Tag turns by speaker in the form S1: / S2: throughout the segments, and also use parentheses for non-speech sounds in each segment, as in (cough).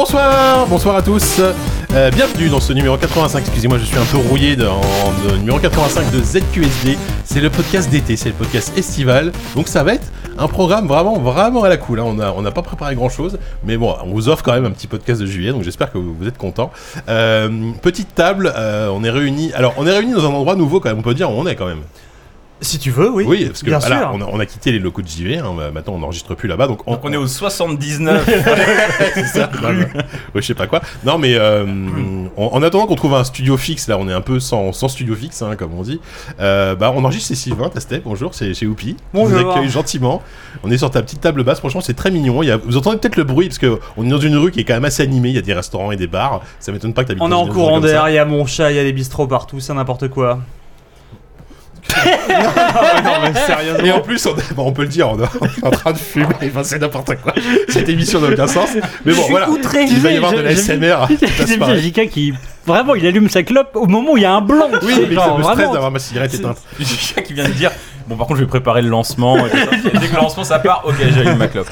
S1: bonsoir à tous. Euh, bienvenue dans ce numéro 85. Excusez-moi, je suis un peu rouillé dans le numéro 85 de ZQSD. C'est le podcast d'été, c'est le podcast estival. Donc ça va être un programme vraiment, vraiment à la cool. hein. On n'a on n'a pas préparé grand chose, mais bon, on vous offre quand même un petit podcast de juillet, donc j'espère que vous, vous êtes contents. Euh, petite table, euh, on est réunis. Alors, on est réunis dans un endroit nouveau quand même, on peut dire où on est quand même.
S2: Si tu veux, oui.
S1: Oui, parce que
S2: bien
S1: voilà,
S2: sûr.
S1: on, a, on a quitté les locaux de JV, hein, maintenant on n'enregistre plus là-bas, donc on,
S3: Donc on est au (laughs) 79.
S1: c'est ça, (laughs) bah, bah, ouais, je sais pas quoi. Non, mais euh, en, en attendant qu'on trouve un studio fixe, là, on est un peu sans, sans studio fixe, hein, comme on dit. Euh, bah, on enregistre chez Sylvain Tastet. Bonjour, c'est chez Oupi. On vous
S4: Bonjour.
S1: accueille gentiment. On est sur ta petite table basse. Franchement, c'est très mignon. Il y a- vous entendez peut-être le bruit parce que on est dans une rue qui est quand même assez animée. Il y a des restaurants et des bars. Ça m'étonne pas que t'habites.
S4: On est
S1: dans
S4: en
S1: une rue
S4: courant
S1: comme ça.
S4: d'air, il y a mon chat, il y a des bistrots partout, c'est n'importe quoi.
S1: (laughs) Et en plus, on, bon, on peut le dire, on est en (laughs) train de fumer. Enfin, c'est n'importe quoi. Cette émission n'a aucun sens. Mais bon, voilà.
S5: outré.
S1: Il va y avoir de la SMR.
S4: (laughs)
S5: J'aime bien JK qui vraiment il allume sa clope au moment où il y a un blanc.
S1: Oui,
S5: C'est
S1: mais ça
S5: genre,
S1: me stresse
S5: vraiment.
S1: d'avoir ma cigarette
S5: C'est-
S1: éteinte.
S3: Le chien qui vient de dire Bon, par contre, je vais préparer le lancement. et tout (laughs) ça. Dès que le lancement ça part, ok, j'allume ma clope.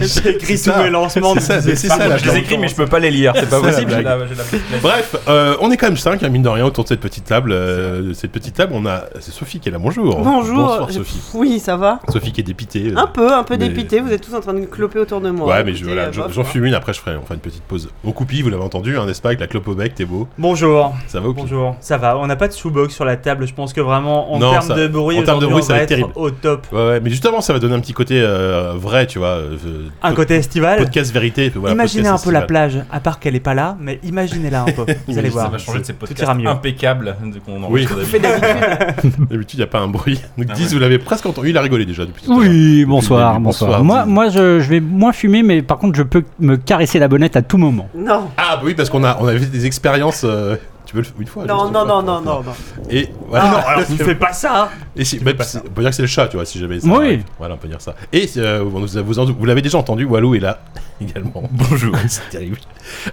S4: J'ai écrit
S1: C'est
S4: tous
S1: ça.
S4: mes lancements.
S1: C'est ça,
S4: nous
S1: mais
S4: disait-
S1: c'est
S3: Par
S1: ça,
S3: contre,
S1: la
S3: je les écris, mais je peux pas les lire. C'est pas
S1: C'est la
S3: possible. j'ai
S1: blague.
S3: la- j'ai la-
S1: Bref, euh, on est quand même 5 mine de rien, autour de cette petite table. euh, de cette petite table, on a. C'est Sophie qui est là, bonjour.
S6: Bonjour.
S1: Bonsoir,
S6: Je-
S1: Sophie.
S6: Oui, ça va.
S1: Sophie qui est dépitée. euh.
S6: Un peu, un peu
S1: Mais-
S6: dépité. Vous êtes tous en train de cloper autour de moi.
S1: ouais, mais je-
S6: Écoutez,
S1: voilà,
S6: euh,
S1: j'en
S6: bof,
S1: j'en
S6: quoi.
S1: fume une, après je ferai enfin une petite pause. Au coupi, vous l'avez entendu, hein, n'est-ce pas, avec la clope au bec, t'es beau.
S4: Bonjour.
S1: Ça va, au Oupi
S4: Bonjour. Ça va, on n'a pas de sous-box sur la table, je pense que vraiment en
S1: Non, ça-
S4: termes de bruit,
S1: en termes de
S4: aujourd'hui,
S1: bruit,
S4: on
S1: ça va
S4: va
S1: être terrible.
S4: être au top.
S1: Ouais, ouais, mais justement, ça va donner un petit côté euh, vrai, tu vois. euh,
S4: Un
S1: pod-
S4: côté estival.
S1: Podcast vérité. voilà,
S4: imaginez un
S1: podcast
S4: peu la
S1: estival.
S4: plage, à part qu'elle est pas là, mais imaginez-la un
S1: (laughs)
S4: peu. Vous allez
S3: Ça
S4: voir.
S3: va changer de ces
S4: Tout ira
S3: podcasts
S4: mieux.
S1: Ah,
S3: impeccables qu'on enregistre
S1: Oui.
S6: Fais
S3: d'habitude.
S6: d'habitude.
S1: D'habitude, il a pas un bruit. Donc,
S3: Ah
S1: 10,
S3: ouais.
S1: vous l'avez presque entendu. Il a rigolé déjà depuis tout à l'heure.
S5: Oui, bonsoir,
S1: début,
S5: bonsoir.
S1: bonsoir.
S5: Moi, moi je, je vais moins fumer, mais par contre, je peux me caresser la bonnette à tout moment.
S6: Non.
S1: Ah, bah oui, parce qu'on a, on avait des expériences. euh, Tu veux le- une fois
S6: Non,
S1: juste une
S6: non, non,
S1: fois.
S6: non, non, non.
S1: Et voilà.
S4: Ah, non,
S1: (laughs)
S4: alors ne fais pas ça
S1: Et si, bah, c'est- on peut dire que c'est le chat, tu vois, si jamais ça.
S5: Oui.
S1: arrive. Voilà, on peut dire ça. Et euh, on vous, vous, en- vous l'avez déjà entendu, Walou est là (laughs) également. Bonjour. (laughs) c'est terrible.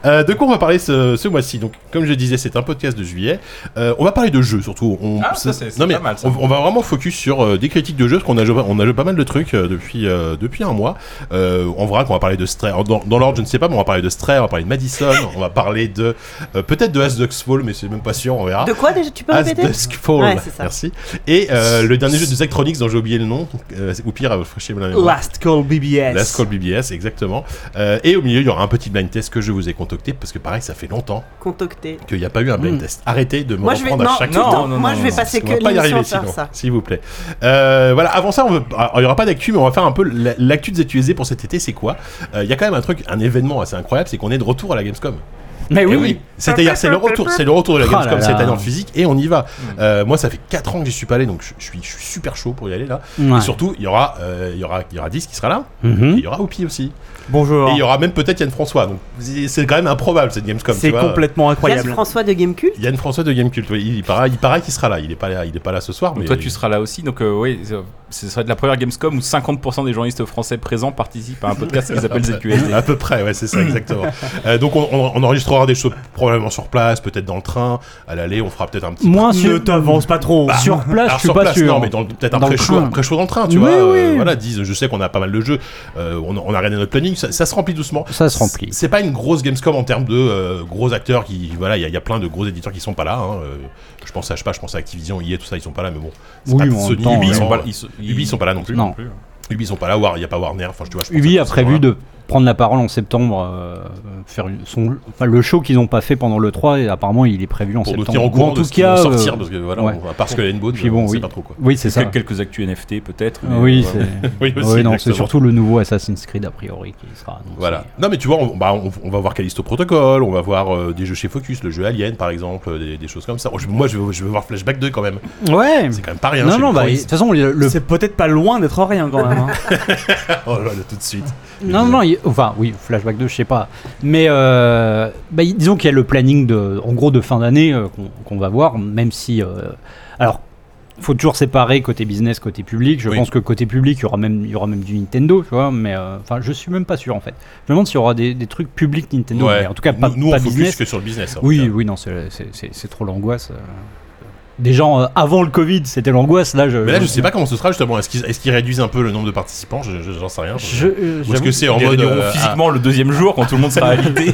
S1: Euh, de quoi on va parler ce, ce mois-ci Donc, comme je disais, c'est un podcast de juillet. Euh, on va parler de jeux surtout. On,
S3: Ah, ça, c'est- c'est
S1: non, mais
S3: pas mal, ça.
S1: On, on va vraiment focus sur euh, des critiques de jeux, parce qu'on a, joué- on a joué pas mal de trucs euh, depuis, euh, depuis un mois. Euh, on verra qu'on va parler de Stray. Alors, Dans, dans l'ordre, je ne sais pas, mais on va parler de Stray, on va parler de Madison, on va parler de. euh, Peut-être de As Ducks Fall, mais c'est même pas sûr, on verra.
S6: De quoi déjà Tu peux
S1: As
S6: répéter
S1: Dusk Fall.
S6: Ouais, c'est ça.
S1: Merci. Et euh, le dernier jeu de Zachtronics dont j'ai oublié le nom, euh, ou pire, euh, fraîchez-moi la mémoire.
S4: Last Call BBS.
S1: Last Call BBS, exactement. Euh, et au milieu, il y aura un petit blind test que je vous ai contacté parce que pareil, ça fait longtemps
S6: Contacté.
S1: qu'il n'y a pas eu un blind
S5: Mm.
S1: test. Arrêtez de me
S6: Moi, je vais.
S1: reprendre
S6: Non,
S1: à chaque
S6: tout le
S3: Non,
S6: temps.
S3: non,
S6: Moi,
S3: non,
S6: je vais
S3: non,
S6: passer
S1: on
S6: que
S1: va pas y
S6: l'émission
S1: arriver
S6: à faire
S1: sinon,
S6: ça.
S1: s'il vous plaît. Euh, voilà, avant ça, on veut- alors, il n'y aura pas d'actu, mais on va faire un peu la- l'actu de ZQSD pour cet été. C'est quoi Euh, Il y a quand même un truc, un événement assez incroyable, c'est qu'on est de retour à la Gamescom.
S5: Mais
S1: Eh
S5: oui,
S1: oui, c'est-à-dire c'est le retour, c'est le retour de la
S5: Oh là
S1: Gamescom
S5: là.
S1: cette année en physique et on y va. Euh, moi ça fait 4 ans que j'y suis pas allé donc je, je suis, je suis super chaud pour y aller là.
S5: oui. Ouais.
S1: Et surtout il y aura euh, il y aura il y aura 10 qui sera là, et
S5: Mhm.
S1: il y aura Oupi aussi
S4: Bonjour.
S1: et il y aura même peut-être Yann François donc c'est c'est quand même improbable cette Gamescom. tu
S4: C'est
S1: vois. euh,
S4: complètement
S6: Yann
S4: incroyable.
S6: François de Gamecube.
S1: Yann François de Gamecult, oui, il, il paraît il paraît qu'il sera là, il est pas là, il est pas là ce soir
S3: Donc
S1: mais
S3: toi, tu seras là aussi. Donc, euh, oui, euh, ce sera de la première Gamescom où 50% des journalistes français présents participent à un podcast qui (laughs)
S1: (laughs)
S3: s'appelle ZQSD.
S1: à peu près, ouais, c'est ça, exactement. Euh, donc, on, on- on enregistrera des choses probablement sur place, peut-être dans le train. À l'aller, on fera peut-être un petit
S5: Moins
S4: Ne
S5: sur,
S4: t'avance pas trop.
S3: bah,
S5: sur place,
S1: Ah, Alors,
S5: Ah, je suis
S1: sur
S5: pas
S1: place,
S5: sûr.
S1: Non, mais dans le- peut-être un
S5: Dans le
S1: pré chaud,
S5: train.
S1: pré chaud dans le train, tu
S5: Oui,
S1: vois. euh,
S5: oui.
S1: voilà, disent, je sais qu'on a pas mal de jeux, euh, on, a- on a regardé notre planning, ça, ça se remplit doucement.
S5: Ça se remplit.
S1: C'est pas une grosse Gamescom en termes de euh, gros acteurs qui, voilà, il y, a- il y a plein de gros éditeurs qui sont pas là. hein, euh, je pense à, je sais pas, je pense à Activision, EA, tout ça, ils sont pas là, mais bon. c'est
S5: Oui,
S1: pas
S5: mais en
S1: Sony,
S5: même temps,
S1: Ubi,
S5: ouais.
S1: ils sont pas là.
S3: ils sont,
S1: Ubi, ils sont pas là non plus.
S5: Non.
S1: Ubi, ils sont pas là. War, il y a pas Warner. Enfin, tu vois, je pense
S5: Ubi
S1: à
S5: a
S1: tous, ils sont là.
S5: prévu de prendre la parole en septembre, euh, faire une- son, enfin, le show qu'ils n'ont pas fait pendant le 3, et apparemment il est prévu en
S1: pour nous
S5: septembre.
S1: tenir au
S5: Ou
S1: courant
S5: en
S1: de
S5: tout
S1: ce qu'ils vont
S5: cas, euh,
S1: sortir, parce que voilà,
S5: ouais.
S1: on- à part ce que la N-Bone, euh,
S5: Puis bon,
S1: on sait
S5: oui.
S1: pas trop quoi.
S5: oui,
S1: (laughs)
S5: c'est ça.
S3: Quelques actus NFT peut-être. mais,
S5: Oui,
S3: euh,
S5: c'est
S1: Oui, aussi,
S5: oui, non, c'est
S1: exactement.
S5: surtout le nouveau Assassin's Creed a priori qui sera annoncé.
S1: Voilà. Non, mais tu vois, on, bah, on, on va voir Callisto Protocol, on va voir euh, des jeux chez Focus, le jeu Alien par exemple, euh, des, des choses comme ça. Oh, je- moi, je vais, je vais voir Flashback 2 quand même.
S5: Ouais.
S1: C'est quand même pas rien.
S5: Mm. Non,
S1: chez
S5: non, bah, de
S1: Microïs.
S5: toute façon, le, le-
S4: C'est peut-être pas loin d'être rien quand
S3: (laughs)
S4: même. hein.
S1: (laughs) Oh là là, tout de suite.
S5: non, non, il- enfin, oui, Flashback 2, je sais pas. Mais euh, bah, il- disons qu'il y a le planning de, en gros, de fin d'année euh, qu'on qu'on va voir, même si, euh, alors, faut toujours séparer côté business, côté public. Je
S1: Oui.
S5: pense que côté public, il y aura même, il y aura même du Nintendo, tu vois. Mais euh, enfin, je suis même pas sûr en fait. Je me demande s'il y aura des, des trucs publics Nintendo.
S1: Ouais.
S5: mais en tout cas, pas,
S1: nous, nous,
S5: pas
S1: on focus
S5: business.
S1: que sur le business. hein. en
S5: Oui,
S1: tout cas.
S5: oui, non, c'est- c'est c'est- c'est trop l'angoisse. euh. des gens euh, avant le Covid, c'était l'angoisse. Là, je,
S1: Mais là, je sais pas comment ce sera justement. Est-ce qu'ils est-ce qu'ils réduisent un peu le nombre de participants Je- je- J'en sais rien.
S5: Je, euh,
S1: Ou est-ce que
S5: j'avoue-
S1: c'est en
S3: Ils
S1: mode.
S3: réuniront
S1: euh,
S3: physiquement le deuxième jour quand tout le monde
S1: (laughs)
S3: sera (laughs) invité.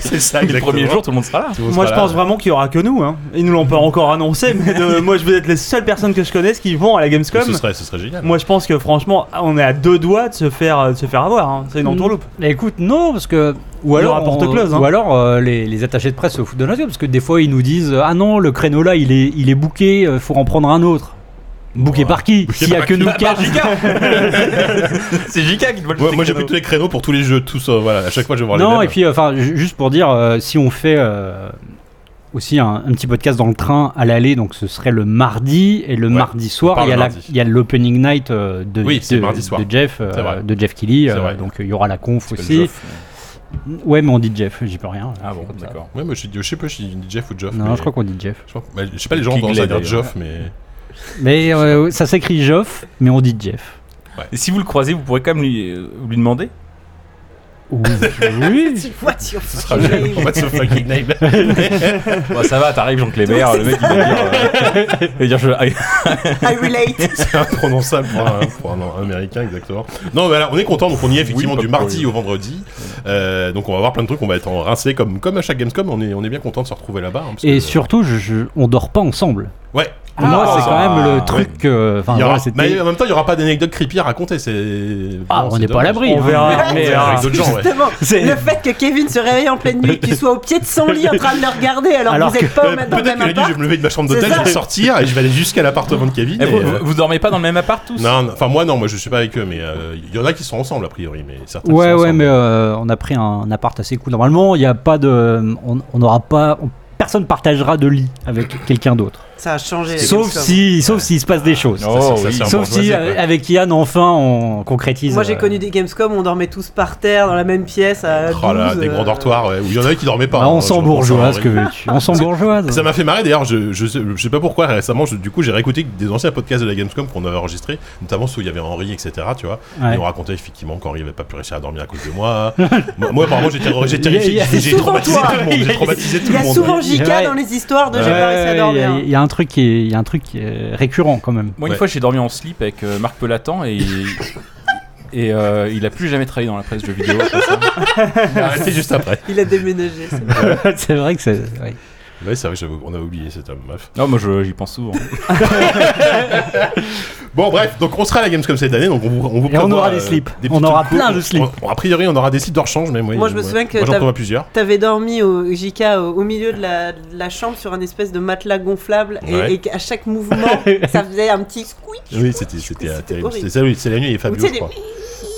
S1: C'est ça,
S3: le premier
S1: exactement.
S3: jour, tout le monde sera là.
S1: ah, tout le monde
S4: Moi, je
S1: sera
S4: pense
S1: là.
S4: vraiment qu'il y aura que nous. Hein. Ils nous l'ont pas encore annoncé, (laughs) mais de- moi, je veux être les seules personnes que je connaisse qui vont à la Gamescom.
S1: Ce serait, ce serait génial.
S4: Moi, je pense que franchement, on est à deux doigts de se faire, de se faire avoir. hein.
S3: Mm.
S4: C'est une entourloupe.
S5: Mais écoute, non, parce que. Ou
S4: Le
S5: alors,
S4: rapporte
S5: on-
S4: close, hein.
S5: ou alors euh, les, les attachés de presse se foutent de notre gueule, parce que des fois ils nous disent Ah non, le créneau là il est, il est booké, euh, faut en prendre un autre. Booké
S1: Ouais.
S5: par qui
S1: Booké
S5: S'il y a
S1: par
S5: que
S1: qui
S5: nous
S1: Bah,
S5: quatre.
S3: C'est JK qui doit le
S1: Ouais, moi j'ai pris tous les créneaux pour tous les jeux, tous euh, voilà, à chaque fois je vais voir les
S5: Non,
S1: mêmes.
S5: et puis euh, enfin, ju- juste pour dire, euh, si on fait euh, aussi un, un petit podcast dans le train à l'aller, donc ce serait le mardi et le
S1: Ouais,
S5: mardi soir,
S1: parle
S5: il y a
S1: le
S5: la-
S1: mardi.
S5: il y a l'opening night euh, de,
S1: Oui, c'est
S5: de-
S1: mardi soir.
S5: de Jeff, euh,
S1: C'est vrai.
S5: de Jeff Kelly,
S1: C'est
S5: euh,
S1: vrai.
S5: donc il y aura la conf
S3: C'est
S5: aussi.
S3: le
S5: Ouais, mais on dit Jeff, j'y peux rien.
S3: Ah bon,
S5: Comme ça.
S3: d'accord.
S1: Ouais, mais je, dis- je sais pas si je dis Jeff ou Geoff.
S5: Non,
S1: mais-
S5: je crois qu'on dit Jeff.
S1: je crois- bah, je sais pas, les gens ont
S3: Kigley,
S1: tendance à dire
S3: d'ailleurs.
S1: Geoff, mais.
S5: Mais euh, ça s'écrit Geoff, mais on dit Jeff.
S3: Et si vous le croisez, vous pourrez quand même lui, euh, lui demander.
S1: (laughs)
S5: Oui, (laughs) oui.
S6: What your
S1: Ce sera génial.
S3: (laughs)
S1: On va se fucking name.
S3: Bah, ça va, t'arrives Jean Cléber, le mec il va dire. euh, (laughs) il va dire je...
S1: Eh,
S3: ah,
S6: I relate.
S1: (laughs) C'est imprononçable pour un, pour un- un américain, exactement. Non, mais alors, on est content, donc on y est effectivement
S3: Oui, pas
S1: du
S3: de
S1: mardi
S3: problème.
S1: au vendredi. Euh, donc on va voir plein de trucs, on va être en rincé comme, comme à chaque Gamescom, on est, on est bien content de se retrouver là-bas. hein, parce
S5: Et
S1: que- euh,
S5: surtout, je, je- on dort pas ensemble.
S1: Ouais,
S5: Pour
S6: Ah.
S5: moi, c'est quand même le truc. que- Enfin,
S1: Il y aura-
S5: voilà, c'était-
S1: mais en même temps, il n'y aura pas d'anecdote creepy à raconter. c'est-
S5: Ah,
S1: bon,
S5: on
S1: c'est
S5: n'est pas à
S1: dommage.
S5: l'abri.
S4: On
S5: hein.
S4: verra.
S1: On
S4: mais,
S1: verra avec (laughs)
S4: euh,
S1: d'autres gens, ouais.
S6: Justement,
S5: C'est-
S6: le fait que Kevin se réveille en pleine nuit, que tu sois au pied de son lit en train de le regarder alors,
S5: Alors
S6: que vous n'êtes pas au même dans le
S1: Euh, Peut-être
S6: même
S1: que la nuit, je
S6: appart.
S1: vais me lever de ma chambre
S6: C'est
S1: d'hôtel, je
S6: ça.
S1: vais sortir et je vais aller jusqu'à l'appartement de Kevin.
S3: Eh,
S1: et,
S3: vous,
S1: euh,
S3: vous- vous dormez pas dans le même appart tous
S1: Non, non, enfin moi non, moi je suis pas avec eux, mais euh, il y en a qui sont ensemble a priori, mais certains
S5: Ouais,
S1: sont
S5: ouais,
S1: ensemble.
S5: mais euh, on a pris un appart assez cool. Normalement, il n'y a pas de. On on n'aura pas. on- personne partagera de lit avec quelqu'un d'autre.
S6: Ça a changé. la
S5: Sauf
S6: Gamescom.
S5: si, sauf s'il se passe des choses.
S1: Ça, Oh, c'est- ça,
S3: oui.
S1: c'est un
S5: Sauf si,
S1: bourgeoisie,
S5: euh,
S1: quoi.
S5: avec Yann, enfin, on concrétise.
S6: Moi j'ai
S5: euh,
S6: connu des Gamescom où on dormait tous par terre dans la même pièce à
S1: Oh là,
S6: 12,
S1: des
S6: euh,
S1: grands dortoirs, ouais, où il y en a qui dormaient pas.
S5: Ah, bah,
S1: hein,
S5: on
S1: je
S5: sent
S1: repense à
S5: bourgeoise,
S1: Henri.
S5: que veux-tu On sent bourgeoise.
S1: Ça m'a fait marrer d'ailleurs, je, je, sais, je sais pas pourquoi récemment, je- du coup j'ai réécouté des anciens podcasts de la Gamescom qu'on avait enregistrés, notamment ceux où il y avait Henri, etc. Tu vois,
S5: Ouais.
S1: et on racontait effectivement qu'Henri avait pas pu réussir à dormir à cause de
S5: (laughs)
S1: moi. moi, moi, apparemment j'étais j'étais
S5: Il y a- il y
S1: terrifié,
S5: a-
S1: j'ai- j'ai
S6: souvent
S1: traumatisé
S6: toi.
S1: tout le monde, j'ai traumatisé tout
S6: Il y
S1: le
S6: a
S1: monde.
S6: souvent
S1: ouais.
S6: JK
S5: Ouais.
S6: dans les histoires de j'ai
S5: Ouais,
S6: pas réussi à
S5: il y a-
S6: dormir.
S5: il y, a un truc qui est, il y a un truc qui est récurrent quand même.
S3: Moi, une
S1: Ouais.
S3: fois, j'ai dormi en slip avec euh, Marc Pelatan et. Et euh, il a plus jamais travaillé dans la presse de jeux vidéo. après ça.
S1: Arrêtez juste après.
S6: Il a déménagé. c'est vrai.
S5: (laughs) c'est vrai que c'est. ouais.
S1: Ouais, c'est vrai, j'avais- on a oublié cet homme, bref.
S3: Non, moi je- j'y pense souvent.
S1: Bon bref, donc on sera à la Gamescom cette année, donc on vous, on vous
S5: Et on
S1: prévoit,
S5: aura des
S1: euh,
S5: slips.
S1: des
S5: On
S1: petits
S5: aura
S1: trucs
S5: plein
S1: cool.
S5: de slips.
S1: On- on- a priori, on aura des slips hors change, mais moi,
S6: Moi, je me souviens que
S1: moi, j'en
S6: t'as-
S1: trouve à plusieurs.
S6: T'avais dormi au JK au, au milieu de la, de la chambre sur un espèce de matelas gonflable et-
S1: Ouais.
S6: et, qu'à chaque mouvement
S1: (laughs)
S6: ça faisait un petit squeak.
S1: Oui, c'était c'était euh,
S6: C'était
S1: terrible.
S6: horrible.
S1: C'était ça, oui, c'est la nuit et Fabio,
S6: Ou tu
S1: je
S6: sais,
S1: crois.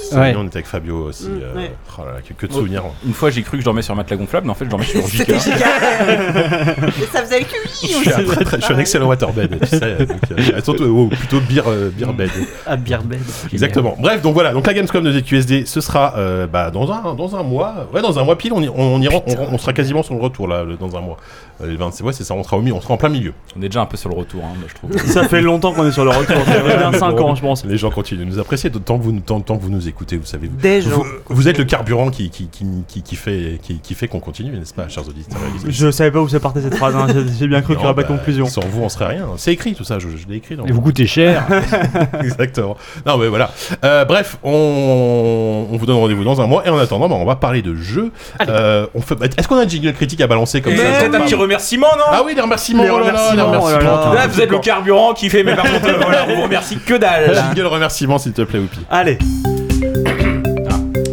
S1: C'est
S5: Ouais.
S1: la nuit, on était avec Fabio aussi.
S6: Mm,
S1: euh,
S6: ouais.
S1: oh là là, que, que de souvenirs. (laughs)
S3: Une fois, j'ai cru que je dormais sur un matelas gonflable, mais en fait, je dormais sur JK.
S6: C'était JK. et ça faisait que
S1: Je suis, un très, très- je suis un excellent waterbed, tu sais. (laughs) donc, euh, surtout, oh, plutôt beer, euh, beer bed.
S5: À Birbel.
S1: Exactement. Bref, donc voilà. Donc la Gamescom de ZQSD, ce sera euh, bah, dans, un, dans un mois. Ouais, dans un mois pile, on, y- on, on, ira- on- on sera quasiment sur le retour là, le- dans un mois. Euh, Les 26, ouais, c'est ça, on sera, au mi- on sera en plein milieu.
S3: On est déjà un peu sur le retour, hein, moi, je trouve.
S4: Ça fait longtemps qu'on est sur le retour. Ça fait 25 ans, je pense.
S1: Les gens continuent de nous apprécier, tant que vous, nous- tant, tant que vous nous écoutez, vous savez. vous-
S6: Des gens.
S1: Vous, vous êtes le carburant qui, qui, qui, qui, qui fait qui, qui fait qu'on continue, n'est-ce pas, chers auditeurs
S4: Je savais pas où ça partait cette phrase. hein. J'ai- J'ai bien cru qu'il n'y aurait pas de
S1: bah,
S4: conclusion.
S1: Sans vous, on serait rien. C'est écrit tout ça, je, je l'ai écrit. Dans
S5: Et vous coûtez cher.
S1: (laughs) Exactement. Non, mais voilà. Euh, bref, on, on vous donne rendez-vous dans un mois. Et en attendant, bah, on va parler de jeux. Euh, on fait... Est-ce qu'on a un jingle critique à balancer comme
S3: Et
S1: ça
S3: peut-être un petit remerciement, non
S1: Ah oui, les remerciements.
S4: Les
S1: oh là là,
S4: remerciements,
S1: les remerciements.
S4: oh là là.
S3: Là, vous êtes le carburant qui fait, mais (laughs) par contre, euh, voilà, on vous remercie que dalle.
S1: Le Jingle remerciement, s'il te plaît, Oupi.
S4: Allez,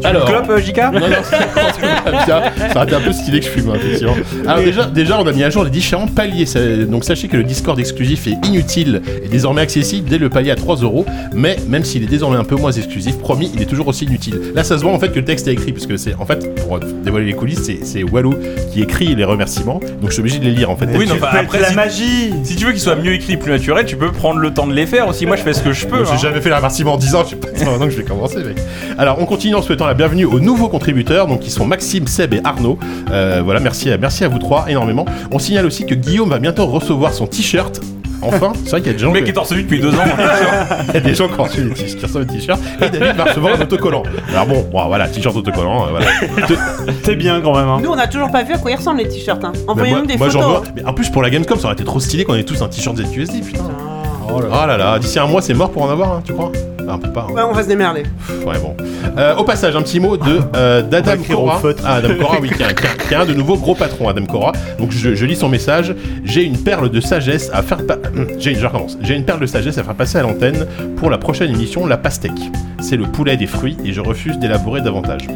S1: Alors.
S4: clope euh, JK
S1: Non, non, c'est- (laughs) ça aurait été un peu stylé que je fume, hein, effectivement. Alors déjà, déjà, on a mis à jour les différents paliers. Ça- Donc sachez que le Discord exclusif est inutile et désormais accessible dès le palier à 3 euros. Mais même s'il est désormais un peu moins exclusif, promis, il est toujours aussi inutile. Là, ça se voit en fait que le texte est écrit, parce que c'est en fait pour dévoiler les coulisses, c'est- c'est Walou qui écrit les remerciements. Donc je suis obligé de les lire en fait.
S3: Oui, non, bah,
S4: Faites
S3: après,
S4: la
S3: si- (laughs)
S4: magie
S3: Si tu veux qu'ils soient mieux écrits, plus naturels, tu peux prendre le temps de les faire aussi. Moi, je fais ce que je peux.
S1: J'ai
S3: hein.
S1: jamais fait la remerciement en 10 ans, je sais pas c'est maintenant que je vais commencer, mec. Alors, on continue en souhaitant la bienvenue aux nouveaux contributeurs, donc qui sont Maxime, Seb et Arnaud. Euh, voilà, merci à, merci à vous trois énormément. On signale aussi que Guillaume va bientôt recevoir son t-shirt. Enfin, c'est vrai qu'il y a des gens.
S3: Le mec est torse nu depuis deux ans. hein, (laughs)
S1: (laughs) Il y a des gens qui ont reçu des t- qui reçoivent des t-shirts et David marche souvent en autocollant. Alors bon, bon, voilà, t-shirt
S3: (laughs)
S1: autocollant, euh, voilà.
S4: T'es bien quand même. Hein.
S6: Nous, on n'a toujours pas vu à quoi ils ressemblent les t-shirts. Hein.
S1: Mais moi,
S6: Envoyez-nous des
S1: moi, j'en
S6: photos.
S1: veux- mais en plus pour la Gamescom, ça aurait été trop stylé qu'on ait tous un t-shirt ZQSD, putain. Oh là là, d'ici un mois, c'est mort pour en avoir, hein, tu crois Ah, on peut pas. hein.
S6: Ouais, on va se démerder.
S1: Ouais, bon. Euh, au passage, un petit mot de euh, d'Adam
S4: écrire au
S1: Cora.
S4: feutre.
S1: Ah, Adam Cora, oui, qui est, un, qui est un- qui est un de nouveaux gros patrons, Adam Cora. Donc je, je lis son message. J'ai une perle de sagesse à faire. pa- hum, J'ai je recommence. J'ai une perle de sagesse à faire passer à l'antenne pour la prochaine émission, la pastèque. C'est le poulet des fruits et je refuse d'élaborer davantage.
S5: (laughs)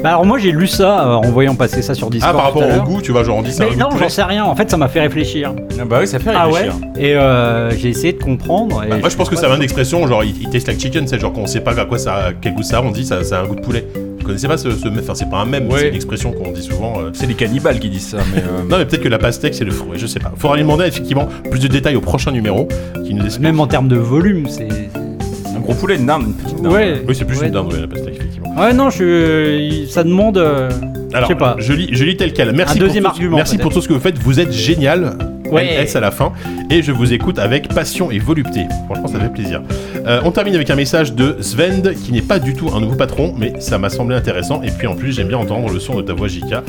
S5: Bah alors moi j'ai lu ça euh, en voyant passer ça sur
S1: ah,
S5: Discord.
S1: par
S5: tout
S1: rapport
S5: à
S1: au
S5: l'heure.
S1: goût, tu vois, genre on dit ça.
S5: Mais non, j'en sais rien. En fait, ça m'a fait réfléchir.
S3: bah oui, ça fait
S4: Ah ouais
S3: réfléchir.
S5: Et euh, j'ai essayé de comprendre. Et
S1: Ah, Moi, je pense que ça vient d'expression, genre il, il taste like chicken, c'est genre qu'on sait pas à quoi ça, quel goût ça, a, on dit ça, ça a un goût de poulet. Vous connaissez pas ce, ce enfin, c'est pas un mème,
S3: Ouais.
S1: c'est une expression qu'on dit souvent. euh,
S3: C'est les cannibales qui disent ça, mais. euh,
S1: (laughs) Non, mais peut-être que la pastèque, c'est le fruit, je sais pas. Faudra lui demander effectivement plus de détails au prochain numéro qui nous explique.
S5: Même en termes de volume, c'est. c'est-
S3: Un gros poulet, une dinde, une petite dinde.
S5: Ouais.
S1: Oui, c'est plus
S5: ouais,
S1: une dinde, ouais, la pastèque, effectivement.
S5: Ouais, non, je. Ça demande. euh,
S1: Alors,
S5: je sais pas.
S1: Je lis, je lis tel quel. Merci,
S5: Un deuxième
S1: pour, tout,
S5: argument,
S1: merci
S5: peut-être.
S1: pour tout ce que vous faites. Vous êtes génial.
S5: Ouais.
S1: NS à la fin. Et je vous écoute avec passion et volupté. Franchement, ça fait plaisir. Euh, on termine avec un message de Svend, qui n'est pas du tout un nouveau patron, mais ça m'a semblé intéressant. Et puis en plus, j'aime bien entendre le son de ta voix, Jika.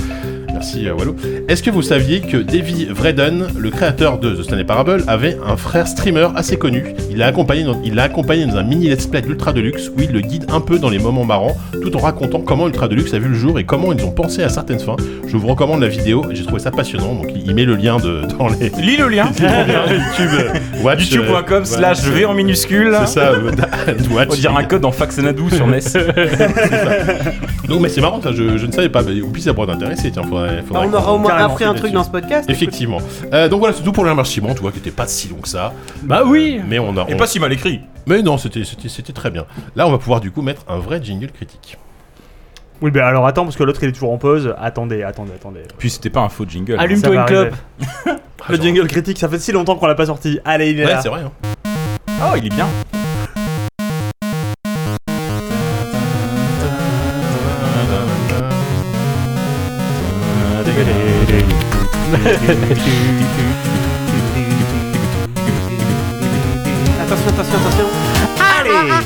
S1: Merci, euh, Wallo. Est-ce que vous saviez que Davy Vreden, le créateur de The Stanley Parable, avait un frère streamer assez connu Il l'a accompagné, dans- il l'a accompagné dans un mini let's play d'Ultra Deluxe où il le guide un peu dans les moments marrants tout en racontant comment Ultra Deluxe a vu le jour et comment ils ont pensé à certaines fins. Je vous recommande la vidéo, j'ai trouvé ça passionnant, donc il il met le lien de, dans les,
S3: Lis le
S1: (laughs)
S3: lien. (laughs)
S1: YouTube. euh, watch, euh,
S3: YouTube.com
S1: ouais,
S3: slash V en minuscule.
S1: C'est ça, euh, (laughs) watch.
S3: On dirait un code en faxanadou sur
S1: (laughs)
S3: NES.
S1: Donc, mais c'est marrant, ça, je, je ne savais pas. mais Ou puis ça pourrait t'intéresser, tiens, faudrait. faudrait
S6: on aura au moins
S4: Carrément,
S6: appris un truc
S1: là-dessus.
S6: dans ce podcast.
S1: Effectivement. Euh, donc voilà, c'est tout pour les remerciements. Tu vois que t'es pas si long que ça. Euh,
S5: Bah oui.
S1: Mais on a.
S3: Et
S1: on-
S3: pas si mal écrit.
S1: Mais non, c'était c'était- c'était très bien. Là, on va pouvoir du coup mettre un vrai jingle critique.
S4: Oui, bah alors attends, parce que l'autre il est toujours en pause. Attendez, attendez, attendez.
S3: Puis c'était pas un faux jingle.
S4: Ça
S5: Allume-toi
S4: va
S5: une clope.
S4: arriver.
S1: Ah,
S4: Le
S1: genre-
S4: jingle critique, ça fait si longtemps qu'on l'a pas sorti. Allez, il est
S1: Ouais,
S4: là.
S1: c'est vrai. hein.
S3: Oh, il est bien.
S6: Attention, attention, attention.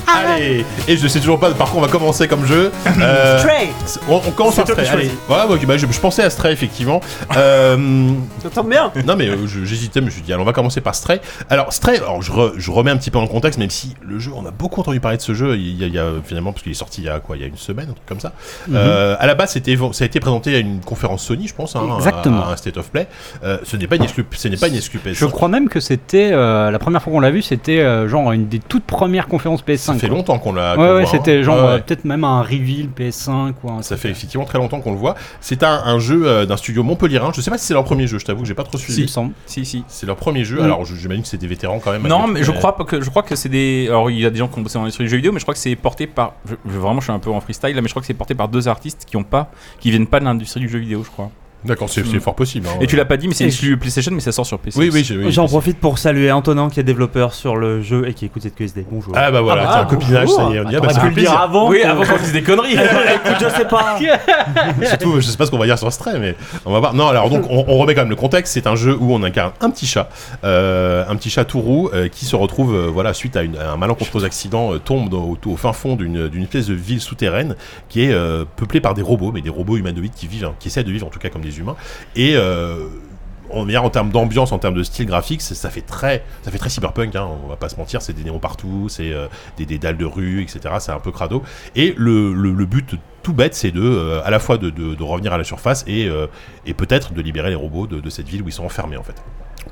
S1: Allez Et je sais toujours pas par quoi on va commencer comme jeu. Euh,
S6: Stray
S1: c'est- on, on commence
S4: C'est
S1: à
S4: toi
S1: Stray.
S4: qui
S1: Allez.
S4: choisis.
S1: Ouais, ouais, ok, bah, je, je pensais à Stray,
S5: (laughs)
S1: effectivement. Euh,
S6: Ça tombe bien.
S1: Non mais euh, je- j'hésitais, mais je me suis dit, allez, on va commencer par Stray. Alors Stray, alors, je, re- je remets un petit peu en contexte, même si le jeu, on a beaucoup entendu parler de ce jeu, il y a, il y a, finalement, parce qu'il est sorti il y a quoi, il y a une semaine, un truc comme ça.
S5: Mhm.
S1: Euh, à la base, c'était, ça a été présenté à une conférence Sony, je pense, hein, à-
S5: Exactement.
S1: À, un State of Play. Euh, ce n'est pas une exclu, ce n'est pas une exclu PS5.
S5: Je crois même que c'était euh, la première fois qu'on l'a vu, c'était euh, genre une des toutes premières conférences
S1: Ça
S5: PS5.
S1: fait
S5: quoi.
S1: longtemps qu'on l'a. qu'on
S5: Ouais,
S1: le
S5: ouais,
S1: voit, hein.
S5: c'était genre
S1: Ouais,
S5: euh,
S1: ouais.
S5: peut-être même un reveal PS5 ou un.
S1: Ça fait effectivement très longtemps qu'on le voit. C'est un, un jeu euh, d'un studio montpellierin. Je sais pas si c'est leur premier jeu. Je t'avoue que j'ai pas trop
S5: il me
S1: suivi.
S5: semble.
S3: Si, si.
S1: C'est leur premier jeu.
S5: Mm.
S1: Alors je- j'imagine que c'est des vétérans quand même.
S3: Non,
S1: avec-
S3: mais je
S1: euh,
S3: crois pas que je crois que c'est des. Alors il y a des gens qui ont bossé dans l'industrie du jeu vidéo, mais je crois que c'est porté par. je- je- vraiment, je suis un peu en freestyle là, mais je crois que c'est porté par deux artistes qui ont pas, qui viennent pas de l'industrie du jeu vidéo, je crois.
S1: D'accord, c'est c'est fort possible. hein.
S3: Et tu l'as pas dit, mais c'est
S4: Et
S3: exclu PlayStation, mais ça sort sur PC.
S1: Oui, oui, j'ai- oui.
S4: J'en profite pour saluer Antonin qui est développeur sur le jeu et qui écoute cette QSD. Bonjour.
S1: Ah bah voilà,
S5: Ah bah,
S1: tiens, un copinage, ça y est, on y est. Bah,
S5: Attends,
S1: ça
S5: on a pu
S1: fait
S5: le
S1: plaisir.
S5: dire avant.
S3: Oui,
S5: qu'on-
S3: avant qu'on dise des (laughs) conneries.
S4: Écoute, je sais pas.
S1: (laughs) Surtout, je sais pas ce qu'on va dire sur Stray, mais on va voir. Non, alors donc, on, on remet quand même le contexte. C'est un jeu où on incarne un petit chat, euh, un petit chat tout roux, euh, qui se retrouve, euh, voilà, suite à, une- à un malencontreux accident, euh, tombe dans- au, au fin fond d'une d'une espèce de ville souterraine qui est euh, peuplée par des robots, mais des robots humanoïdes qui vivent, hein, qui essaient de vivre en tout cas comme des humains. Et euh, on vient en termes d'ambiance, en termes de style graphique, c'est- ça fait très, ça fait très cyberpunk. Hein, on va pas se mentir, c'est des néons partout, c'est euh, des, des dalles de rue, etc. C'est un peu crado. Et le, le- le but tout bête, c'est de, euh, à la fois de, de- de revenir à la surface et, euh, et peut-être de libérer les robots de, de cette ville où ils sont enfermés en fait.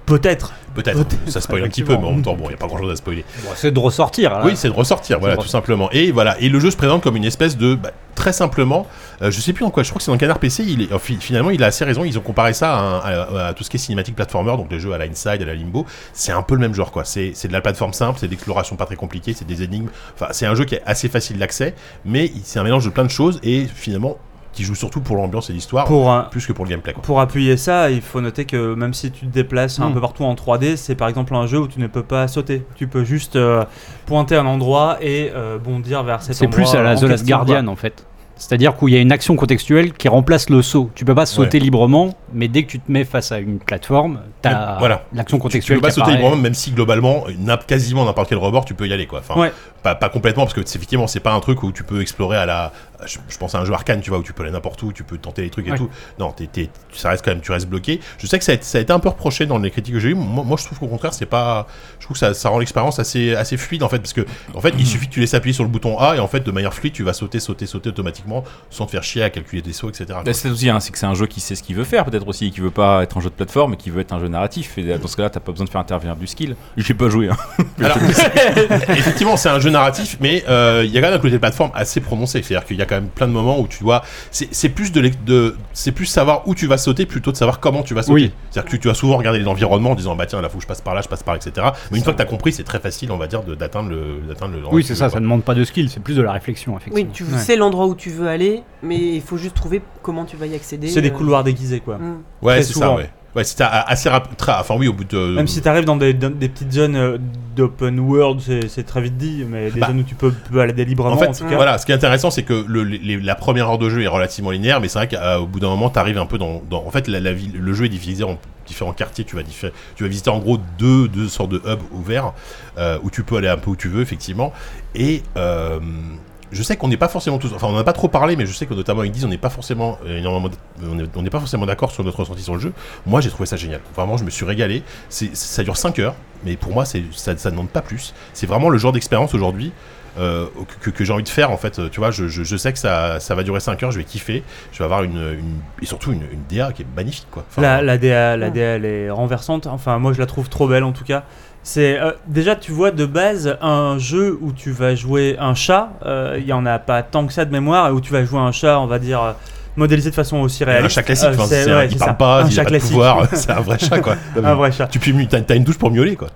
S4: Peut-être.
S1: Peut-être. Ça spoil un petit peu, mais en même temps, bon, il n'y a pas grand-chose à spoiler.
S5: Bon, c'est de ressortir. là.
S1: Oui, c'est de ressortir, voilà,
S5: de
S1: tout simplement. Et voilà, et le jeu se présente comme une espèce de, bah, très simplement, euh, je sais plus en quoi, je crois que c'est dans Canard PC, il est, euh, fi- finalement, il a assez raison, ils ont comparé ça à, un- à- à tout ce qui est cinématique platformer, donc les jeux à la Inside, à la Limbo, c'est un peu le même genre, quoi. C'est c'est de la plateforme simple, c'est de l'exploration pas très compliquée, c'est des énigmes, enfin, c'est un jeu qui est assez facile d'accès, mais il- c'est un mélange de plein de choses, et finalement, qui joue surtout pour l'ambiance et l'histoire,
S4: Pour un-
S1: plus que pour le gameplay, quoi.
S4: Pour appuyer ça, il faut noter que même si tu te déplaces un
S5: Mm.
S4: peu partout en 3D, c'est par exemple un jeu où tu ne peux pas sauter. Tu peux juste euh, pointer un endroit et euh, bondir vers cet
S5: C'est
S4: endroit.
S5: plus à la
S4: en
S5: The Last
S4: question, quoi.
S5: Guardian en fait. C'est-à-dire qu'il y a une action contextuelle qui remplace le saut. Tu peux pas sauter librement, mais dès que tu te mets face à une plateforme, t'as
S1: Voilà.
S5: l'action
S1: Tu
S5: contextuelle
S1: peux pas
S5: qui
S1: sauter
S5: apparaît.
S1: librement, même si globalement, n'a- quasiment n'importe quel rebord, tu peux y aller quoi. Enfin,
S5: Ouais.
S1: pas, pas complètement, parce que c'est- effectivement, c'est pas un truc où tu peux explorer à la. Je, je pense à un jeu arcane, tu vois, où tu peux aller n'importe où, tu peux tenter les trucs et
S5: Ouais.
S1: tout. Non, t'es- t'es- ça reste quand même, tu restes bloqué. Je sais que ça a, été- ça a été un peu reproché dans les critiques que j'ai eues. Moi, moi, je trouve qu'au contraire, c'est pas. Je trouve que ça, ça rend l'expérience assez, assez fluide en fait, parce que en fait, il suffit que tu laisses appuyer sur le bouton A et en fait, de manière fluide, tu vas sauter, sauter, sauter automatiquement sans te faire chier à calculer des sauts, etc. quoi.
S3: Bah, c'est aussi, hein, c'est que c'est un jeu qui sait ce qu'il veut faire, peut-être aussi, et qui veut pas être un jeu de plateforme, et qui veut être un jeu narratif. Et dans ce cas-là, t'as pas besoin de faire intervenir du skill. J'ai pas joué. Hein. (laughs)
S1: Alors, (laughs) effectivement, c'est un jeu narratif, mais euh, il y a quand même un côté plateforme assez prononcé. C'est-à-dire qu'il y a quand même plein de moments où tu dois. C'est c'est plus de, l'ex- de c'est plus savoir où tu vas sauter plutôt de savoir comment tu vas sauter.
S5: Oui.
S1: C'est-à-dire que tu, tu vas souvent regarder les environnements en disant bah tiens là faut que je passe par là, je passe par là, etc. Mais une fois que t'as compris, c'est très facile, on va dire, de- d'atteindre le, d'atteindre le.
S5: Oui, c'est ça, ça
S1: quoi.
S5: ne demande pas de skill, c'est plus de la réflexion, effectivement.
S6: Oui, tu sais l'endroit où tu veux aller, mais il faut juste trouver comment tu vas y accéder.
S4: C'est des
S6: euh,
S4: couloirs déguisés quoi.
S6: mm.
S1: Ouais,
S4: très
S1: c'est ça.
S4: souvent.
S1: Ouais. Ouais, c'est à- assez rapide. Enfin oui, au bout de.
S4: Même si t'arrives dans des, dans des petites zones euh, d'open world, c'est c'est très vite dit, mais des
S1: Bah.
S4: zones où tu peux, peux aller librement en,
S1: En fait,
S4: tout cas.
S1: voilà, ce qui est intéressant, c'est que le- les- la première heure de jeu est relativement linéaire, mais c'est vrai qu'au bout d'un moment, t'arrives un peu dans, dans- En fait, la, la ville, le jeu est divisé en différents quartiers. Tu vas, diffé- tu vas visiter en gros deux, deux sortes de hubs ouverts euh, où tu peux aller un peu où tu veux, effectivement. Et euh, je sais qu'on n'est pas forcément tous. Enfin, on n'en a pas trop parlé, mais je sais que notamment ils disent on n'est pas forcément euh, énormément. d- On est- on n'est pas forcément d'accord sur notre ressenti sur le jeu. Moi, j'ai trouvé ça génial. Vraiment, je me suis régalé. C'est- Ça dure 5 heures, mais pour moi, c'est- ça ne demande pas plus. C'est vraiment le genre d'expérience aujourd'hui euh, que, que j'ai envie de faire en fait. Euh, Tu vois, je, je- je sais que ça, ça va durer 5 heures, je vais kiffer, je vais avoir une, une- et surtout une, une DA qui est magnifique quoi. Enfin,
S4: La, la DA, la
S6: Ouais.
S4: DA, elle est renversante. Enfin, moi, je la trouve trop belle en tout cas. C'est euh, déjà, tu vois, de base, un jeu où tu vas jouer un chat. euh, Il y en a pas tant que ça de mémoire, et où tu vas jouer un chat, on va dire euh, modélisé de façon aussi
S1: un
S4: réaliste.
S1: chat classique,
S4: Euh,
S1: enfin,
S4: c'est-
S1: c'est un-
S4: ouais,
S1: il
S4: c'est
S1: parle
S4: ça.
S1: pas,
S4: Un
S1: il
S4: chat
S1: a pas de
S4: classique.
S1: pouvoir,
S4: (laughs)
S1: c'est un vrai chat quoi.
S4: Un vrai chat.
S1: Tu peux mu- t'as t'as une douche pour miauler quoi.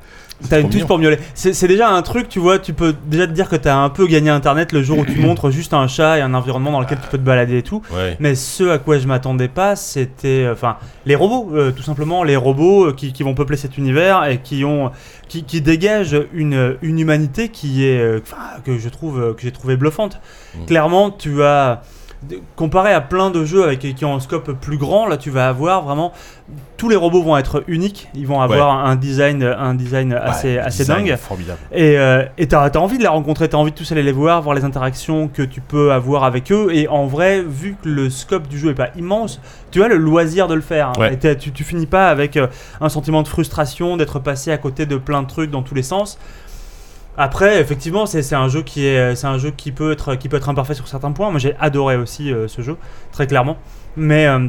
S1: C'est
S4: T'as
S1: trop
S4: une touche
S1: mignon.
S4: pour miauler. C'est c'est déjà un truc, tu vois, tu peux déjà te dire que t'as un peu gagné Internet le jour
S1: (clears throat)
S4: où tu montres juste un chat et un environnement dans lequel tu peux te balader et tout.
S1: Ouais.
S4: Mais ce à quoi je m'attendais pas, c'était, euh, enfin, les robots, euh, tout simplement, les robots euh, qui, qui vont peupler cet univers et qui ont, qui, qui dégagent une, une humanité qui est, euh, enfin, que je trouve, euh, que j'ai trouvé bluffante.
S1: Mm.
S4: Clairement, tu as, de- comparé à plein de jeux avec qui ont un scope plus grand, là, tu vas avoir vraiment, tous les robots vont être uniques, ils vont avoir un design, un design assez,
S1: Ouais,
S4: assez
S1: Bah, design
S4: dingue.
S1: Formidable.
S4: Et euh, et t'as t'as envie de les rencontrer, t'as envie de tous aller les voir, voir les interactions que tu peux avoir avec eux. Et en vrai, vu que le scope du jeu est pas immense, tu as le loisir de le faire.
S1: Ouais.
S4: Et t'as- tu, tu finis pas avec euh, un sentiment de frustration, d'être passé à côté de plein de trucs dans tous les sens. Après, effectivement, c'est c'est un jeu qui est, c'est un jeu qui peut être, qui peut être imparfait sur certains points. Moi, j'ai adoré aussi euh, ce jeu, très clairement. Mais euh,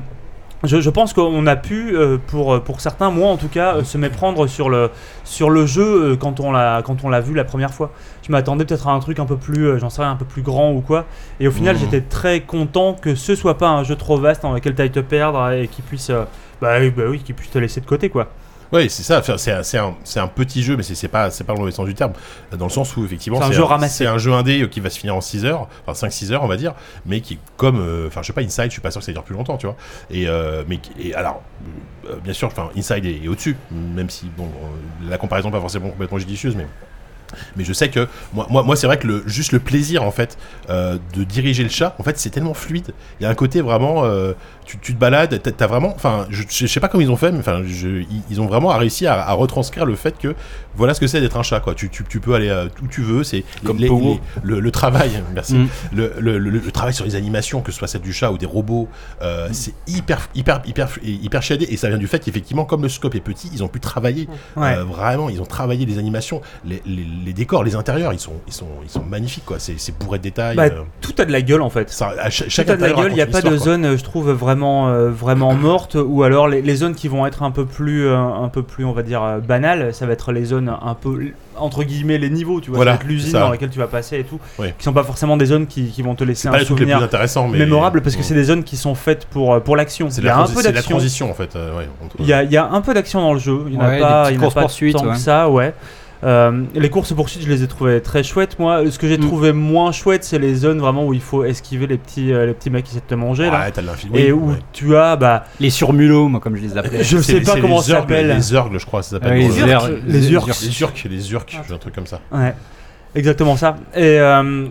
S4: je, je pense qu'on a pu, euh, pour, pour certains, moi en tout cas, euh, se méprendre sur le, sur le jeu euh, quand on l'a quand on l'a vu la première fois. Je m'attendais peut-être à un truc un peu plus, euh, j'en sais rien, un peu plus grand ou quoi. Et au final,
S1: Mhm.
S4: j'étais très content que ce soit pas un jeu trop vaste dans lequel t'ailles te perdre et qui puisse, euh, bah, oui, bah oui, qui puisse te laisser de côté quoi.
S1: Ouais, c'est ça. enfin, C'est un, c'est un, c'est un petit jeu, mais c'est c'est pas, c'est pas dans le mauvais sens du terme. Euh, Dans le sens où, effectivement,
S4: C'est un jeu ramassé.
S1: C'est un jeu indé euh, qui va se finir en 6 heures, enfin 5-6 heures, on va dire, mais qui, comme, euh, enfin, je sais pas, Inside, je suis pas sûr que ça dure plus longtemps, tu vois. Et, euh, mais, qui- et alors, euh, bien sûr, enfin, Inside est, est au-dessus, même si, bon, euh, la comparaison est pas forcément complètement judicieuse, mais. Mais je sais que moi, moi, moi c'est vrai que le, juste le plaisir en fait euh, de diriger le chat, en fait c'est tellement fluide. Il y a un côté vraiment, euh, tu, tu te balades, t'as- t'as vraiment, enfin je, je sais pas comment ils ont fait, mais enfin je- ils, ils ont vraiment réussi à, à retranscrire le fait que voilà ce que c'est d'être un chat quoi. Tu, tu, tu peux aller euh, où tu veux, c'est
S3: Comme
S1: les-
S3: Pogo.
S1: les- le, le travail, (laughs) merci,
S5: Mm.
S1: le, le- le- le travail sur les animations, que ce soit celle du chat ou des robots,
S3: Mm.
S1: euh, c'est hyper hyper hyper hyper shadé et ça vient du fait qu'effectivement comme le scope est petit, ils ont pu travailler
S4: Ouais.
S1: euh, vraiment, ils ont travaillé les animations, les, les- les décors, les intérieurs, ils sont, ils sont, ils sont magnifiques, quoi. C'est, c'est bourré de détails.
S4: Bah,
S1: euh,
S4: Tout a de la gueule en fait.
S1: ça- à cha-
S4: Tout
S1: chaque
S4: a de la
S1: intérieur
S4: gueule, il n'y a pas
S1: raconte une
S4: de
S1: histoire,
S4: zone, euh, je trouve, vraiment, euh, vraiment morte, ou alors les, les zones qui vont être un peu plus, euh, un peu plus on va dire, euh, banales, ça va être les zones un peu, entre guillemets, les niveaux, tu vois, ça
S1: Voilà,
S4: va être l'usine
S1: c'est ça.
S4: dans laquelle tu vas passer et tout,
S1: Ouais.
S4: qui sont pas forcément des zones qui, qui vont te laisser
S1: quoi. Pas
S4: un
S1: les trucs les plus
S4: souvenir
S1: intéressants, mais.
S4: mémorable, parce que c'est
S1: Mm.
S4: des zones qui sont faites pour, euh, pour l'action.
S1: C'est
S4: Il
S1: de
S4: y
S1: la,
S4: a un
S1: transi-
S4: peu
S1: c'est de la
S4: d'action.
S1: transition, en fait. euh, ouais, entre-
S4: Il y a, il y a un peu d'action dans le jeu, il n'y en a
S5: Ouais, des
S4: pas, il
S5: petites
S4: y en a pas
S5: courses-poursuites,
S4: tant
S5: ouais.
S4: que ça, ouais. Euh, les courses-poursuites, je les ai trouvées très chouettes, moi. Ce que j'ai
S5: Mm.
S4: trouvé moins chouette, c'est les zones vraiment où il faut esquiver les petits, euh, les petits mecs qui essaient de te manger, là
S1: Ouais, t'as de l'infini.
S4: et
S1: Ah, oui,
S4: où
S1: ouais. Eh ben,
S4: tu as bah
S5: Les surmulots, moi, comme je les appelais.
S4: je
S1: C'est
S4: sais
S1: les-
S4: pas
S1: c'est
S4: comment
S1: les
S4: ça
S1: Urgs,
S4: s'appelle Ah
S1: Les orgues, je crois, ça s'appelle.
S5: les,
S1: dans
S6: Urgs.
S1: le-
S5: ur-
S6: Ah Les
S5: les
S4: Urgs.
S5: Urgs.
S3: Ah.
S1: les urques, les urques, j'ai un truc comme ça.
S4: ouais exactement ça et euh,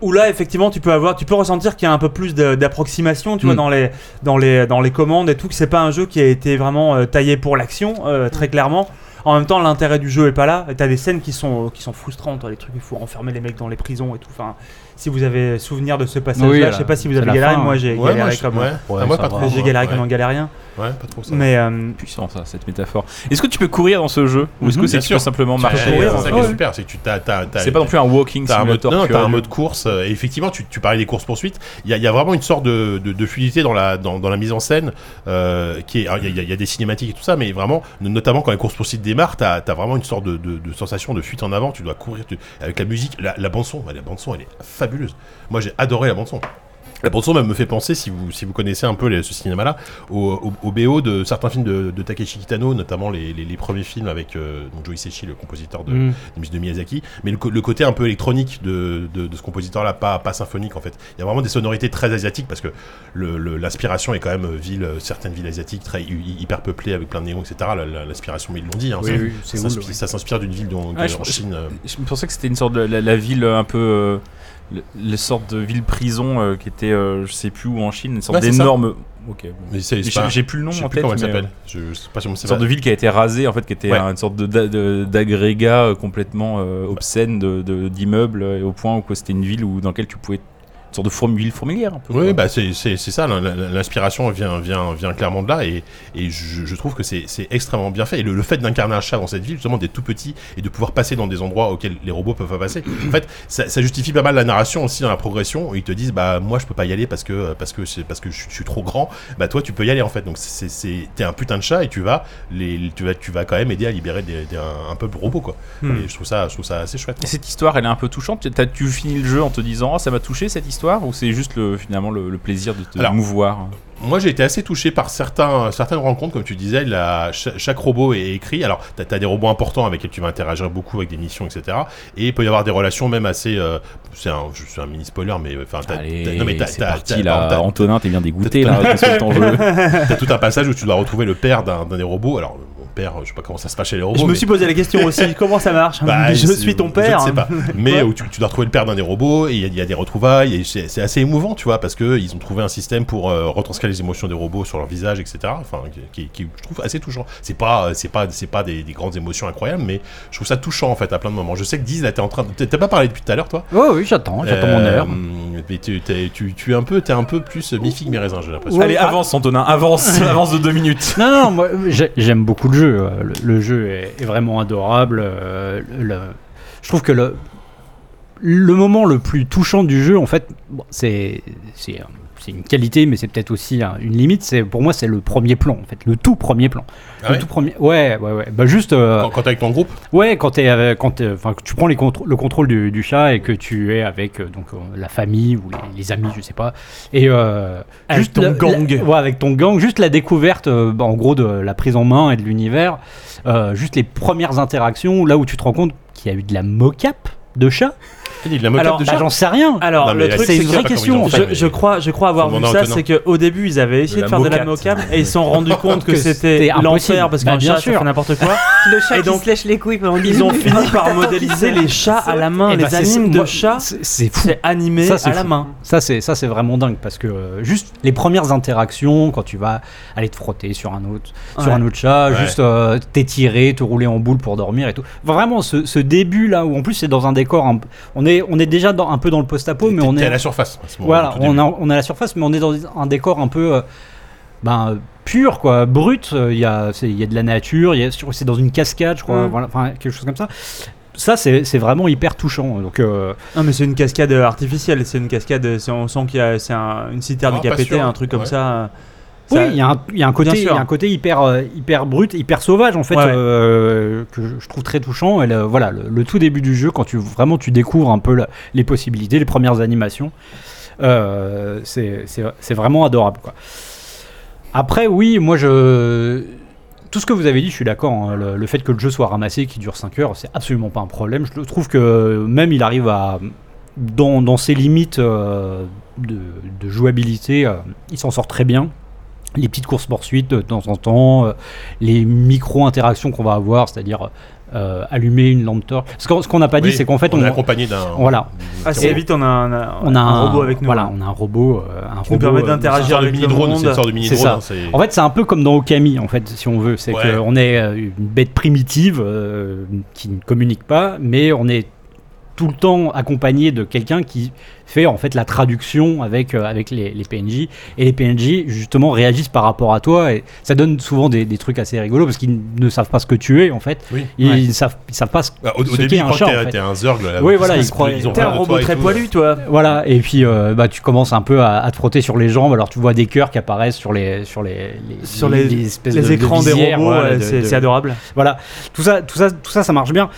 S4: où là effectivement tu peux avoir tu peux ressentir qu'il y a un peu plus de- d'approximation tu vois
S5: Mm.
S4: dans les dans les dans les commandes et tout que c'est pas un jeu qui a été vraiment euh, taillé pour l'action
S1: Mm.
S4: euh, très clairement en même temps l'intérêt du jeu est pas là et t'as des scènes qui sont euh, qui sont frustrantes les trucs il faut renfermer les mecs dans les prisons et tout enfin si vous avez souvenir de ce passage là
S5: Oui,
S4: je sais
S1: euh,
S4: pas si vous
S5: c'est
S4: avez
S5: la
S4: galéré
S5: fin,
S4: moi
S5: hein.
S4: j'ai
S1: Ouais, moi,
S4: galéré
S1: je-
S4: comme euh,
S1: ouais.
S5: Ouais,
S1: Ah, moi,
S5: ça
S1: pas
S5: va.
S1: trop.
S4: j'ai galéré comme un
S1: ouais.
S4: galérien
S1: Ouais, pas trop ça.
S4: mais euh,
S3: Puissant ça, cette métaphore. Est-ce que tu peux courir dans ce jeu Ou est-ce
S1: Mhm,
S3: que c'est
S1: bien
S3: que tu peux
S1: sûr.
S3: simplement
S1: Ouais,
S3: marcher
S1: c'est
S3: euh,
S1: ça qui est super, c'est que tu t'as. t'as- t'as-
S3: C'est pas non plus un walking
S1: T'as un mode,
S3: simulator.
S1: non,
S3: tu
S1: t'as
S3: vois.
S1: un mode course. euh, Et effectivement, tu, tu parlais des courses poursuites. Il y, a- il y a vraiment une sorte de, de- de fluidité dans la, dans, dans la mise en scène. euh, qui est, alors, il y, a- il y a des cinématiques et tout ça, mais vraiment, no- notamment quand les courses poursuites démarrent, t'as as vraiment une sorte de, de- de sensation de fuite en avant. Tu dois courir tu- avec la musique, la, la bande son. bah, La bande son, elle est fabuleuse. Moi, j'ai adoré la bande son. La bande son même me fait penser, si vous, si vous connaissez un peu les- ce cinéma-là, au, au- au BO de certains films de, de Takeshi Kitano, notamment les, les- les premiers films avec euh, donc Joe Hisaishi, le compositeur de,
S5: Mm.
S1: de Miss de Miyazaki, mais le, co- le côté un peu électronique de, de- de ce compositeur-là, pas, pas symphonique en fait. Il y a vraiment des sonorités très asiatiques parce que le- le- l'inspiration est quand même euh, ville, euh, certaines villes asiatiques très hy- hy- hyper peuplées avec plein de néons, etc. La- la- L'inspiration, mais ils l'ont dit, hein,
S5: Oui,
S1: ça,
S5: oui, c'est
S1: ça
S5: cool,
S1: s'inspire-
S5: ouais.
S1: ça s'inspire d'une ville dont,
S3: Ouais, Ah, je
S1: en
S3: pense-
S1: Chine. euh,
S3: Je pensais que c'était une sorte de la, la ville euh, un peu. euh, le- les sortes de ville prison euh, qui était euh, je sais plus où en Chine une sorte
S1: Ouais, c'est ça.
S3: d'énorme ok bon.
S1: mais c'est
S3: Mais
S1: c'est
S3: j'ai
S1: pas-
S3: j'ai plus le nom
S1: je sais
S3: en tête
S1: plus comment elle
S3: mais,
S1: s'appelle.
S3: euh,
S1: Je sais pas si on
S3: une
S1: sait
S3: sorte de ville qui a été rasée en fait qui était
S1: Ouais.
S3: euh, une sorte de d'a- de- d'agrégat euh, complètement euh, obscène de- de- d'immeubles euh, au point où quoi, c'était une ville où dans laquelle tu pouvais une sorte de fourmi- ville fourmilière un peu,
S1: Oui,
S3: quoi.
S1: bah c'est c'est- c'est ça, l'in- l'in- l'inspiration vient, vient, vient clairement de là et, et je, je trouve que c'est c'est extrêmement bien fait. Et le, le fait d'incarner un chat dans cette ville, justement, d'être tout petit et de pouvoir passer dans des endroits auxquels les robots peuvent pas passer, en fait, ça, ça justifie pas mal la narration aussi dans la progression. Où ils te disent, bah moi je peux pas y aller parce que, parce que, c'est- parce que je, je suis trop grand, bah toi tu peux y aller en fait. Donc c'est- c'est- t'es un putain de chat et tu vas, les, tu, vas, tu vas quand même aider à libérer des- des- un, un peuple robot quoi.
S4: Hmm.
S1: Et je trouve, ça, je trouve ça assez chouette.
S3: Et cette histoire, elle est un peu touchante. Tu- t'as- tu finis le jeu en te disant Ah, ça m'a touché cette histoire Ou c'est juste le, finalement le, le plaisir de te
S1: Alors,
S3: mouvoir
S1: Moi, j'ai été assez touché par certains, certaines rencontres, comme tu disais. La, cha- chaque robot est écrit. Alors, t'as as des robots importants avec lesquels tu vas interagir beaucoup, avec des missions, etc. Et il peut y avoir des relations même assez. euh, c'est un, je- c'est un mini spoiler, mais enfin, t'as- t'as- non, mais t'as- t'as- t'as- t'as-
S3: Antonin, t'es bien dégoûté
S1: t'as-
S3: là. Qu'est-ce que t'en (laughs) veux
S1: t'as tout un passage où tu dois retrouver le père d'un d'un des robots. Alors, mon père, je sais pas comment ça se passe chez les robots.
S4: je me
S1: mais-
S4: suis posé
S1: (laughs)
S4: la question aussi comment ça marche
S1: Bah,
S4: Ah, je
S1: c'est-
S4: suis ton
S1: Je
S4: père
S1: ne sais pas. Mais où tu, tu dois retrouver le père d'un des robots, et il y a- il y, a des retrouvailles, et c'est c'est assez émouvant, tu vois, parce que ils ont trouvé un système pour euh, retranscrire les émotions des robots sur leur visage, etc. Enfin, qui, qui- qui, je trouve assez touchant. C'est pas, euh, c'est pas, c'est pas des, des grandes émotions incroyables, mais je trouve ça touchant en fait à plein de moments. Je sais que Diz, là, t'es en train, de- t'as t'as pas parlé depuis tout à l'heure, toi.
S5: Oh oui, j'attends, j'attends mon
S1: Euh,
S5: heure.
S1: Mais tu, t'es- tu, tu es un peu, t'es un peu plus mi-figue, mi-raisin, j'ai l'impression.
S3: Allez,
S5: Ah.
S3: avance, Antonin, (laughs) avance, avance de deux minutes.
S5: Non, non, moi j'ai- j'aime beaucoup le jeu. euh, Le, le jeu est, est vraiment adorable. euh, le- le- je trouve que le, le moment le plus touchant du jeu, en fait, bon, c'est c'est euh, c'est une qualité, mais c'est peut-être aussi hein, une limite. C'est pour moi, c'est le premier plan, en fait, le tout premier plan,
S1: Ah
S5: le
S1: ouais
S5: tout premier. Ouais, ouais, ouais. Bah juste. euh,
S1: Quand, quand t'es avec ton groupe,
S5: Ouais, quand, t'es avec- quand t'es- enfin, que tu prends les contr- le contrôle du, du chat et que tu es avec euh, donc, euh, la famille ou les, les amis, je sais pas. Et euh,
S4: Avec ton
S5: la- la-
S4: gang.
S5: ouais, avec ton gang. Juste la découverte, euh, bah, en gros, de la prise en main et de l'univers. Euh, juste les premières interactions, là où tu te rends compte qu'il y a eu de la mocap de chat.
S1: il y a de la mocap
S4: Alors,
S1: de
S5: Bah,
S1: chat.
S5: J'en sais rien.
S4: alors
S1: Non, mais
S4: le truc
S5: c'est
S4: c'est
S5: une
S4: que
S5: vraie
S1: pas comment ils
S5: question,
S1: ont fait,
S4: Je,
S1: mais-
S4: je crois, je crois avoir
S1: Faut
S4: vu
S1: demander à
S4: ça,
S1: Antonin.
S4: c'est qu'au début ils avaient essayé de,
S3: la
S4: faire de la
S3: mocap.
S4: mocap et ils se
S1: (laughs)
S4: sont rendus compte que,
S5: Que c'était
S4: c'était
S5: impossible.
S4: l'enfer parce
S5: Bah,
S4: qu'un
S5: bien
S4: chat ça
S5: sûr.
S4: fait n'importe (laughs) quoi.
S6: Le chat
S4: Et donc,
S6: qui se lèche les couilles pendant 10
S4: Ils ont
S6: minutes. (laughs)
S4: fini par modéliser les chats à la main,
S5: Eh ben,
S4: Ah, les
S5: c'est-
S4: animes de
S5: moi,
S4: chats,
S5: c'est- C'est fou.
S4: c'est animé
S5: Ça, c'est
S4: à la
S5: fou.
S4: main.
S5: Ça c'est ça c'est vraiment dingue parce que euh, juste les premières interactions quand tu vas aller te frotter sur un autre sur
S4: Ouais.
S5: un autre chat,
S1: Ouais.
S5: juste euh, t'étirer, te rouler en boule pour dormir et tout. Vraiment ce, ce début là où en plus c'est dans un décor un p- on est on est déjà dans, un peu dans le post-apo mais
S1: T'es-
S5: on
S1: t'es
S5: est
S1: à la surface. à ce moment, au
S5: voilà,
S1: tout
S5: on
S1: début.
S5: est on est à la surface mais on est dans un décor un peu euh, ben euh, pur quoi, brut, Euh, il y a c'est- il y a de la nature, il y a- sur- c'est dans une cascade je crois,
S6: Mm.
S5: voilà, enfin quelque chose comme ça. Ça c'est c'est vraiment hyper touchant. Donc euh,
S4: Non mais c'est une cascade euh, artificielle, c'est une cascade, euh, c'est- on sent qu'il y a c'est un- une citerne
S1: Ah,
S4: qui a
S1: pas
S4: pété,
S1: sûr.
S4: un truc comme
S1: Ouais.
S4: ça.
S5: Oui,
S4: Ça-
S5: il y, a un- il y a un côté,
S4: Bien
S5: il y
S4: sûr.
S5: a un côté hyper, euh, hyper brut, hyper sauvage en fait,
S4: Ouais, ouais.
S5: euh, que je- je trouve très touchant. Et le- voilà, le, le tout début du jeu, quand tu vraiment tu découvres un peu la- les possibilités, les premières animations, euh, c'est c'est- c'est vraiment adorable. Quoi. Après, oui, moi je tout ce que vous avez dit, je suis d'accord. hein. le, le fait que le jeu soit ramassé, qui dure 5 heures, c'est absolument pas un problème. Je le- trouve que même il arrive à dans, dans ses limites euh, de, de jouabilité, euh, il s'en sort très bien. Les petites courses poursuites de temps en temps, euh, les micro-interactions qu'on va avoir, c'est-à-dire euh, allumer une lampe torche. Ce qu'on ce qu'on n'a pas dit,
S1: Oui,
S5: c'est qu'en fait,
S1: on
S5: on,
S1: est accompagné d'un
S5: Voilà.
S1: d'un
S4: Assez
S5: Et-
S4: vite, Ah, on a un, un-
S5: on a
S4: un robot avec nous. hein.
S5: Voilà, on a un robot. euh, un
S4: nous
S5: robot,
S4: permet
S5: euh,
S4: d'interagir.
S1: C'est une sorte de
S4: avec le
S1: mini drone, c'est une
S4: monde.
S1: sorte de mini
S5: C'est
S1: drone.
S5: ça.
S1: hein, c'est-
S5: En fait, c'est un peu comme dans Okami, en fait, si on veut. C'est
S1: Ouais.
S5: qu'on est euh, une bête primitive euh, qui ne communique pas, mais on est tout le temps accompagné de quelqu'un qui fait en fait la traduction avec, euh, avec les, les PNJ. Et les PNJ, justement, réagissent par rapport à toi. Et ça donne souvent des, des trucs assez rigolos parce qu'ils ne savent pas ce que tu es, en fait.
S1: Oui.
S5: Ils
S4: Ouais.
S5: ne savent, ils savent pas ce
S1: Bah, au, au
S5: ce
S1: début,
S5: qu'est
S1: ils
S5: un
S1: croient
S5: chat,
S1: que t'es-
S5: en fait.
S1: t'es un zerg. là,
S5: Oui,
S1: parce
S5: voilà,
S1: qu'ils
S5: ils
S1: se-
S5: croient-
S1: ils ont
S4: T'es
S1: peur
S4: un
S1: de
S4: robot
S1: toi et
S4: très
S1: tout.
S4: poilu, toi.
S5: Voilà, et puis euh, bah, tu commences un peu à, à te frotter sur les jambes, alors tu vois des cœurs qui apparaissent sur les, sur les,
S4: Sur les-
S5: espèces
S4: Les
S5: de- de
S4: écrans des
S5: visières,
S4: robots,
S5: voilà,
S4: ouais,
S5: de-
S4: c'est
S5: de-
S4: c'est adorable.
S5: Voilà, tout ça, tout ça, tout ça, ça marche bien.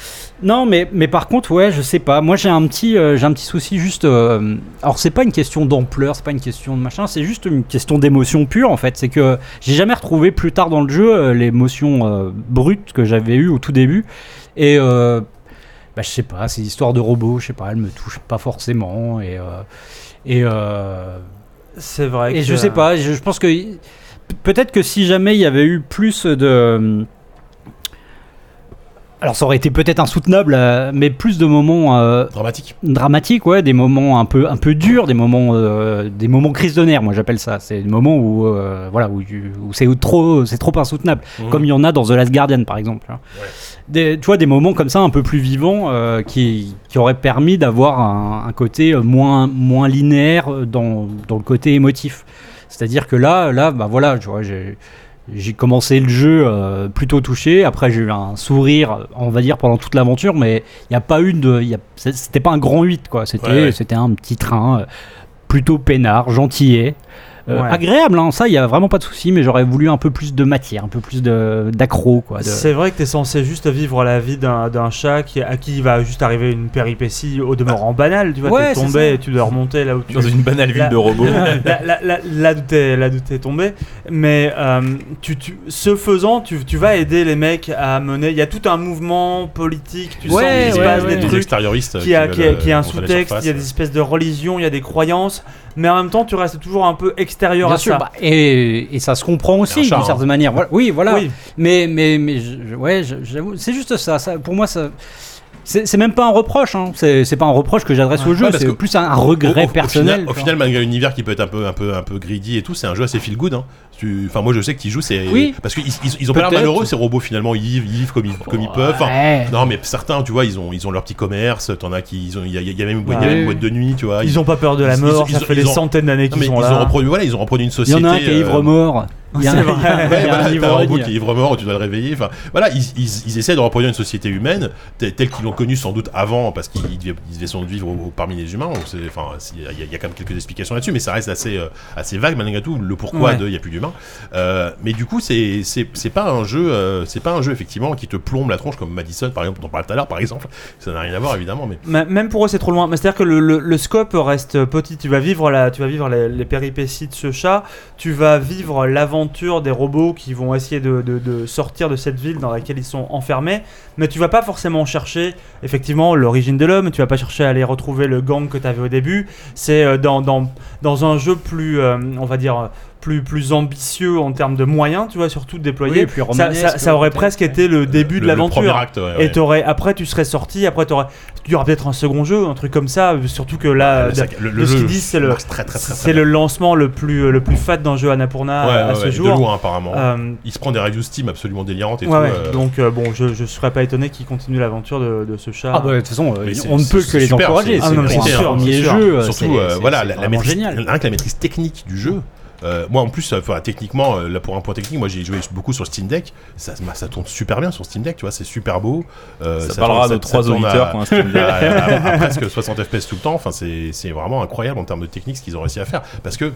S5: Non, mais, mais par contre, ouais, je sais pas. Moi, j'ai un petit, euh, j'ai un petit souci juste. euh, alors, c'est pas une question d'ampleur, c'est pas une question de machin, c'est juste une question d'émotion pure en fait. C'est que j'ai jamais retrouvé plus tard dans le jeu euh, l'émotion euh, brute que j'avais eue au tout début. Et euh, bah, je sais pas, ces histoires de robots, je sais pas, elles me touchent pas forcément. Et euh, et euh,
S4: C'est vrai.
S5: et
S4: que-
S5: je sais pas, je, je pense que y- peut-être que si jamais il y avait eu plus de. euh, Alors ça aurait été peut-être insoutenable, euh, mais plus de moments euh,
S1: Dramatique.
S5: dramatiques, ouais, des moments un peu, un peu durs, des moments, euh, des moments crises de nerfs, moi j'appelle ça. C'est des moments où, euh, voilà, où, tu- où c'est trop, c'est trop insoutenable,
S1: Mhm.
S5: comme il y en a dans The Last Guardian par exemple. hein.
S1: Ouais.
S5: Des, tu vois, des moments comme ça un peu plus vivants euh, qui, qui auraient permis d'avoir un, un côté euh, moins, moins linéaire euh, dans, dans le côté émotif. C'est-à-dire que là, là, bah voilà, tu vois, j'ai j'ai commencé le jeu euh, plutôt touché. Après, j'ai eu un sourire, on va dire, pendant toute l'aventure, mais il n'y a pas eu de, il y a- c'est- c'était pas un grand 8 quoi. C'était,
S1: Ouais, ouais.
S5: c'était un petit train euh, plutôt peinard, gentillet. euh,
S4: Ouais.
S5: Agréable, hein, ça, il y a vraiment pas de souci, mais j'aurais voulu un peu plus de matière, un peu plus de, d'accro, quoi. de-
S4: C'est vrai que t'es censé juste vivre la vie d'un d'un chat qui, à qui il va juste arriver une péripétie au demeurant banale. Tu vois,
S5: Bah, Ouais,
S4: t'es
S5: c'est
S4: tombé
S5: ça.
S4: et tu dois remonter là où tu
S3: Dans une banale ville
S4: Là-
S3: de robots.
S4: (laughs) là, là, là, là d'où t'es, là d'où t'es tombé. Mais euh, tu, tu- ce faisant, tu, tu vas aider les mecs à mener. Il y a tout un mouvement politique. Tu
S5: Ouais,
S4: sens qu'il se
S5: ouais,
S4: passe
S5: ouais.
S4: des
S1: Les
S4: trucs.
S1: extérioristes.
S4: Qui a,
S1: veulent,
S4: qui, a, qui
S1: euh, monter à
S4: a un
S1: la
S4: sous-texte, il y a des
S1: surface.
S4: espèces de religions, il y a des croyances, mais en même temps, tu restes toujours un peu extérieur
S5: Bien
S4: à
S5: sûr,
S4: ça.
S5: bah, et, et ça se comprend
S1: un
S5: aussi
S1: chat,
S5: d'une
S1: hein.
S5: certaine manière. Voilà- oui, voilà.
S4: Oui.
S5: Mais, mais, mais je- je- ouais, je- j'avoue, c'est juste ça. ça. Pour moi, ça. C'est c'est même pas un reproche, hein. c'est c'est pas un reproche que j'adresse au jeu,
S1: Ouais, parce
S5: c'est
S1: que
S5: plus un, un
S1: Au- au-
S5: regret
S1: au,
S5: personnel.
S1: final, au
S5: quoi.
S1: final, malgré l'univers qui peut être un peu, un peu, un peu greedy et tout, c'est un jeu assez feel good. Hein. Tu- Enfin, moi, je sais que tu joues, c'est
S5: Oui.
S1: parce qu'ils ils, ils ont pas l'air
S5: Peut-être.
S1: malheureux ces robots finalement. Ils vivent, ils vivent comme ils, comme ils peuvent. Enfin,
S5: Ouais.
S1: Non, mais certains, tu vois, ils ont, ils ont leur petit commerce. T'en as qui, ils ont, il y a, il y a même, il y a
S4: Ouais.
S1: même une boîte de nuit, tu vois.
S4: Ils ont pas peur de la
S1: Ah, ils-
S4: mort,
S1: ils-
S4: ça
S1: ils-
S4: fait
S1: ils
S4: des
S1: ont-
S4: centaines
S1: Non,
S4: d'années qu'ils
S1: mais
S4: sont
S1: ils
S4: là.
S1: ont reproduit, voilà, ils ont reproduit une
S5: Il y
S1: société.
S5: en a un qui est
S1: euh, (laughs)
S5: ivre-mort, il y en a,
S4: C'est
S5: il y a-
S4: vrai.
S5: il y
S1: Ouais,
S5: a
S1: voilà,
S5: un
S1: t'as un robot
S5: ivrogne.
S1: qui est ivre-mort, tu dois le réveiller. Enfin, voilà, ils, ils, ils essaient de reproduire une société humaine telle telle qu'ils l'ont connue sans doute avant, parce qu'ils ils devaient, ils devaient sans doute vivre au- au- parmi les humains. donc c'est- Enfin, c'est- il y, a- il y a quand même quelques explications là-dessus, mais ça reste assez, euh, assez vague malgré tout le pourquoi
S4: Ouais.
S1: de il n'y a plus d'humains. Euh, mais du coup, c'est c'est c'est pas un jeu, euh, c'est pas un jeu effectivement qui te plombe la tronche comme Madison, par exemple, dont on parlait tout à l'heure, par exemple. Ça n'a rien à voir évidemment, mais
S4: Mais Même pour eux, c'est trop loin. Mais c'est-à-dire que le, le- le scope reste petit. Tu vas vivre, la, tu vas vivre les, les péripéties de ce chat. Tu vas vivre l'aventure des robots qui vont essayer de, de- de sortir de cette ville dans laquelle ils sont enfermés. Mais tu vas pas forcément chercher, effectivement, l'origine de l'homme. Tu vas pas chercher à aller retrouver le gang que tu avais au début. C'est euh, dans, dans, dans un jeu plus, euh, on va dire, euh, plus, plus ambitieux en termes de moyens, tu vois, surtout
S5: Oui, et
S4: déployés.
S5: puis
S4: ça,
S5: romanesque, euh,
S4: ça- ça aurait
S5: peut-être,
S4: presque
S5: ouais.
S4: été le début
S1: Euh, le-
S4: de
S1: le premier
S4: l'aventure.
S1: acte. ouais, Ah ouais.
S4: Et t'aurais- après, tu serais sorti, après, t'aurais- il y aura peut-être un second jeu, un truc comme ça, surtout que là,
S1: Là, ça-
S4: de-
S1: Ah, le,
S4: de ce
S1: jeu
S4: qu'ils disent, euh, c'est le-
S1: marche très, très, très, très
S4: c'est
S1: bien.
S4: le lancement le plus, le plus fat d'un jeu Annapurna
S1: Ouais,
S4: à, à
S1: ouais,
S4: ce
S1: ouais, de
S4: jour.
S1: loin apparemment.
S4: Euh,
S1: Il se prend des reviews Steam absolument délirantes et
S4: ouais, ouais.
S1: tout. euh,
S4: Donc, euh, bon, je, je serais pas étonné qu'il continue l'aventure de, de ce chat.
S5: Ah bah, de toute façon, euh,
S1: Mais c'est-
S5: on ne peut
S1: c'est
S5: que les
S1: super,
S5: encourager. Ah
S1: c'est-
S5: C'est
S4: c'est
S5: pour
S4: mérité,
S5: un
S4: hein,
S5: premier
S4: c'est sûr.
S5: jeu.
S1: Surtout,
S5: c'est-
S1: euh,
S5: c'est-
S1: voilà,
S5: c'est
S1: la, la
S5: vraiment
S1: maîtrise,
S5: génial.
S1: rien que la maîtrise technique du jeu. euh, moi en plus, euh, enfin, techniquement, euh, là pour un point technique, moi j'ai joué beaucoup sur Steam Deck. Ça, ça tourne super bien sur Steam Deck, tu vois, c'est super beau. euh,
S3: Ça parlera
S1: tourne-
S3: de trois
S1: tourne à-
S3: auditeurs pour un (laughs)
S1: (laughs)
S3: Steam
S1: à,
S3: Deck.
S1: à- à Bah, euh, presque 60 FPS tout le temps. Enfin, c'est c'est vraiment incroyable en termes de technique ce qu'ils ont réussi à faire. Parce que,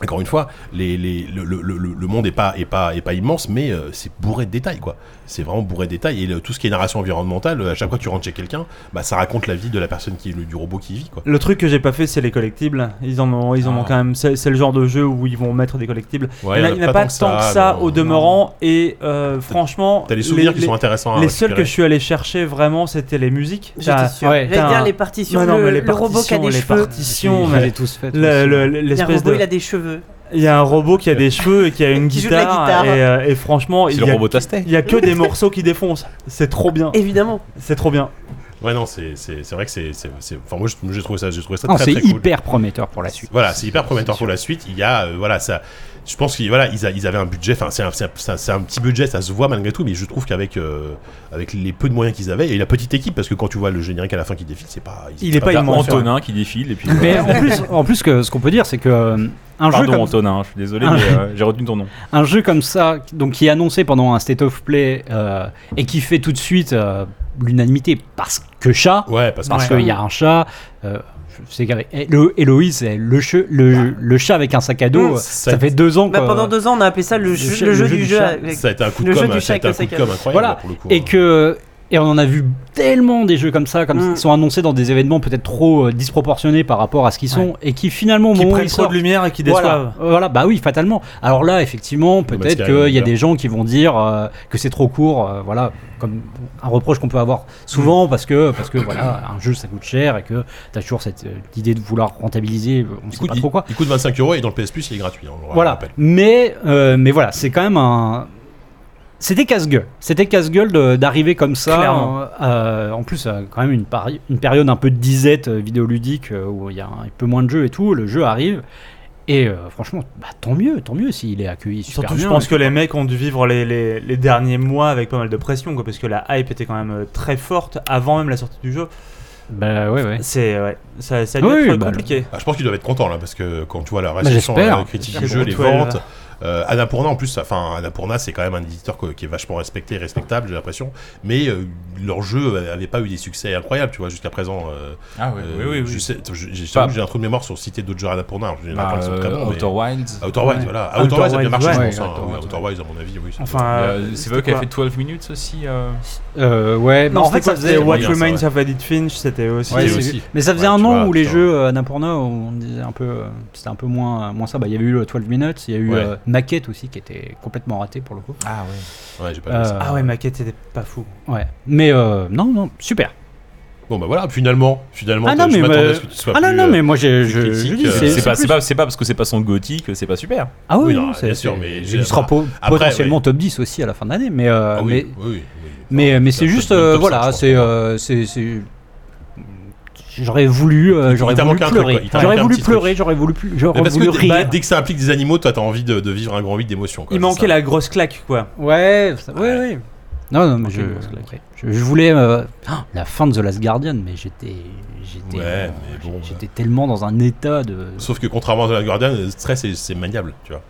S1: encore une fois, les, les- le, le- le- le monde est pas, est pas, est pas immense, mais euh, c'est bourré de détails, quoi. C'est vraiment bourré de détails. Et le- tout ce qui est narration environnementale, euh, à chaque fois que tu rentres chez quelqu'un, bah, ça raconte la vie de la personne qui est le- du robot qui vit, quoi.
S4: Le truc que j'ai pas fait, c'est les collectibles. Ils en ont, ils en ont
S1: Ah.
S4: quand même. C'est c'est le genre de jeu où ils vont mettre des collectibles.
S1: Ouais,
S4: il n'y en a pas, tant que ça
S1: bah, non.
S4: au demeurant. Et euh, franchement,
S1: T'as des souvenirs
S4: les,
S1: qui sont intéressants à
S4: les seuls que
S1: récupérer.
S4: je suis allé chercher vraiment, c'était les musiques.
S6: J'étais sûr.
S5: ouais,
S6: J'allais
S4: t'as
S6: dire
S4: un-
S6: les partitions,
S4: Non, non,
S6: le,
S4: mais les
S6: le robot qui a
S4: partitions,
S6: des
S4: les
S6: cheveux.
S4: partitions,
S5: Vous
S4: mais-
S5: l'avez tous fait.
S4: Le-
S6: Il
S4: le-
S6: y a un
S4: L'espèce
S6: robot,
S4: de...
S6: il a des cheveux.
S4: Il y a un robot qui a des cheveux et qui a une
S6: Qui joue de la
S4: guitare,
S6: guitare.
S4: Et, euh, et franchement,
S3: C'est
S4: il
S3: le
S4: y, a,
S3: robot tasté.
S4: il y a que des morceaux qui défoncent. C'est trop bien.
S6: Évidemment.
S4: C'est trop bien.
S1: Ouais, non, c'est c'est- c'est vrai que c'est. c'est- c'est- Enfin, moi, j'ai j'ai trouvé ça, j'ai trouvé ça
S4: Ah,
S5: Non,
S1: très,
S5: c'est
S1: très cool.
S5: hyper prometteur pour la suite.
S1: Voilà, c'est hyper prometteur
S5: C'est
S1: pour la suite. Il y a, euh, voilà, ça. Je pense qu'ils voilà, ils, a- ils avaient un budget. Enfin, c'est un, c'est un- c'est un- c'est un petit budget, ça se voit malgré tout. Mais je trouve qu'avec euh, avec les peu de moyens qu'ils avaient et la petite équipe, parce que quand tu vois le générique à la fin qui défile, c'est pas. ils
S4: Il
S1: étaient
S4: est pas
S1: bien
S4: immense,
S1: pour faire.
S3: Antonin qui défile et puis.
S5: (laughs) Mais
S3: voilà.
S5: en plus, en plus que, ce qu'on peut dire, c'est que euh, un jeu,
S3: Pardon
S5: comme,
S3: Antonin, je suis désolé,
S5: Ah.
S3: mais euh, j'ai retenu ton nom.
S5: un jeu comme ça, donc qui est annoncé pendant un State of Play euh, et qui fait tout de suite euh, l'unanimité parce que chat,
S1: Ouais, parce que.
S5: parce
S4: Ouais.
S5: qu'il y a un chat. euh, je sais qu'avec eh, le Héloïse, c'est le, che- le, le chat avec un sac à dos.
S6: Mm.
S5: euh,
S1: Ça-
S5: Ça fait deux ans que.
S6: Bah,
S4: euh,
S6: pendant deux ans, on a appelé ça le,
S5: le
S6: jeu,
S5: jeu-
S6: le
S5: le
S6: jeu
S5: jeu
S6: du
S5: du
S6: jeu.
S5: chat.
S6: avec-
S1: Ça a été un coup de
S6: Le jeu
S1: com',
S6: du
S1: ça a été
S6: chèque,
S1: un coup de
S6: c'est
S1: com'
S6: que-
S1: incroyable
S5: Voilà.
S1: pour le coup. hein.
S5: Et que et on en a vu tellement des jeux comme ça, comme
S6: Mm.
S5: qui sont annoncés dans des événements peut-être trop euh, disproportionnés par rapport à ce qu'ils sont, et qui finalement au
S4: Qui
S5: moment où
S4: prennent
S5: ils
S4: trop
S5: sortent,
S4: de lumière et qui
S5: voilà,
S4: déçoivent.
S5: voilà, bah oui, fatalement. Alors là, effectivement,
S1: Man's
S5: peut-être
S1: Sky
S5: qu'il y a
S1: Hunter.
S5: des gens qui vont dire euh, que c'est trop court, euh, voilà, comme un reproche qu'on peut avoir souvent parce que parce que voilà, un jeu ça coûte cher et que t'as toujours cette euh, idée de vouloir rentabiliser, on
S1: il
S5: sait
S1: coûte,
S5: pas trop
S1: il-
S5: quoi.
S1: il coûte 25 euros et dans le PS Plus, il est gratuit. hein, on le
S5: Voilà.
S1: rappelle.
S5: Mais, euh, mais voilà, c'est quand même un. C'était casse-gueule. C'était casse-gueule de- d'arriver comme ça.
S4: Clairement.
S5: euh, euh, en plus, euh, quand même, une, pari- une période un peu de disette euh, vidéoludique euh, où il y a un peu moins de jeux et tout. Le jeu arrive. Et euh, franchement, bah, tant mieux, tant mieux s'il est accueilli super
S4: Surtout,
S5: bien.
S4: je pense que les mecs ont dû vivre les, les- les derniers mois avec pas mal de pression, quoi, parce que la hype était quand même euh, très forte avant même la sortie du jeu.
S5: Bah ouais, ouais.
S4: C'est ouais, ça, ça a dû
S5: Oui,
S4: être
S5: bah,
S4: compliqué.
S1: Ah, je pense qu'ils doivent être contents là parce que quand tu vois la réception
S5: j'espère.
S1: euh, critique du
S4: J'espère
S1: jeu,
S4: pour
S1: les
S4: toi,
S1: ventes. Euh, Annapurna en plus, ça- enfin Annapurna c'est quand même un éditeur que- qui est vachement respecté, et respectable j'ai l'impression, mais euh, leur jeu avait pas eu des succès incroyables tu vois jusqu'à présent. euh,
S3: Ah
S1: euh, Je sais, je- j'ai- j'ai
S3: Pas-
S1: j'ai un trou de mémoire sur citer d'autres jeux Annapurna. J'ai
S5: Bah,
S1: l'impression qu'ils sont très
S5: euh,
S1: bons, mais-
S3: Bah, euh, Outer Wilds.
S1: Outer Wilds,
S4: Ouais.
S1: voilà.
S4: Outer
S1: Outer Wilds a bien
S4: Wilds,
S1: marché,
S5: ouais.
S1: je pense. hein.
S3: Outer
S1: Ouais,
S3: Wilds,
S1: Outer Wilds, à mon avis, oui. ça-
S4: Enfin, euh,
S3: Euh, C'est pas eux qui
S4: c'était
S3: avaient
S4: quoi
S3: fait 12 minutes aussi euh,
S5: Euh, ouais, mais
S4: Non,
S5: en fait, ça faisait.
S4: What
S1: moyen, ça,
S4: Remains of Edith Finch, c'était aussi. euh,
S1: Ouais,
S5: Ouais,
S1: c'est-
S5: c'est- mais ça faisait
S1: Ouais,
S5: un
S1: tu
S5: an
S1: vois,
S5: où les
S1: putain.
S5: jeux euh, Annapurna, on disait un peu, euh, c'était un peu moins, moins ça. Bah, il y avait eu le 12 Minutes, il y a eu
S1: Ouais.
S5: euh, Maquette aussi qui était complètement ratée pour le coup.
S3: Ah ouais.
S1: Ouais, j'ai pas aimé ça.
S5: Euh,
S4: Ah ouais, maquette, c'était pas fou.
S5: Ouais. Mais euh, non, non, super.
S1: Bon, bah voilà, finalement, finalement,
S5: Ah non,
S1: je
S5: mais,
S1: m'attendais
S5: bah,
S1: à ce que tu sois
S5: Ah non,
S1: plus,
S5: non,
S1: euh,
S5: mais moi j'ai- je,
S1: critique,
S5: je dis,
S1: euh,
S5: c'est-
S3: C'est
S5: c'est
S3: pas,
S5: plus.
S3: c'est pas, c'est pas parce que c'est pas son gothique, c'est pas super.
S5: Ah oui,
S1: Oui,
S5: non,
S1: non,
S5: c'est-
S1: bien sûr,
S5: c'est-
S1: mais j'ai-
S5: il sera po-
S1: Après,
S5: potentiellement
S1: ouais.
S5: top 10 aussi à la fin d'année, mais euh,
S1: Ah oui,
S5: mais,
S1: oui, oui, oui.
S5: mais, mais
S1: Enfin,
S5: c'est
S1: top-
S5: juste
S1: top
S5: euh,
S1: 5, je
S5: voilà,
S1: pense.
S5: c'est euh, c'est c'est- j'aurais voulu euh, j'aurais
S1: t'a
S5: voulu
S1: manqué un truc, quoi.
S5: pleurer,
S1: Il t'a
S5: j'aurais
S1: manqué un
S5: voulu
S1: petit truc.
S5: pleurer, j'aurais voulu plus- j'aurais
S1: Mais parce
S5: voulu
S1: que dès- bah,
S5: rire.
S1: dès que ça implique des animaux, toi, t'as envie de, de vivre un grand vide d'émotion. quoi,
S4: Il
S1: c'est
S4: manquait
S1: ça.
S4: la grosse claque, quoi.
S5: Ouais, ça- ouais, ouais. Non, non, mais
S4: Ok,
S5: je,
S4: bon, c'est clair.
S5: je, je voulais euh, ah, la fin de The Last Guardian, mais j'étais, j'étais,
S1: Ouais,
S5: euh,
S1: mais bon,
S5: j'étais tellement dans un
S1: (laughs)
S5: état de.
S1: Sauf que contrairement à The Last Guardian, le stress c'est- c'est maniable,
S6: (laughs)
S1: tu vois.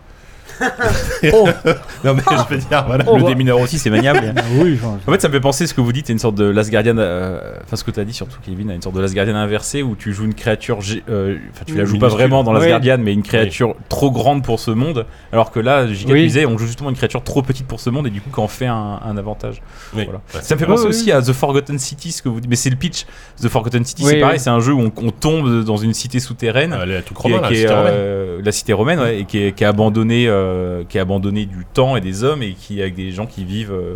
S5: Oh,
S1: (laughs) Non mais je veux dire, voilà.
S5: Oh,
S3: le
S5: bah.
S3: démineur aussi, c'est (laughs) maniable.
S5: oui, enfin,
S3: En fait, ça me fait penser ce que vous dites, à une sorte de Last Guardian. euh, Enfin, ce que t'as dit surtout, Kevin, à une sorte de Last Guardian inversée où tu joues une créature. gé- euh, Enfin, tu la joues pas
S1: Minuscule.
S3: vraiment dans Last
S5: Ouais.
S3: Guardian, mais une créature trop grande pour ce monde. Alors que là, Giga
S5: Oui.
S3: disait, on joue justement une créature trop petite pour ce monde et du coup, qu'on fait un, un avantage.
S1: Oui.
S3: Voilà.
S1: Ouais,
S3: Ça me fait
S5: Ouais,
S3: penser
S5: ouais.
S3: aussi à The Forgotten City, ce que vous dites. Mais c'est le pitch. The Forgotten City,
S5: Oui,
S3: c'est pareil,
S5: oui.
S3: c'est un jeu où on, on tombe dans une cité souterraine.
S1: Ah, elle est tout
S3: qui est-
S1: romain, là,
S3: qui est,
S1: c'était romain.
S3: euh, la cité romaine ouais, et qui est, qui a abandonné euh, qui a abandonné du temps et des hommes et qui avec des gens qui vivent euh,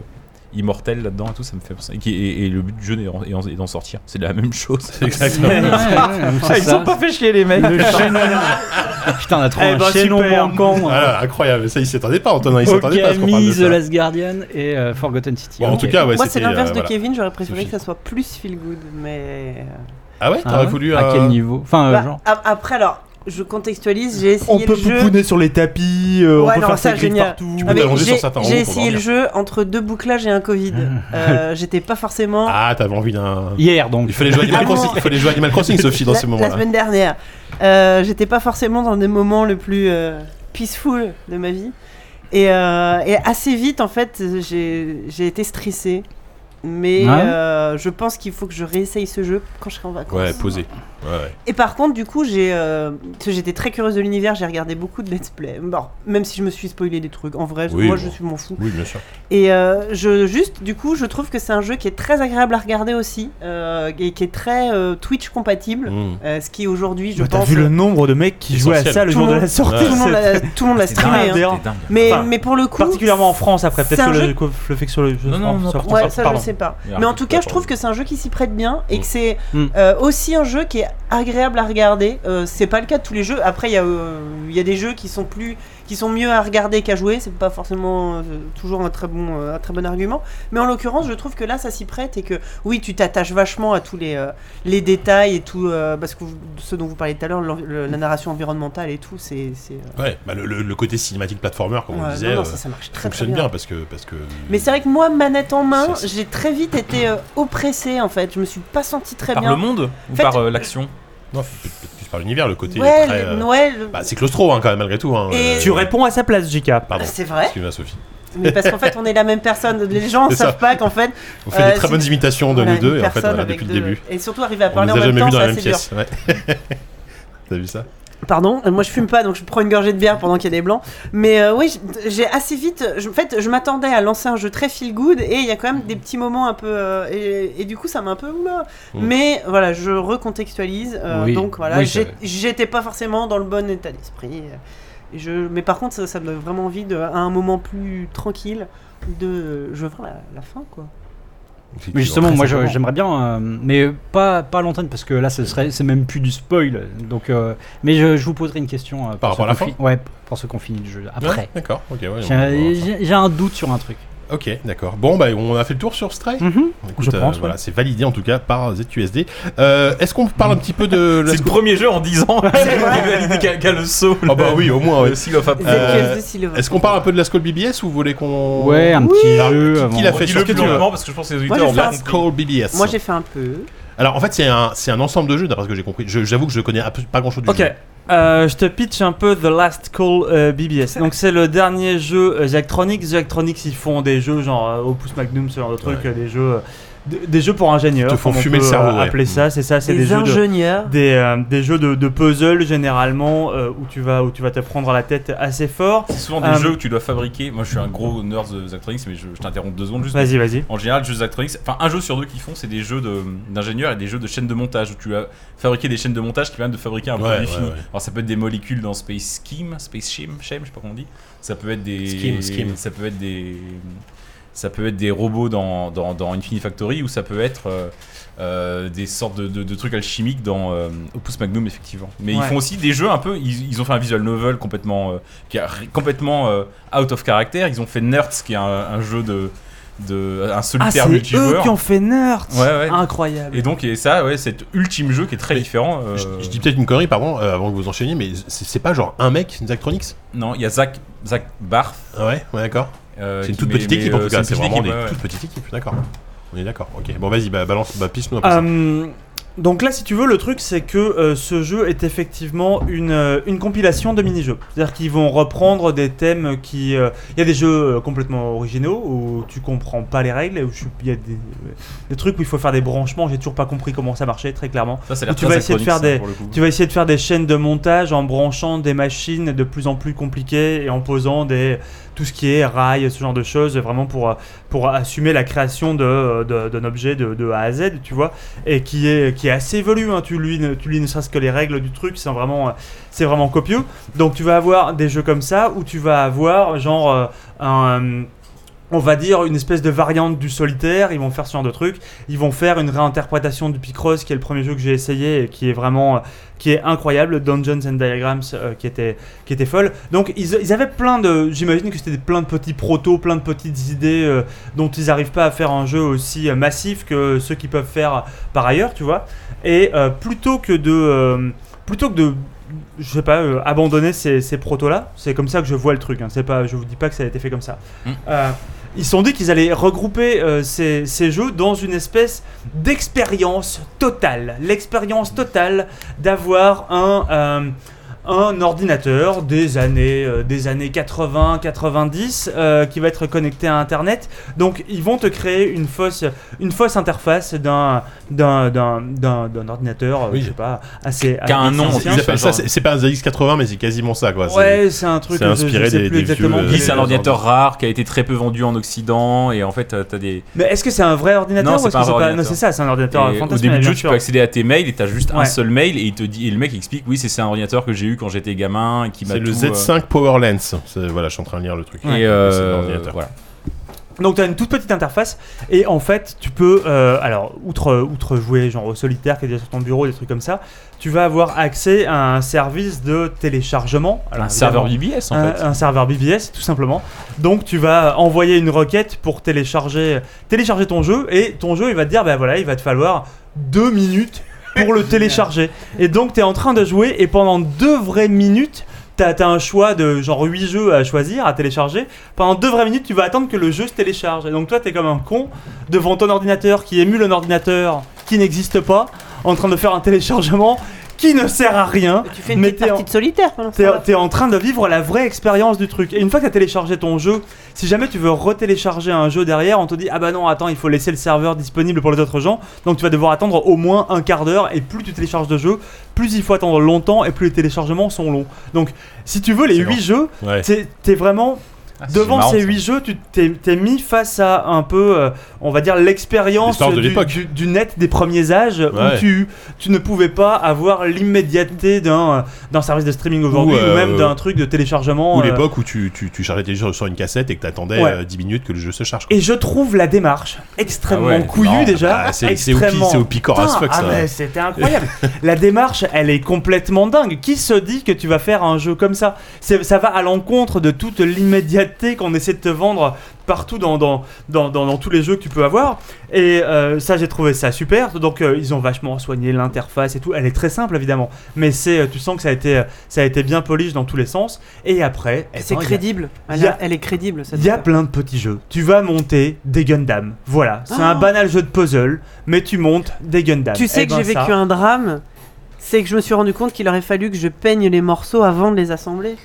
S3: immortels là-dedans et tout ça me fait penser et, qui- et- et le but du jeu est d'en- est d'en sortir c'est la même chose
S1: Exactement.
S5: Ah, ils sont pas fait chier les mecs. Le (laughs) chaînon. (laughs) Putain, on a trouvé
S4: Eh
S5: un
S4: ben,
S5: chaînon
S4: super.
S5: manquant.
S1: Ah là, incroyable, ça il s'y attendait pas, Antonin, il s'y attendait Ah, pas à ce qu'on parle de
S5: Okami, The
S1: ça.
S5: Last Guardian et euh, Forgotten City.
S1: Bon, en
S5: Ok.
S1: tout cas, ouais,
S6: Moi, c'est
S1: c'était,
S6: l'inverse
S1: euh,
S6: de
S1: voilà.
S6: Kevin, j'aurais préféré que
S1: Sophie.
S6: ça soit plus feel good, mais.
S1: Ah ouais,
S5: Ah
S1: t'aurais
S5: ouais
S1: voulu
S5: À
S1: un-
S5: quel niveau Enfin, euh,
S6: Bah,
S5: genre.
S6: a- après, alors, je contextualise, j'ai essayé
S4: Ah, On peut
S6: le jeu.
S4: pouponner sur les tapis, euh,
S6: Ouais,
S4: on peut
S6: non,
S4: faire
S6: ça,
S4: ses griffes
S6: génial.
S4: partout.
S1: Tu
S6: Ah, mais
S1: t'allonger sur
S6: j'ai-
S1: certains
S6: J'ai
S1: endroits pour
S6: essayé le jeu entre deux bouclages et un
S4: (laughs)
S6: Covid. Euh, J'étais pas forcément.
S1: Ah, t'avais envie d'un
S5: Hier donc.
S1: Il fallait jouer à Animal
S6: Ah non.
S1: Crossing, il fallait jouer à
S6: (laughs)
S1: Animal Crossing Sophie dans
S6: la,
S1: ces
S6: la
S1: moments-là.
S6: semaine dernière. Euh, J'étais pas forcément dans des moments le plus euh, peaceful de ma vie. Et, euh, et assez vite, en fait, j'ai j'ai été stressée. Mais
S5: Ouais.
S6: euh, je pense qu'il faut que je réessaye ce jeu quand je serai en vacances.
S1: Ouais, posé. Ouais, ouais.
S6: Et par contre, du coup, j'ai, euh, parce que j'étais très curieuse de l'univers, j'ai regardé beaucoup de let's play. Bon, même si je me suis spoilé des trucs, en vrai, je-
S1: Oui,
S6: moi
S1: bon.
S6: je suis m'en fous.
S1: Oui, bien
S6: (laughs)
S1: sûr.
S6: Et euh, je juste, du coup, je trouve que c'est un jeu qui est très agréable à regarder aussi, euh, et qui est très euh, Twitch compatible.
S1: Mm.
S6: Euh, ce qui aujourd'hui, je
S4: Bah, T'as
S6: pense,
S4: vu le nombre de mecs qui jouaient à
S1: Essentiel.
S4: ça le
S6: Tout
S4: jour
S6: le
S4: de la
S6: monde-
S4: sortie
S6: tout le monde l'a, tout le monde l'a
S3: C'est
S6: streamé.
S4: dingue.
S6: hein.
S3: C'est dingue.
S6: Mais,
S4: Enfin,
S6: mais pour le coup,
S4: Particulièrement en France, après,
S6: c'est
S4: peut-être
S6: un
S4: que
S6: jeu-
S4: le, que le fait que sur le jeu.
S3: Non, non, non,
S4: sur-
S6: Ouais,
S4: sur-
S6: ça
S4: pardon.
S6: je sais pas.
S3: Il y a
S6: Mais
S3: un
S6: en
S3: peu
S6: tout
S3: de
S6: cas,
S3: quoi,
S6: je trouve que c'est un jeu qui s'y prête bien et
S1: Mm.
S6: que c'est
S5: Mm.
S6: euh, aussi un jeu qui est agréable à regarder. Euh, c'est pas le cas de tous les jeux. Après, il y, a, euh, il y a des jeux qui sont plus, qui sont mieux à regarder qu'à jouer. C'est pas forcément euh, toujours un très bon, euh, un très bon argument. Mais en l'occurrence, je trouve que là, ça s'y prête et que oui, tu t'attaches vachement à tous les, euh, les détails et tout, euh, parce que vous- ce dont vous parliez tout à l'heure, l'en- le- la narration environnementale et tout, c'est, c'est, euh,
S1: Ouais, bah, le, le- le côté cinématique platformer, comme on
S6: ouais,
S1: le disait,
S6: non, non,
S1: euh,
S6: ça, ça marche très, très
S1: fonctionne
S6: bien.
S1: bien. parce que parce que.
S6: Mais c'est vrai que moi, manette en main,
S1: Ça, c'est-
S6: j'ai très vite été euh, oppressée en fait. Je me suis pas senti très
S3: Par
S6: bien.
S3: le monde ou
S6: Faites-
S3: par euh, l'action
S1: Non, peut- peut-être plus par l'univers, le côté
S6: ouais,
S1: très.
S6: le-
S1: euh,
S6: ouais, le-
S1: Bah, c'est claustro hein, quand même malgré tout. Hein,
S6: Et-
S4: Tu réponds à sa place, JK.
S6: Ah,
S1: Pardon.
S6: c'est vrai,
S1: Excuse-moi Sophie.
S6: mais parce qu'en fait on est la même personne.
S1: (laughs)
S6: Les gens
S1: C'est
S6: savent
S1: ça.
S6: pas qu'en fait
S1: On fait
S6: Euh,
S1: des très
S6: c'est-
S1: bonnes imitations de
S6: Voilà,
S1: nous deux
S6: une
S1: et en fait
S6: personne
S1: voilà,
S6: avec
S1: depuis le
S6: deux-
S1: début.
S6: Et surtout arriver à
S1: On
S6: parler
S1: nous
S6: en
S1: a
S6: même
S1: jamais
S6: temps,
S1: vu dans
S6: c'est
S1: la
S6: assez
S1: même
S6: dur.
S1: pièce. ouais. (laughs) T'as vu ça
S6: Pardon, euh, moi je fume pas donc je prends une gorgée de bière pendant qu'il y a des blancs. Mais euh, oui, j- j'ai assez vite. je- en fait, je m'attendais à lancer un jeu très feel good et il y a quand même des petits moments un peu. euh, et, et du coup, ça m'a un peu. oula.
S1: Mm.
S6: Mais voilà, je recontextualise. euh,
S5: Oui.
S6: Donc voilà,
S5: Oui,
S6: j'ai-
S5: ça-
S6: j'étais pas forcément dans le bon état d'esprit. euh, et je, mais par contre, ça, ça me donne vraiment envie de, à un moment plus tranquille de. Je veux voir la, la fin quoi.
S5: Mais justement,
S1: Très
S5: moi je-
S1: simplement.
S5: j'aimerais bien, euh, mais pas, pas à l'antenne parce que là ce serait, c'est même plus du spoil. Donc, euh, mais je, je vous poserai une question euh, pour
S1: Par
S5: ceux
S1: rapport à la
S5: qu'on fi- Ouais, pour ce qu'on finit le jeu
S1: Ouais,
S5: après.
S1: D'accord, ok, ouais, on-
S5: J'ai un- J'ai j'ai un doute sur un truc.
S1: Ok, d'accord. Bon, bah, on a fait le tour sur Stray.
S5: Mhm,
S1: Écoute, euh,
S4: Je pense, ouais.
S1: voilà, c'est validé en tout cas par ZQSD. Euh, Est-ce qu'on parle un petit peu
S5: (laughs)
S1: de
S3: (laughs)
S1: la
S3: C'est le premier jeu en 10 ans
S6: (laughs) C'est vrai.
S3: qui a le saut.
S1: Ah bah oui, au moins.
S5: (laughs)
S1: ouais.
S3: Le Seal of Apple.
S1: Euh,
S6: ZQSD Silver.
S1: Est-ce qu'on parle un peu de la Skull BBS ou vous voulez qu'on
S5: Ouais, un petit
S1: Alors,
S5: jeu.
S1: qui-
S5: avant-
S1: qui l'a fait
S3: Dis-le
S1: sur
S3: plus
S1: quel jeu
S3: longuement parce que je pense que les
S6: Moi, j'ai
S3: auditeurs ont bien
S6: fait un
S3: compris.
S1: Skull BBS.
S6: Moi j'ai fait un peu.
S1: Alors en fait, c'est un, c'est un ensemble de jeux d'après ce que j'ai compris. Je- J'avoue que je connais un peu- pas grand chose du
S4: Ok.
S1: jeu.
S4: euh, je te pitch un peu The Last Call euh, BBS. Donc c'est le dernier jeu euh, The Electronics. The Electronics ils font des jeux genre euh, Opus Magnum, ce genre de trucs,
S1: Ouais.
S4: euh, des jeux, euh, des, des jeux pour ingénieurs.
S1: Te font
S4: comme on
S1: fumer le
S4: peut,
S1: cerveau,
S4: euh,
S1: ouais.
S4: Appeler ça, c'est ça, c'est des
S6: Les
S4: jeux de,
S6: ingénieurs.
S4: des, euh, des jeux de, de puzzle généralement euh, où tu vas où tu vas te prendre la tête assez fort.
S3: C'est souvent des
S4: Euh,
S3: jeux où tu dois fabriquer. Moi, je suis un gros nerd de Zactronics, mais je, je t'interromps deux secondes juste.
S4: Vas-y, vas-y.
S3: En général, les jeux Zactronics, enfin, un jeu sur deux qu'ils font, c'est des jeux de- d'ingénieurs et des jeux de chaînes de montage où tu vas fabriquer des chaînes de montage qui permettent de fabriquer un
S1: Ouais,
S3: produit
S1: ouais,
S3: fini.
S1: ouais.
S3: Alors, ça peut être des molécules dans Space Scheme, Space Shim, Shame, je sais pas comment on dit. Ça peut être des.
S1: Scheme, scheme.
S3: Ça peut être des. Ça peut être des robots dans, dans, dans Infinity Factory ou ça peut être euh, euh, des sortes de, de- de trucs alchimiques dans euh, Opus Magnum, effectivement. Mais ils
S4: Ouais.
S3: font aussi des jeux un peu. Ils, ils ont fait un visual novel complètement, euh, qui a ri- complètement euh, out of character. Ils ont fait Nerds, qui est un, un jeu de, de. un
S4: Ah
S3: solitaire
S4: c'est eux
S3: multijoueur.
S4: qui ont fait Nerd.
S3: Ouais, ouais.
S4: Incroyable.
S3: Et donc, et ça, ouais, cet ultime jeu qui est très
S1: Mais
S3: différent. euh,
S1: Je, je dis peut-être une connerie, pardon, euh, avant que vous enchaîniez, mais c'est c'est pas genre un mec, Zactronix
S3: Non, il y a Zach, Zach Barth.
S1: Ah Ouais, ouais, d'accord.
S3: euh,
S1: C'est une
S3: qui-
S1: toute
S3: mais-
S1: petite
S3: mais,
S1: équipe en
S3: euh,
S1: tout cas,
S3: une
S1: c'est
S3: petite
S1: vraiment
S3: équipe,
S1: des
S3: ouais, ouais.
S1: toutes petites équipes, d'accord. On est d'accord, ok. Bon, vas-y, bah, balance, bah, pisse-nous un peu ça.
S4: Euh, donc là, si tu veux, le truc, c'est que euh, ce jeu est effectivement une, euh, une compilation de mini-jeux. C'est-à-dire qu'ils vont reprendre des thèmes qui... euh, Il y a des jeux euh, complètement originaux où tu comprends pas les règles, et où je suis- il y a des, euh, des trucs où il faut faire des branchements, j'ai toujours pas compris comment ça marchait, très clairement.
S3: Ça, ça a l'air
S4: Où tu
S3: très
S4: vas essayer de faire
S3: Zactronix,
S4: des-
S3: hein, pour le coup.
S4: Tu vas essayer de faire des chaînes de montage en branchant des machines de plus en plus compliquées et en posant des, tout ce qui est rail, ce genre de choses, vraiment pour, euh, pour assumer la création de- de- d'un objet de, de A à Z, tu vois, et qui est, qui est assez évolué. hein. Tu, lis, ne- tu lis ne serait-ce que les règles du truc, c'est vraiment, euh, c'est vraiment copieux. Donc tu vas avoir des jeux comme ça où tu vas avoir genre euh, un. On va dire une espèce de variante du solitaire, ils vont faire ce genre de truc. Ils vont faire une réinterprétation du Picross, qui est le premier jeu que j'ai essayé et qui est vraiment qui est incroyable, Dungeons and Diagrams euh, qui, était, qui était folle. Donc ils, ils avaient plein de, j'imagine que c'était des- plein de petits protos, plein de petites idées euh, dont ils n'arrivent pas à faire un jeu aussi euh, massif que ceux qu'ils peuvent faire par ailleurs, tu vois. Et euh, plutôt que de, euh, plutôt que de, je sais pas, euh, abandonner ces, ces protos là, c'est comme ça que je vois le truc. Hein. C'est pas, je vous dis pas que ça a été fait comme ça.
S3: Mm.
S4: Euh, ils se sont dit qu'ils allaient regrouper euh, ces, ces jeux dans une espèce d'expérience totale. L'expérience totale d'avoir un, euh, un ordinateur des années, euh, des années 80, 90 euh, qui va être connecté à Internet. Donc ils vont te créer une fausse, une fausse interface d'un, d'un, d'un, d'un, d'un ordinateur, euh,
S1: Oui.
S4: je sais pas, assez...
S3: Qui a un
S4: assez
S3: nom, en
S4: ancien.
S1: Ils appellent ça,
S3: genre-
S1: c'est c'est pas un ZX80, mais c'est quasiment ça, quoi. c'est-
S4: Ouais, c'est un truc,
S1: c'est
S4: je- je,
S1: inspiré
S4: sais
S1: des-
S4: plus
S1: des vieux,
S4: exactement.
S1: euh,
S4: quel
S3: Oui,
S4: est
S3: c'est un
S4: le-
S3: ordinateur rare qui a été très peu vendu en Occident et en fait t'as t'as des
S4: Mais est-ce que c'est un vrai ordinateur
S3: Non,
S4: ou
S3: c'est
S4: est-ce
S3: pas
S4: que
S3: un vrai
S4: Non,
S3: ordinateur.
S4: c'est ça, c'est un
S3: et
S4: ordinateur
S3: au
S4: fantasmé,
S3: début du
S4: bien
S3: jeu tu
S4: sûr.
S3: peux accéder à tes mails et t'as juste un
S4: Ouais.
S3: seul mail et il te dit et le mec explique oui c'est c'est un ordinateur que j'ai eu quand j'étais gamin et qui m'a
S1: C'est le
S3: tout, euh,
S1: Z5 Power Lens. C'est- Voilà, je suis en train de lire le truc.
S3: et
S1: C'est
S3: euh,
S1: l'ordinateur.
S3: voilà
S4: Donc tu as une toute petite interface et en fait tu peux, euh, alors outre, outre jouer genre au solitaire qui est déjà sur ton bureau, des trucs comme ça, tu vas avoir accès à un service de téléchargement. Alors,
S3: Un serveur
S4: évidemment, Euh,
S3: BBS en
S4: un,
S3: fait.
S4: un serveur BBS tout simplement. Donc tu vas envoyer une requête pour télécharger, télécharger ton jeu et ton jeu il va te dire, ben voilà, il va te falloir deux minutes pour le télécharger. Et donc tu es en train de jouer et pendant deux vraies minutes, t'as as un choix de genre 8 jeux à choisir, à télécharger. Pendant deux vraies minutes, tu vas attendre que le jeu se télécharge. Et donc toi, t'es comme un con devant ton ordinateur qui émule un ordinateur qui n'existe pas, en train de faire un téléchargement qui ne sert à rien.
S6: Tu fais une
S4: Mais
S6: petite
S4: t'es en-
S6: partie de solitaire pendant ce
S4: T'es
S6: temps-là.
S4: t'es en train de vivre la vraie expérience du truc. Et une fois que t'as téléchargé ton jeu, si jamais tu veux retélécharger un jeu derrière, on te dit ah bah non attends il faut laisser le serveur disponible pour les autres gens. Donc tu vas devoir attendre au moins un quart d'heure et plus tu télécharges de jeux, plus il faut attendre longtemps et plus les téléchargements sont longs. Donc si tu veux les
S1: C'est
S4: 8 jeux,
S1: Ouais.
S4: t'es t'es vraiment
S3: Ah,
S1: Ah,
S4: devant ces 8 jeux, tu t'es t'es mis face à un peu, euh, on va dire, l'expérience
S1: L'histoire de
S4: du,
S1: l'époque.
S4: du- du net des premiers âges
S1: Ouais.
S4: où tu, tu ne pouvais pas avoir l'immédiateté d'un euh, d'un service de streaming aujourd'hui ou,
S1: Ou, euh,
S4: même d'un truc de téléchargement.
S1: Ou
S4: euh,
S1: l'époque où tu, tu, tu chargeais tes jeux sur une cassette et que t'attendais
S4: Ouais.
S1: euh, 10 minutes que le jeu se charge. quoi.
S4: Et je trouve la démarche extrêmement
S3: Ah ouais,
S4: couillue
S3: non.
S4: déjà.
S1: Ah, c'est c'est au, pi-
S4: extrêmement...
S1: c'est au picor as
S4: Putain,
S1: fuck
S4: ah
S1: ça.
S4: mais c'était incroyable. (laughs) la démarche, elle est complètement dingue. Qui se dit que tu vas faire un jeu comme ça C'est- Ça va à l'encontre de toute l'immédiateté qu'on essaie de te vendre partout dans, dans, dans, dans- dans tous les jeux que tu peux avoir. Et euh, ça, j'ai trouvé ça super. Donc, euh, ils ont vachement soigné l'interface et tout. Elle est très simple, évidemment. Mais c'est, euh, tu sens que ça a été, euh, ça a été bien polish dans tous les sens. Et après, eh
S6: C'est
S4: ben, il y a-
S6: crédible. Elle,
S4: y a-
S6: elle est crédible cette
S4: il y a
S6: histoire.
S4: plein de petits jeux. Tu vas monter des Gundam. Voilà, c'est un
S6: Oh.
S4: banal jeu de puzzle, mais tu montes des Gundam.
S6: Tu sais
S4: Eh
S6: que
S4: ben
S6: j'ai vécu
S4: ça-
S6: un drame, c'est que je me suis rendu compte qu'il aurait fallu que je peigne les morceaux avant de les assembler.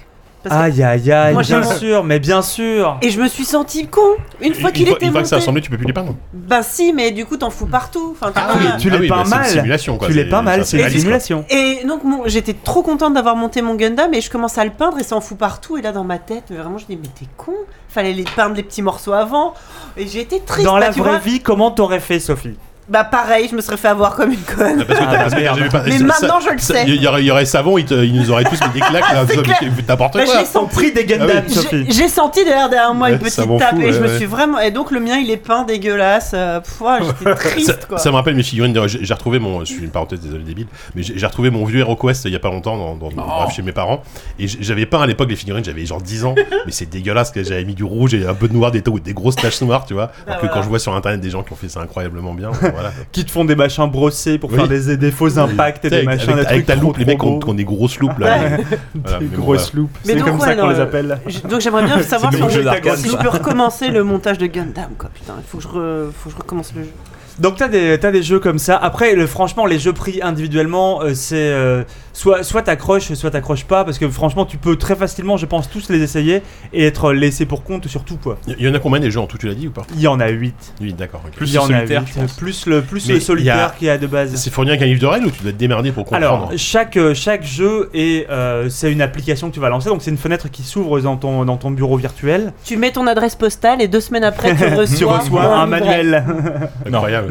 S6: Parce que-
S4: Aïe aïe aïe,
S6: Moi, j'ai
S4: bien
S6: mon-
S4: sûr, mais bien sûr.
S6: Et je me suis senti con une fois qu'il
S1: une fois,
S6: était
S1: une fois que c'est
S6: monté.
S1: assemblé, tu peux plus les peindre.
S6: Bah si, mais du coup t'en fous partout. Enfin, t'es
S1: Ah
S6: pas-
S4: Ah oui, tu l'es
S1: mais
S4: peins
S1: bah, c'est une
S4: mal.
S1: simulation, quoi.
S4: tu l'es
S1: C'est-
S4: pas mal,
S1: ça,
S4: c'est une
S1: réaliste, quoi.
S4: simulation.
S6: Et donc mon- j'étais trop contente d'avoir monté mon Gundam et je commence à le peindre et ça en fout partout et là dans ma tête mais vraiment je dis mais t'es con fallait les peindre les petits morceaux avant et j'ai été triste
S4: Dans
S6: bah,
S4: la
S6: tu
S4: vraie
S6: vois.
S4: vie, comment t'aurais fait, Sophie
S6: bah pareil je me serais fait avoir comme une
S1: (laughs)
S6: conne
S1: Parce que t'as-
S4: Ah,
S1: parce que
S4: merde.
S1: j'avais pas-
S6: Mais
S1: ça-
S6: maintenant,
S1: ça-
S6: je le
S1: ça-
S6: sais.
S1: Il y, aurait- il y aurait savon, ils, te- ils nous auraient tous mis des claques
S6: (laughs)
S1: là.
S6: C'est
S1: mais
S6: clair.
S1: t'es- N'importe
S6: Bah, je
S1: quoi.
S6: l'ai senti
S4: Pris des Gundam,
S1: Ah
S6: J'ai-
S4: Sophie.
S6: J'ai senti derrière, derrière moi
S1: Ouais,
S6: une
S1: ça
S6: petite
S1: m'en
S6: tape
S1: fout,
S6: et je
S1: ouais,
S6: me
S1: ouais.
S6: suis vraiment et donc le mien il est peint dégueulasse euh, pff, ouah, j'étais
S1: Ça,
S6: triste quoi
S1: ça me rappelle mes figurines. de- J'ai j'ai retrouvé mon. Je suis une parenthèse, désolé débile. Mais j'ai j'ai retrouvé mon vieux HeroQuest il y a pas longtemps dans, dans-
S6: Oh.
S1: bref, chez mes parents. Et j- j'avais peint à l'époque les figurines, j'avais genre 10 ans. (laughs) mais c'est dégueulasse que j'avais mis du rouge et un peu de noir, des, taux- des grosses taches noires, tu vois.
S6: (laughs)
S1: Alors que
S6: Bah, voilà.
S1: quand je vois sur internet des gens qui ont fait ça incroyablement
S4: (laughs)
S1: bien, voilà.
S4: Qui te font des machins brossés pour
S1: Oui.
S4: faire des, des faux impacts et
S1: Tu sais,
S4: des
S1: avec,
S4: machins.
S1: avec-
S4: des
S1: avec
S4: trucs
S1: ta
S4: trop,
S1: loupe, les mecs
S4: trop
S1: ont,
S4: beaux.
S1: ont des grosses loupes là. Voilà,
S4: Des
S1: mais bon,
S4: grosses loupes.
S6: Mais
S4: C'est
S6: donc,
S4: comme ça
S6: ouais,
S4: qu'on
S6: non, euh,
S4: les appelle.
S6: J- donc j'aimerais bien savoir
S3: C'est
S6: si,
S3: le
S6: on-
S3: jeu d'arcade,
S6: si je
S3: ça.
S6: peux recommencer le montage de Gundam quoi putain il faut que je re- faut que je recommence le jeu
S4: Donc t'as des, t'as des jeux comme ça. Après, le, franchement, les jeux pris individuellement, euh, c'est euh, soit soit t'accroches, soit t'accroches pas, parce que franchement, tu peux très facilement, je pense, tous les essayer et être laissé pour compte surtout quoi.
S1: Il y en a combien des jeux en tout, tu l'as dit ou pas
S4: Il y en a 8
S1: Oui, d'accord. ok.
S3: Plus
S4: Il y en a
S3: solitaire,
S4: huit.
S3: je pense.
S4: plus le plus
S1: Mais
S4: le
S1: il y a-
S4: solitaire qu'il y a de base.
S1: C'est fourni avec un livre de règles ou tu dois te démerder pour comprendre
S4: Alors, chaque, euh, chaque jeu est, euh, c'est une application que tu vas lancer, donc c'est une fenêtre qui s'ouvre dans ton, dans ton
S3: (laughs)
S4: bureau virtuel.
S6: Tu mets ton adresse postale et deux semaines après, tu reçois,
S4: tu reçois un
S6: livret.
S4: manuel.
S1: Incroyable.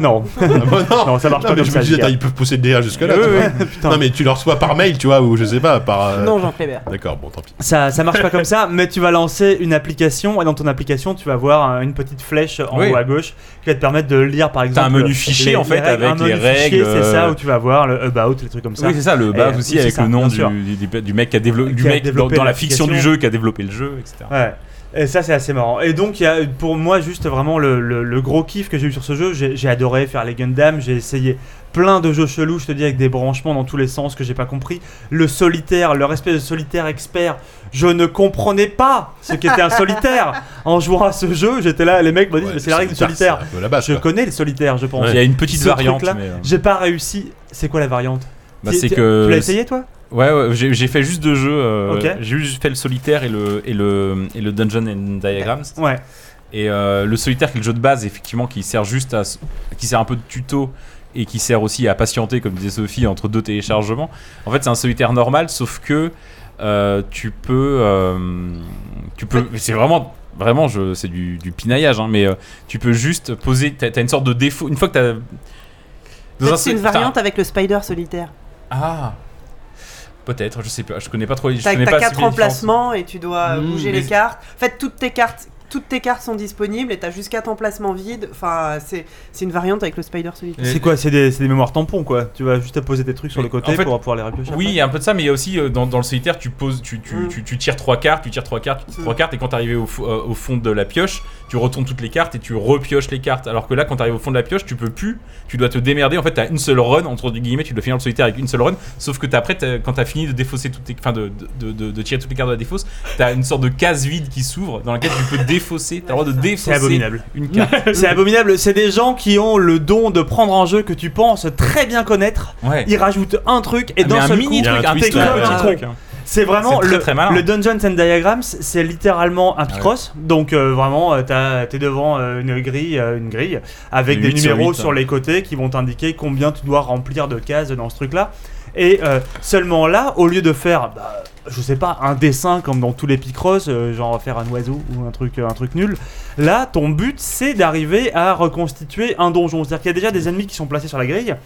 S3: (laughs)
S4: (laughs) non,
S1: Ah bah non.
S4: non, ça marche
S1: Non, mais
S4: pas comme
S1: je me
S4: ça.
S1: disais,
S4: Giga.
S1: attends, ils peuvent pousser le DA jusque-là.
S4: Ouais,
S1: tu vois.
S4: ouais, (laughs) putain.
S1: Non, mais tu leur reçois par mail, tu vois, ou je sais pas, par. euh,
S6: Non, Jean Flébert.
S1: D'accord, bon, tant pis.
S4: Ça, ça marche pas comme ça, mais tu vas lancer une application et dans ton application, tu vas voir euh, une petite flèche en
S3: Oui.
S4: haut à gauche qui va te permettre de lire par exemple.
S3: un menu fichier, en fait,
S4: règles,
S3: avec
S4: un menu
S3: les
S4: fichier,
S3: règles,
S4: C'est ça
S3: euh,
S4: où tu vas voir le about, les trucs comme ça.
S3: Oui, c'est ça, le bas
S4: Et, euh,
S3: aussi
S4: oui,
S3: avec
S4: c'est ça,
S3: le nom
S4: bien
S3: du,
S4: sûr.
S3: du, du mec qui a développé, du
S4: Qui a
S3: mec
S4: développé
S3: dans, dans la fiction du
S4: l'application.
S3: jeu qui a développé le jeu, etc.
S4: Ouais. Et ça, c'est assez marrant. Et donc, il y a, pour moi, juste vraiment le, le- le gros kiff que j'ai eu sur ce jeu, j'ai j'ai adoré faire les Gundam, j'ai essayé plein de jeux chelous, je te dis, avec des branchements dans tous les sens que j'ai pas compris. Le solitaire, le respect de solitaire expert, je ne comprenais pas ce qu'était
S3: (laughs)
S4: un solitaire. En jouant à ce jeu, j'étais là, les mecs me disent,
S1: Ouais,
S4: mais c'est la règle du solitaire.
S1: c'est un peu la base,
S4: Je
S1: quoi.
S4: connais le solitaire, je pense.
S3: Il y a une petite
S4: Ah, Ce
S3: variante,
S4: truc-là,
S3: mais euh,
S4: J'ai pas réussi. C'est quoi la variante
S3: bah,
S4: Tu-
S3: c'est
S4: tu-
S3: que
S4: Tu l'as essayé, toi
S3: Ouais, ouais, j'ai j'ai fait juste deux jeux. euh,
S4: Ok.
S3: J'ai juste fait le solitaire et le, et le, et le Dungeon and Diagrams.
S4: Ouais.
S3: Et euh, le solitaire, qui est le jeu de base, effectivement, qui sert juste à. s- qui sert un peu de tuto et qui sert aussi à patienter, comme disait Sophie, entre deux téléchargements. En fait, c'est un solitaire normal, sauf que euh, tu peux. euh, tu peux. C'est vraiment. Vraiment, je- c'est du, du pinaillage, hein, mais euh, tu peux juste poser. T'as t'as une sorte de défaut. Une fois que t'as. dans un
S6: Peut-être C'est une
S3: sol- t'as-
S6: variante avec le spider solitaire.
S3: Ah Peut-être, je sais pas, je connais pas trop les. je
S6: T'as
S3: connais
S6: t'as
S3: pas
S6: quatre
S3: assez bien les différences.
S6: emplacements et tu dois euh,
S3: Mmh,
S6: bouger
S3: mais-
S6: les cartes. En fait, toutes tes cartes toutes tes cartes sont disponibles et t'as jusqu'à ton placement vide. Enfin, c'est c'est une variante avec le Spider Solitaire.
S4: C'est quoi C'est des, c'est des mémoires tampons quoi. Tu vas juste poser tes trucs sur
S3: Mais
S4: le côté
S3: en fait,
S4: pour pouvoir les repiocher.
S3: Oui, il y a un peu de ça, mais il y a aussi euh, dans, dans le solitaire, tu poses, tu, tu,
S6: Mm.
S3: tu, tu tires trois cartes, tu tires trois cartes, tu tires
S6: Mm.
S3: trois cartes, et quand tu arrives au, fo- euh, au fond de la pioche, tu retournes toutes les cartes et tu repioches les cartes. Alors que là, quand tu arrives au fond de la pioche, tu peux plus, tu dois te démerder. En fait, tu as une seule run, entre guillemets, tu dois finir le solitaire avec une seule run. Sauf que t'as- après, t'as- quand tu as fini de défausser toutes tes, enfin, de, de, de, de tirer toutes les cartes de la défausse, tu as une sorte de case vide qui s'ouvre dans laquelle tu peux défausser. Tu as le droit de
S4: C'est
S3: défausser
S4: abominable.
S3: une carte.
S4: C'est abominable. C'est des gens qui ont le don de prendre un jeu que tu penses très bien connaître.
S3: Ouais.
S4: Ils rajoutent un truc et
S3: Ah,
S4: dans
S3: mais un
S4: seul
S3: mini
S1: Il
S4: coup,
S1: y a
S3: truc,
S1: un
S3: un
S1: twist,
S3: techno,
S4: ouais.
S3: un petit truc. hein.
S4: C'est vraiment
S3: C'est très,
S4: le,
S3: très malin.
S4: le Dungeons and Diagrams, c'est littéralement un
S3: Ah ouais.
S4: Picross. Donc euh, vraiment, euh, t'as- t'es devant euh, une grille, euh, une grille avec
S3: Une
S4: des
S3: huit sur
S4: numéros
S3: huit,
S4: sur
S3: hein.
S4: les côtés qui vont t'indiquer combien tu dois remplir de cases dans ce truc-là. Et euh, seulement là, au lieu de faire, bah, je sais pas, un dessin comme dans tous les Picross, euh, genre faire un oiseau ou un truc, euh, un truc nul, là, ton but, c'est d'arriver à reconstituer un donjon. C'est-à-dire qu'il y a déjà des ennemis qui sont placés sur la grille.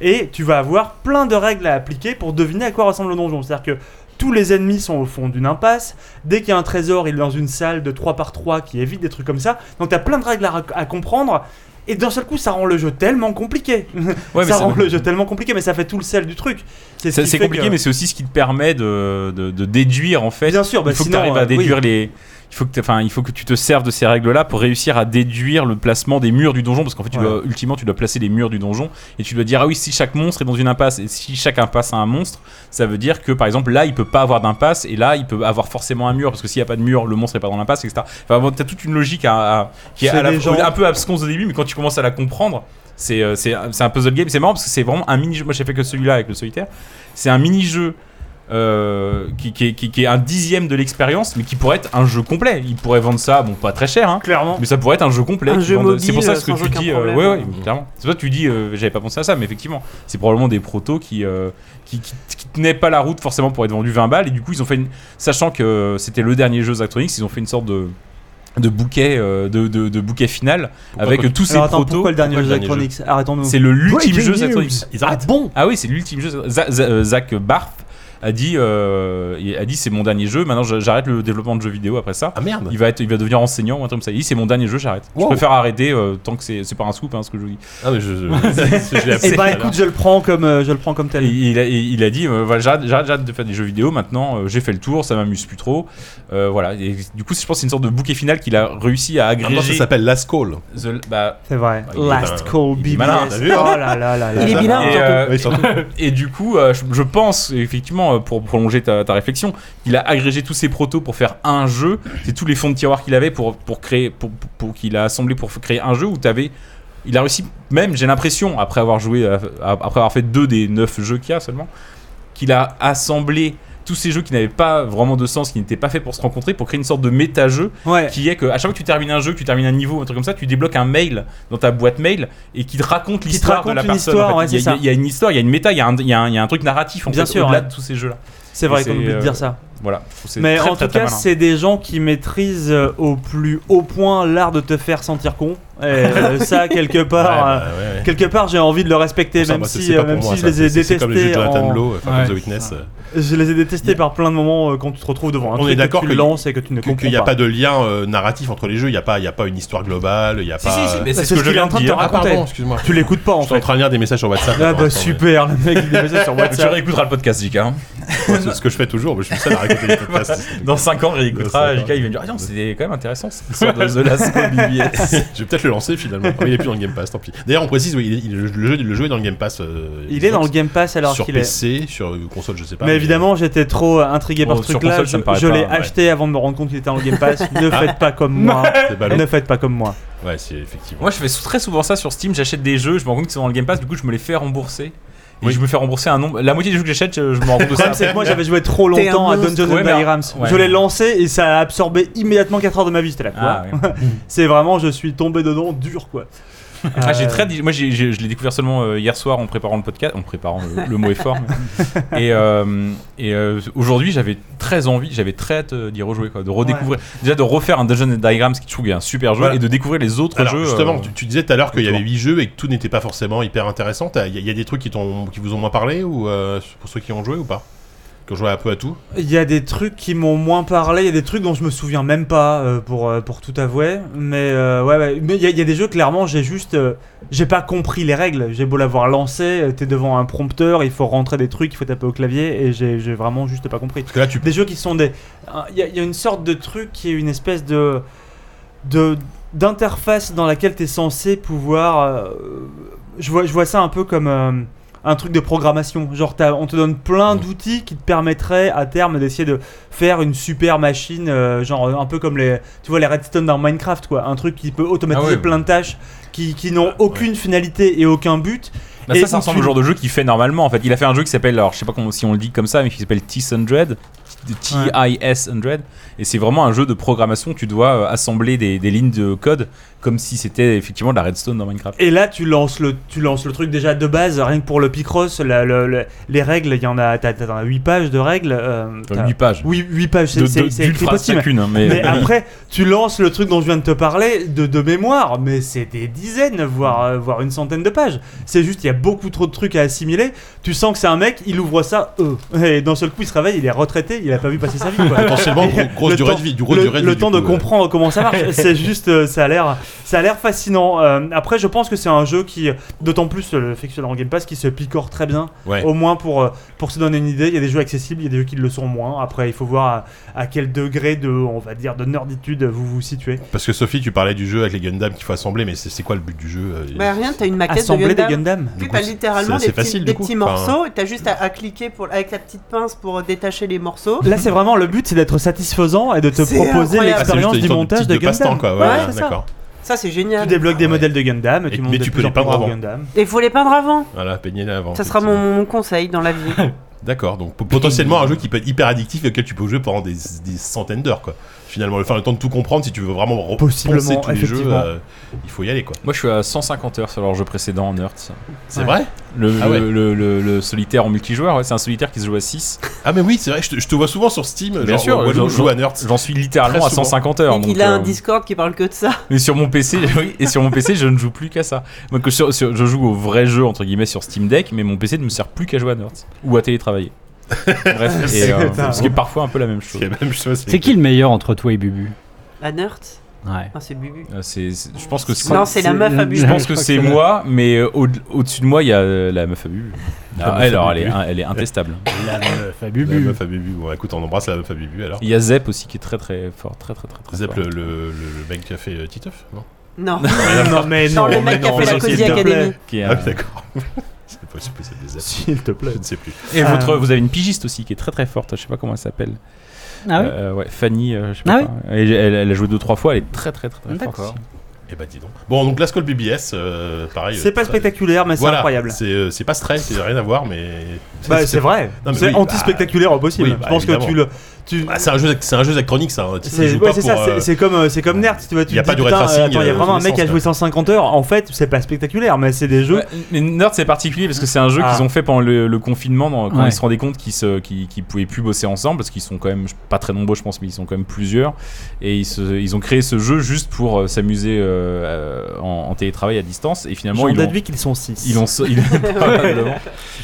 S4: Et tu vas avoir plein de règles à appliquer pour deviner à quoi ressemble le donjon. C'est-à-dire que tous les ennemis sont au fond d'une impasse. Dès qu'il y a un trésor, il est dans une salle de 3 par 3 qui évite des trucs comme ça. Donc t'as plein de règles à, rac- à comprendre. Et d'un seul coup, ça rend le jeu tellement compliqué.
S3: Ouais, mais
S4: (laughs) ça
S3: c'est-
S4: rend le jeu tellement compliqué, mais ça fait tout le sel du truc. ce
S3: C'est
S4: qui
S3: c'est
S4: fait
S3: compliqué,
S4: que-
S3: mais c'est aussi ce qui te permet de, de- de déduire en fait.
S4: Bien sûr, bah,
S3: il faut
S4: sinon,
S3: que tu arrives
S4: euh,
S3: à
S4: oui.
S3: déduire les. Il faut, que t'a- enfin, il faut que tu te serves de ces règles-là pour réussir à déduire le placement des murs du donjon, parce qu'en fait, tu
S4: Ouais.
S3: dois, ultimement, tu dois placer les murs du donjon et tu dois dire ah oui, si chaque monstre est dans une impasse et si chaque impasse a un monstre, ça veut dire que par exemple là, il peut pas avoir d'impasse et là, il peut avoir forcément un mur parce que s'il y a pas de mur, le monstre est pas dans l'impasse, etc. Enfin, bon, t'as toute une logique à- à- qui est,
S4: C'est
S3: à la-
S4: des gens-
S3: un peu absconce au début, mais quand tu commences à la comprendre, c'est euh, c'est un c'est un puzzle game. C'est marrant parce que c'est vraiment un mini-jeu. Moi, j'ai fait que celui-là avec le solitaire. C'est un mini-jeu euh, qui, qui est- qui- qui est un dixième de l'expérience, mais qui pourrait être un jeu complet. Il pourrait vendre ça, bon, pas très cher, hein,
S4: euh, Clairement.
S3: mais ça pourrait être un jeu complet.
S6: Un
S3: qui
S6: jeu
S3: vende-
S6: mobile,
S3: C'est pour ça ce que
S6: sans
S3: tu
S6: aucun
S3: dis. euh,
S6: problème. hein.
S3: ouais, ouais, clairement. C'est pour ça que tu dis, euh, j'avais pas pensé à ça, mais effectivement, c'est probablement des protos qui, euh, qui, qui, qui tenaient pas la route forcément pour être vendus 20 balles. Et du coup, ils ont fait une. Sachant que euh, c'était le dernier jeu Zactronics, ils ont fait une sorte de de bouquet euh, de, de- de bouquet final
S1: Pourquoi
S3: avec
S1: quoi-
S3: tous ces
S4: Alors attends,
S3: protos
S4: pourquoi le dernier
S1: pourquoi le
S4: jeu
S1: dernier
S4: Electronics Arrêtons-nous.
S3: c'est le l'ultime jeu Zactronics
S1: Ils arrêtent.
S4: bon
S3: ah oui, c'est l'ultime jeu. Za- Za- euh, Zach Barth a dit, euh, il a dit c'est mon dernier jeu. Maintenant, j'a- j'arrête le développement de jeux vidéo après ça.
S1: Ah merde
S3: Il va, être, il va devenir enseignant ou un truc comme ça. Il dit c'est mon dernier jeu, j'arrête. Je
S1: Wow.
S3: préfère arrêter euh, tant que c'est c'est pas un scoop, hein, ce que je vous dis.
S1: Ah mais je, je, je, je l'ai appris tout
S4: Eh
S1: à
S4: bah
S1: l'heure.
S4: écoute, je le prends comme, euh, je le prends comme
S3: Et
S4: tel.
S3: il, a, et il a dit euh, voilà, j'arrête j'arrête- j'arrête de faire des jeux vidéo maintenant, euh, j'ai fait le tour, ça m'amuse plus trop. Euh, voilà. Et du coup, je pense que c'est une sorte de bouquet final qu'il a réussi à
S1: Maintenant, ça
S3: agréger.
S1: s'appelle Last Call.
S3: The- bah,
S4: C'est vrai.
S3: Bah, il est
S4: Last
S1: malin.
S4: Call
S3: Il est
S4: BBS.
S3: malin,
S1: t'as vu, hein
S4: oh là là là là.
S6: Il est
S4: là.
S6: bilingue.
S3: et,
S6: surtout.
S3: euh,
S1: Oui, surtout.
S3: Et du coup, euh, je, je pense, effectivement, euh, pour prolonger ta, ta réflexion, qu'il a agrégé tous ses protos pour faire un jeu. C'est tous les fonds de tiroir qu'il avait pour, pour créer, pour, pour- pour- qu'il a assemblé pour f- créer un jeu où tu avais. Il a réussi, même, j'ai l'impression, après avoir joué, euh, après avoir fait deux des neuf jeux qu'il y a seulement, qu'il a assemblé tous ces jeux qui n'avaient pas vraiment de sens, qui n'étaient pas faits pour se rencontrer, pour créer une sorte de méta-jeu
S4: Ouais.
S3: qui est que à chaque fois que tu termines un jeu, que tu termines un niveau, un truc comme ça, tu débloques un mail dans ta boîte mail et qui te raconte
S4: te
S3: l'histoire
S4: raconte
S3: de la
S4: une
S3: personne.
S4: histoire,
S3: en fait.
S4: ouais,
S3: il, y a,
S4: c'est ça.
S3: il y a une histoire, il y a une méta, il y a un, il y a un, il y a un truc narratif en
S4: Bien
S3: fait,
S4: sûr,
S3: au-delà
S4: ouais.
S3: de tous ces jeux-là.
S4: C'est vrai
S3: Et
S4: qu'on
S3: c'est,
S4: oublie de
S3: euh,
S4: dire ça.
S3: Voilà. Je trouve que c'est
S4: Mais
S3: très,
S4: en
S3: très,
S4: tout
S3: très
S4: cas,
S3: malin.
S4: c'est des gens qui maîtrisent euh, au plus haut point l'art de te faire sentir con. Et euh, ça, quelque part,
S1: Ouais,
S4: euh,
S1: bah, ouais, ouais.
S4: quelque part, j'ai envie de le respecter,
S1: Ça,
S4: même
S1: bah, c'est-
S4: si,
S1: c'est
S4: euh,
S1: pas
S4: même
S1: pour moi,
S4: si je
S1: ça.
S4: les ai
S1: C'est- C'est comme les jeux de
S4: détestés.
S1: Jonathan
S4: en-
S1: Blow, enfin,
S5: Ouais.
S1: comme The Witness. euh,
S4: Je les ai détestés par plein de moments euh, quand tu te retrouves devant un
S1: On
S4: truc
S1: est d'accord
S4: que tu
S1: que-
S4: lances et que tu ne
S1: que-
S4: comprends
S1: Qu'il n'y a
S4: pas.
S1: pas de lien euh, narratif entre les jeux, il n'y a, pas- il y a pas une histoire globale, il n'y a
S3: Si,
S1: pas.
S3: si, si, mais
S4: Bah,
S3: c'est ce que je
S4: qu'il est
S3: viens
S4: en
S3: de
S4: train de te
S3: dire.
S1: Ah, pardon,
S4: raconter.
S1: excuse-moi.
S4: Tu l'écoutes pas en
S1: Je suis en
S4: fait.
S1: train de lire des messages sur WhatsApp.
S4: Ah
S1: pour
S4: bah
S1: l'instant,
S4: super, le mec il est déjà sur
S3: Tu
S4: WhatsApp.
S3: réécouteras le podcast, JK. hein.
S1: mais- Ouais, C'est ce que je fais toujours, mais je suis le seul à raconter des podcasts.
S4: (laughs)
S3: Dans 5 ans, il réécoutera.
S1: Ouais, c'est
S3: JK, il va dire Ah non, c'était quand même intéressant cette histoire de The Last Call
S4: (laughs)
S3: BBS.
S1: Je vais peut-être le lancer finalement. Oh, il est plus dans le Game Pass, tant pis. D'ailleurs, on précise, oui, il est- il est- le, jeu, le jeu est dans le Game Pass. euh,
S4: Il est dans le
S1: Xbox,
S4: Game Pass alors
S1: Sur
S4: qu'il est.
S1: PC, sur euh, console, je sais pas.
S4: Mais évidemment, j'étais trop intrigué par
S3: Bon,
S4: ce
S3: sur
S4: truc-là.
S3: console, ça
S4: Je,
S3: me paraît
S4: je
S3: pas,
S4: l'ai
S3: ouais.
S4: acheté avant de me rendre compte qu'il était dans le Game Pass. ne faites pas comme moi.
S1: euh, C'est ballot.
S4: Ne faites pas comme moi.
S1: Ouais, c'est effectivement.
S3: Moi, je fais sou- très souvent ça sur Steam. J'achète des jeux, je me rends compte qu'ils sont dans le Game Pass, du coup, je me les fais rembourser. Et
S1: Oui.
S3: je me fais rembourser un nombre. La moitié des jeux que j'achète, je je me rends compte de
S4: Le
S3: ça.
S4: problème, c'est que moi j'avais joué trop
S6: T'es
S4: longtemps
S6: un
S4: à
S6: monstre.
S4: Dungeons
S3: Ouais,
S4: and
S3: mais-
S4: Diagrams.
S3: ouais.
S4: Je l'ai lancé et ça a absorbé immédiatement 4 heures de ma vie. C'était là quoi.
S3: Ah, ouais.
S4: C'est vraiment, je suis tombé dedans dur quoi.
S3: Ah, j'ai
S4: Euh,
S3: très dit- moi j'ai- j'ai- je l'ai découvert seulement euh, hier soir en préparant le podcast, en préparant le, le mot est fort. mais-
S4: (laughs)
S3: et euh, et euh, aujourd'hui j'avais très envie, j'avais très hâte euh, d'y rejouer, quoi, de redécouvrir, déjà de refaire un Dungeon and Diagrams qui je trouve est un super jeu
S1: Voilà.
S3: et de découvrir les autres
S1: Alors
S3: jeux.
S1: justement,
S3: euh,
S1: tu, tu disais tout à l'heure qu'il y
S3: autour.
S1: avait 8 jeux et que tout n'était pas forcément hyper intéressant. T'as- Il y, a- il y a des trucs qui, t'ont- qui vous ont moins parlé ou euh, pour ceux qui ont joué ou pas qui ont joué un peu à tout.
S4: Il y a des trucs qui m'ont moins parlé, il y a des trucs dont je me souviens même pas, euh, pour, euh, pour tout avouer. Mais euh, ouais, ouais. Mais il y, a- il y a des jeux, clairement, j'ai juste. euh, j'ai pas compris les règles. J'ai beau l'avoir lancé, euh, t'es devant un prompteur, il faut rentrer des trucs, il faut taper au clavier, et j'ai j'ai vraiment juste pas compris.
S1: Parce que là, tu
S4: (laughs) Des jeux qui sont des. un- Il y, a- il y a une sorte de truc qui est une espèce de. de d'interface dans laquelle t'es censé pouvoir. euh, je, vois, je vois ça un peu comme. euh, un truc de programmation. Genre, t'as- on te donne plein
S1: Mhm.
S4: d'outils qui te permettraient à terme d'essayer de faire une super machine, euh, genre euh, un peu comme les, tu vois, les redstone dans Minecraft, quoi. Un truc qui peut automatiser
S3: Ah ouais. Ah,
S4: plein de tâches qui, qui n'ont aucune finalité et aucun but.
S3: Bah,
S4: Et
S3: ça, ça
S4: où
S3: ressemble
S4: tu-
S3: au genre de jeu qu'il fait normalement. En fait, il a fait un jeu qui s'appelle, alors je sais pas comment si on le dit comme ça, mais qui s'appelle T100, TIS 100, et c'est vraiment un jeu de programmation. Tu dois euh, assembler des, des lignes de code comme si c'était effectivement de la redstone dans Minecraft.
S4: Et là, tu lances le, tu lances le truc déjà de base, rien que pour le Picross, la- le- le- les règles, il y en a, t'as, t'as- t'as 8 pages de règles. euh,
S3: Enfin,
S4: t'as-
S3: huit pages.
S4: Oui, 8 pages, c'est,
S3: De-
S4: c'est,
S3: de-
S4: c'est
S3: d'une
S4: écrit
S3: phrase
S4: petit, mais-
S3: chacune, hein, mais,
S4: Mais après, tu lances le truc dont je viens de te parler de, de mémoire, mais c'est des dizaines, voire, euh, voire une centaine de pages. C'est juste, il y a beaucoup trop de trucs à assimiler. Tu sens que c'est un mec, il ouvre ça, euh, et d'un seul coup, il se réveille, il est retraité, il a pas vu passer sa
S3: (laughs)
S4: vie. quoi.
S1: potentiellement gros-
S4: Et
S1: grosse
S4: le
S1: durée
S4: temps-
S1: de vie, du grosse
S4: le,
S1: durée de
S4: le
S1: vie, du
S4: temps de
S1: coup, euh, ouais.
S4: comprendre comment
S1: (laughs)
S4: ça marche, c'est juste, euh, ça a l'air, ça a l'air fascinant. Euh, après, je pense que c'est un jeu qui, d'autant plus euh, le fait que c'est dans Game Pass, qui se picore très bien.
S1: Ouais.
S4: Au moins pour euh, pour se donner une idée, il y a des jeux accessibles, il y a des jeux qui le sont moins. Après, il faut voir à, à quel degré de, on va dire, de nerditude vous vous situez.
S1: Parce que Sophie, tu parlais du jeu avec les Gundam qu'il faut assembler, mais c'est c'est quoi le but du jeu euh,
S6: Bah rien, t'as une maquette
S4: Assembler
S6: de
S4: des
S6: Gundam.
S4: Gundam.
S1: Du
S6: Oui,
S1: coup,
S6: t'as
S1: c'est-
S6: littéralement
S1: c'est
S6: des,
S1: facile,
S6: petits,
S1: du
S6: des
S1: coup.
S6: petits
S1: Enfin,
S6: morceaux, et t'as juste à, à cliquer pour, avec la petite pince pour détacher les morceaux.
S4: Là, c'est vraiment le but, c'est d'être satisfaisant et de te
S6: C'est
S4: proposer
S6: incroyable.
S1: Ah, c'est juste
S4: l'expérience
S1: une
S4: du
S1: sorte de
S4: montage
S1: petite
S4: de,
S1: de passe-temps,
S4: Gundam.
S1: quoi.
S6: Ouais,
S1: Ouais,
S6: c'est ça.
S1: d'accord.
S6: Ça c'est génial.
S4: Tu débloques des
S1: ouais.
S4: modèles de Gundam,
S1: Et-
S4: tu
S1: mais
S4: montes de
S1: tu peux
S4: plus
S1: les
S4: en plus
S1: peindre
S4: gros
S1: avant.
S4: Gundam.
S6: Et faut les peindre avant.
S1: Voilà, peignez-les avant.
S6: Ça sera mon, mon conseil dans la vie.
S1: D'accord, donc po- potentiellement un jeu qui peut être hyper addictif et auquel tu peux jouer pendant des, des centaines d'heures, quoi. Finalement, enfin, le temps de tout comprendre, si tu veux vraiment repenser
S4: Possiblement,
S1: tous les jeux,
S4: effectivement.
S1: euh, il faut y aller, quoi.
S3: Moi, je suis à 150 heures sur leur jeu précédent en Nerds.
S1: C'est
S4: Ouais.
S1: vrai
S3: Le,
S1: Ah
S3: le-
S1: ouais.
S3: le- le- le solitaire en multijoueur, ouais, c'est un solitaire qui se joue à 6.
S1: Ah, mais oui, c'est vrai, je te, je te vois souvent sur Steam,
S3: Bien
S1: genre,
S3: sûr,
S1: Walou
S3: j'en-
S1: joue à Nerds.
S3: J'en suis littéralement
S1: Très
S3: à 150 heures.
S6: Il,
S3: donc,
S6: il a
S3: euh,
S6: un Discord qui parle que de ça.
S3: Et sur mon PC, (laughs) oui, et sur mon PC, je ne joue plus qu'à ça. Donc, euh, sur- sur- je joue au vrai jeu entre guillemets sur Steam Deck, mais mon PC ne me sert plus qu'à jouer à Nerds ou à télétravailler. Bref, et, euh,
S4: Putain.
S3: ce qui est parfois un peu la même chose.
S1: (laughs) C'est la même chose.
S5: C'est qui le meilleur entre toi et Bubu
S6: La nerd
S5: Ouais.
S6: Ah c'est Bubu.
S3: Euh, c'est- c'est- je pense que c'est.
S6: Non, c'est la meuf à Bubu.
S3: Je pense que c'est moi, mais euh, au- au-dessus de moi, il y a euh, la meuf à bubu.
S5: La
S3: Ah,
S5: meuf à
S3: alors, elle est,
S5: bubu.
S3: elle est intestable.
S5: La meuf à
S1: La
S5: Bubu.
S1: meuf à Bubu. Bon, écoute, on embrasse la meuf à Bubu alors.
S3: Il y a Zep aussi qui est très très fort, très très très. très
S1: Zep,
S3: fort.
S1: le, le, le- le mec qui a fait euh, Titeuf non
S6: Non.
S4: (laughs) Non mais
S6: Genre
S4: non,
S6: le
S4: mais
S6: mec qui a
S4: non,
S6: fait la
S4: s'il
S6: Cozy
S4: te plaît.
S6: Academy.
S3: Qui est,
S1: Ah,
S3: euh,
S1: oui,
S4: (laughs)
S1: d'accord. c'est pas possible, c'est des Zep.
S4: S'il te plaît.
S1: Je ne sais plus.
S3: Et
S4: Ah.
S3: votre, vous avez une pigiste aussi qui est très très forte. Je sais pas comment elle s'appelle.
S5: Ah ouais
S3: Euh, ouais, Fanny. euh, je sais pas
S5: Ah ouais
S3: quoi. Et elle, elle a joué deux trois fois. Elle est très très très, très forte.
S5: D'accord.
S1: Eh bah, dis donc. Bon, donc la Skull BBS, euh, pareil.
S4: C'est
S1: euh,
S4: pas
S1: ça-
S4: spectaculaire, mais c'est
S1: Voilà,
S4: incroyable.
S1: C'est euh, c'est pas stress, c'est rien à voir, mais.
S4: Bah, c'est vrai.
S1: Non, mais
S4: C'est
S1: oui, bah,
S4: anti-spectaculaire au possible.
S1: oui, bah,
S4: je pense que
S1: évidemment.
S4: tu le. Tu...
S1: Ah, c'est un jeu, c'est un jeu électronique, ça. hein. Tu
S4: c'est
S1: joues
S4: ouais,
S1: pas
S4: c'est
S1: pour,
S4: ça,
S1: euh,
S4: c'est- c'est comme, euh, c'est comme Nerd. Tu, vois, tu
S1: Y a
S4: te
S1: pas
S4: dis,
S1: du
S4: putain, euh,
S1: retracing,
S4: attends, Il y a
S1: euh,
S4: vraiment
S1: dans
S4: un
S1: tous
S4: mec
S1: les
S4: qui a
S1: sens,
S4: joué 150 heures. En fait, c'est pas spectaculaire, mais c'est des jeux.
S3: Ouais, mais Nerd c'est particulier parce que c'est un jeu
S4: Ah.
S3: qu'ils ont fait pendant le, le confinement dans- quand
S5: Ouais.
S3: ils se rendaient compte qu'ils se qu'ils, qu'ils pouvaient plus bosser ensemble parce qu'ils sont quand même je- pas très nombreux je pense mais ils sont quand même plusieurs et ils, se- ils ont créé ce jeu juste pour euh, s'amuser euh, euh, en, en télétravail à distance et finalement
S4: J'en
S3: ils l'ont
S4: déduis qu'ils sont 6.
S3: ils l'ont so- ils- probablement.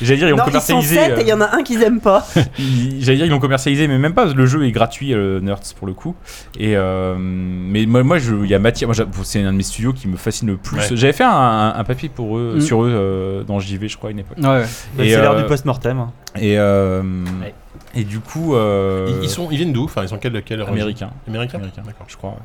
S3: J'allais dire ils ont
S6: Non, ils sont
S3: commercialisé
S6: 7 et il y
S3: euh,
S6: en a un qu'ils aiment pas.
S3: ils- J'allais dire ils l'ont commercialisé, mais même pas. Le jeu est gratuit, euh, Nerds pour le coup. Et euh, mais moi, moi, je- il y a matière. Moi, j'a- c'est un de mes studios qui me fascine le plus.
S1: Ouais.
S3: J'avais fait un, un- un papier pour eux,
S5: Mm.
S3: sur eux euh, dans JV, je crois, à une époque.
S5: Ouais, ouais.
S4: Bah,
S3: Et,
S4: C'est l'ère
S3: euh,
S4: du post-mortem.
S3: Et euh,
S5: Ouais.
S3: et du coup, euh,
S1: Ils, ils sont, ils viennent d'où Enfin, ils sont quel, quel origine
S3: américains.
S1: Américains.
S3: Américains.
S1: D'accord.
S3: Je crois. ouais.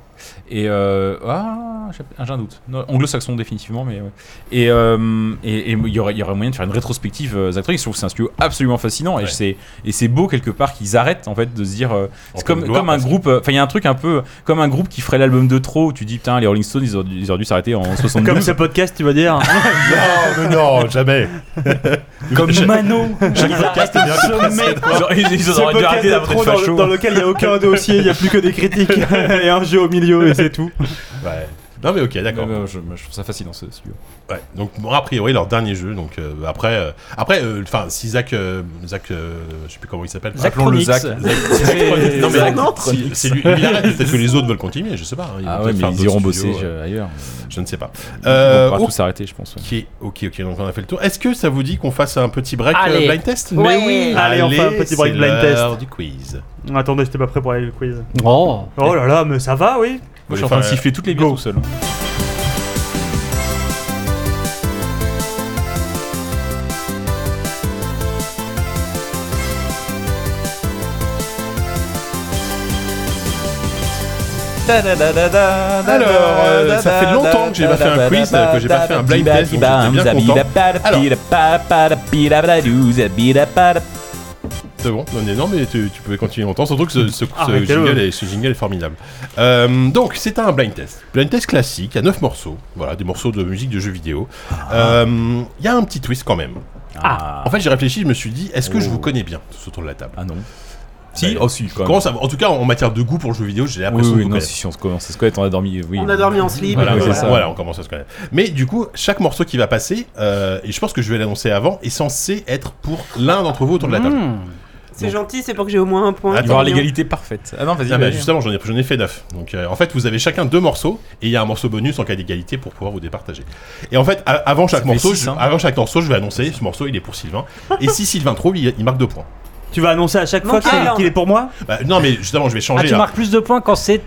S3: Et euh, ah, j'ai- j'ai un doute. Non, Anglo-saxon définitivement, mais ouais. et euh, et et il y aurait il y aurait moyen de faire une rétrospective euh, Zactronic. Je trouve que c'est un studio absolument fascinant et
S1: Ouais.
S3: c'est et c'est beau quelque part qu'ils arrêtent en fait de se dire euh,
S1: En
S3: c'est
S1: pleine
S3: comme
S1: gloire,
S3: comme un
S1: parce que-
S3: groupe. euh, Enfin, il y a un truc un peu comme un groupe qui ferait l'album de trop où tu dis putain les Rolling Stones ils auraient, dû- ils auraient dû s'arrêter en
S4: Comme
S3: 72.
S4: ce podcast, tu vas dire.
S1: Non, mais non, jamais. (laughs)
S3: Comme
S1: Je-
S3: Mano.
S1: Chaque podcast est meilleur que le précédent.
S3: Genre, ils, ils
S4: Ce
S3: auraient dû
S4: podcast
S3: arrêter
S4: de
S3: d'arrêter
S4: trop
S3: de
S4: dans, le-
S3: facho.
S4: dans lequel il n'y a aucun dossier, il n'y a plus que des critiques et un jeu au milieu et c'est tout.
S1: Ouais. Non mais ok, d'accord.
S3: Mais, euh, je, je trouve ça fascinant ce studio.
S1: Ouais, donc bon, a priori leur dernier jeu. Donc euh, après, euh, après, euh, enfin si Zach, euh, Zach, euh, je sais plus comment il s'appelle.
S5: Zach
S3: Appelons le
S5: Chronix.
S3: Zach.
S5: C'est-
S1: Non mais
S6: Zach
S1: si- c'est lui. lui, il arrête. Peut-être que les autres veulent continuer, je sais pas. hein, vont
S3: Ah ouais,
S1: peut-être
S3: mais
S1: faire
S3: ils
S1: d'autres
S3: iront
S1: studios,
S3: bosser
S1: euh,
S3: euh, ailleurs.
S1: Je ne sais pas.
S3: On
S1: Euh,
S3: pourra tous arrêter, je pense. ouais.
S1: ok, ok, ok. Donc on a fait le tour. Est-ce que ça vous dit qu'on fasse un petit break euh,
S5: Allez.
S1: blind test
S6: Mais Ouais. oui.
S4: Allez, on fait un petit break
S1: c'est
S4: blind
S1: l'heure Du quiz.
S4: Attendez, j'étais pas prêt pour aller le quiz.
S5: Oh
S4: Oh là là, mais ça va, oui
S3: Moi, je suis en train de siffler toutes les bières
S4: Go.
S3: tout seul.
S1: Alors, euh, ça fait longtemps que j'ai pas fait un quiz, euh, que j'ai pas fait un blind test, donc j'étais bien content. C'est bon, non, mais, non, mais tu, tu pouvais continuer longtemps, surtout que ce, ce- ce
S4: Arrêtez-le.
S1: jingle, est, ce jingle est formidable. Euh, donc, c'est un blind test. Blind test classique, à 9 morceaux, voilà, des morceaux de musique de jeux vidéo. Euh, Il y a un petit twist quand même.
S3: Ah,
S1: En fait, j'ai réfléchi, je me suis dit, est-ce que je
S3: Oh.
S1: vous connais bien, tous autour de la table
S3: ah non. Si,
S1: Bah,
S3: oh si, quand
S1: Je
S3: même.
S1: commence à- En tout cas, en matière de goût pour le jeu vidéo, j'ai
S3: oui,
S1: l'impression de
S3: oui,
S1: vous
S3: non,
S1: connaître.
S3: si, si, on se commence, on se connaît, on a dormi, oui.
S6: On a dormi en slip. Euh,
S1: Voilà,
S3: Oui,
S1: voilà,
S3: c'est ça.
S1: voilà, on commence à se connaître. Mais du coup, chaque morceau qui va passer, euh, et je pense que je vais l'annoncer avant, est censé être pour l'un d'entre vous autour de la
S3: Mmh.
S1: table.
S5: Hmm.
S6: C'est gentil, c'est pour que j'ai au moins un point.
S1: Attends,
S3: Il va y avoir l'égalité parfaite. Ah non, vas-y,
S1: Ah bah,
S3: vas-y.
S1: justement, j'en ai, j'en ai fait 9. Donc euh, en fait, vous avez chacun deux morceaux et il y a un morceau bonus en cas d'égalité pour pouvoir vous départager. Et en fait, a- avant chaque
S3: fait
S1: morceau,
S3: six,
S1: je,
S3: hein.
S1: avant chaque morceau, je vais annoncer ce morceau, il est pour Sylvain. et si Sylvain trouve, il, il marque deux points.
S4: Tu vas annoncer à chaque
S6: Non,
S4: fois qu'il
S6: ah,
S4: qu'il est pour moi
S1: Bah, non, mais justement, je vais
S5: Ah,
S1: changer
S5: tu
S1: là.
S5: marques plus de points quand c'est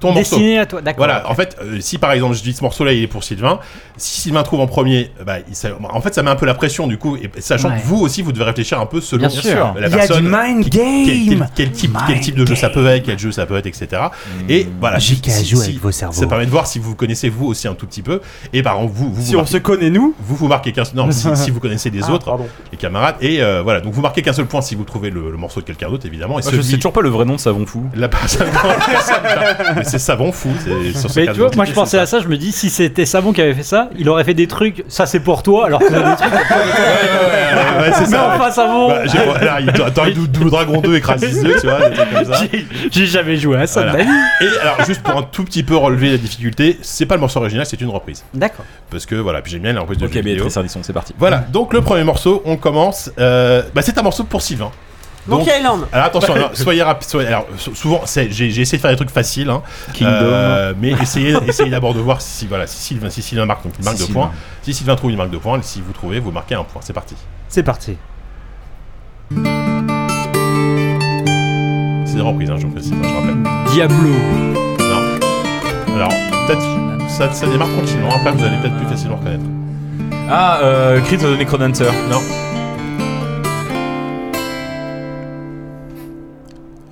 S1: ton morceau.
S5: destiné à toi. D'accord.
S1: Voilà, en fait, euh, si par exemple je dis ce morceau-là, il est pour Sylvain, si Sylvain trouve en premier, euh, bah, il- ça- en fait, ça met un peu la pression du coup, et sachant
S5: Ouais.
S1: que vous aussi, vous devez réfléchir un peu selon
S5: Bien sûr.
S1: la
S4: Il y a du
S1: personne.
S4: mind
S1: quel, quel-
S4: game
S1: quel type,
S4: My
S1: quel type de jeu ça peut être, quel jeu ça peut être, etc.
S3: mm.
S1: Et voilà.
S5: J'ai
S1: si-
S5: qu'à
S1: si-
S5: jouer
S1: si-
S5: avec vos cerveaux.
S1: Ça permet de voir si vous connaissez vous aussi un tout petit peu. Et par exemple, vous, vous,
S4: Si
S1: vous,
S4: on
S1: marquez,
S4: se connaît, nous
S1: vous, vous marquez qu'un seul. Non, mais si, si vous connaissez les
S4: Ah,
S1: autres,
S4: pardon.
S1: les camarades. Et euh, voilà. Donc vous marquez qu'un seul point si vous trouvez le, le morceau de quelqu'un d'autre, évidemment. Et
S3: Moi, Ah, Je
S1: celui
S3: sais toujours pas le vrai nom de Savon Fou.
S1: la personne. Mais c'est savon fou. c'est- sur ce
S5: Mais
S1: cadre
S5: tu vois, moi
S1: d'identité,
S5: je
S1: c'est
S5: pensais
S1: ça.
S5: à ça, je me dis si c'était Savon qui avait fait ça, il aurait fait des trucs, ça c'est pour toi, alors que des trucs.
S1: Ouais, ouais, c'est
S5: Mais
S1: ça.
S5: enfin Savon,
S1: Bah, j'ai- voilà, il doit- attends, il doit- Double Dragon 2 écrase les yeux, tu vois, des trucs comme ça.
S5: j'ai- j'ai jamais joué à ça. de
S1: Voilà.
S5: ma vie.
S1: Et alors, juste pour un tout petit peu relever la difficulté, c'est pas le morceau original, c'est une reprise.
S5: D'accord.
S1: parce que voilà, puis j'aime bien la reprise de
S3: Ok,
S1: jeux
S3: Béatrice
S1: vidéo.
S3: Sardisson, c'est parti.
S1: Voilà, donc le premier morceau, on commence. euh, bah, c'est un morceau pour Sylvain.
S6: Monkey Island.
S1: Alors attention, alors, soyez rapide. soyez- alors sou- souvent, c'est- j'ai j'ai essayé de faire des trucs faciles, hein, euh, mais essayez, essayez d'abord de voir si voilà, si Sylvain, si Sylvain marque, donc il marque
S3: Si
S1: deux
S3: Sylvain.
S1: points. Si Sylvain trouve, il marque deux points. Si vous trouvez, vous marquez un point. C'est parti.
S4: C'est parti.
S1: C'est des reprises, hein, je, précise, hein, je rappelle.
S5: Diablo.
S1: Alors peut-être ça, ça démarre tranquillement. Après, vous allez peut-être plus facilement reconnaître.
S3: Ah, euh, Crypt of the Necrodancer.
S1: Non.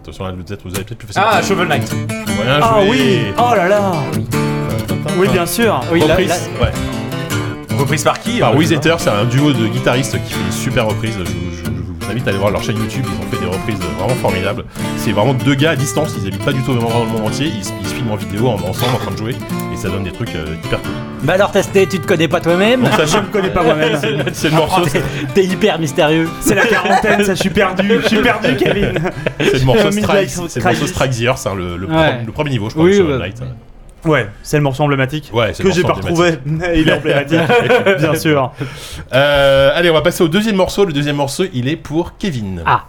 S1: Attention, là, peut-être vous allez peut-être plus facilement.
S3: Ah, Shovel Knight.
S1: Bien
S4: Ah
S1: joué.
S4: oui Oh là là Oui, bien sûr
S5: Oui, là-
S1: Reprise,
S5: là-
S1: ouais.
S3: Reprise par qui
S1: Par
S3: euh,
S1: Wizzeter, c'est un duo de guitaristes qui fait des super reprises. Je, je- je vous invite à aller voir leur chaîne YouTube. Ils ont fait des reprises vraiment formidables. C'est vraiment deux gars à distance. Ils habitent pas du tout vraiment dans le monde entier. Ils, se- ils se filment en vidéo en, ensemble en train de jouer. Et ça donne des trucs euh, hyper cool.
S5: Bah alors testé, tu te connais pas toi-même
S1: Donc, ça, je me
S4: connais pas moi-même.
S1: C'est
S4: (laughs) Ah,
S1: le morceau, c'est
S5: (laughs) T'es hyper mystérieux.
S4: C'est la quarantaine, ça, je suis perdu Je suis perdu, Kevin
S1: c'est le
S4: (laughs)
S1: morceau Strike,
S4: Midnight
S1: c'est le morceau
S4: Crisis.
S1: Strike the Earth, hein, le, le
S5: Ouais.
S1: premier- le premier niveau, je crois,
S5: Oui,
S1: sur le
S5: bah,
S1: Night.
S4: Ouais, c'est le morceau emblématique
S1: Ouais, c'est
S4: que
S1: le
S4: j'ai pas
S1: morceau
S4: retrouvé, mais il est emblématique, (laughs) bien sûr.
S1: Euh, allez, on va passer au deuxième morceau. Le deuxième morceau, il est pour Kevin.
S5: Ah.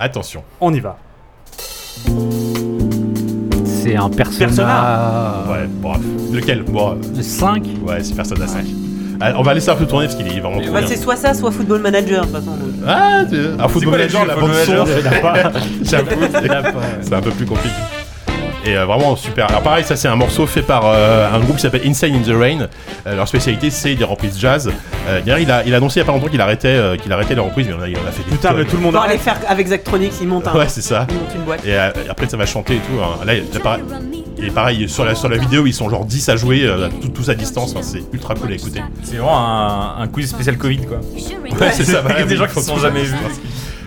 S1: Attention.
S4: On y va.
S5: C'est un personnage.
S1: Ouais, bref. Lequel Bon, euh,
S5: 5
S1: Ouais, c'est personne à 5. on va laisser un peu tourner parce qu'il est vraiment trop
S6: Bah,
S1: bien.
S6: c'est soit ça, soit Football Manager, de toute façon. donc.
S1: Ah, tu- un football
S3: quoi la
S1: manager,
S3: pub,
S1: la bande
S3: Football
S1: son,
S3: Manager
S1: (laughs) j'avoue, (laughs) c'est- c'est un peu plus compliqué. Et euh, vraiment super. Alors pareil, ça c'est un morceau fait par euh, un groupe qui s'appelle Insane in the Rain. Euh, leur spécialité c'est des reprises jazz. Euh, d'ailleurs, il a, il a annoncé il y a pas longtemps qu'il arrêtait, euh, qu'il arrêtait les reprises, mais on a, il en a fait des
S4: Putain, mais
S1: tonnes.
S4: tout le monde
S6: On va aller
S4: arrête.
S6: faire avec Zachtronics, il monte un.
S1: Ouais, c'est ça.
S6: il monte une boîte.
S1: Et euh, après ça va chanter et tout. hein. Là, il-
S2: Pareil.
S1: et pareil, sur la, sur la vidéo, ils sont genre 10 à jouer, euh, tout- tous à distance. Enfin, c'est ultra cool à écouter.
S3: C'est vraiment un, un quiz spécial Covid, quoi.
S1: Ouais,
S3: (laughs)
S1: (laughs) c'est ça.
S3: Des
S1: ouais,
S3: gens
S1: oui,
S3: qui
S1: faut
S3: se sont
S1: tout-
S3: jamais vus.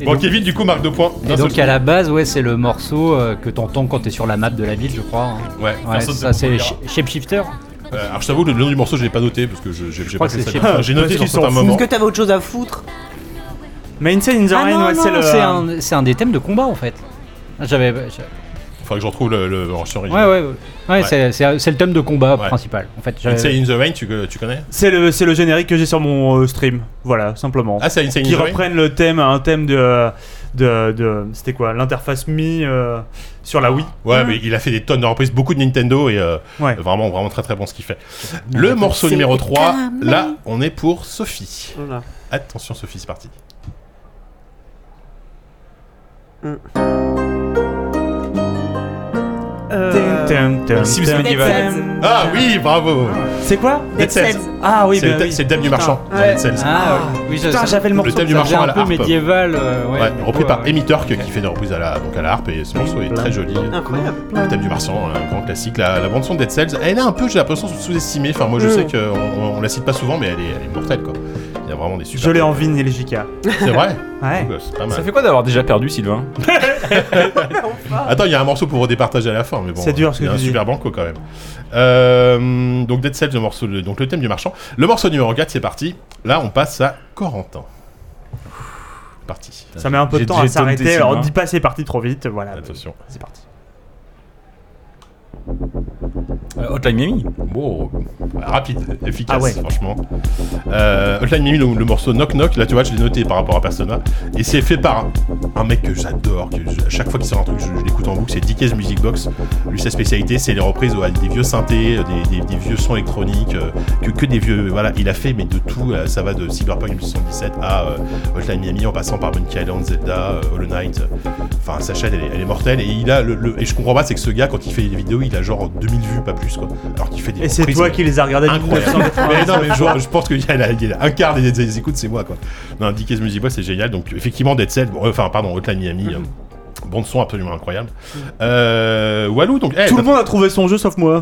S1: Bon, Kevin, du coup, marque deux points.
S5: Et donc à la base, ouais, c'est le morceau euh, que t'entends quand t'es sur la map de la ville, je crois. hein.
S1: Ouais,
S5: Ouais,
S1: personne
S5: ça
S1: ne
S5: c'est
S1: comprendra.
S5: Sh- Shapeshifter.
S1: Euh, alors je t'avoue que le nom du morceau je l'ai pas noté parce que je- j'ai j'ai
S5: crois
S1: pas
S5: que
S1: fait ça.
S5: c'est chez-
S1: Enfin, J'ai noté
S4: parce
S1: dans
S4: qu'ils sont
S1: certains
S4: fous.
S1: moments.
S6: Est-ce que t'avais autre chose à foutre
S4: Mais Insane in the
S5: Ah
S4: Rain,
S5: non,
S4: ouais,
S5: non,
S4: c'est le...
S5: c'est un, c'est un des thèmes de combat en fait. J'avais.
S1: faudrait que je retrouve le, le oh, version
S5: Ouais, ouais,
S1: originale.
S5: ouais. Ouais, C'est, c'est- c'est le thème de combat
S1: Ouais.
S5: principal. En fait, j'avais-
S1: Insane in the Rain, tu, tu connais
S4: C'est le, c'est le générique que j'ai sur mon euh, stream. Voilà, simplement.
S1: Ah, c'est Insane
S4: qui
S1: in the Rain
S4: reprennent le thème, un thème de. de, de C'était quoi L'interface Mi euh, sur la Wii.
S1: Ouais, mais il a fait des tonnes de reprises, beaucoup de Nintendo et euh,
S4: Ouais.
S1: vraiment, vraiment très très bon ce qu'il fait. Le morceau numéro 3, là, on est pour Sophie.
S6: Voilà.
S1: Attention, Sophie, c'est parti.
S6: Euh,
S4: Tum, tum,
S3: Sims
S4: tum.
S3: médiéval.
S6: Dead
S1: Ah oui, bravo
S4: C'est quoi
S1: Dead Cells.
S4: Ah oui,
S1: C'est
S4: bah
S1: le, thème-
S4: oui.
S1: c'est le thème du
S4: Putain.
S1: marchand dans
S6: Ouais.
S1: Dead Cells.
S5: Ah, oui, ça-
S4: Putain,
S5: ça-
S4: j'avais le
S1: Le
S4: morceau.
S1: thème du
S5: ça faisait
S1: marchand à
S5: un
S1: la
S5: peu
S1: harpe.
S5: médiéval. euh,
S4: Ah,
S5: ouais,
S1: Ouais,
S5: du
S1: repris
S5: coup,
S1: par
S5: euh,
S1: Amy Turk
S5: ok.
S1: qui fait des reprises à la, donc à la harpe et ce morceau est très joli.
S4: Ah,
S6: Incroyable.
S1: Le thème du marchand, un grand classique. La, la bande son de Dead Cells, elle est un peu, j'ai l'impression, sous-estimée. Enfin, moi je
S6: Mm.
S1: sais qu'on on, on la cite pas souvent, mais elle est, elle est mortelle quoi. Il y a vraiment des super.
S4: Je l'ai en vinyle, les JK.
S1: C'est vrai
S4: (laughs) Ouais.
S1: Ouais, C'est pas
S3: Ça
S1: mal.
S3: fait quoi d'avoir déjà perdu, Sylvain
S1: Attends, il y a un morceau pour redépartager à la fin, mais bon.
S4: C'est dur, ce
S1: il y a
S4: que
S1: un
S4: tu dis.
S1: super banco quand même. Euh, donc Dead Cells, le morceau, le- donc le thème du marchand. Le morceau numéro 4, c'est parti. Là, on passe à Corentin. Parti.
S4: Ça met un peu de
S3: J'ai-
S4: temps à
S3: j'ai tonté
S4: s'arrêter.
S3: Sylvain.
S4: Alors, dis pas c'est parti trop vite. Voilà.
S1: Attention.
S4: C'est parti.
S3: Euh, Hotline Miami
S1: Wow. Rapide, efficace,
S4: Ah ouais.
S1: franchement. Euh, Hotline Miami, le, le morceau Knock Knock, là tu vois, je l'ai noté par rapport à Persona. Et c'est fait par un mec que j'adore, que je- à chaque fois qu'il sort un truc, je, je l'écoute en boucle, c'est DK's Music Box. Lui, sa spécialité, c'est les reprises ouais, des vieux synthés, euh, des, des- des vieux sons électroniques, euh, que, que des vieux. Voilà, il a fait, mais de tout, euh, ça va de Cyberpunk 2077 à euh, Hotline Miami en passant par Monkey Island, Zelda, euh, Hollow Knight. Enfin, sa chaîne, elle est, elle est mortelle. Et, il a le, le- et je comprends pas, c'est que ce gars, quand il fait des vidéos, il a genre 2000 vues, pas plus, quoi. Alors qu'il fait des
S4: Et c'est
S1: reprises,
S4: toi
S1: mais-
S4: qui les as regardés depuis
S1: Incroyable.
S4: 1980.
S1: mais non, mais je, je pense qu'il y, a la- il y a un quart des, des écoutes, c'est moi quoi. Non, Dickies Music Box, c'est génial. Donc, effectivement, Dead Cell, bon, euh, enfin, pardon, Hotline Miami, euh,
S4: Mm-hmm.
S1: bande son absolument incroyable. Euh, Walou, donc, eh,
S4: (laughs) Tout le
S1: t'as-
S4: monde a trouvé son jeu sauf moi.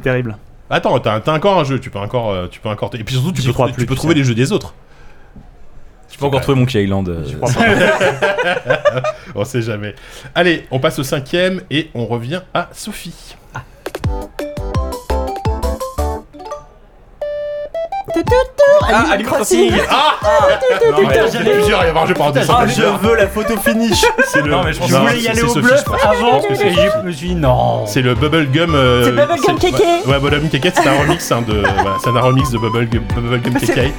S1: (laughs)
S4: terrible.
S1: attends, t'as t'as encore un jeu, tu peux encore. euh, Tu peux encore et puis surtout, tu
S4: J'y
S1: peux,
S4: crois
S1: trouver-
S4: plus,
S1: tu peux
S4: putain.
S1: trouver les jeux des autres.
S3: Je peux encore trouver Monkey Island. euh,
S4: Je crois pas.
S1: On sait jamais. Allez, on passe au cinquième et on revient à Sophie.
S3: Ah, Animal Crossing Non, mais-
S1: Putain, j'avais plusieurs, il va y avoir un jeu par
S4: Ah, je veux la photo finish.
S1: C'est le.
S3: Non, mais je pense
S1: Non,
S3: que
S1: c'est-
S4: y aller
S1: c'est
S4: au
S1: Sophie,
S4: bluff
S1: je pense.
S5: Avant,
S1: que c'est
S5: et je me suis dit non.
S1: C'est le Bubblegum. Euh,
S6: C'est Bubblegum
S1: c'est-
S6: Kéké.
S1: Ouais, ouais, Bubblegum Kéké, c'est un remix hein, de. voilà, c'est un remix de Bubblegum, Bubblegum
S6: C'est-
S1: Kéké.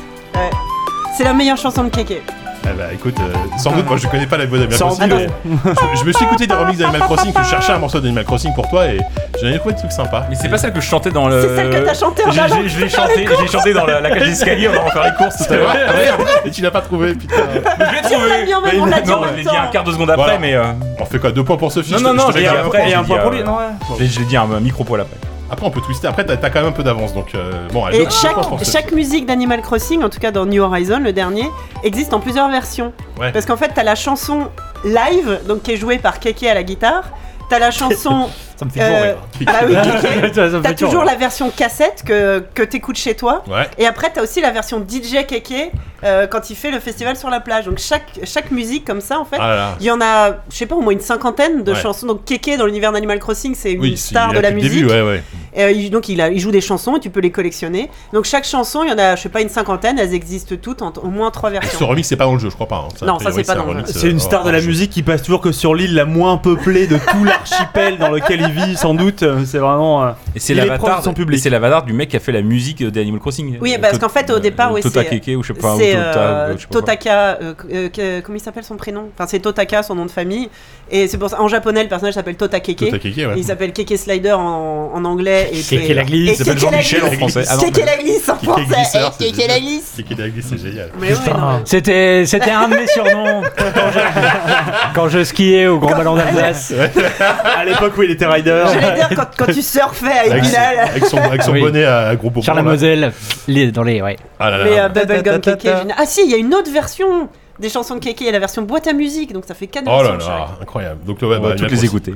S6: C'est la meilleure chanson de Kéké.
S1: Ah bah écoute, euh, sans doute, moi je connais pas la Bubblegum
S4: Sans
S1: Crossing.
S4: doute.
S1: mais Je, je me suis écouté des remixes d'Animal Crossing, que je cherchais un morceau d'Animal Crossing pour toi et j'en ai trouvé des trucs sympas.
S3: Mais c'est pas celle que je chantais dans le.
S6: C'est celle que t'as chantée hein. en allant
S3: J'ai- j'ai- Je l'ai chanté, je l'ai chanté dans la, la cage d'escalier en allant faire les courses tout à
S1: C'est
S3: l'heure.
S1: vrai, merde, et tu l'as pas trouvé, putain.
S3: Mais Je l'ai
S6: Si, (laughs) on l'a mis en même- on l'a dit en
S3: Non,
S6: même
S3: je l'ai dit
S6: temps.
S3: un quart de seconde après,
S1: Voilà.
S3: mais. euh,
S1: On fait quoi Deux points pour Sophie
S3: Non,
S1: je te-
S3: non,
S1: je
S3: non,
S1: te
S3: je l'ai dit
S1: régale.
S3: après.
S4: Et
S3: je
S4: un
S3: l'ai
S4: point
S3: dit,
S4: pour
S3: euh,
S4: lui. Non, ouais.
S3: Je l'ai- je l'ai dit un micro-poil après.
S1: Après, on peut twister. Après, t'as t'as quand même un peu d'avance donc euh, bon, allez,
S6: Et
S1: deux points pour
S6: chaque,
S1: Sophie.
S6: chaque musique d'Animal Crossing, en tout cas dans New Horizon, le dernier, existe en plusieurs versions.
S1: Ouais.
S6: Parce qu'en fait, t'as la chanson live, donc qui est jouée par Keke à la guitare. T'as la chanson.
S5: Ça me fait
S6: euh, bah oui, Keke.
S5: Ça me fait
S6: T'as
S5: toujours
S6: toujours
S5: rire.
S6: la version cassette que, que t'écoutes chez toi.
S1: Ouais.
S6: Et après, t'as aussi la version DJ Keke euh, quand il fait le festival sur la plage. Donc chaque, chaque musique comme ça, en fait.
S1: Ah là là.
S6: Il y en a, je sais pas, au moins une cinquantaine de
S1: Ouais.
S6: chansons. Donc Keke dans l'univers d'Animal Crossing, c'est une
S1: Oui, c'est-
S6: star
S1: il
S6: de
S1: a
S6: la
S1: depuis
S6: musique.
S1: le début, ouais, ouais.
S6: Et, euh, il- donc il, a- il joue des chansons et tu peux les collectionner. Donc chaque chanson, il y en a, je sais pas, une cinquantaine, elles existent toutes en t- au moins trois
S1: Ce
S6: versions.
S1: remix, c'est pas dans le jeu, je crois pas. hein.
S6: Non,
S1: a
S6: ça,
S1: priori,
S6: c'est pas dans
S1: un
S6: le jeu.
S1: remix,
S4: C'est
S1: euh,
S4: une star de la
S1: hors jeu.
S4: musique qui passe toujours que sur l'île la moins peuplée de tout l'archipel dans lequel il vit, sans doute. Euh, C'est vraiment. euh,
S3: Et c'est
S4: Il est
S3: l'avatar.
S4: proche de son public.
S3: et C'est l'avatar du mec qui a fait la musique euh, d'Animal Crossing.
S6: Oui,
S3: Euh,
S6: parce
S3: Tot-
S6: qu'en fait, au
S3: euh,
S6: départ, oui,
S3: Tota
S6: c'est-
S3: Keke ou je sais pas. ou
S6: C'est
S3: Tota,
S6: euh,
S3: ou je sais pas quoi.
S6: Totaka, euh, euh, que- comment il s'appelle son prénom Enfin, c'est Totaka, son nom de famille. Et c'est pour ça, en japonais, le personnage s'appelle Totakeke.
S1: Tout à kéké, ouais.
S6: Il s'appelle Keke Slider en, en anglais. Et
S5: Keke la glisse,
S6: et
S3: Il s'appelle
S6: Keke la
S3: Jean-Michel en
S6: glisse.
S3: français. Ah non,
S6: Keke la glisse en
S1: Keke
S6: français.
S1: glisseur,
S6: Eh,
S1: c'est
S6: Keke la
S1: génial.
S6: glisse.
S1: Keke Dagli, c'est génial.
S6: Mais oui, non, mais-
S5: C'était, c'était un de mes surnoms quand je, (laughs) quand je skiais au Grand Ballon d'Alsace.
S4: À l'époque où il était rider.
S6: J'allais dire, quand, quand tu surfais à
S1: Avec, son-
S6: Épinal.
S1: avec son, avec son
S5: Oui.
S1: bonnet à gros bonbon.
S5: Charles
S1: là.
S5: Moselle, les, dans les. Ouais.
S1: Ah là là.
S6: Mais euh, Bubblegum Keke, est génial. Ah si, il y a une autre version des chansons de Keke, il y a la version boîte à musique, donc ça fait 4
S1: Oh là
S6: versions. chérie.
S1: là, incroyable. Donc le bah, web,
S3: On va toutes les écouter.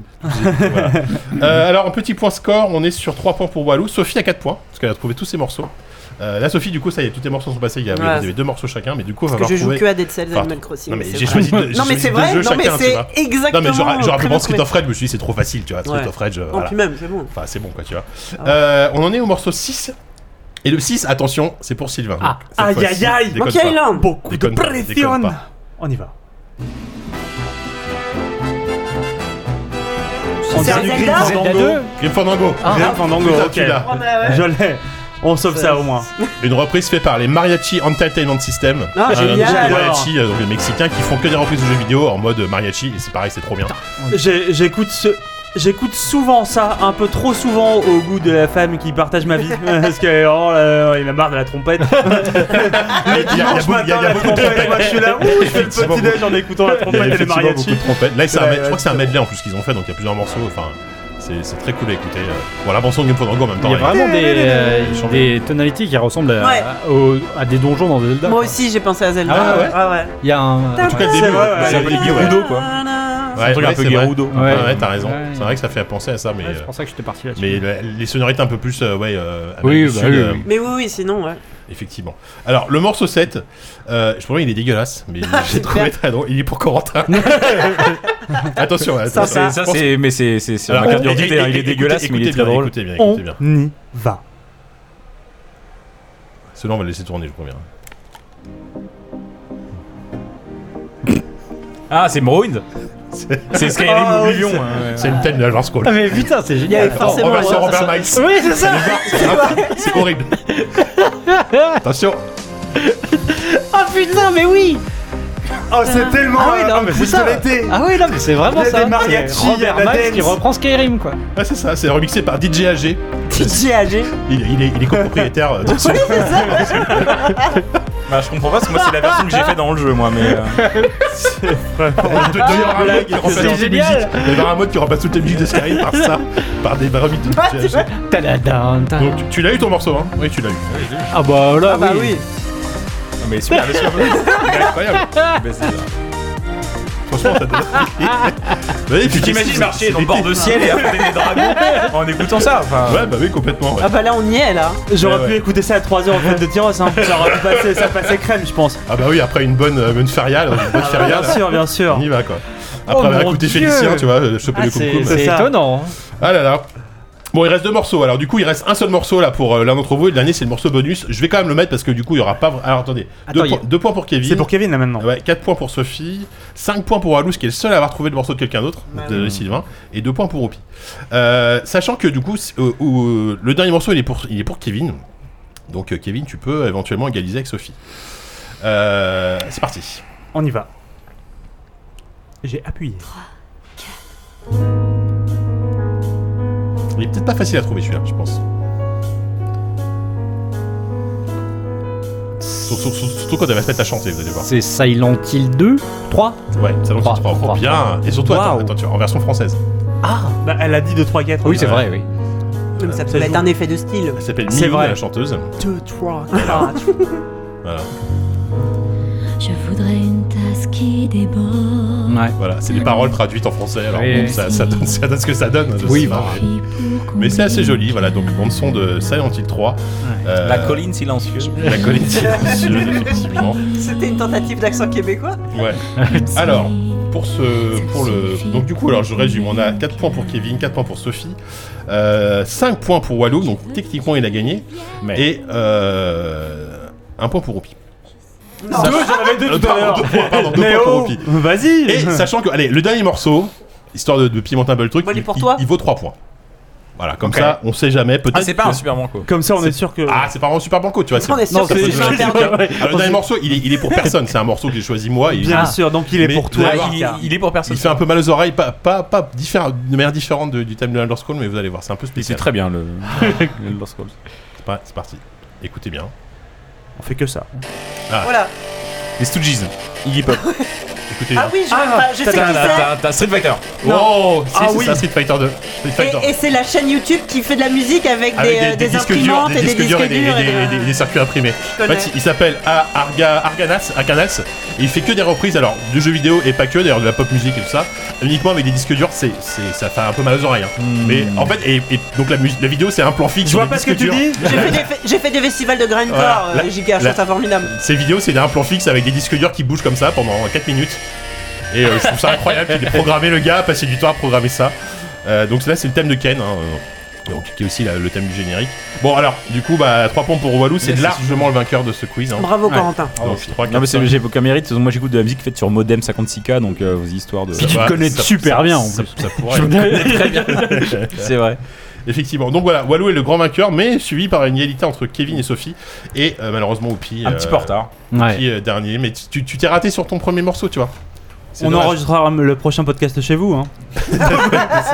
S1: Euh, alors un petit point score, on est sur 3 points pour Walou, Sophie a 4 points parce qu'elle a trouvé tous ses morceaux. Euh, là Sophie du coup ça y est, tous tes morceaux sont passés, il y avait,
S6: Ouais.
S1: il y avait deux morceaux chacun mais du coup on va
S6: Parce que je
S1: falloir
S6: joue que
S1: trouver-
S6: à Dead Cells
S1: Enfin,
S6: Animal Crossing.
S1: Non mais
S6: c'est
S1: j'ai
S6: vrai.
S1: choisi deux,
S6: Non mais c'est vrai,
S1: jeux
S6: non mais
S1: chacun, tu
S6: c'est
S1: vois. Non
S6: exactement.
S1: mais j'aurais j'aurais
S6: très
S1: pu
S6: bien
S1: prendre Street
S6: trouvé.
S1: of Rage, je me suis dit c'est trop facile, tu vois, Street
S6: Ouais.
S1: of Rage, euh,
S6: Non,
S1: voilà.
S6: puis même, c'est bon.
S1: Enfin c'est bon quoi, tu vois.
S6: Ah ouais.
S1: Euh, on en est au morceau 6 et le 6 attention, c'est pour Sylvain. Donc,
S4: Ah,
S1: cette
S4: aïe,
S1: fois-ci,
S4: aïe, aïe,
S1: déconne
S6: Monkey
S1: pas.
S6: Island
S4: Beaucoup de
S1: Déconne pas,
S4: pression.
S1: déconne pas.
S4: On y va.
S1: On
S5: On
S6: C'est
S5: dirait
S6: un
S5: du
S4: Grim
S6: Zelda
S5: Zelda
S4: Fandango.
S5: 2.
S1: Grim Fandango.
S5: Ah,
S4: Grim Fandango,
S1: Putain,
S4: ok.
S1: tu l'as.
S6: Oh, bah ouais.
S4: Je l'ai. On sauve ça au moins.
S1: Une reprise faite par les Mariachi Entertainment System.
S6: Ah,
S1: Un
S6: génial.
S1: groupe de
S4: Alors.
S1: mariachi, euh, donc les Mexicains, qui font que des reprises de jeux vidéo en mode mariachi. Et c'est pareil, c'est trop bien.
S4: J'ai- J'écoute ce. J'écoute souvent ça, un peu trop souvent, au goût de la femme qui partage ma vie. (laughs) Parce que, oh là, il m'a marre de la trompette.
S1: Il y a- il y a
S4: Dimanche
S1: beaucoup- il y a- il y
S4: matin,
S1: a
S4: la
S1: beaucoup de
S4: trompette, moi je
S1: (laughs)
S4: suis là, ouh, je fais le
S1: Effectivement,
S4: petit déj en écoutant la
S1: Il y a
S4: trompette et les
S1: effectivement beaucoup
S4: mariachis.
S1: de trompettes. Là, c'est un
S4: Ouais,
S1: med- je
S4: ouais,
S1: crois que c'est un
S4: c'est-
S1: medley en plus qu'ils ont fait, donc il y a plusieurs morceaux. Enfin, c'est c'est très cool à écouter. euh. Voilà, bon son de Game Fandango en même temps.
S5: Il y a
S1: hein.
S5: vraiment des, euh,
S1: Ils sont
S5: des tonalités qui ressemblent à,
S6: Ouais.
S5: au- à des donjons dans Zelda.
S6: Moi
S5: quoi.
S6: aussi j'ai pensé à Zelda.
S5: Ah ouais
S6: ouais.
S5: Il y a un.
S1: En tout cas, le début,
S4: C'est vrai, ouais,
S1: c'est un
S3: ouais,
S1: peu
S3: ouais.
S1: début, ouais.
S3: Ouais. Gerudo, quoi.
S1: Ouais,
S3: un truc
S1: ouais,
S3: un peu
S1: c'est vrai.
S3: Gerudo.
S1: Ouais,
S5: Ouais.
S1: ouais, t'as raison.
S5: Ouais.
S1: C'est vrai que ça fait penser à ça, mais.
S5: Ouais,
S1: euh,
S5: c'est pour ça que j'étais parti là-dessus.
S1: Mais la- les sonorités un peu plus, euh, ouais, euh, Amérique
S5: Oui,
S1: du
S5: bah
S1: Sud,
S5: oui,
S1: euh,
S5: oui.
S6: Mais oui, oui, sinon, ouais.
S1: effectivement. Alors, le morceau 7, euh, je trouve il est dégueulasse,
S4: (laughs)
S1: mais j'ai trouvé très drôle. Il est pour Corentin. (laughs) attention, attention.
S3: Ça, c'est- ça, c'est- mais c'est c'est sur
S1: Alors,
S3: ma carte
S1: écoutez-
S3: d'identité. hein, Il est
S1: écoutez-
S3: dégueulasse, mais il est
S1: écoutez
S3: très
S1: bien,
S3: drôle.
S1: Écoutez bien,
S4: On
S1: écoutez bien.
S4: y va.
S1: Celui-là, on va le laisser tourner, je vous préviens.
S3: Ah, c'est Morrowind
S1: C'est-
S3: C'est Skyrim
S4: Ah, oui,
S3: Oblivion.
S4: c'est-
S3: hein, ouais.
S1: C'est le thème de l'agence Call.
S4: (laughs)
S5: Ah, mais putain, c'est
S6: Il y avait
S5: génial.
S6: forcément-
S1: En version
S6: ouais,
S1: Robert
S6: ça-
S1: Miles.
S5: Oui, c'est ça.
S1: (laughs) C'est grave, C'est horrible. Attention.
S5: Ah putain, mais oui.
S2: Oh, c'est tellement.
S5: Ah oui, non,
S2: mais
S5: putain.
S2: c'est ce qu'elle était.
S5: Ah oui, non, mais c'est vraiment
S2: Il y a
S5: ça.
S2: des mariachis,
S5: C'est Robert
S2: il y a la
S5: Max qui
S2: dance.
S5: reprend Skyrim, quoi.
S1: Ah, c'est ça, c'est remixé par DJ AG.
S6: DJ AG.
S1: Il, il est, il est copropriétaire.
S4: (laughs)
S1: euh, attention.
S3: Bah, je comprends pas, parce que moi, c'est la version que j'ai fait dans le jeu, moi. Mais euh,
S1: Il doit y avoir un mode qui remplace
S5: C'est
S1: toutes les
S5: génial.
S1: musiques. Il doit y avoir un mode qui remplace toutes les musiques de Skyrim par ça, par des remixes de
S6: Ah,
S1: DJ
S6: c'est
S1: AG.
S5: Tadadam, tadam.
S1: Donc tu, tu l'as eu ton morceau, hein Oui, tu l'as eu.
S5: Ah bah là,
S6: Ah bah oui.
S3: non, mais celui-là, laisse-le.
S1: C'est incroyable.
S3: Bah, c'est-
S1: Franchement, ça donne. Bah Ouais,
S3: Tu t'imagines marcher dans le bord de ciel et affronter des dragons en écoutant ça enfin,
S1: Ouais, bah oui, complètement. ouais.
S6: Ah bah là on y est là.
S4: J'aurais
S1: Ouais,
S4: pu
S1: ouais.
S4: écouter ça à 3h en fait de Tyros, hein. ça aurait pu passer, ça passait crème, je pense.
S1: Ah bah oui, après une bonne, euh, une feriale, une bonne feriale,
S4: Bien sûr, bien sûr.
S1: on y va quoi.
S5: Oh
S1: Après avoir
S5: mon
S1: écouté
S5: Dieu.
S1: Félicien, tu vois, euh, choper
S5: Ah,
S1: le
S5: c'est
S1: coucou.
S5: c'est
S4: C'est ça.
S5: étonnant. hein.
S1: Ah là là. Bon, il reste deux morceaux. Alors, du coup, il reste un seul morceau là pour euh, l'un d'entre vous et le dernier, c'est le morceau bonus. Je vais quand même le mettre parce que du coup, il y aura pas. vra- Alors, attendez. deux,
S5: Attends, il y a-
S1: points- deux points pour Kevin.
S4: C'est pour Kevin là maintenant.
S1: Ah Ouais, 4 points pour Sophie, 5 points pour Alous qui est le seul à avoir trouvé le morceau de quelqu'un d'autre,
S6: Ah
S1: de Sylvain, et 2 points pour Opi. Euh, sachant que du coup, c'est- euh, euh, le dernier morceau il est pour, il est pour Kevin. Donc euh, Kevin, tu peux éventuellement égaliser avec Sophie. Euh, c'est parti.
S4: On y va. J'ai appuyé.
S1: Il est peut-être pas facile à trouver celui-là, je pense. Surtout, surtout- surtout quand elle va se mettre à chanter, vous allez voir.
S5: C'est Silent Hill 2, 3.
S1: Ouais, ça lance
S5: Trois,
S1: trois.
S5: trois,
S1: Bien. Et surtout, attends,
S4: Waouh.
S1: attends, tu vois, en version française.
S5: Ah
S4: Bah, elle a dit 2, 3, 4.
S5: Oui, c'est vrai, oui.
S6: Mais Ça
S4: Ça
S6: peut être
S4: joue.
S6: un effet de style. Ah,
S1: Elle s'appelle
S4: C'est
S1: Mimi,
S4: vrai.
S1: la chanteuse.
S6: 2, 3,
S1: Voilà,
S7: Je voudrais une tasse qui déborde.
S5: Ouais.
S1: voilà. c'est des paroles traduites en français. Alors
S5: Oui.
S1: bon, ça, ça donne, ça donne ce que ça donne. je
S5: Oui,
S1: sais
S5: bah.
S1: pas, mais- Mais c'est assez joli, voilà, donc bande son de Silent Hill 3. Euh,
S3: La colline silencieuse.
S1: La colline silencieuse,
S5: (laughs)
S1: effectivement.
S6: C'était une tentative d'accent
S1: (laughs)
S6: québécois.
S1: Ouais. Alors, pour ce. Pour le... Donc, du coup, alors je résume, on a 4 points pour Kevin, 4 points pour Sophie, 5 points pour Walou, donc techniquement il a gagné,
S3: Mais
S1: et euh, 1 point pour Rupi.
S6: Non.
S4: Deux, j'en avais deux
S1: Euh,
S4: tout à
S1: pardon,
S4: l'heure.
S1: 2 points, pardon, deux
S4: Mais
S1: points pour
S4: oh,
S1: Rupi.
S4: vas-y.
S5: (laughs)
S1: Et sachant que, allez, le dernier morceau, histoire de, de pimenter un peu le truc,
S6: Bon, il est
S1: il,
S6: pour
S1: il-
S6: toi.
S1: il vaut 3 points. Voilà, comme
S3: Ok.
S1: ça, on sait jamais, peut-être.
S3: Ah, c'est pas
S1: que-
S3: un super manco.
S4: (laughs) Comme ça, on est, sûr que.
S1: Ah, c'est pas vraiment super banco, tu vois. c'est-
S6: On est sûr
S4: Non,
S6: que
S4: c'est-
S6: c'est un terme.
S1: Alors, Ah, le dernier morceau, il est, il est pour personne. C'est un morceau que j'ai choisi moi. Il,
S4: (laughs) Bien
S5: Ah.
S4: sûr, donc il est
S1: Mais
S4: pour
S1: vous
S4: toi.
S1: allez voir.
S4: Lucas.
S3: Il est pour personne.
S1: il fait un peu mal aux oreilles, pas, pas, pas diffère- de manière différente de- du thème de l'Underscroll, mais vous allez voir, c'est un peu
S3: C'est
S1: spécial.
S3: très bien (laughs) le. le Lost Scrolls.
S1: C'est pas- c'est parti. Écoutez bien.
S4: On fait que ça.
S6: Voilà.
S3: Les Stooges. Iggy Pop.
S1: Écoutez
S6: Ah
S1: bien.
S6: oui, je, enfin, je sais
S3: T'as-
S6: qui
S3: t'as- t'as Street Fighter.
S1: Oh, si,
S4: Ah
S1: c'est
S4: oui.
S1: ça, Street Fighter 2. Street Fighter.
S6: c'est. Et, et c'est la chaîne YouTube qui fait de la musique avec,
S1: Avec
S6: des, euh, des imprimantes
S1: des
S6: et des
S1: disques durs et des,
S6: durs.
S1: et des- Bah,
S6: et des- euh,
S1: des- des circuits imprimés.
S6: Je
S1: En
S6: connais.
S1: fait, il- il s'appelle A- Arga- Arganas, Arganas, et il fait que des reprises, alors de jeux vidéo et pas que, d'ailleurs de la pop musique et tout ça. Uniquement avec des disques durs, c'est, c'est- ça fait un peu mal aux oreilles. hein. Mais en fait, et, et donc la, mus- la vidéo, c'est un plan fixe.
S4: Hmm. Je
S1: sur
S4: vois
S1: des
S4: pas ce que
S1: disques
S4: tu
S1: durs.
S4: dis.
S6: J'ai fait,
S1: (laughs)
S6: des fe- j'ai fait des festivals de grindcore,
S1: Voilà.
S6: euh,
S1: La-
S6: JK, je
S1: la-
S6: trouve ça formidable. Bah,
S1: Ces vidéos, c'est un plan fixe avec des disques durs qui bougent comme ça pendant 4 minutes. Et euh, je trouve ça incroyable qu'il ait programmé le gars, passé du temps à programmer ça. Euh, donc là, c'est le thème de Ken. hein, euh, donc, qui est aussi la- le thème du générique. Bon, alors, du coup, bah, 3 points pour Walou, c'est
S3: Merci.
S1: largement le vainqueur de ce quiz. hein.
S6: Bravo
S5: Ouais.
S6: Corentin.
S1: Donc, 3,
S3: Non,
S1: 4,
S3: mais c'est- j'ai aucun mérite. parce que Moi, j'écoute de la musique faite sur modem 56K, donc euh, vos histoires de.
S5: Puis tu te connais super bien, en
S1: Ça,
S5: plus.
S1: ça pourrait.
S5: Je
S4: (laughs)
S5: me-
S3: C'est vrai.
S1: Effectivement. Donc voilà, Walou est le grand vainqueur, mais suivi par une égalité entre Kevin et Sophie. Et euh, malheureusement, Oupi.
S3: Un
S1: euh,
S3: petit peu en retard.
S5: Ouais.
S1: Oupi, euh, dernier. Mais tu- tu tu t'es raté sur ton premier morceau, tu vois. C'est
S4: On
S1: dommage.
S4: enregistrera le prochain podcast chez vous. Hein.
S1: C'est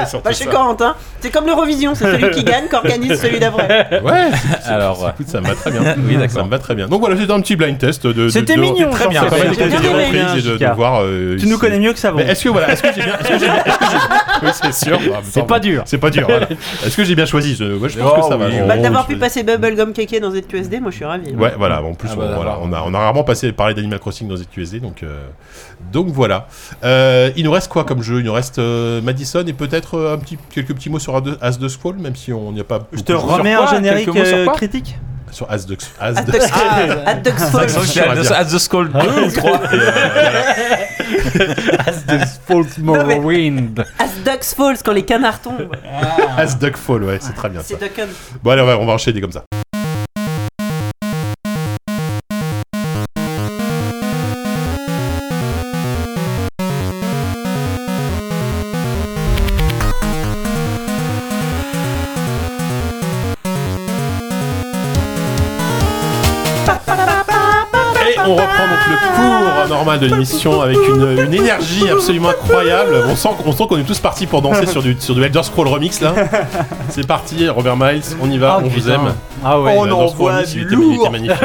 S1: surtout
S6: Bah, chez
S1: ça.
S6: Corentin, c'est comme l'Eurovision, c'est celui qui gagne qui
S1: (laughs)
S6: organise celui d'après.
S1: Ouais, c'est- c'est-
S3: Alors,
S1: c'est-
S3: ouais.
S1: écoute, ça me va très bien.
S3: Oui, d'accord.
S1: ça me va très bien. Donc voilà, c'était un petit blind test de. de-
S5: C'était
S1: de-
S5: mignon,
S1: Très bien.
S3: Jean,
S1: pas mal
S3: c'était
S6: bien.
S1: de questions
S6: Bien aimé,
S1: reprises et de- de
S4: Jessica.
S1: voir, euh,
S4: Tu nous
S1: si-
S4: connais mieux que ça, vous.
S1: Mais est-ce que voilà, est-ce que j'ai bien, est-ce que j'ai bien, est-ce
S3: (laughs)
S1: que j'ai- oui, c'est sûr. Bah,
S5: C'est
S1: attends,
S5: pas dur.
S1: C'est pas dur. voilà. Est-ce que j'ai bien choisi je, ouais, je pense
S3: Oh,
S1: que ça va.
S3: oui.
S1: je-
S6: Bah,
S1: je-
S6: D'avoir
S1: je-
S6: pu passer Bubblegum Keke dans ZQSD, moi je suis ravi.
S1: Ouais, voilà. En plus,
S3: Ah bah,
S1: on, voilà,
S3: d'accord.
S1: on a, on a rarement passé parler d'Animal Crossing dans ZQSD, donc euh, donc voilà. Euh, il nous reste quoi comme jeu Il nous reste euh, Madison et peut-être euh, un petit quelques petits mots sur As- As de Squall, même si on n'y a pas.
S4: Je te
S1: beaucoup-
S4: remets
S3: Sur
S4: un
S3: quoi
S4: générique
S3: Quelques mots sur
S4: euh,
S3: quoi
S4: critique.
S1: sur As de As
S6: At
S1: de-
S6: Duck's- At Duck's Fall.
S1: Sans
S3: C'est
S1: sûr à
S3: At the-
S1: dire.
S3: At the Skull 2 ou 3
S1: Et, euh, voilà.
S5: (laughs) Morrowind.
S6: As Ducks Falls quand les canards tombent.
S1: As Duck Fall, ouais, c'est très bien ça.
S6: C'est Ducken.
S1: Bon, allez, on va, on va enchaîner comme ça. Et On reprend donc le cours normal de l'émission avec une, une énergie absolument incroyable. On sent, on sent qu'on est tous partis pour danser sur du, sur du Elder Scroll Remix là. C'est parti, Robert Miles, on y va, on vous aime.
S5: Ah ouais.
S1: Oh, Elder Scrolls Remix, il était- il était
S4: (laughs)
S1: magnifique.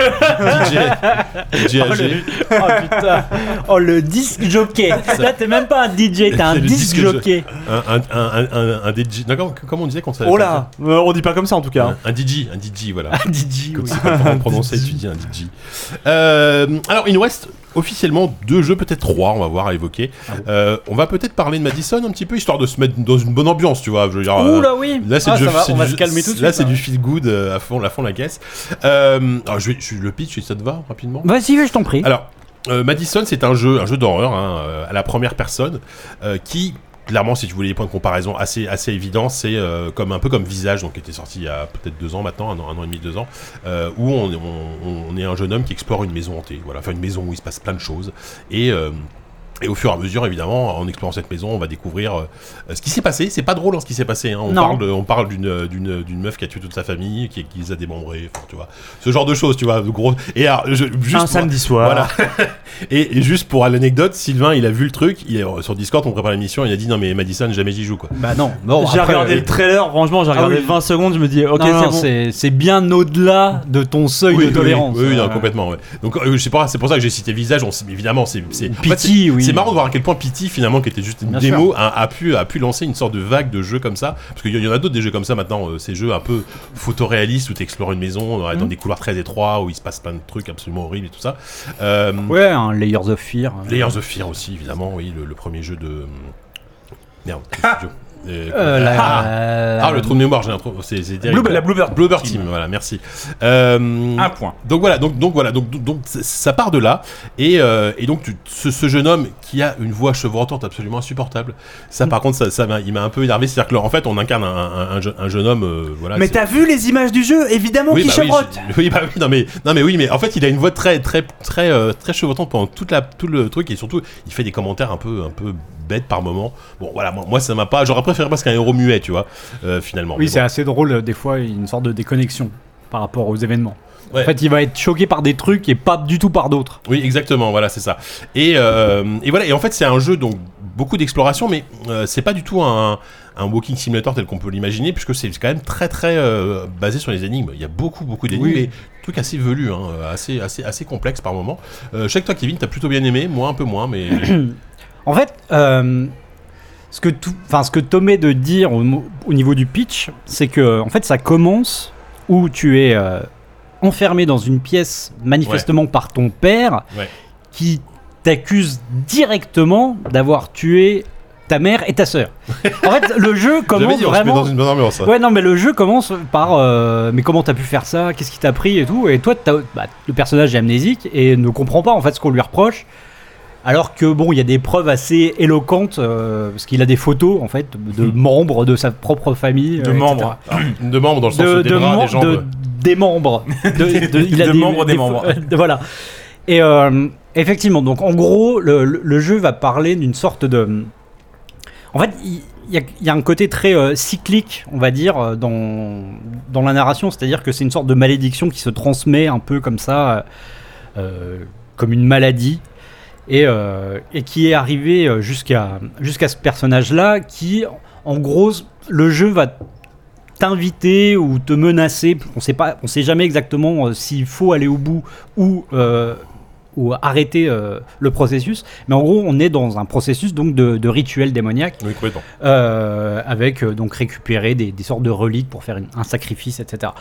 S1: DJ, DJ
S5: (laughs) Oh,
S1: AG.
S5: le... oh, putain. Oh, le disque jockey. Là, t'es même pas un DJ, t'es un
S1: C'est le
S5: disque
S1: disque
S5: jockey.
S1: un, un, un, un, un DJ. D'accord, comment on disait quand ça
S4: Oh là Euh, On dit pas comme ça en tout cas.
S1: un, un DJ, un DJ, voilà.
S5: Un DJ,
S1: Comme
S5: Ah, oui.
S1: c'est pas vraiment prononcé,
S5: (laughs)
S1: tu dis un DJ. Euh, alors, il nous reste officiellement deux jeux, peut-être trois, on va voir à évoquer.
S5: Ah
S1: Euh, on va peut-être parler de Madison un petit peu, histoire de se mettre dans une bonne ambiance, tu vois. Je veux dire, euh,
S5: Ouh là, oui.
S1: Là, c'est
S5: Ah,
S1: du,
S5: ça va,
S1: c'est
S5: on va
S1: du-
S5: se calmer tout de
S1: Là,
S5: suite.
S1: c'est du feel good euh, à fond, la fond la caisse. Euh, alors, je vais, je vais le pitch, si ça te va rapidement.
S5: Vas-y, Bah, je t'en prie.
S1: Alors, euh, Madison, c'est un jeu, un jeu d'horreur hein, euh, à la première personne euh, qui. Clairement, si tu voulais des points de comparaison assez, assez évidents, c'est euh, comme un peu comme Visage, donc qui était sorti il y a peut-être deux ans maintenant, un an, un an et demi, deux ans, euh, où on, on- on est un jeune homme qui explore une maison hantée, voilà, enfin une maison où il se passe plein de choses, et euh, et au fur et à mesure, évidemment, en explorant cette maison, on va découvrir euh, ce qui s'est passé. C'est pas drôle hein, ce qui s'est passé. hein. On,
S5: Non.
S1: parle de- on parle d'une euh, d'une d'une meuf qui a tué toute sa famille, qui, qui les a démembrés, enfin, tu vois, ce genre de choses, tu vois, de gros. Et alors, je- juste
S4: un
S1: pour-
S4: samedi soir.
S1: voilà. (laughs) et, et juste pour l'anecdote, Sylvain, il a vu le truc. Il est, euh, sur Discord, on prépare l'émission. Il a dit non mais Madison, jamais j'y joue quoi.
S5: Bah non, bon,
S4: j'ai
S5: après,
S4: regardé
S5: euh,
S4: le trailer, franchement, j'ai
S1: Ah
S4: regardé
S5: oui.
S4: 20 secondes, je me dis, ok,
S5: non, non,
S4: c'est bon.
S5: c'est c'est bien au-delà de ton seuil de tolérance.
S1: Oui, oui, non,
S5: Euh,
S1: complètement. ouais. Donc euh, je sais pas, c'est pour ça que j'ai cité Visage. On, sait- évidemment, c'est c'est en fait,
S5: Pity,
S1: c'est-
S5: oui.
S1: C'est marrant de voir à quel point Pity finalement, qui était juste une
S5: Bien
S1: démo, a, a pu a pu lancer une sorte de vague de jeux comme ça. Parce qu'il y, y en a d'autres des jeux comme ça maintenant. euh, ces jeux un peu photoréalistes où t'explores une maison
S5: Mm.
S1: euh, dans des couloirs très étroits où il se passe plein de trucs absolument horribles et tout ça. Euh,
S5: Ouais, un Layers of Fear.
S1: Layers of Fear aussi, évidemment. Oui, le, le premier jeu de euh, merde. le studio. Euh,
S5: Euh, la-
S1: ah,
S5: la-
S1: Ah, le trou de mémoire, j'ai un trou. C'est c'est terrible.
S3: Blue- la Bluebird
S1: Bluebird Team,
S3: Team. Ah.
S1: voilà, merci. Euh,
S3: Un point.
S1: donc voilà, donc, donc voilà, donc, donc, donc c- ça part de là. Et, euh, et donc tu- ce, ce jeune homme qui a une voix chevrotante absolument insupportable, ça par contre, ça, ça m'a- il m'a un peu énervé. C'est-à-dire que là, en fait, on incarne un, un- un jeune- un jeune homme, euh, voilà.
S4: Mais
S1: c'est-
S4: t'as vu les images du jeu Évidemment
S1: oui,
S4: qu'il
S1: bah oui,
S4: chevrotte
S1: j'ai- oui, bah oui, non mais, non mais oui, mais en fait, il a une voix très, très, très, euh, très chevrotante pendant toute la, tout le truc et surtout, il fait des commentaires un peu, un peu bêtes par moment. Bon, voilà, moi, moi ça m'a pas, j'aurais préféré presque un héros muet, tu vois, euh, finalement.
S5: Oui,
S1: Mais
S5: c'est
S1: bon.
S5: assez drôle, euh, des fois, il y a une sorte de déconnexion par rapport aux événements.
S1: Ouais.
S5: En fait, il va être choqué par des trucs et pas du tout par d'autres.
S1: Oui, exactement, voilà, c'est ça. Et, euh, et voilà, et en fait, c'est un jeu, donc, beaucoup d'exploration, mais euh, c'est pas du tout un, un walking simulator tel qu'on peut l'imaginer, puisque c'est quand même très, très euh, basé sur les énigmes. Il y a beaucoup, beaucoup d'énigmes,
S5: Oui.
S1: et truc assez velu, hein, assez, assez, assez complexe par moment. Euh, je sais que toi, Kevin, t'as plutôt bien aimé, moi un peu moins,
S5: (coughs)
S1: mais
S5: En fait, euh, ce que tout, enfin ce que Tomé de dire au, mo- au niveau du pitch, c'est que euh, en fait ça commence où tu es euh, enfermé dans une pièce manifestement par ton père,
S1: Ouais.
S5: qui t'accuse directement d'avoir tué ta mère et
S1: (laughs)
S5: ta sœur. en fait, le jeu
S1: J'avais
S5: commence
S1: dit, on se met
S5: vraiment.
S1: dans une bonne ambiance. hein.
S5: Ouais, non, mais le jeu commence par euh, Mais comment t'as pu faire ça Qu'est-ce qui t'a pris Et tout. Et toi, t'as- bah, le personnage est amnésique et ne comprend pas en fait ce qu'on lui reproche. Alors que bon, il y a des preuves assez éloquentes, euh, parce qu'il a des photos en fait de membres de sa propre famille.
S3: Hmm. De
S5: euh,
S3: membres.
S1: De membres dans le sens
S5: etc.
S1: où
S5: De,
S1: des
S5: de
S1: bras,
S5: mem-
S1: des jambes.
S5: de-
S1: (laughs)
S5: des membres. De,
S3: De membres des membres.
S5: pho- euh, de- voilà. Et euh, effectivement, donc en gros, le, le- le jeu va parler d'une sorte de. En fait, il il y, a- il y a un côté très euh, cyclique, on va dire, euh, dans, dans la narration, c'est-à-dire que c'est une sorte de malédiction qui se transmet un peu comme ça, euh, euh, comme une maladie, et, euh, et qui est arrivée euh, jusqu'à jusqu'à ce personnage-là, qui, en gros, le jeu va t'inviter ou te menacer. On sait pas, on sait jamais exactement euh, s'il faut aller au bout ou euh, ou arrêter euh, le processus. Mais en gros, on est dans un processus donc de, de rituel démoniaque
S1: Oui, complètement.
S5: euh, avec euh, donc récupérer des, des sortes de reliques pour faire une- un sacrifice, etc.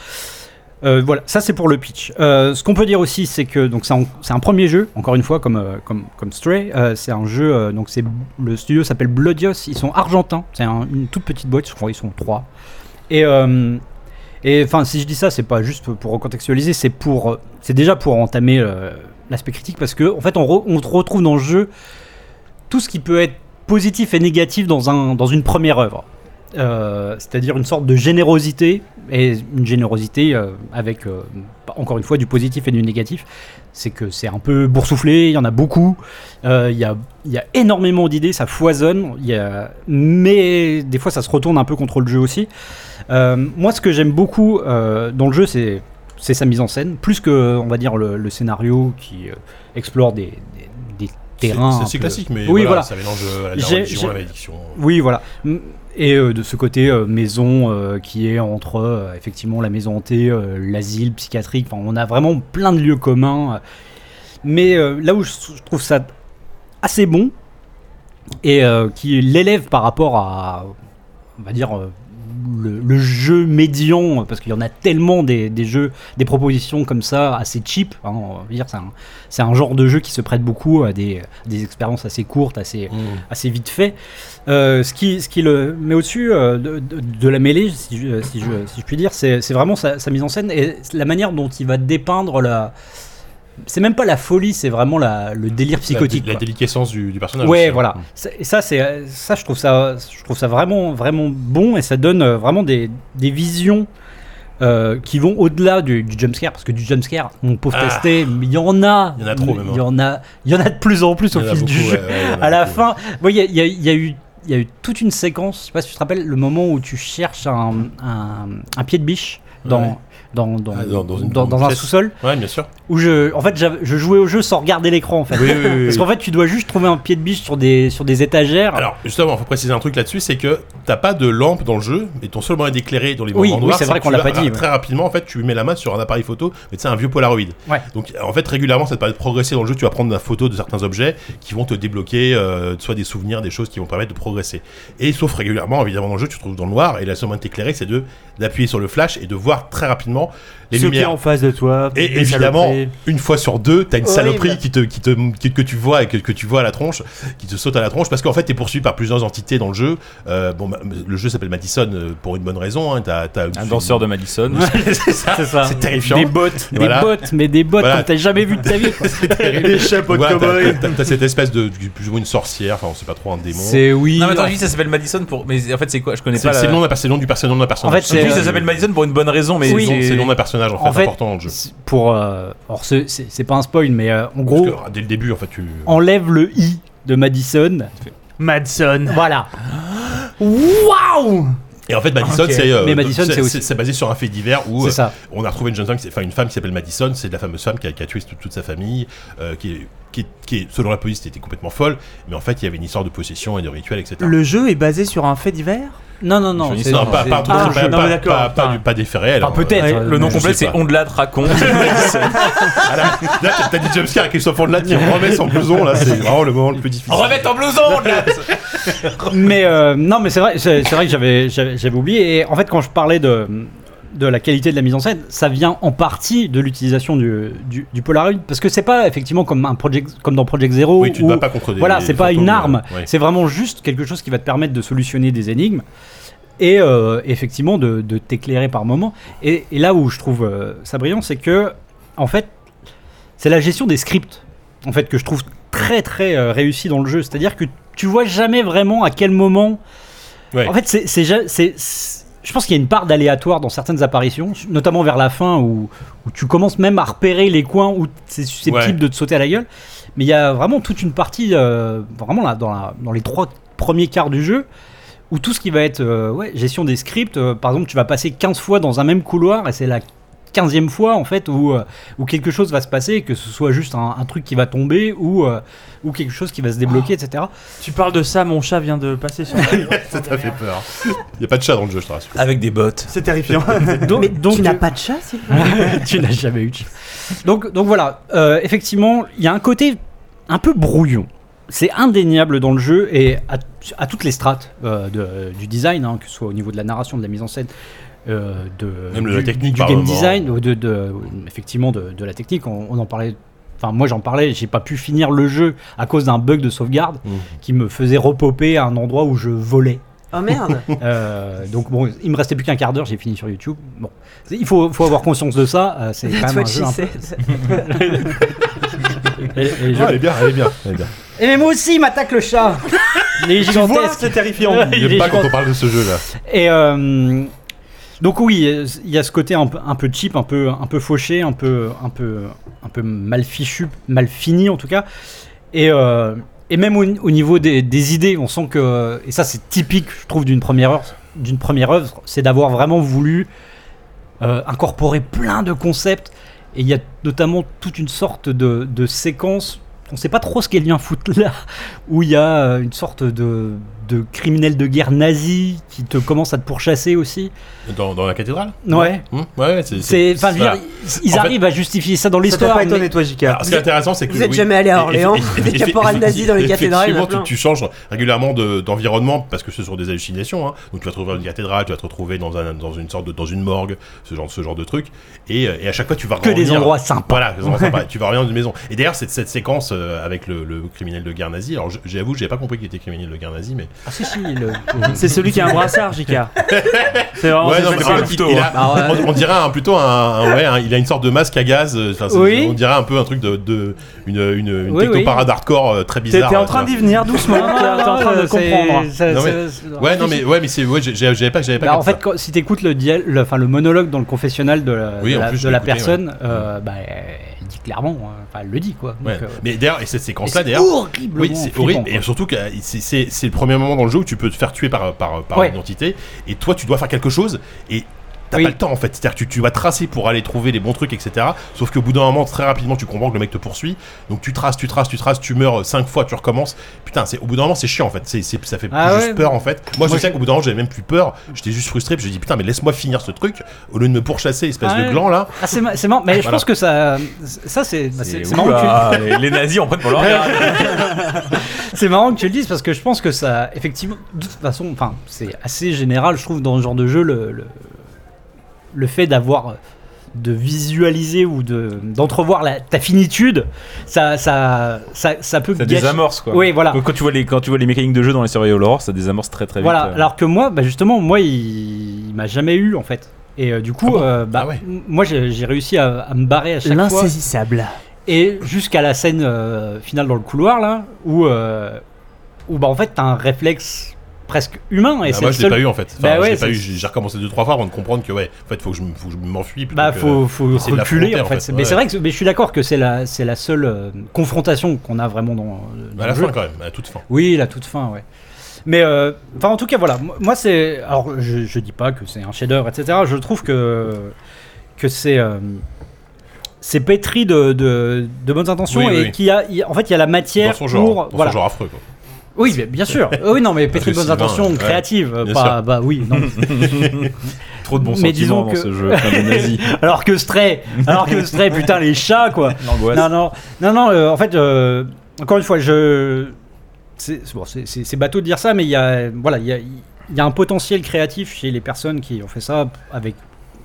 S5: Euh, voilà, ça c'est pour le pitch. Euh, ce qu'on peut dire aussi, c'est que donc c'est un, c'est un premier jeu, encore une fois comme euh, comme comme Stray, euh, c'est un jeu euh, donc c'est le studio s'appelle Bloodios, ils sont argentins, c'est un- une toute petite boîte, je crois ils sont trois. Et euh, et enfin si je dis ça, c'est pas juste pour- pour recontextualiser, c'est pour euh, c'est déjà pour entamer euh, l'aspect critique parce que en fait on, re- on retrouve dans le jeu tout ce qui peut être positif et négatif dans, un, dans une première œuvre. Euh, C'est-à-dire une sorte de générosité, et une générosité euh, avec, euh, encore une fois, du positif et du négatif. C'est que c'est un peu boursouflé, il y en a beaucoup, euh, il y, a, il y a énormément d'idées, ça foisonne, il y a... mais des fois ça se retourne un peu contre le jeu aussi. Euh, moi, ce que j'aime beaucoup euh, dans le jeu, c'est c'est sa mise en scène, plus que, on va dire, le, le scénario qui euh, explore des, des, des terrains.
S1: C'est
S5: un
S1: assez
S5: peu-
S1: classique, mais
S5: Oui,
S1: voilà,
S5: voilà.
S1: ça mélange euh, la
S5: J'ai-
S1: religion,
S5: j'ai-
S1: la malédiction.
S5: Oui, voilà. Mm, Et euh, de ce côté, euh, maison euh, qui est entre euh, effectivement la maison hantée, euh, l'asile psychiatrique, Enfin, on a vraiment plein de lieux communs. euh. Mais euh, là où je, je trouve ça assez bon, et euh, qui l'élève par rapport à, on va dire, euh, le, le jeu médian, parce qu'il y en a tellement des, des jeux, des propositions comme ça, assez cheap. hein, on va dire, c'est un, c'est un genre de jeu qui se prête beaucoup à des, des expériences assez courtes, assez, assez vite fait. Euh, ce, qui, ce qui le met au-dessus euh, de, de- de la mêlée, si je, si je- si je puis dire, c'est c'est vraiment sa, sa mise en scène et la manière dont il va dépeindre la. C'est même pas la folie, c'est vraiment la- le délire psychotique.
S1: La,
S5: quoi.
S1: déliquescence du, du personnage.
S5: Ouais,
S1: aussi, hein.
S5: voilà. C'est- Et ça, c'est ça, je trouve ça, je trouve ça vraiment, vraiment bon et ça donne euh, vraiment des, des visions euh, qui vont au-delà du, du jumpscare parce que du jumpscare, mon pauvre
S1: Ah.
S5: testé, mais il y en a.
S1: Il y en a trop, même, hein.
S5: Il y en a, il y en a de plus en plus
S1: Il
S5: au
S1: y en a
S5: fil du
S1: beaucoup,
S5: jeu.
S1: ouais, ouais, il y en a
S5: à la
S1: beaucoup.
S5: fin, moi, il y a, il y a- il y a eu. Il y a eu toute une séquence, je sais pas si tu te rappelles, le moment où tu cherches un, un, un pied de biche dans,
S1: Ouais.
S5: dans, dans,
S1: Ah, dans- dans une- dans
S5: dans-
S1: une
S5: dans un
S1: pièce.
S5: sous-sol,
S1: Ouais, bien sûr.
S5: où je, en fait, j'avais- je jouais au jeu sans regarder l'écran en fait.
S1: Oui, oui, oui,
S5: Parce
S1: oui.
S5: qu'en fait, tu dois juste trouver un pied de biche sur des, sur des étagères.
S1: Alors, justement, faut préciser un truc là-dessus, c'est que t'as pas de lampe dans le jeu, et ton seul moyen d'éclairer dans les
S5: Oui,
S1: moments
S5: oui,
S1: noirs,
S5: c'est vrai
S1: que
S5: qu'on
S1: tu
S5: l'a
S1: vas-
S5: pas dit,
S1: Très rapidement, en fait, tu mets la main sur un appareil photo, mais tu sais, un vieux Polaroid.
S5: Ouais.
S1: Donc, en fait, régulièrement, ça te permet de progresser dans le jeu. Tu vas prendre la photo de certains objets qui vont te débloquer, euh, soit des souvenirs, des choses qui vont te permettre de progresser. Et sauf régulièrement, évidemment, dans le jeu, tu te trouves dans le noir, et la seule moyen de t'éclairer, c'est de d'appuyer sur le flash et de voir très rapidement les
S4: Ceux qui est
S1: lumières.
S4: en face de toi.
S1: Et
S4: des
S1: évidemment,
S4: saloperies.
S1: une fois sur deux, t'as une
S6: Horrible.
S1: saloperie qui te, qui te, qui- que tu vois et que, que tu vois à la tronche, qui te saute à la tronche, parce qu'en fait, t'es poursuivi par plusieurs entités dans le jeu. Euh, bon, ma- le jeu s'appelle Madison euh, pour une bonne raison. Hein, t'as, t'as-
S3: Un danseur de Madison.
S1: (laughs) c'est ça.
S5: c'est ça.
S1: C'est terrifiant.
S5: Des bottes,
S1: Voilà.
S5: des bottes, mais des bottes
S1: Voilà.
S5: comme t'as jamais vu de ta
S1: (laughs)
S5: vie. quoi.
S1: Des chapeaux
S2: de
S1: t'as,
S2: cow-boy.
S1: t'as- t'as cette espèce de du- plus ou moins une sorcière. Enfin, on sait pas trop un démon.
S5: C'est oui.
S3: Non, mais attends, juste, ça s'appelle Madison pour. Mais en fait, c'est quoi Je connais
S1: C'est-
S3: pas.
S1: c'est
S3: la-
S1: le nom d'un personnage, du personnage d'un personnage.
S5: En fait,
S3: Je dis
S5: C'est,
S3: que ça
S5: euh,
S3: s'appelle Madison pour une bonne raison, mais
S5: Oui.
S1: c'est
S3: c'est-
S1: le nom d'un personnage en fait,
S5: En fait,
S1: important dans le jeu.
S5: c'est pour. euh, alors, c'est- c'est c'est pas un spoil, mais euh, en
S1: Parce
S5: gros,
S1: que, dès le début, en fait, tu.
S5: enlève le i de Madison.
S4: Madson.
S5: Voilà.
S4: Waouh
S1: Et en fait, Madison,
S3: Ok.
S1: c'est. euh,
S5: Mais Madison, c'est aussi-
S1: c'est basé sur un fait divers où.
S5: C'est
S1: euh,
S5: ça.
S1: On a retrouvé une jeune femme, qui s'est- enfin une femme qui s'appelle Madison, c'est la fameuse femme qui a, qui a tué toute, toute sa famille, euh, qui, est, qui, est- qui est, selon la police, était complètement folle, mais en fait il y avait une histoire de possession et de rituel, etc.
S4: Le jeu est basé sur un fait divers
S5: Non, non, non.
S3: Je dis
S5: c'est-
S1: Non,
S5: non,
S1: pas,
S5: c'est-
S1: pas un truc-
S4: Ah,
S1: pas-
S4: je- non,
S1: pas-
S4: mais d'accord,
S1: pas- pas
S4: enfin.
S1: du- pas des faits réels.
S5: Enfin,
S1: hein.
S5: peut-être.
S4: Ouais,
S5: euh,
S3: Le nom
S5: mais-
S1: je
S3: complet,
S1: sais
S3: c'est
S1: pas.
S3: Ondelat (laughs) Racon.
S1: Ah, là, là, t'as- t'as dit jumpscare avec Christophe Ondelat qui remet son blouson, là c'est vraiment le moment le plus difficile.
S3: Remets ton blouson, Ondelat
S5: mais euh, non, mais c'est vrai, c'est c'est vrai que j'avais, j'avais, j'avais oublié. Et en fait, quand je parlais de de la qualité de la mise en scène, ça vient en partie de l'utilisation du, du, du Polaroid parce que c'est pas effectivement comme un project comme dans Project Zero
S1: Oui, tu ne
S5: où-
S1: bats pas contre des.
S5: voilà,
S1: des
S5: c'est pas
S1: fantômes,
S5: une arme,
S1: euh, ouais.
S5: c'est vraiment juste quelque chose qui va te permettre de solutionner des énigmes et euh, effectivement de, de t'éclairer par moment. Et, et là où je trouve euh, ça brillant, c'est que en fait, c'est la gestion des scripts en fait que je trouve très très très euh, réussi dans le jeu. C'est-à-dire que tu vois jamais vraiment à quel moment.
S1: Ouais.
S5: En fait, c'est, c'est, ja- c'est- c'est- je pense qu'il y a une part d'aléatoire dans certaines apparitions, notamment vers la fin où, où tu commences même à repérer les coins où c'est susceptible de te sauter à la gueule. Mais il y a vraiment toute une partie, euh, vraiment là, dans, la- dans les trois premiers quarts du jeu, où tout ce qui va être euh, ouais, gestion des scripts, euh, par exemple, tu vas passer 15 fois dans un même couloir et c'est la 15e fois en fait où, euh, où quelque chose va se passer, que ce soit juste un, un truc qui va tomber ou, euh, ou quelque chose qui va se débloquer, etc.
S4: Tu parles de ça, mon chat vient de passer (laughs) sur.
S1: (laughs) Ça t'a fait peur. Il y a pas de chat dans le jeu, je te rassure.
S8: Avec des bottes.
S4: C'est (laughs) terrifiant.
S5: Donc,
S6: Mais
S5: donc, euh,
S6: tu n'as pas de chat, Sylvain
S5: (laughs) tu n'as jamais eu de chiffre. Donc, donc voilà, euh, effectivement, il y a un côté un peu brouillon. C'est indéniable dans le jeu et à, à toutes les strates euh, de- du design, hein, que ce soit au niveau de la narration, de la mise en scène, euh, de,
S1: Même de
S5: du,
S1: la technique
S5: du
S1: par
S5: game
S1: moment.
S5: design, ou de, de- effectivement de, de la technique. On, on en parlait. Enfin, moi j'en parlais, j'ai pas pu finir le jeu à cause d'un bug de sauvegarde
S1: Mhm.
S5: qui me faisait repoper à un endroit où je volais.
S6: Oh
S1: (laughs)
S6: merde
S5: Euh, donc bon, il me restait plus qu'un quart d'heure, j'ai fini sur YouTube. Bon, C'est- il faut, faut avoir conscience de ça. euh, c'est quand
S6: That's
S5: même un
S6: what
S5: jeu
S6: she
S5: un peu- (laughs)
S6: said.
S5: Et, et les
S1: Ah,
S5: jeux-
S1: elle est bien, elle est bien. Elle est bien.
S5: Et les mots aussi m'attaquent le (laughs) chat. Il est
S4: Voilà,
S5: gigantesque.
S4: c'est terrifiant.
S5: (laughs) Il
S1: J'aime
S5: est
S1: pas quand
S5: gigantesque.
S1: on parle de ce jeu-là.
S5: Et euh, donc oui, euh, il y a ce côté un, peu- un peu cheap, un peu un peu fauché, un peu un peu un peu mal fichu, mal fini en tout cas. Et euh, et même au, au niveau des, des idées, on sent que et ça c'est typique, je trouve, d'une première heure, d'une première œuvre, c'est d'avoir vraiment voulu euh, incorporer plein de concepts. Et il y a notamment toute une sorte de, de séquence. On sait pas trop ce qu'elle vient foutre là, où il y a euh, une sorte de, de criminel de guerre nazi qui te commence à te pourchasser aussi.
S1: Dans, dans la cathédrale
S5: Ouais.
S1: Hmm Ouais, c'est.
S5: C'est, enfin, je veux
S1: voilà.
S5: dire, ils
S1: En fait-
S5: arrivent à justifier ça dans
S4: Ça t'a
S5: l'histoire.
S4: pas
S5: mais-
S4: étonné, toi, JK.
S1: Alors, Bah, ce qui est intéressant, c'est que.
S6: Vous êtes
S1: oui,
S6: jamais allé à
S1: eff-
S6: Orléans
S1: eff-
S6: Des
S1: eff-
S6: caporales nazis dans les cathédrales il y en a
S1: Effectivement, tu,
S6: plein.
S1: tu changes régulièrement de- d'environnement parce que ce sont des hallucinations. hein. Donc tu vas te retrouver dans une cathédrale, tu vas te retrouver dans, un, dans une sorte de dans une morgue, ce genre, ce genre de truc. Et, euh, et à chaque fois, tu vas
S5: Que des
S1: revenir-
S5: endroits sympas.
S1: Voilà, des
S6: (laughs)
S1: endroits sympas. Tu vas revenir dans une maison. Et d'ailleurs, cette, cette séquence euh, avec le, le criminel de guerre nazi. Alors, je- j'avoue, j'avais pas compris qu'il était criminel de guerre nazi, mais.
S5: Ah, si, si, le-
S4: (laughs) C'est celui qui a un
S5: (laughs)
S4: brassard, JK. C'est vraiment.
S1: Ouais,
S4: c'est-
S1: non,
S4: c'est-
S3: pas
S1: mais c'est-
S3: le
S1: il-
S3: couteau,
S1: il a-
S6: Ah
S5: Bah, ouais.
S1: hein. on, on dirait un, plutôt un, un- ouais, un- il a une sorte de masque à gaz. euh, enfin, c'est-
S5: Oui.
S1: On dirait un peu un truc de, de- une, une, une
S5: Oui,
S1: techno
S5: oui.
S1: parade hardcore euh, très
S4: T'es
S1: bizarre.
S4: t'es en
S1: euh,
S4: train
S1: tu
S4: d'y venir (laughs) doucement. T'es t'es en train de
S5: C'est-
S4: comprendre.
S5: ça-
S1: Non,
S5: ça-
S1: mais-
S5: ça-
S1: vois. Ouais, non mais ouais, mais c'est ouais, j'ai- j'ai- j'avais pas, j'avais pas.
S5: Bah, en
S1: capté
S5: fait, quand- si t'écoutes le, dial- le, enfin, le monologue dans le confessionnal de la,
S1: Oui,
S5: de
S1: en
S5: la,
S1: plus, je
S5: de la
S1: l'ai écouté,
S5: personne, euh, bah, elle dit clairement, euh, enfin, elle le dit quoi.
S1: ça.
S5: Donc,
S1: Ouais.
S5: euh,
S1: Mais d'ailleurs, et cette
S5: et
S1: séquence-là,
S5: c'est
S1: d'ailleurs,
S5: horriblement
S1: oui, c'est horrible.
S5: flippant,
S1: Et
S5: quoi.
S1: surtout que euh, c'est- c'est c'est le premier moment dans le jeu où tu peux te faire tuer par euh, par par
S5: Ouais.
S1: une entité, et toi, tu dois faire quelque chose, et T'as
S5: Oui.
S1: pas le temps en fait, c'est-à-dire que tu, tu vas tracer pour aller trouver les bons trucs, etc. Sauf qu'au bout d'un moment, très rapidement, tu comprends que le mec te poursuit. Donc tu traces, tu traces, tu traces, tu meurs 5 fois, tu recommences. Putain, c'est au bout d'un moment, c'est chiant en fait. C'est, c'est- ça fait
S5: Ah
S1: plus
S5: ouais.
S1: juste peur en fait. Moi, je
S5: Moi,
S1: sais qu'au bout d'un moment, j'avais même plus peur. J'étais juste frustré. Puis j'ai dit putain, mais laisse-moi finir ce truc au lieu de me pourchasser, espèce
S5: Ah
S1: de
S5: ouais.
S1: gland là.
S5: Ah, c'est ma- c'est marrant, mais je
S1: Voilà.
S5: pense que ça, ça c'est bah, c'est- c'est
S3: Ouh
S5: marrant, que tu-
S3: là, les- les nazis en prennent pour leur (laughs) gueule.
S5: c'est marrant que tu le dises parce que je pense que ça, effectivement, de toute façon, enfin, c'est assez général, je trouve, dans ce genre de jeu, le, le, le fait d'avoir de visualiser ou de d'entrevoir la- ta finitude, ça, ça, ça, ça peut
S3: Ça
S5: gâcher-
S3: désamorce quoi.
S5: Oui, voilà.
S3: Quand tu vois les quand tu vois les mécaniques de jeu dans les survival horror, ça désamorce très très vite.
S5: Voilà,
S3: euh.
S5: alors que moi, bah justement, moi, il, il m'a jamais eu en fait. Et euh, du coup, euh, bah,
S1: Ah ouais.
S5: m- moi, j'ai j'ai réussi à, à me barrer à chaque fois.
S4: L'insaisissable.
S5: Et jusqu'à la scène euh, finale dans le couloir, là, où, euh, où bah, en fait, t'as un réflexe presque humain. Et
S1: Ah,
S5: c'est
S1: moi,
S5: le
S1: je l'ai
S5: seul-
S1: pas eu en fait. Enfin,
S5: Bah
S1: je l'ai
S5: ouais,
S1: pas
S5: c'est-
S1: eu. J'ai j'ai recommencé deux trois fois avant de comprendre que ouais, en fait, faut que je, m- faut que je m'enfuis. plutôt
S5: Bah,
S1: que-
S5: faut, faut
S1: euh, c'est de la
S5: reculer
S1: frontière,
S5: en fait.
S1: en fait,
S5: Mais
S1: ouais.
S5: c'est vrai que mais je suis d'accord que c'est la, c'est la seule euh, confrontation qu'on a vraiment dans, dans
S1: Bah, À
S5: le
S1: la
S5: jeu.
S1: fin quand même, à toute fin.
S5: Oui, la toute fin, ouais. Mais euh, enfin, en tout cas, voilà. Moi- Moi, c'est. Alors, je, je dis pas que c'est un chef-d'œuvre, etc. Je trouve que que c'est euh, c'est pétri de, de, de bonnes intentions
S1: Oui, oui,
S5: et
S1: oui.
S5: qu'il y a, il y a- en fait, il y a la matière
S1: Dans son genre,
S5: pour
S1: dans
S5: voilà.
S1: son genre affreux quoi.
S5: Oui, mais
S1: (laughs)
S5: bien sûr. oui, non, mais pétri
S1: que
S5: de bonnes
S1: Sylvain,
S5: intentions
S1: ouais.
S5: créatives,
S1: Bien
S5: pas bah oui,
S1: (laughs)
S5: non.
S3: Trop de bons
S5: Mais disons
S3: sentiments dans ce
S5: que-
S3: jeu. plein de (laughs) nazis.
S5: alors que Stray, alors que Stray, putain les chats quoi.
S3: L'angoisse.
S5: Non, non, non, non euh, en fait, euh, encore une fois, je. C'est c'est- bon, c'est- c'est- c'est bateau de dire ça, mais il y a, euh, voilà, il y a, il y a un potentiel créatif chez les personnes qui ont fait ça avec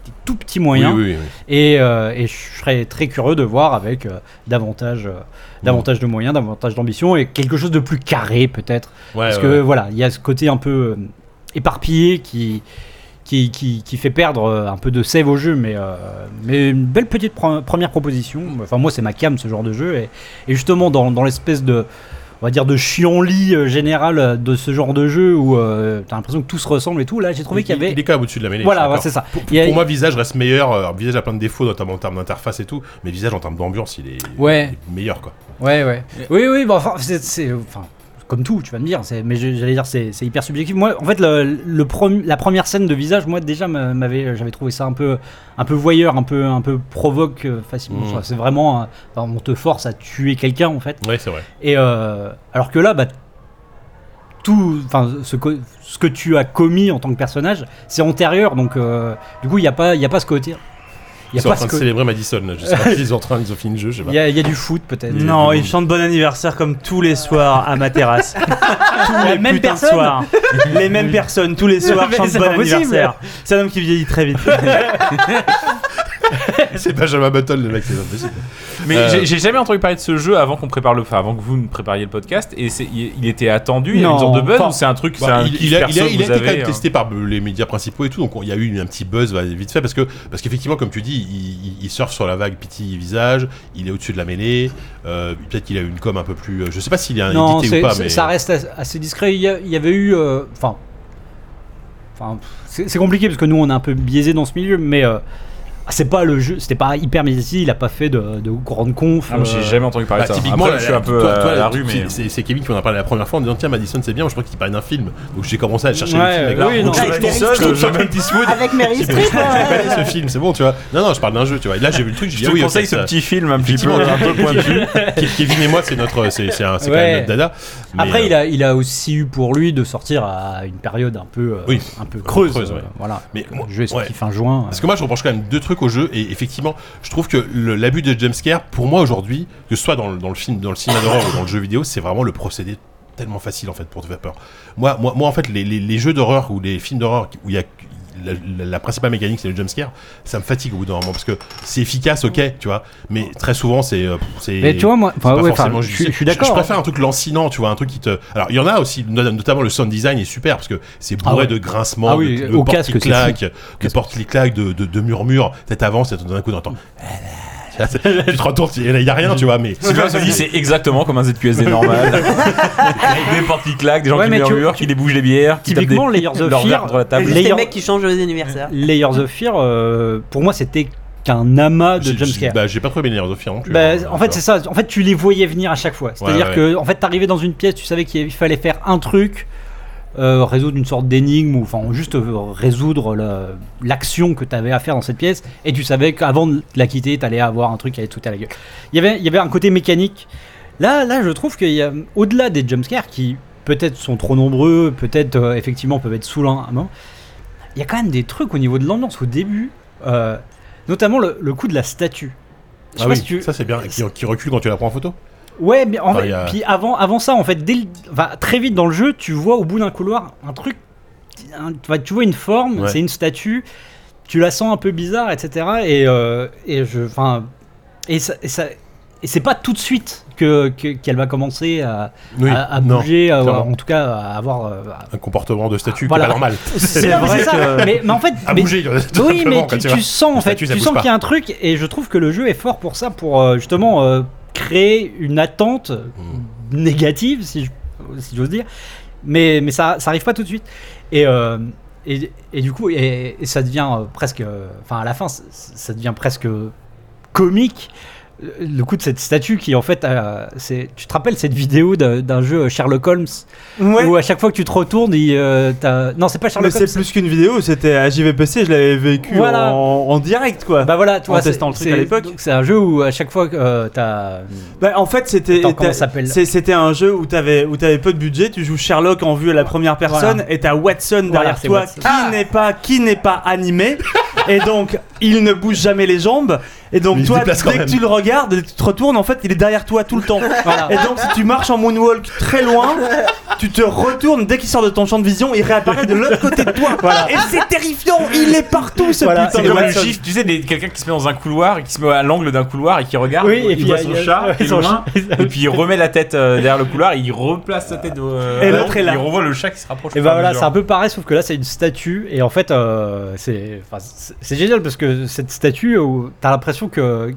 S5: des tout petits moyens.
S1: Oui, oui, oui.
S5: Et, euh, et je serais très curieux de voir avec euh, davantage, euh, davantage de moyens, davantage d'ambition et quelque chose de plus carré peut-être.
S1: Ouais,
S5: Parce
S1: ouais,
S5: que
S1: ouais.
S5: voilà, il y a ce côté un peu euh, éparpillé qui, qui, qui, qui fait perdre euh, un peu de save au jeu, mais, euh, mais une belle petite pre- première proposition. Enfin, moi, c'est ma cam, ce genre de jeu. Et, et justement, dans, dans l'espèce de, on va dire, de chion-lit euh, général euh, de ce genre de jeu où euh, t'as l'impression que tout se ressemble et tout, là, j'ai trouvé qu'il y avait.
S1: Il est quand même au-dessus de la mêlée. je
S5: Voilà,
S1: suis
S5: ouais,
S1: d'accord.
S5: c'est ça.
S1: Pour,
S5: Il y a-
S1: pour moi, Visage reste meilleur. euh, Visage a plein de défauts, notamment en termes d'interface et tout. Mais Visage, en termes d'ambiance, il est,
S5: Ouais.
S1: il est meilleur, quoi.
S5: Ouais, ouais. Oui, oui, bon, enfin, c'est. c'est- enfin, comme tout, tu vas me dire, c'est- mais je- j'allais dire c'est c'est hyper subjectif. Moi, en fait, le, le prom- la première scène de visage, moi déjà, m'a- m'avait, j'avais trouvé ça un peu, un peu voyeur, un peu, un peu provoque euh, facilement.
S1: Mhm.
S5: Enfin, C'est vraiment, un- enfin, on te force à tuer quelqu'un en fait.
S1: Ouais, c'est vrai.
S5: Et euh, alors que là, bah, tout, enfin, ce, co- ce que tu as commis en tant que personnage, c'est antérieur. Donc, euh, du coup, il n'y a pas, il y a pas ce côté. Il
S1: Ils
S5: y
S1: sont
S5: a
S1: en
S5: pas
S1: train
S5: ce
S1: de
S5: côté.
S1: célébrer Madison. là. Je sais
S5: (laughs)
S1: pas s'ils sont en train de finir le jeu, je sais pas.
S5: Il y, a- il y a du foot peut-être.
S4: Non, il chante bon anniversaire comme tous les soirs à ma
S5: (laughs)
S4: terrasse. tous les
S5: même
S4: putains de
S5: personne
S4: soirs. Les mêmes personnes tous les soirs
S5: (laughs) Mais
S4: chantent
S5: c'est
S4: bon
S5: pas possible.
S4: anniversaire. C'est un homme qui vieillit très vite.
S1: C'est Benjamin Button, le mec, c'est impossible.
S3: Mais
S1: Euh,
S3: j'ai- j'ai jamais entendu parler de ce jeu avant qu'on prépare le, enfin, avant que vous ne prépariez le podcast. Et c'est- il, il était attendu. Il y a une
S5: Non.
S3: sorte de buzz
S5: Enfin,
S3: ou c'est un truc, c'est
S1: Bah,
S3: un
S1: il,
S3: kiff
S1: il a,
S3: perso
S1: il a-
S3: que
S1: il a
S3: vous
S1: été quand
S3: avez,
S1: même
S3: hein.
S1: testé par les médias principaux et tout, donc on- il y a eu un petit buzz voilà, vite fait parce que parce qu'effectivement, comme tu dis, il, il- il surfe sur la vague pitié visage, il est au-dessus de la mêlée. euh, Peut-être qu'il a eu une com un peu plus. euh, Je sais pas s'il est un
S5: Non,
S1: édité
S5: c'est-
S1: ou pas,
S5: c'est-
S1: mais
S5: ça reste as- assez discret. Il y, a- il y avait eu. euh, Enfin. enfin, pff, c'est c'est compliqué parce que nous, on est un peu biaisé dans ce milieu, mais. euh, ah, c'est pas le jeu, c'était pas hyper médiatisé, il a pas fait de, de grandes confs.
S3: Ah, moi, j'ai
S5: euh,
S3: jamais entendu parler
S1: Bah,
S3: de ça.
S1: typiquement,
S3: Après,
S1: la-
S3: je suis un peu euh,
S1: toi-
S3: à
S1: toi,
S3: la
S1: tu-
S3: rue, mais.
S1: c'est c'est Kevin qui en a parlé la première fois en disant Tiens, Madison, c'est bien, moi je crois qu'il parlait d'un film. Donc j'ai commencé à chercher
S5: Ouais, Ah,
S1: le film.
S5: oui, non.
S1: Donc, je-
S6: Bah, Avec Meryl
S1: je-
S6: Streep.
S1: je- je- je-
S6: Avec
S1: (laughs)
S6: Mary
S1: je- je-
S6: Streep. hein.
S1: je
S6: ouais.
S1: connais ce film, c'est bon, tu vois. Non, non, je parle d'un jeu, tu vois. Et là, j'ai vu le truc, j'ai dit
S3: Je
S1: Ah
S3: te
S1: oui, ok,
S3: conseille ce
S1: ça-
S3: petit film un petit peu
S1: Effectivement,
S3: un peu (laughs) pointu.
S1: Ke- Kevin et moi, c'est notre, c'est c'est un- c'est quand
S5: Ouais.
S1: même notre dada. Mais,
S5: Après,
S1: euh,
S5: il, a, il a aussi eu pour lui de sortir à une période un peu, euh,
S1: Oui,
S5: un peu creuse.
S1: creuse,
S5: euh,
S1: ouais.
S5: Voilà.
S1: Mais moi-
S5: le jeu est sorti
S1: ouais.
S5: fin juin. euh.
S1: Parce que moi, je reproche quand même deux trucs au jeu, et effectivement, je trouve que le- l'abus de jumpscare, pour moi aujourd'hui, que ce soit dans le, dans le film, dans le cinéma d'horreur ou dans le jeu vidéo, c'est vraiment le procédé tellement facile en fait pour te faire peur. Moi, moi, moi en fait, les, les- les jeux d'horreur ou les films d'horreur où il y a la, la- la principale mécanique, c'est le jumpscare, ça me fatigue au bout d'un moment parce que c'est efficace, ok, tu vois, mais très souvent, c'est. euh, pff, c'est-
S5: Mais tu vois, moi,
S1: c'est
S5: enfin,
S1: pas
S5: ouais,
S1: forcément
S5: enfin, je,
S1: judicieux.
S5: suis- je suis d'accord. hein.
S1: Je préfère un truc lancinant, tu vois, un truc qui te. Alors, il y en a aussi, no- notamment le sound design est super parce que c'est bourré
S5: Ah ouais.
S1: de grincements,
S5: Ah oui,
S1: de, de
S5: au
S1: portes
S5: casque,
S1: qui
S5: c'est
S1: claquent, de portes qui claquent, de, de, de murmures. Peut-être avant, c'est d'un coup, d'entendre. (laughs) tu te retournes, il y a rien, tu vois, mais.
S3: Sylvain se dit
S1: (laughs)
S3: c'est exactement comme un (laughs) ZQSD normal. Avec des portes qui claquent, des gens
S5: Ouais,
S3: qui
S5: mais tu-
S3: murmurent, qui débouchent des bières, qui tapent des-
S5: Typiquement, Layers of
S3: leurs verres
S5: Fear,
S3: contre la
S6: Et
S3: table.
S6: juste
S5: Layers-
S6: les mecs qui changent les anniversaires.
S5: Layers of Fear, euh, pour moi, c'était qu'un amas de
S1: J'ai- j'ai-
S5: jumpscare.
S1: Bah, j'ai pas trouvé mes nerfs de fier non plus.
S5: Bah,
S1: hein,
S5: en
S1: tu vois.
S5: fait, c'est ça. En fait, tu les voyais venir à chaque fois. C'est-à-dire
S1: ouais.
S5: que, en fait, t'arrivais dans une pièce, tu savais qu'il fallait faire un truc, euh, résoudre une sorte d'énigme, ou enfin, juste euh, résoudre la- l'action que t'avais à faire dans cette pièce, et tu savais qu'avant de la quitter, t'allais avoir un truc qui allait tout à la gueule. Il y avait, il y avait un côté mécanique. Là, là, je trouve qu'il y a, au-delà des jumpscares qui peut-être sont trop nombreux, peut-être euh, effectivement peuvent être saoulants, à un moment, il y a quand même des trucs au niveau de l'ambiance au début, euh, notamment le, le coup de la statue. Je sais
S1: Ah
S5: pas
S1: oui,
S5: si tu-
S1: ça c'est bien. Et Qui, qui recule quand tu la prends en photo
S5: Ouais, mais en
S1: Enfin,
S5: fait,
S1: il y a-
S5: puis avant, avant ça, en fait, dès le- enfin, très vite dans le jeu, tu vois au bout d'un couloir un truc, un- enfin, tu vois une forme,
S1: Ouais.
S5: c'est une statue, tu la sens un peu bizarre, etc. Et, euh, et je, enfin, et ça, et ça- et c'est pas tout de suite que que- qu'elle va commencer à,
S1: Oui,
S5: à- à
S1: non.
S5: bouger, à-
S1: clairement.
S5: en tout cas à avoir.
S1: (laughs)
S5: euh, à-
S1: Un comportement de statut qui est
S5: Voilà.
S1: pas normal.
S5: C'est
S4: vrai
S5: ça.
S4: que-
S5: Mais, mais en fait,
S1: À
S5: mais-
S1: bouger. (laughs) tout
S5: oui,
S1: simplement,
S5: mais
S1: quoi,
S5: tu,
S1: vois.
S5: tu sens
S1: Le
S5: en fait,
S1: statut, ça
S5: tu
S1: bouge
S5: sens
S1: pas.
S5: qu'il y a un truc, et je trouve que le jeu est fort pour ça, pour euh, justement euh, créer une attente
S1: Hmm.
S5: négative, si je- si j'ose dire, mais, mais ça, ça arrive pas tout de suite. Et, euh, et, et du coup, et, et ça devient euh, presque, euh, enfin à la fin, c- ça devient presque comique. euh, Le coup de cette statue qui en fait, euh, c'est, tu te rappelles cette vidéo d'un d'un jeu Sherlock Holmes
S4: ouais.
S5: où à chaque fois que tu te retournes, il, euh, t'as- non c'est pas
S4: Mais
S5: Sherlock Holmes,
S4: c'est plus qu'une vidéo, c'était à JVPC, je l'avais vécu
S5: Voilà.
S4: en, en direct quoi.
S5: Bah voilà, toi,
S4: En testant le truc à l'époque.
S5: C'est un jeu où à chaque fois que euh, t'as.
S4: Bah, en fait, c'était
S5: Attends, comment
S4: t'as-
S5: ça s'appelle
S4: c'est- c'était un jeu où t'avais où t'avais peu de budget, tu joues Sherlock en vue à la première personne et t'as Watson
S5: Voilà,
S4: derrière
S5: c'est
S4: toi
S5: Watson. Ah
S4: qui
S5: (laughs)
S4: n'est pas qui n'est pas animé et donc il ne bouge jamais les jambes. Et donc
S1: Mais il se
S4: toi, dès
S1: déplace quand
S4: que
S1: même.
S4: tu le regardes, dès que tu te retournes, en fait, il est derrière toi tout le temps.
S5: (laughs) Voilà.
S4: Et donc si tu marches en moonwalk très loin, tu te retournes dès qu'il sort de ton champ de vision, il réapparaît de l'autre côté de
S5: (laughs)
S4: toi. Et c'est terrifiant, il est partout ce
S5: Voilà,
S4: putain
S3: C'est
S4: de
S3: comme le
S4: Watson.
S3: gif, tu sais, des- quelqu'un qui se met dans un couloir et qui se met à l'angle d'un couloir et qui
S1: Ah,
S3: regarde,
S5: Oui, et
S3: il
S5: puis
S3: voit
S5: il y a-
S3: son
S5: il y a-
S3: chat,
S5: (laughs) ouais,
S3: qui est
S5: son
S3: loin, et puis il remet la tête euh, derrière le couloir et il replace sa tête. euh,
S4: Et
S3: avant,
S4: l'autre est là.
S3: Il revoit le chat qui se rapproche.
S5: Et
S3: au
S1: Ah,
S3: fur
S5: bah
S3: à
S5: voilà, c'est
S3: mesure.
S5: un peu pareil, sauf que là c'est une statue, et en fait euh, c'est enfin, c'est- c'est génial parce que cette statue, euh, t'as l'impression que.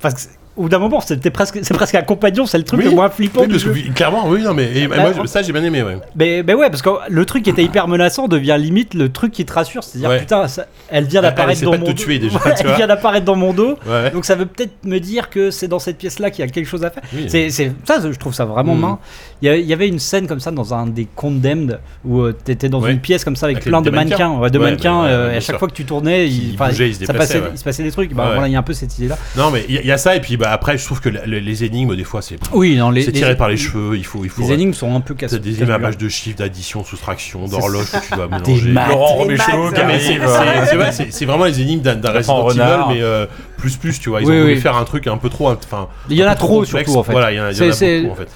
S5: Enfin, que c'est- au bout d'un moment, c'était presque, c'est presque un compagnon, c'est le truc
S1: Oui.
S5: le moins flippant.
S1: Oui,
S5: du
S1: parce
S5: jeu.
S1: que, clairement, oui, non, mais et- et
S5: Bah,
S1: moi,
S5: en-
S1: je- ça j'ai bien aimé, ouais.
S5: Mais, mais ouais, parce que le truc qui était hyper menaçant devient limite le truc qui te rassure, c'est-à-dire
S1: Ouais.
S5: putain, ça- elle vient
S1: Elle- elle
S5: d'apparaître
S1: essaie
S5: dans
S1: pas de
S5: mon
S1: te
S5: dos.
S1: tuer, déjà,
S5: Voilà,
S1: tu
S5: elle
S1: vois.
S5: vient d'apparaître dans mon dos.
S1: Ouais, ouais.
S5: Donc ça veut peut-être me dire que c'est dans cette pièce-là qu'il y a quelque chose à faire.
S1: Oui.
S5: C'est, c'est- ça, je trouve ça vraiment
S1: Mm.
S5: main. Il y a- il y avait une scène comme ça dans un des Condemned où euh, t'étais dans
S1: Ouais.
S5: une pièce comme ça avec,
S1: Avec
S5: plein
S1: les-
S5: de
S1: des
S5: mannequins,
S1: mannequins.
S5: ouais, de
S1: Ouais,
S5: mannequins.
S1: bah, ouais,
S5: euh, et
S1: bien
S5: à
S1: sûr.
S5: chaque fois que tu tournais,
S1: Qui
S5: il, enfin,
S1: bougeaient, ils se
S5: ça
S1: déplaçaient,
S5: passait-
S1: ouais.
S5: il se passait des trucs. Bah,
S1: Ouais.
S5: Voilà, il y a un peu cette idée-là.
S1: Non, mais il y, a- il y a ça, et puis bah, après, je trouve que la- les, les énigmes, des fois, c'est
S5: Oui, non, les,
S1: c'est tiré par les cheveux. Il faut. Il faut
S5: les énigmes sont un peu cassées.
S1: T'as des images de chiffres, d'addition, soustraction, d'horloge que tu dois
S5: Des
S1: mélanger.
S5: maths.
S3: Laurent
S6: Les
S3: Roméchaud
S6: Max,
S3: qui
S1: Non, mais c'est-
S3: arrive. euh,
S1: c'est- c'est vrai, c'est- c'est vraiment les énigmes d'un d'un
S3: Apprends
S1: Resident Evil,
S3: renard.
S1: mais euh, plus plus, tu vois. Ils
S5: Oui,
S1: ont voulu
S5: oui.
S1: faire un truc un peu trop. Enfin,
S5: Il y en
S1: un
S5: a
S1: peu
S5: trop,
S1: complexe.
S5: surtout en fait.
S1: Voilà, il y en a, il y en
S5: C'est-
S1: a
S5: c'est-
S1: beaucoup en fait.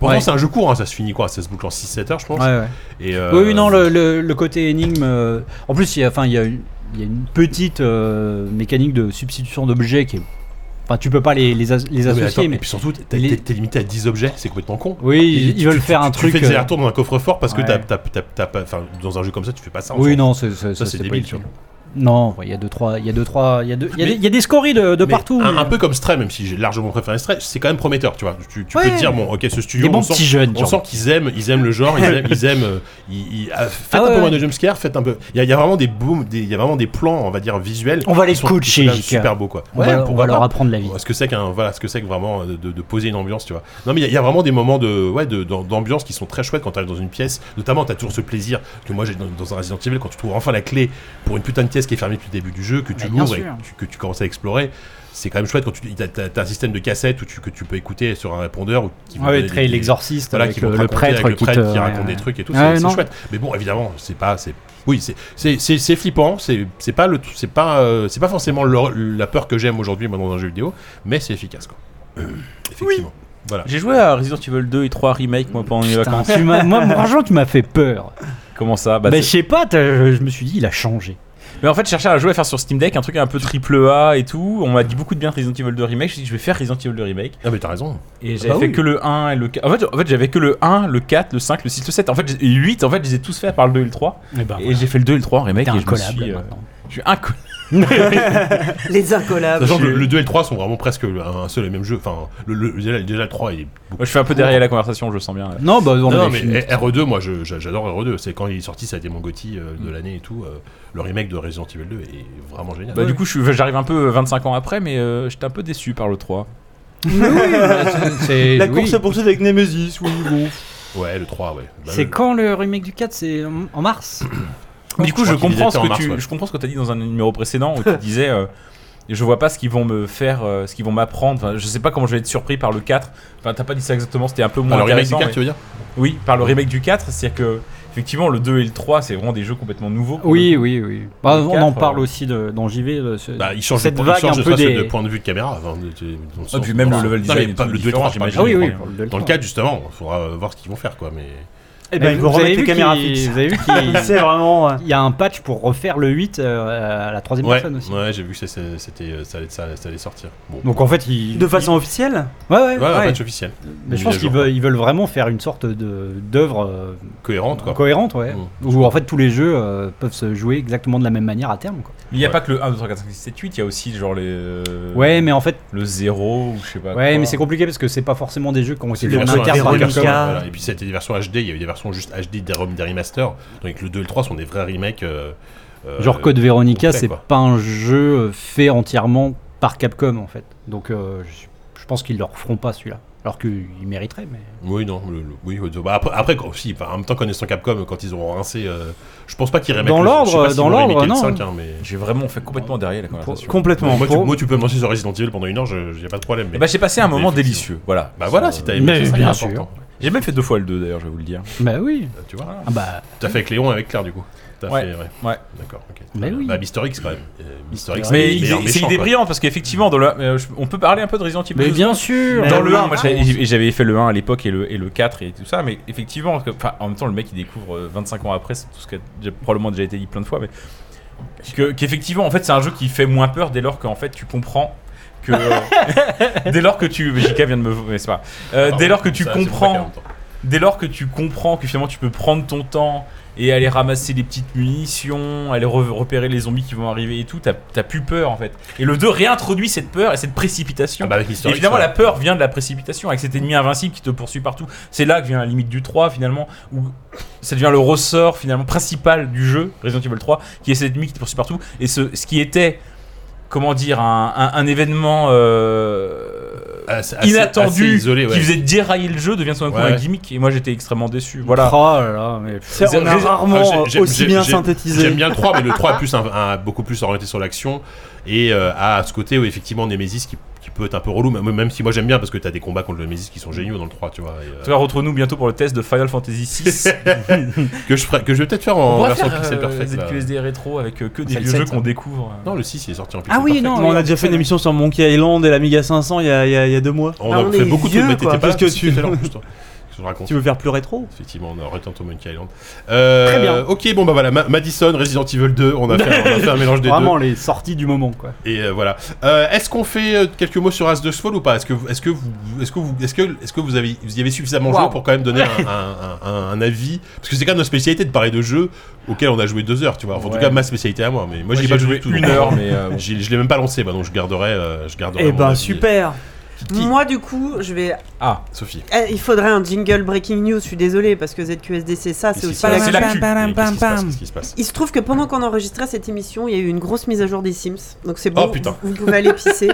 S1: Pourtant,
S5: Ouais.
S1: c'est un jeu court, hein, ça se finit quoi Ça se boucle en 6-7 heures, je pense.
S5: Ouais, ouais.
S1: Et, euh,
S5: Oui, oui, non, le, le- le côté énigme. euh, en plus, il y a, enfin, il y a une, il y a une petite euh, mécanique de substitution d'objets qui est. Enfin, tu peux pas les, les, as-
S1: non,
S5: les
S1: mais
S5: associer,
S1: attends,
S5: mais.
S1: Et puis surtout, t'es-
S5: les-
S1: t'es t'es limité à 10 objets, c'est complètement con.
S5: Oui,
S1: Et
S5: ils, ils
S1: tu-
S5: veulent
S1: tu-
S5: faire un
S1: tu
S5: truc.
S1: fais des
S5: euh,
S1: allers-retours dans un coffre-fort parce que
S5: Ouais.
S1: t'as- t'as- t'as- t'as pas. Enfin, dans un jeu comme ça, tu fais pas ça. en
S5: Oui,
S1: fait.
S5: non, c'est, c'est,
S1: Ça, c'est
S5: pas
S1: débile,
S5: utile.
S1: tu vois.
S5: Non, ouais, il y a deux, trois, il y a deux, trois, il y a deux, il y a
S1: Mais-
S5: des- il y a des scories de, de
S1: Mais
S5: partout.
S1: Un,
S5: mais- euh,
S1: un peu comme Stray, même si j'ai largement préféré Stray, c'est quand même prometteur, tu vois. Tu, tu peux
S5: Ouais.
S1: te dire, bon, ok, ce studio,
S5: des bons
S1: on sent-
S5: petits jeunes.
S1: On
S5: genre.
S1: sent qu'ils aiment, ils aiment le genre, ils aiment, ils aiment, euh, ils- ils- ah, faites
S5: Ah ouais,
S1: un peu moins
S5: ouais.
S1: de jumpscare, faites un peu. Il y, a- il y a vraiment des booms, des- il y a vraiment des plans, on va dire visuels.
S5: On va
S1: qui
S5: les
S1: sont- qui sont
S5: coacher,
S1: quand même
S5: Jika.
S1: Super beau quoi.
S5: On va- on va
S1: pourquoi
S5: leur
S1: pas.
S5: apprendre la vie.
S1: Ce que c'est qu'un, voilà, ce que c'est que vraiment euh, de, de- de poser une ambiance, tu vois. Non mais il y a- il y, a vraiment des moments de, ouais, de- d'am- d'ambiance qui sont très chouettes quand t'arrives dans une pièce. Notamment, t'as toujours ce plaisir que moi j'ai dans, dans un Resident Evil quand tu trouves enfin la clé pour une putain de pièce qui est fermée depuis le début du jeu, que tu
S5: Mais Bah, bien
S1: l'ouvres et
S5: sûr.
S1: que tu- que tu commences à explorer. C'est quand même chouette quand tu t'as- t'as t'as un système de cassette où tu, que tu peux écouter sur un répondeur ou qui va
S5: Ah Ouais,
S1: donner
S5: très
S1: des- des-
S5: l'exorciste,
S1: voilà,
S5: avec
S1: qui vont
S5: Euh, le,
S1: te
S5: le
S1: raconter
S5: prêtre,
S1: avec le prêtre
S5: te-
S1: qui,
S5: ouais,
S1: raconte
S5: ouais.
S1: des trucs et tout,
S5: Ouais,
S1: c'est-
S5: non.
S1: c'est chouette. Mais bon, évidemment, c'est pas, c'est, oui, c'est, c'est, c'est, c'est flippant, c'est, c'est pas le, c'est pas, euh, c'est pas forcément le- la peur que j'aime aujourd'hui moi, dans un jeu vidéo, mais c'est efficace quoi. Effectivement. Voilà.
S3: J'ai joué à Resident Evil 2 et 3 Remake moi pendant les
S5: Putain,
S3: vacances.
S5: tu m'as- moi, franchement, tu m'as fait peur.
S3: Comment ça Bah,
S5: Bah,
S3: c'est-
S5: je sais pas, t'as- euh, je me suis dit, il a changé.
S3: Mais en fait, je cherchais à jouer à faire sur Steam Deck un truc un peu triple A et tout. On m'a dit beaucoup de bien de Resident Evil 2 Remake. Je me suis dit, je vais faire Resident Evil 2 Remake.
S1: Ah mais t'as raison.
S3: Et
S5: Ah
S3: j'avais
S5: bah
S3: fait
S5: oui.
S3: que le 1 et le 4. En fait, en fait j'avais que le 1, le 4, le 5, le 6, le 7. En fait, j'ai- et 8, en fait, je les ai tous faits à part le 2 et le 3.
S5: Et bah,
S3: Et j'ai fait le 2 et le 3 en remake.
S5: t'es
S3: Et je, me
S5: incollable
S3: suis, euh,
S5: maintenant.
S3: je suis incollable.
S6: Les incollables.
S1: Sachant que
S3: j'ai-
S1: le, le 2 et le 3 sont vraiment presque un seul et même jeu. Enfin, le, le- déjà, déjà le 3 il est beaucoup.
S3: (laughs) Moi, je suis un peu derrière la conversation, je sens bien. là.
S5: Non, bah, on
S1: Non,
S5: avait
S1: non, mais (laughs)
S5: fini.
S1: RE2, moi je- j'a- j'adore RE2. C'est quand il est sorti, ça a été mon Gotti euh,
S5: Mm.
S1: de l'année et tout. euh, le remake de Resident Evil 2 est vraiment génial.
S3: Bah, du coup, je suis- j'arrive un peu 25 ans après, mais euh, j'étais un peu déçu par le 3.
S5: C'est-
S4: La
S5: oui.
S4: course se poursuit avec Nemesis, oui, bon.
S1: Ouais, le 3, ouais. Bah,
S5: C'est
S1: le-
S5: quand le remake du 4 C'est en en mars
S3: Mais du coup,
S1: Je
S3: je,
S1: crois qu'il
S3: comprends ce
S1: était en
S3: que
S1: mars,
S3: tu,
S1: ouais.
S3: je comprends ce que t'as dit dans un numéro précédent où
S1: (laughs)
S3: tu disais. euh, je vois pas ce qu'ils vont me faire, euh, ce qu'ils vont m'apprendre. Enfin, je sais pas comment je vais être surpris par le 4. Enfin, t'as pas dit ça exactement, c'était un peu moins
S1: Alors, remake du
S3: intéressant.
S1: 4,
S3: mais-
S1: tu veux dire
S3: Oui, par le remake du 4, c'est-à-dire que effectivement le 2 et le 3, c'est vraiment des jeux complètement nouveaux. pour
S5: Oui,
S3: le coup.
S5: oui, oui. Bah,
S3: Le
S5: on
S3: quatre,
S5: en parle
S3: euh,
S5: aussi de, dans JV. euh, ce-
S1: Bah, il change
S5: cette
S1: de, point- il
S5: vague
S1: change
S5: un
S1: de,
S5: peu
S1: ça, c'est
S5: des.
S1: de point de vue de caméra. Enfin, de- de- dans le
S3: Ah,
S1: sens-
S3: puis même
S1: dans-
S3: le level
S1: Non, mais
S3: design.
S1: pas le 2 et 3, j'imagine.
S5: Ah oui, oui.
S1: Dans-
S5: pour le
S1: Dans le 4, justement, il faudra euh, voir ce qu'ils vont faire, quoi. Mais
S4: Et ben, ils vont
S5: Eh Vous avez
S4: remettre
S5: vu
S4: les caméras
S5: qu'il-
S4: fixes.
S5: Vous avez vu
S1: (laughs)
S5: (laughs) qu'il
S4: C'est vraiment. euh,
S5: il y a un patch pour refaire le 8 euh, à la troisième
S1: ouais,
S5: personne aussi.
S1: ouais, j'ai vu que c'est- c'est- c'était, euh, ça, allait, ça, allait- ça allait sortir. Bon.
S5: Donc en fait, ils.
S4: De façon officielle
S5: Ouais, ouais,
S1: ouais,
S5: ouais.
S1: un patch officiel.
S5: Mais je
S1: Mis
S5: pense
S1: à
S5: qu'ils
S1: jour,
S5: veulent, ils veulent vraiment faire une sorte de d'œuvre euh,
S1: Cohérente, quoi.
S5: cohérente, ouais.
S1: Mm.
S5: Où en fait tous les jeux euh, peuvent se jouer exactement de la même manière à terme. Quoi.
S3: Il n'y a
S1: Ouais.
S3: pas que le 1, 2, 3, 4, 5, 6, 7, 8, il y a aussi genre les. euh,
S5: Ouais, mais en fait,
S3: Le 0 ou je sais pas.
S5: ouais,
S3: quoi.
S5: mais c'est compliqué parce que c'est pas forcément des jeux qui ont été
S1: C'est des
S5: faits en
S1: versions-
S5: interne
S1: c'est
S5: par
S1: des
S4: Veronica.
S1: versions,
S5: Capcom.
S1: voilà. Et puis c'était des versions HD, il y a eu des versions juste HD des, rem- des remasters. Donc le 2 et le 3 sont des vrais remakes. euh, euh,
S5: Genre Code Veronica,
S1: complet,
S5: c'est
S1: quoi.
S5: pas un jeu euh, fait entièrement par Capcom en fait. Donc euh, je, je pense qu'ils leur feront pas celui-là. Alors qu'ils mériteraient, mais.
S1: Oui, non. le- le- oui, ouais, bah, après, après quand- si, enfin, en même temps, connaissant Capcom, quand ils auront rincé, euh, je pense pas qu'ils remettent
S5: Dans
S1: le- je sais
S5: l'ordre,
S1: pas s'ils
S5: dans
S1: vont
S5: l'ordre,
S1: remaker le
S5: non.
S1: 5, hein, mais...
S3: J'ai vraiment fait complètement derrière la conversation.
S4: Complètement.
S1: moi, tu,
S5: Pour-
S1: moi, tu peux me lancer sur Resident Evil pendant une heure, je- j'ai pas de problème.
S3: Eh
S1: Mais...
S3: ben, j'ai passé un moment
S1: Effectivement.
S3: délicieux, voilà.
S1: Bah voilà, si t'as
S5: Mais
S1: aimé, c'est ça qui est
S5: bien sûr.
S1: important.
S3: J'ai même fait deux fois le 2 d'ailleurs, je vais vous le dire.
S5: (laughs) Bah oui.
S1: Euh, Tu vois
S5: Ah bah,
S1: T'as fait avec Léon et avec Claire, du coup. T'as
S3: Ouais.
S1: fait, ouais.
S3: Ouais.
S1: D'accord, ok.
S5: Mais oui.
S1: Bah, Mister X, quand même. Euh, Mister X,
S3: Mais
S1: le
S3: il-
S1: meilleur
S3: c'est c'est
S1: méchant,
S3: idée
S1: quoi.
S3: brillante parce qu'effectivement, dans le, euh, je- on peut parler un peu de Resident Evil.
S5: mais
S3: deux.
S5: bien sûr.
S3: Dans le
S4: oui.
S3: 1, moi j'avais- et j'avais fait le 1 à l'époque et le, et le 4 et tout ça, mais effectivement, que- enfin, en même temps, le mec il découvre euh, 25 ans après, c'est tout ce qui a déjà- probablement déjà été dit plein de fois, mais que- qu'effectivement, en fait, c'est un jeu qui fait moins peur dès lors qu'en fait tu comprends que. euh, dès lors que tu. JK vient de me. Mais c'est pas. euh,
S1: Pardon,
S3: dès lors que tu
S1: ça, c'est pas
S3: comprends.
S1: 40 ans.
S3: Dès lors que tu comprends que finalement tu peux prendre ton temps et aller ramasser des petites munitions, aller re- repérer les zombies qui vont arriver et tout, t'as t'as plus peur en fait. Et le 2 réintroduit cette peur et cette précipitation.
S1: Ah bah, avec Mister
S3: Et
S1: X,
S3: finalement,
S1: ouais.
S3: la peur vient de la précipitation avec cet ennemi invincible qui te poursuit partout. C'est là que vient la limite du 3, finalement, où ça devient le ressort finalement principal du jeu, Resident Evil 3, qui est cet ennemi qui te poursuit partout. Et ce, ce qui était, comment dire, un, un- un événement euh,
S1: Ah, c'est assez-
S3: inattendu
S1: assez isolé, ouais.
S3: qui faisait dérailler le jeu devient tout d'un coup
S1: Ouais,
S3: un
S1: ouais.
S3: gimmick. Et moi, j'étais extrêmement déçu. Voilà.
S5: Oh là là, mais-
S4: C'est- On a
S3: J'ai- j'ai-
S1: Ah, j'ai-
S4: rarement
S1: j'ai-
S4: aussi
S1: j'ai-
S4: bien
S1: j'ai-
S4: synthétisé.
S1: J'aime bien le 3, mais le 3 est plus
S3: (laughs)
S1: un- un- beaucoup plus orienté sur l'action et euh, à ce côté où effectivement Nemesis qui, qui peut être un peu relou, même même si moi j'aime bien parce que t'as des combats contre le Nemesis qui sont géniaux dans le 3, tu vois. et, euh,
S3: En tout cas, retrouve-nous bientôt pour le test de Final Fantasy VI.
S1: que, je ferai- que je vais peut-être faire
S3: (laughs) On
S1: en
S3: pourrait
S1: version
S3: faire,
S1: pixel
S3: euh,
S1: perfect. là.
S3: ZQSD rétro avec euh, que des
S5: C'est le
S3: vieux jeux
S5: sept,
S3: qu'on
S5: ça.
S3: découvre. euh.
S1: Non, le 6 il est sorti en pixel
S5: Ah oui,
S1: perfect.
S5: non.
S4: on a déjà fait une émission sur Monkey Island et l'Amiga 500 il y a, il y a- il y a deux mois.
S1: On
S6: Ah,
S1: a
S6: on
S1: fait
S6: est
S1: beaucoup de trucs,
S6: vieux,
S1: mais t'étais
S6: quoi.
S1: pas là,
S4: Qu'est-ce que
S1: c'était
S4: tu-
S1: tout à l'heure, juste. Je te raconte.
S4: Tu veux faire plus rétro
S1: Effectivement, on a Return to Monkey Island. Euh,
S5: Très bien.
S1: Ok, bon bah voilà, Ma- Madison, Resident Evil 2, on a fait, on a fait un mélange des deux.
S5: Vraiment les sorties du moment, quoi.
S1: Et euh, voilà. Euh, est-ce qu'on fait euh, quelques mots sur As de Fall ou pas Est-ce que vous, est-ce que vous, est-ce que vous, est-ce que, est-ce que vous avez, vous y avez suffisamment joué
S5: Waouh.
S1: pour quand même donner un, un- un- un avis Parce que c'est quand même notre spécialité de parler de jeux auxquels on a joué deux heures, tu vois. Enfin, En tout
S3: Ouais.
S1: cas, ma spécialité à moi. Mais moi,
S3: Moi,
S1: j'ai
S3: j'ai
S1: pas
S3: joué
S1: joué tout,
S3: une
S1: donc,
S3: heure,
S1: euh,
S3: mais, euh, bon.
S1: j'ai- je l'ai même pas lancé, bah, donc je garderai, euh, je garderai.
S4: Eh
S1: mon
S4: ben
S1: avis.
S4: super
S1: Qui-
S6: Moi, du coup, je vais.
S3: Ah,
S1: Sophie.
S6: Eh, il faudrait un jingle breaking news. Je suis désolé parce que ZQSD c'est ça, c'est
S1: Qu'est-ce qui
S6: aussi
S1: se
S6: la
S1: passe
S3: c'est la
S1: Mais
S3: cul.
S1: Qu'est-ce qui se passe Qu'est-ce qui se passe
S6: Il se trouve que pendant qu'on enregistrait cette émission, il y a eu une grosse mise à jour des Sims. Donc c'est bon,
S1: Oh, putain.
S6: vous vous pouvez aller
S3: (laughs)
S6: pisser.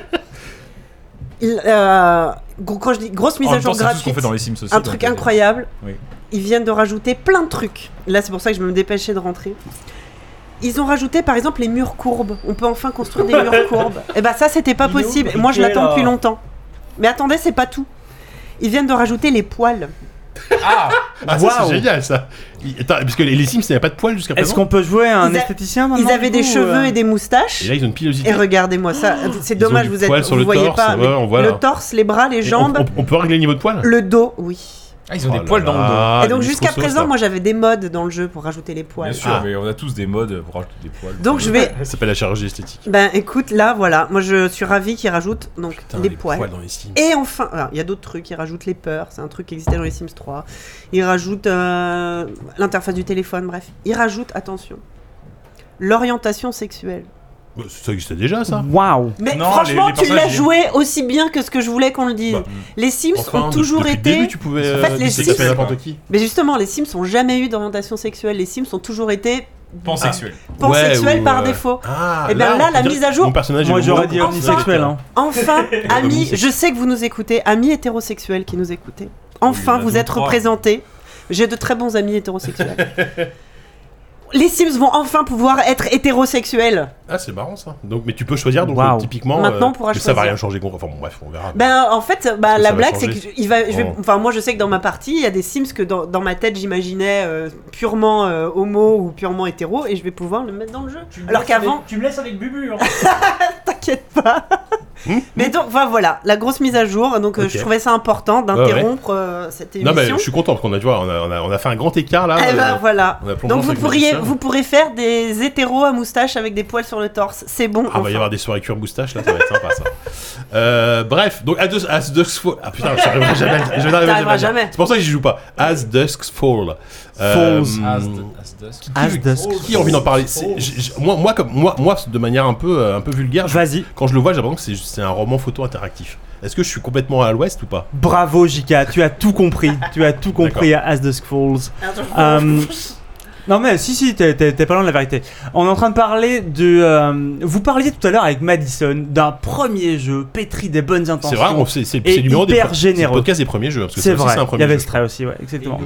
S6: Il, euh, gros- quand je dis grosse mise
S3: en
S6: à
S3: même temps,
S6: jour
S3: Oh, c'est tout ce qu'on
S6: gratuite,
S3: fait dans les Sims aussi.
S6: un
S3: donc,
S6: truc
S3: euh,
S6: incroyable.
S3: Oui.
S6: Ils viennent de rajouter plein de trucs. Là, c'est pour ça que je me dépêchais de rentrer. Ils ont rajouté par exemple les murs courbes. On peut enfin construire des murs courbes. Et bah ça, c'était pas
S4: Il est où,
S6: possible.
S4: le
S6: Moi, je
S4: briquet,
S6: l'attends
S4: là
S6: depuis longtemps. Mais attendez, c'est pas tout. Ils viennent de rajouter les poils.
S3: Ah
S1: Ah, ça,
S4: Waouh.
S1: c'est génial ça. Il- Attends, parce que les, les Sims, il n'y a pas de poils jusqu'à
S4: Est-ce
S1: présent.
S4: qu'on peut jouer à un
S6: Ils a-
S4: esthéticien maintenant euh
S6: Ils avaient des cheveux et des moustaches.
S1: Et là, ils ont une pilosité.
S6: Et regardez-moi ça, c'est
S1: Ils ont
S6: dommage,
S1: du
S6: vous êtes,
S1: poil sur
S6: vous
S1: le
S6: voyez
S1: torse,
S6: pas,
S1: ouais,
S6: mais
S1: on voit, là.
S6: le torse, les bras, les
S1: Et on-
S6: jambes,
S1: On, on peut régler le niveau de poils
S6: le dos, oui.
S3: Ah, ils ont
S1: Oh
S3: des
S1: là
S3: poils dans le dos.
S1: là,
S6: et donc
S1: les
S6: jusqu'à
S1: biscottes,
S6: présent,
S1: ça.
S6: moi j'avais des modes dans le jeu pour rajouter les poils.
S3: Bien sûr,
S1: Ah.
S3: mais on a tous des modes pour rajouter des poils.
S6: Donc je vais,
S1: Ça s'appelle la chirurgie esthétique.
S6: ben écoute, là voilà, moi je suis ravie qu'ils rajoutent donc
S1: Putain,
S6: les, poils.
S1: dans les Sims.
S6: Et enfin, alors, il y a d'autres trucs, ils rajoutent les peurs, c'est un truc qui existait dans les Sims 3. Ils rajoutent euh, l'interface du téléphone, bref. Ils rajoutent, attention, l'orientation sexuelle.
S1: Bah, Ça existait déjà ça.
S4: Waouh
S6: Mais
S3: Non,
S6: franchement,
S3: les- les
S6: tu l'as
S3: personnages,
S6: joué aussi bien que ce que je voulais qu'on le dise.
S1: Bah,
S6: les Sims
S1: Enfin,
S6: ont
S1: de-
S6: toujours
S1: depuis le
S6: été...
S1: début, tu pouvais.
S6: En
S1: euh,
S6: fait, les
S1: tu sais que ça
S6: Sims-
S1: fait n'importe qui.
S6: Mais justement, les Sims n'ont jamais eu d'orientation sexuelle. Les Sims ont toujours été
S3: Pansexuel.
S6: pansexuels
S1: Ouais, ou,
S6: par
S1: euh,
S6: défaut.
S1: Ah,
S6: Eh ben là, la mise à jour-
S1: Mon personnage
S4: Moi
S1: est
S4: j'aurais
S1: homo.
S4: dit
S6: Enfin.
S4: homosexuel. Hein.
S6: Enfin, amis,
S1: Homosexuel.
S6: je sais que vous nous écoutez, amis hétérosexuels qui nous écoutez. Enfin,
S3: Il y en a
S6: vous
S3: deux,
S6: êtes
S3: trois.
S6: représentés. J'ai de très bons amis hétérosexuels. les Sims vont enfin pouvoir être hétérosexuels.
S1: Ah, c'est marrant ça. Donc, mais tu peux choisir, donc
S4: Waouh.
S1: euh, typiquement.
S6: Maintenant, on
S1: euh,
S6: pourra
S1: mais Ça va
S6: choisir.
S1: rien changer. gros. Enfin, bon, bref, on verra.
S6: Ben en fait,
S1: Parce
S6: bah,
S1: que
S6: la
S1: ça va
S6: blague c'est que
S1: changer.
S6: je- il va, je vais-
S1: Oh.
S6: enfin moi je sais que dans ma partie il y a des Sims que dans, dans ma tête j'imaginais euh, purement euh, homo ou purement hétéro et je vais pouvoir le mettre dans le jeu. Alors qu'avant,
S4: Tu me laisses
S6: (laughs)
S4: avec Bubu.
S6: t'inquiète pas.
S1: Hmm.
S6: mais donc enfin, voilà, la grosse mise à jour. Donc euh,
S1: Ok.
S6: je trouvais ça important d'interrompre euh, cette émission.
S1: non, mais je suis content qu'on a, tu vois, on a, on a, on a fait un grand écart là.
S6: Eh ben
S1: euh,
S6: voilà.
S1: on a plombé
S6: Donc
S1: dans
S6: vous
S1: cette
S6: pourriez,
S1: émission.
S6: vous pourrez faire des hétéros à moustache avec des poils sur le torse. C'est bon.
S1: Ah, va y
S6: enfin.
S1: avoir des soirées cure moustache là, ça va être sympa ça. Euh, bref, donc As, As Dusk Fall. Ah putain, j'arriverai jamais. à le dire, Je n'arriverai jamais. à
S6: T'arriveras
S1: le dire.
S6: jamais.
S1: C'est pour ça que j'y joue pas. As Dusk Fall.
S3: Euh, hmm.
S4: Falls.
S1: As Dusk. Qui a envie d'en parler C'est- j- j- moi, moi, comme, moi, moi, de manière un peu, euh, un peu vulgaire, je-
S4: Vas-y.
S1: quand je le vois, j'ai l'impression que c'est- c'est un roman photo interactif. Est-ce que je suis complètement à l'ouest ou pas
S4: Bravo Jika, tu as tout compris. tu as tout compris à As the Falls. Euh, non mais si si, t'es t'es- t'es pas loin de la vérité. On est en train de parler de... euh, vous parliez tout à l'heure avec Madison d'un premier jeu pétri des bonnes intentions.
S1: C'est vrai, on- c'est c'est-
S4: Et
S1: c'est le numéro des
S4: hyper
S1: pre-
S4: généreux.
S1: c'est le podcast des premiers jeux. parce que
S4: C'est
S1: ça aussi,
S4: vrai,
S1: un
S4: il y
S1: premier
S4: avait
S1: jeu.
S4: Stray aussi, ouais, exactement.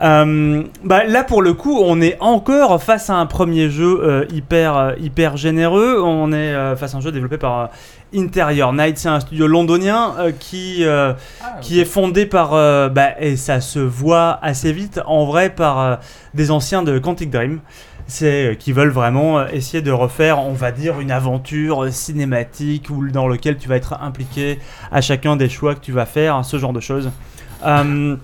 S4: Euh, bah, là pour le coup, on est encore face à un premier jeu euh, hyper euh, hyper généreux. On est euh, face à un jeu développé par euh, Interior Night, c'est un studio londonien euh, qui, euh, qui est fondé par, euh, bah, et ça se voit assez vite en vrai, par euh, des anciens de Quantic Dream. C'est euh, qui veulent vraiment euh, essayer de refaire, on va dire, une aventure euh, cinématique où, dans lequel tu vas être impliqué à chacun des choix que tu vas faire, hein, ce genre de choses. Euh,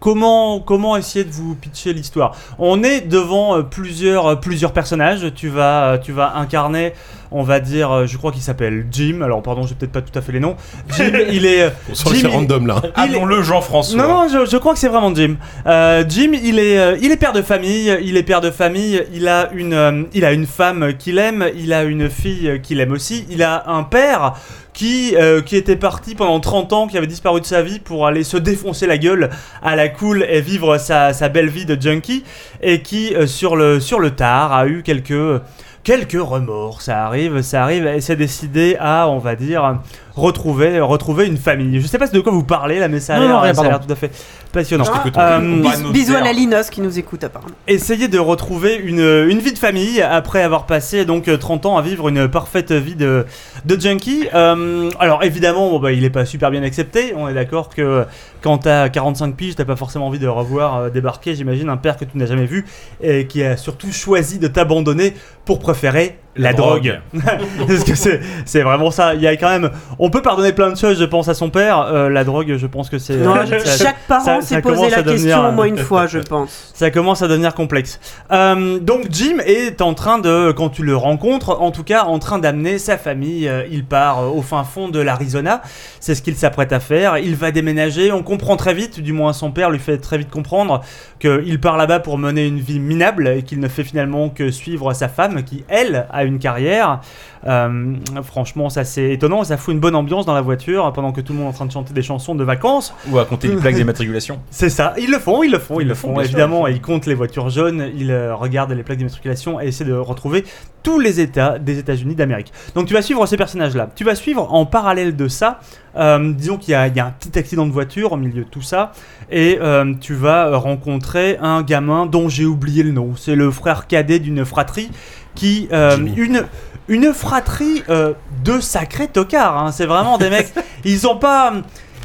S4: Comment, comment essayer de vous pitcher l'histoire On est devant euh, plusieurs, euh, plusieurs personnages. Tu vas, euh, tu vas incarner, on va dire, euh, je crois qu'il s'appelle Jim. Alors, pardon, j'ai peut-être pas tout à fait les noms. Jim, il est. euh,
S1: On sent que c'est
S4: Jim,
S1: random là.
S4: il est-
S3: Appelons-le Jean-François.
S4: non, non, je, je crois que c'est vraiment Jim. Euh, Jim, il est, euh, il est père de famille, il est père de famille, il a une, euh, il a une femme qu'il aime, il a une fille euh, qu'il aime aussi, il a un père qui, euh, qui était parti pendant 30 ans, qui avait disparu de sa vie pour aller se défoncer la gueule à la cool et vivre sa, sa belle vie de junkie, et qui, euh, sur, le, sur le tard, a eu quelques... Quelques remords, ça arrive, ça arrive, et s'est décidé à, on va dire, retrouver, retrouver une famille. Je sais pas de quoi vous parlez là, mais ça a
S5: Non, non, rien,
S4: l'air ça a l'air
S5: pardon.
S4: tout à fait passionnant.
S3: Ah,
S4: Euh,
S3: on va nous
S6: Bisous à
S3: faire.
S6: la Linos qui nous écoute apparemment.
S4: Essayez de retrouver une, une vie de famille après avoir passé donc euh, 30 ans à vivre une parfaite vie de, de junkie. Euh, alors évidemment, bon, bah, il n'est pas super bien accepté. On est d'accord que quand t'as 45 piges, t'as pas forcément envie de revoir euh, débarquer, j'imagine, un père que tu n'as jamais vu et qui a surtout choisi de t'abandonner pour préférer la, drogue. (laughs) Parce que c'est c'est vraiment ça. Il y a quand même. On peut pardonner plein de choses, je pense, à son père. Euh, la drogue, je pense que c'est.
S6: Non,
S4: euh, ça-
S6: chaque
S4: ça-
S6: parent
S4: ça
S6: s'est posé
S4: commence à
S6: la
S4: devenir
S6: question
S4: un-
S6: au moins une fois, je pense.
S4: ça commence à devenir complexe. Euh, donc Jim est en train de, quand tu le rencontres, en tout cas en train d'amener sa famille. Euh, Il part euh, au fin fond de l'Arizona. C'est ce qu'il s'apprête à faire. Il va déménager. On comprend très vite, du moins son père lui fait très vite comprendre qu'il part là-bas pour mener une vie minable et qu'il ne fait finalement que suivre sa femme qui, elle, a une carrière. Euh, franchement, ça c'est étonnant. Ça fout une bonne ambiance dans la voiture pendant que tout le monde est en train de chanter des chansons de vacances.
S3: Ou à
S6: (laughs)
S3: compter les plaques d'immatriculation.
S4: C'est ça, ils le font, ils le font, ils, le font,
S3: bien sûr,
S4: évidemment. Ils comptent les voitures jaunes, ils euh, regardent les plaques d'immatriculation et essaient de retrouver tous les États des États-Unis d'Amérique. Donc tu vas suivre ces personnages-là. Tu vas suivre en parallèle de ça, euh, disons qu'il y, a il y a un petit accident de voiture au milieu de tout ça, et euh, tu vas rencontrer un gamin dont j'ai oublié le nom. C'est le frère cadet d'une fratrie qui. euh,
S1: Jimmy.
S4: une, une fratrie euh, de sacrés tocards. hein. C'est vraiment
S1: (laughs)
S4: des mecs. Ils ont pas.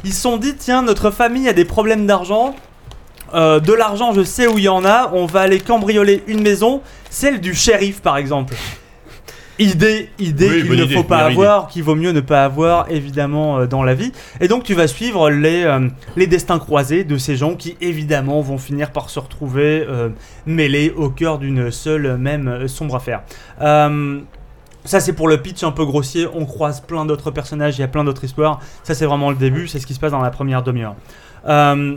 S4: Ils se sont dit, tiens, notre famille a des problèmes d'argent. Euh, de l'argent, je sais où il y en a. On va aller cambrioler une maison, celle du shérif par exemple. Idée, idée
S1: Oui,
S4: qu'il
S1: bonne
S4: ne
S1: idée,
S4: faut pas
S1: meilleure idée.
S4: avoir, qu'il vaut mieux ne pas avoir évidemment euh, dans la vie. Et donc tu vas suivre les, euh, les destins croisés de ces gens qui évidemment vont finir par se retrouver euh, mêlés au cœur d'une seule euh, même euh, sombre affaire. Euh, ça c'est pour le pitch un peu grossier, on croise plein d'autres personnages, il y a plein d'autres histoires. Ça c'est vraiment le début, c'est ce qui se passe dans la première demi-heure. Euh,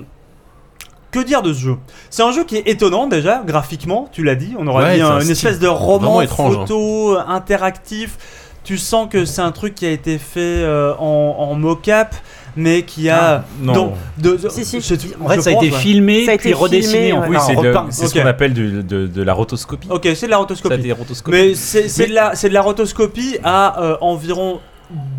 S4: que dire de ce jeu C'est un jeu qui est étonnant déjà, graphiquement, tu l'as dit, on aurait
S1: Ouais,
S4: dit
S1: c'est
S4: un-
S1: un
S4: une
S1: style
S4: espèce de
S1: vraiment
S4: roman
S1: étrange, hein.
S4: photo euh, interactif. Tu sens que c'est un truc qui a été fait euh, en, en mocap, mais qui
S1: Ah,
S4: a...
S3: Ah, non.
S4: donc, de- de-
S6: Si, si.
S5: En vrai,
S4: je
S5: ça a été
S4: pense, ouais.
S5: filmé,
S6: Ça a été
S5: puis redessiné,
S6: filmé,
S5: en
S6: ouais.
S3: Oui, c'est de-
S5: repeint.
S3: c'est ce
S4: Ok.
S3: qu'on appelle du- de, de la rotoscopie.
S4: Ok, c'est de la rotoscopie.
S3: Ça, des rotoscopies.
S4: Mais c'est c'est de, la- c'est de la rotoscopie à euh, environ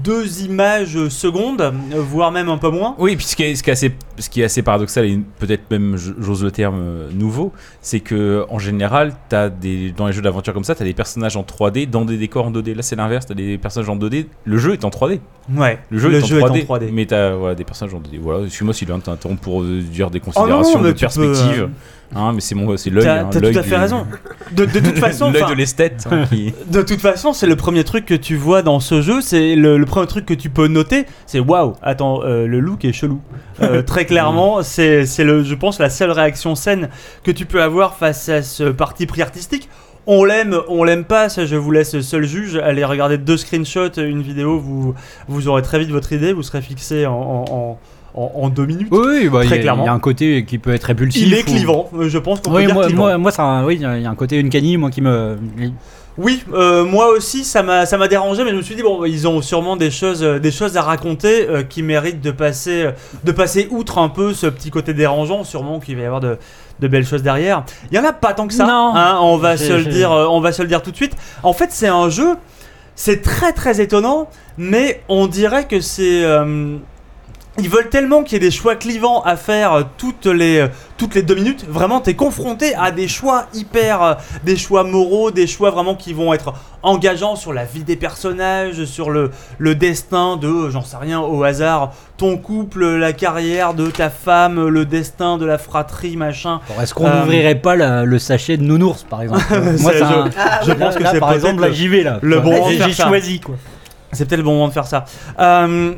S4: deux images secondes, euh, voire même un peu moins.
S3: Oui, puis ce qui est, ce qui est assez, ce qui est assez paradoxal et peut-être même, j- j'ose le terme, euh, nouveau, c'est que en général, as des, dans les jeux d'aventure comme ça, t'as des personnages en 3D dans des décors en 2D. Là, c'est l'inverse, t'as des personnages en 2D. Le jeu est en 3D.
S4: Ouais,
S3: Le jeu, est, en 3D, Mais t'as voilà, des personnages en 2D. Voilà, excuse-moi si l'un t'interrompt pour euh, dire des considérations
S4: Oh
S3: de
S4: mais tu peux, euh,
S3: perspective. Hein, mais c'est mon, c'est l'œil.
S4: T'as
S3: hein,
S4: t'as
S3: l'œil
S4: tout à
S3: du-
S4: fait raison. De,
S3: (laughs)
S4: de toute façon,
S3: l'œil
S4: enfin,
S3: de l'esthète. hein, qui-
S4: de toute façon, c'est le premier truc que tu vois dans ce jeu. C'est le, le premier truc que tu peux noter. C'est waouh. Attends, euh, le look est chelou. Euh,
S5: (laughs)
S4: très clairement, c'est c'est le, je pense, la seule réaction saine que tu peux avoir face à ce parti pris artistique. On l'aime, on l'aime pas, ça je vous laisse seul juge. Allez regarder deux screenshots, une vidéo, vous, vous aurez très vite votre idée, vous serez fixé en, en, en- en- en deux minutes.
S5: Oui, bah, il y,
S4: Très
S5: a- il y
S4: clairement.
S5: a un côté qui peut être répulsif.
S4: Il est
S5: ou-
S4: clivant, euh, je pense qu'on peut
S5: Oui,
S4: dire
S5: moi,
S4: clivant.
S5: moi, moi, ça, a un- oui, il y a il y a un côté une canille, moi qui me.
S4: Oui, euh, moi aussi, ça m'a ça m'a dérangé, mais je me suis dit bon, ils ont sûrement des choses, euh, des choses à raconter euh, qui méritent de passer, euh, de passer outre un peu ce petit côté dérangeant. Sûrement qu'il va y avoir de, de belles choses derrière. Il y en a pas tant que ça.
S5: Non.
S4: hein, on va
S5: J'ai-
S4: se le
S5: j'ai-
S4: dire, euh, on va se le dire tout de suite. En fait, c'est un jeu. C'est très très étonnant, mais on dirait que c'est euh, Ils veulent tellement qu'il y ait des choix clivants à faire euh, toutes les, euh, toutes les deux minutes. Vraiment, t'es confronté à des choix hyper. euh, des choix moraux, des choix vraiment qui vont être engageants sur la vie des personnages, sur le, le destin de, euh, j'en sais rien, au hasard, ton couple, la carrière de ta femme, le destin de la fratrie, machin.
S5: Alors, Est-ce qu'on
S4: Euh,
S5: n'ouvrirait pas la- le sachet de nounours, par (laughs) exemple Moi,
S4: C'est-
S5: c'est un-
S4: Je pense que
S5: là,
S4: c'est
S5: par exemple, là,
S4: peut-être
S5: j'y vais là.
S4: le bon
S5: Là,
S4: moment de
S5: j'ai
S4: faire ça.
S5: choisi quoi.
S4: C'est peut-être le bon moment de faire ça. Euh,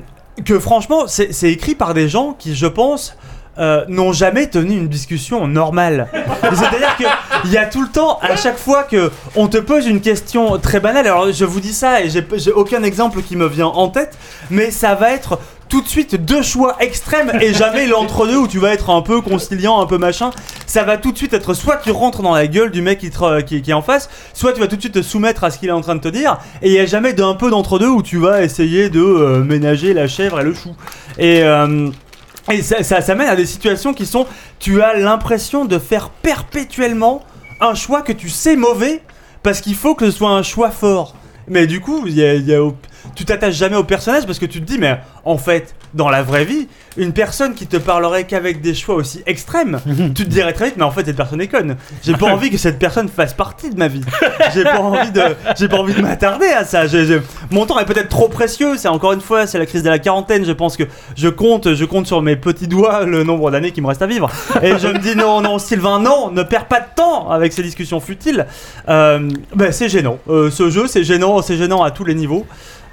S4: que franchement, c'est c'est écrit par des gens qui, je pense, euh, n'ont jamais tenu une discussion normale. C'est-à-dire qu'il y a tout le temps, à chaque fois que on te pose une question très banale, alors je vous dis ça et j'ai j'ai aucun exemple qui me vient en tête, mais ça va être tout de suite deux choix extrêmes et jamais l'entre-deux où tu vas être un peu conciliant, un peu machin. Ça va tout de suite être soit tu rentres dans la gueule du mec qui, te- qui- qui est en face, soit tu vas tout de suite te soumettre à ce qu'il est en train de te dire. Et il n'y a jamais d'un peu d'entre-deux où tu vas essayer de euh, ménager la chèvre et le chou. Et. euh, et ça, ça, ça mène à des situations qui sont. Tu as l'impression de faire perpétuellement un choix que tu sais mauvais parce qu'il faut que ce soit un choix fort. Mais du coup, il y a- il y a au- tu t'attaches jamais au personnage parce que tu te dis, mais en fait, dans la vraie vie, une personne qui te parlerait qu'avec des choix aussi extrêmes, tu te dirais très vite, mais en fait, cette personne est conne. J'ai pas envie que cette personne fasse partie de ma vie. J'ai pas envie de, j'ai pas envie de m'attarder à ça. J'ai- j'ai- Mon temps est peut-être trop précieux. C'est encore une fois, c'est la crise de la quarantaine. Je pense que je compte, je compte sur mes petits doigts le nombre d'années qui me reste à vivre. Et je me dis, non, non, Sylvain, non, ne perds pas de temps avec ces discussions futiles. Euh, ben, c'est gênant. Euh, ce jeu, c'est gênant, c'est gênant à tous les niveaux.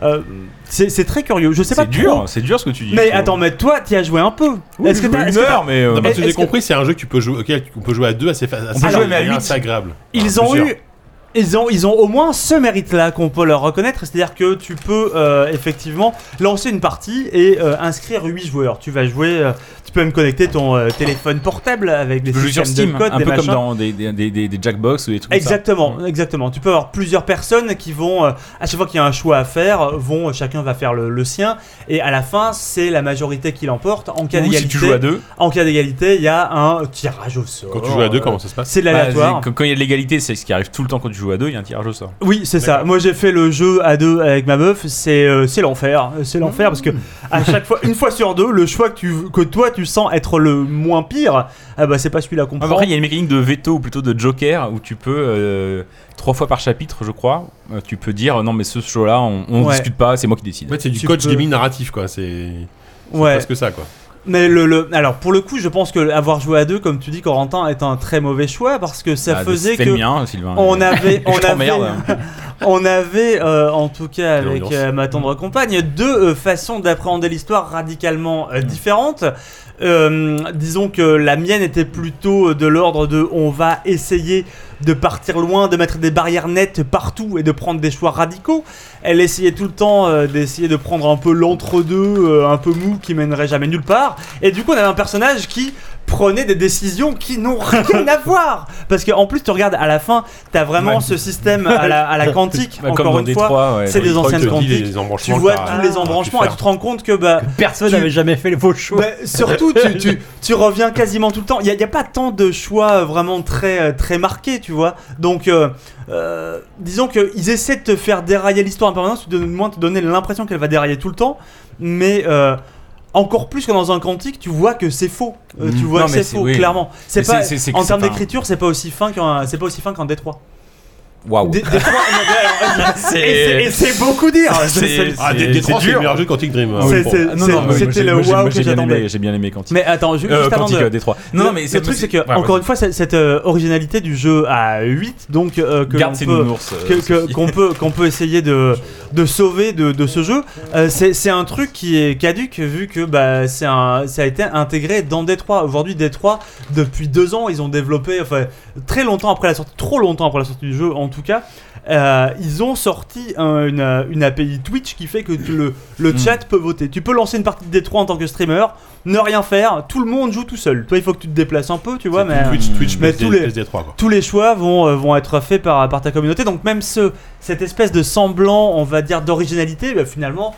S4: Euh, c'est (laughs) c'est très curieux. Je sais pas
S3: C'est dur,
S4: trop.
S3: c'est dur ce que tu dis.
S4: Mais attends, mais toi, t'y as joué un peu. Est-ce que t'as- est-ce
S3: une
S4: que
S3: heure, mais. euh,
S1: Non, parce que
S4: Est-ce
S1: j'ai
S4: que-
S1: compris, c'est un jeu que tu peux jouer, auquel on peut jouer à deux assez facilement.
S3: peut jouer, mais à huit.
S1: C'est agréable.
S4: Ils
S3: Ah,
S1: Enfin,
S4: ont
S1: Ah, plusieurs.
S4: eu. Ils ont, ils ont au moins ce mérite-là qu'on peut leur reconnaître, c'est-à-dire que tu peux euh, effectivement lancer une partie et euh, inscrire 8 joueurs. Tu vas jouer, euh, tu peux même connecter ton euh, téléphone portable avec des
S3: Je joue sur
S4: systèmes
S3: Steam,
S4: de code,
S3: un
S4: des
S3: peu comme
S4: machins.
S3: dans des, des, des, des- des Jackbox ou des trucs
S4: Exactement,
S3: comme
S4: exactement. Tu peux avoir plusieurs personnes qui vont, euh, à chaque fois qu'il y a un choix à faire, euh, vont chacun va faire le, le sien et à la fin c'est la majorité qui l'emporte. En
S3: ça.
S4: cas
S3: Ou si
S4: d'égalité,
S3: tu joues à deux,
S4: en cas d'égalité, il y a un tirage au sort.
S1: Quand tu joues à deux,
S4: euh,
S1: comment ça se passe
S4: C'est de
S3: bah,
S4: l'aléatoire.
S3: c'est- quand quand il y a de l'égalité, c'est ce qui arrive tout le temps quand tu joues à deux, il y a un tirage au sort.
S4: Oui, c'est ça.
S1: D'accord.
S4: Moi, j'ai fait le jeu à deux avec ma meuf. C'est euh, c'est l'enfer. C'est l'enfer parce que à chaque fois, une fois sur deux, le choix que, tu, que toi tu sens être le moins pire, ah bah c'est pas celui-là qu'on
S3: Ah,
S4: prend.
S3: Après, il y a une mécanique de veto ou plutôt de joker où tu peux, euh, trois fois par chapitre, je crois, euh, tu peux dire non, mais ce show-là, on, on
S4: Ouais.
S3: discute pas, c'est moi qui
S1: En
S3: décide.
S1: fait, c'est du
S4: tu
S1: coach
S4: peux-
S1: gaming narratif, quoi. C'est
S4: ouais.
S1: parce que ça, quoi.
S4: Mais le, le alors pour le coup, je pense que avoir joué à deux, comme tu dis, Corentin, est un très mauvais choix parce que ça
S3: Ah,
S4: faisait
S3: c'était
S4: que
S3: le mien, Sylvain. euh,
S4: on avait on
S3: (laughs) Je hein.
S4: avait
S3: t'emmerde.
S4: (laughs) on avait euh, en tout cas
S1: Quelle
S4: avec
S1: ambiance. Mm.
S4: euh, ma tendre compagne deux euh, façons d'appréhender l'histoire radicalement
S1: Mm.
S4: euh, différentes Euh, disons que la mienne était plutôt euh, de l'ordre de on va essayer de partir loin, de mettre des barrières nettes partout et de prendre des choix radicaux. Elle essayait tout le temps euh, d'essayer de prendre un peu l'entre-deux, euh, un peu mou, qui mènerait jamais nulle part. Et du coup, on avait un personnage qui prenait des décisions qui n'ont (laughs) rien à voir. Parce qu'en plus, tu regardes à la fin, t'as vraiment
S3: Ouais.
S4: ce système à la, à la quantique,
S3: Bah, comme
S4: encore
S3: dans
S4: une fois.
S3: Détroit, ouais.
S4: C'est des
S1: Detroit
S4: anciennes
S1: te dit
S4: quantiques.
S1: les embranchements
S4: Tu vois
S1: que t'as-
S4: tous les
S1: t'as pu
S4: embranchements et
S1: faire.
S4: tu te rends compte que bah,
S5: Personne
S4: Tu-
S5: n'avait jamais fait les faux choix.
S4: bah, surtout, tu, tu, tu reviens quasiment tout le temps. Il n'y a, y a pas tant de choix euh, vraiment très, euh, très marqués, tu vois. Donc, euh, euh, disons qu'ils essaient de te faire dérailler l'histoire en permanence, ou de moins te donner l'impression qu'elle va dérailler tout le temps. Mais euh, encore plus que dans un quantique, tu vois que c'est faux. Euh, tu
S3: Mm.
S4: vois
S3: Non,
S4: que
S3: mais
S4: c'est
S3: c'est-
S4: faux,
S3: oui.
S4: clairement. C'est
S3: Mais
S4: pas,
S3: c'est- c'est- c'est-
S4: en
S3: c'est
S4: termes
S3: pas un-
S4: d'écriture, c'est pas aussi fin qu'en c'est pas aussi fin qu'en Détroit.
S3: Waouh.
S4: Dé- Détroit,
S3: C'est-
S4: et c'est- et c'est
S3: (laughs)
S4: beaucoup dire. je
S3: C'est-
S4: sais.
S1: Ah,
S3: C'est-
S1: des
S3: c'est
S1: trois, c'est
S3: dur.
S1: le meilleur jeu de Quantic Dream. hein.
S4: C'est-
S1: Bon.
S4: c'est-
S3: Ah, non, non,
S4: c'est-
S3: mais
S4: c'était
S3: moi,
S4: le
S3: j'ai- moi,
S4: wow
S3: j'ai
S4: que
S3: bien
S4: j'attendais.
S3: aimé, J'ai bien aimé Quantique.
S4: Mais attends, ju-
S3: Euh,
S4: juste avant
S3: Quantique
S4: de,
S3: euh, Détroit. Non, non, mais
S4: le truc c'est que
S3: ouais,
S4: encore
S3: vas-y.
S4: une fois c'est- cette euh, originalité du jeu à 8 donc euh, que
S3: Garde
S4: l'on
S3: ses
S4: peut-
S3: nounours. euh,
S4: que- que-
S3: Sophie.
S4: qu'on peut qu'on peut essayer de, de sauver de, de ce jeu Euh, c'est c'est un truc qui est caduque vu que bah c'est un ça a été intégré dans Détroit aujourd'hui Détroit depuis deux ans ils ont développé enfin très longtemps après la sortie trop longtemps après la sortie du jeu en tout cas euh, ils ont sorti un- une, une API Twitch qui fait que tu- le, le
S3: Mm.
S4: chat peut voter. Tu peux lancer une partie de Détroit en tant que streamer, ne rien faire, tout le monde joue tout seul. Toi, il faut que tu te déplaces un peu, tu vois, mais. euh,
S1: Twitch, Twitch,
S4: mais
S1: PS-
S4: tous les-
S1: PS3, quoi.
S4: tous les choix vont, euh, vont être faits par, par ta communauté. Donc même ce, cette espèce de semblant, on va dire, d'originalité, bah, finalement,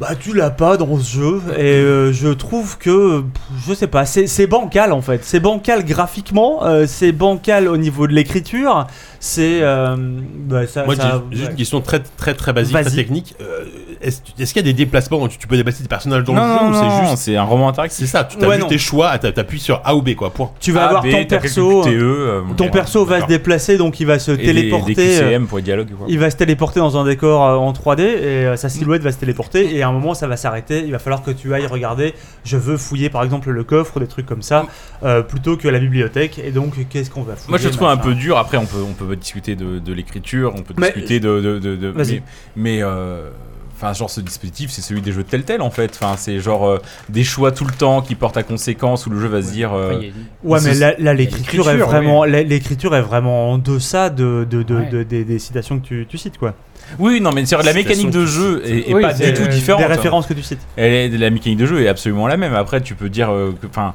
S4: bah tu l'as pas dans ce jeu. Et euh, je trouve que, pff, je sais pas, c'est c'est bancal en fait. C'est bancal graphiquement, euh, c'est bancal au niveau de l'écriture. C'est... euh, bah, ça,
S1: Moi,
S4: ça-
S1: j'ai j'ai
S4: ouais.
S1: une question très très très basique,
S4: Vas-y.
S1: très technique. Euh, Est-ce est-ce qu'il y a des déplacements où tu, tu peux déplacer des personnages dans
S3: non,
S1: le jeu
S3: non,
S1: ou c'est juste.
S3: c'est un roman interactif.
S1: C'est ça, tu as
S4: Ouais,
S1: vu
S4: non.
S1: tes choix, t'as- t'appuies sur A ou B, quoi, point.
S4: Tu vas
S3: A,
S4: avoir
S3: B,
S4: ton
S3: t'as quelques
S4: perso.
S3: QTE, euh, bon,
S4: Ton
S3: ouais,
S4: perso va se
S3: d'accord.
S4: déplacer, donc il va se
S3: Et des-
S4: téléporter.
S3: Des
S4: euh,
S3: QCM pour les dialogues, quoi.
S4: Il va se téléporter dans un décor euh, en 3D et euh, sa silhouette va se téléporter et à un moment ça va s'arrêter. Il va falloir que tu ailles regarder. Je veux fouiller par exemple le coffre, des trucs comme ça, euh, plutôt que la bibliothèque. Et donc qu'est-ce qu'on va fouiller
S3: Moi je le trouve un
S4: machin.
S3: peu dur, après on peut, on peut discuter de, de l'écriture, on peut
S4: Mais-
S3: discuter de... de, de- de-
S4: Vas-y.
S3: mais... mais, euh, Enfin, genre ce dispositif, c'est celui des jeux tel tel en fait. Enfin, c'est genre euh, des choix tout le temps qui portent à conséquence où le jeu va se dire. euh,
S5: Enfin, il y a-
S4: Ouais, mais
S3: C'est-
S4: là, là, l'écriture est
S5: l'écriture,
S4: vraiment, l'é- l'écriture est vraiment en deçà de, de, de-
S5: Ouais.
S4: de- des, des citations que tu, tu cites quoi.
S3: Oui, non, mais c'est-à-dire la mécanique de jeu est, est
S5: Oui,
S3: pas
S5: c'est-
S3: du Ah, tout
S4: Des-
S3: différente. hein.
S4: Des références que tu cites.
S3: Elle est- la mécanique de jeu est absolument la même. Après, tu peux dire euh, que, enfin,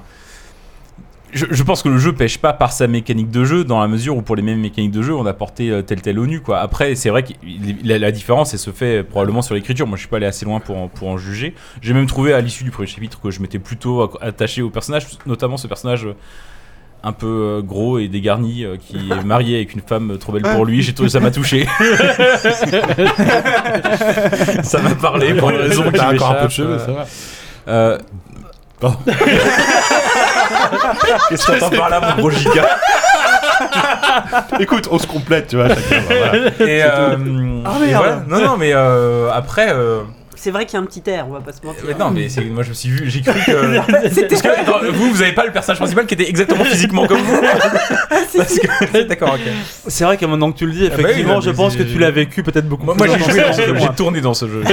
S3: je, je pense que le jeu pêche pas par sa mécanique de jeu dans la mesure où pour les mêmes mécaniques de jeu, on a porté euh, tel tel ONU quoi. Après, c'est vrai que il- la, la différence, elle se fait probablement sur l'écriture. Moi, je suis pas allé assez loin pour en, pour en juger. J'ai même trouvé à l'issue du premier chapitre que je m'étais plutôt acc- attaché au personnage, notamment ce personnage. euh, Un peu euh, gros et dégarni, euh, qui est marié avec une femme euh, trop belle pour lui, j'ai trouvé ça m'a touché. ça m'a parlé pour une raison qui
S1: T'as encore un peu de
S3: m'échappe,
S1: cheveux,
S3: euh,
S1: ça va.
S3: euh...
S1: Pardon.
S4: (laughs)
S3: Qu'est-ce que t'entends par là, mon gros giga
S1: Écoute, on se complète, tu vois. chacun, (laughs) voilà.
S3: et, euh,
S4: Ah, merde.
S3: et voilà. Non, non, mais euh, après. euh,
S6: C'est vrai qu'il y a un petit air, on va pas se mentir.
S3: ouais, non, mais c'est- moi je me suis vu, j'ai cru
S4: (laughs)
S3: que. Parce que dans- vous, vous avez pas le personnage principal qui était exactement physiquement comme
S4: (laughs)
S3: vous.
S4: Ah,
S3: Parce que. (laughs) D'accord, ok.
S4: C'est vrai qu'à maintenant que tu le dis,
S3: Ah bah oui,
S4: effectivement,
S3: non,
S4: je
S3: mais
S4: pense
S3: c'est-
S4: que tu l'as vécu peut-être beaucoup
S3: Moi,
S4: plus.
S3: moi, j'ai
S4: longtemps
S3: joué dans
S4: que
S3: ce jeu,
S4: moi.
S3: j'ai tourné dans ce jeu.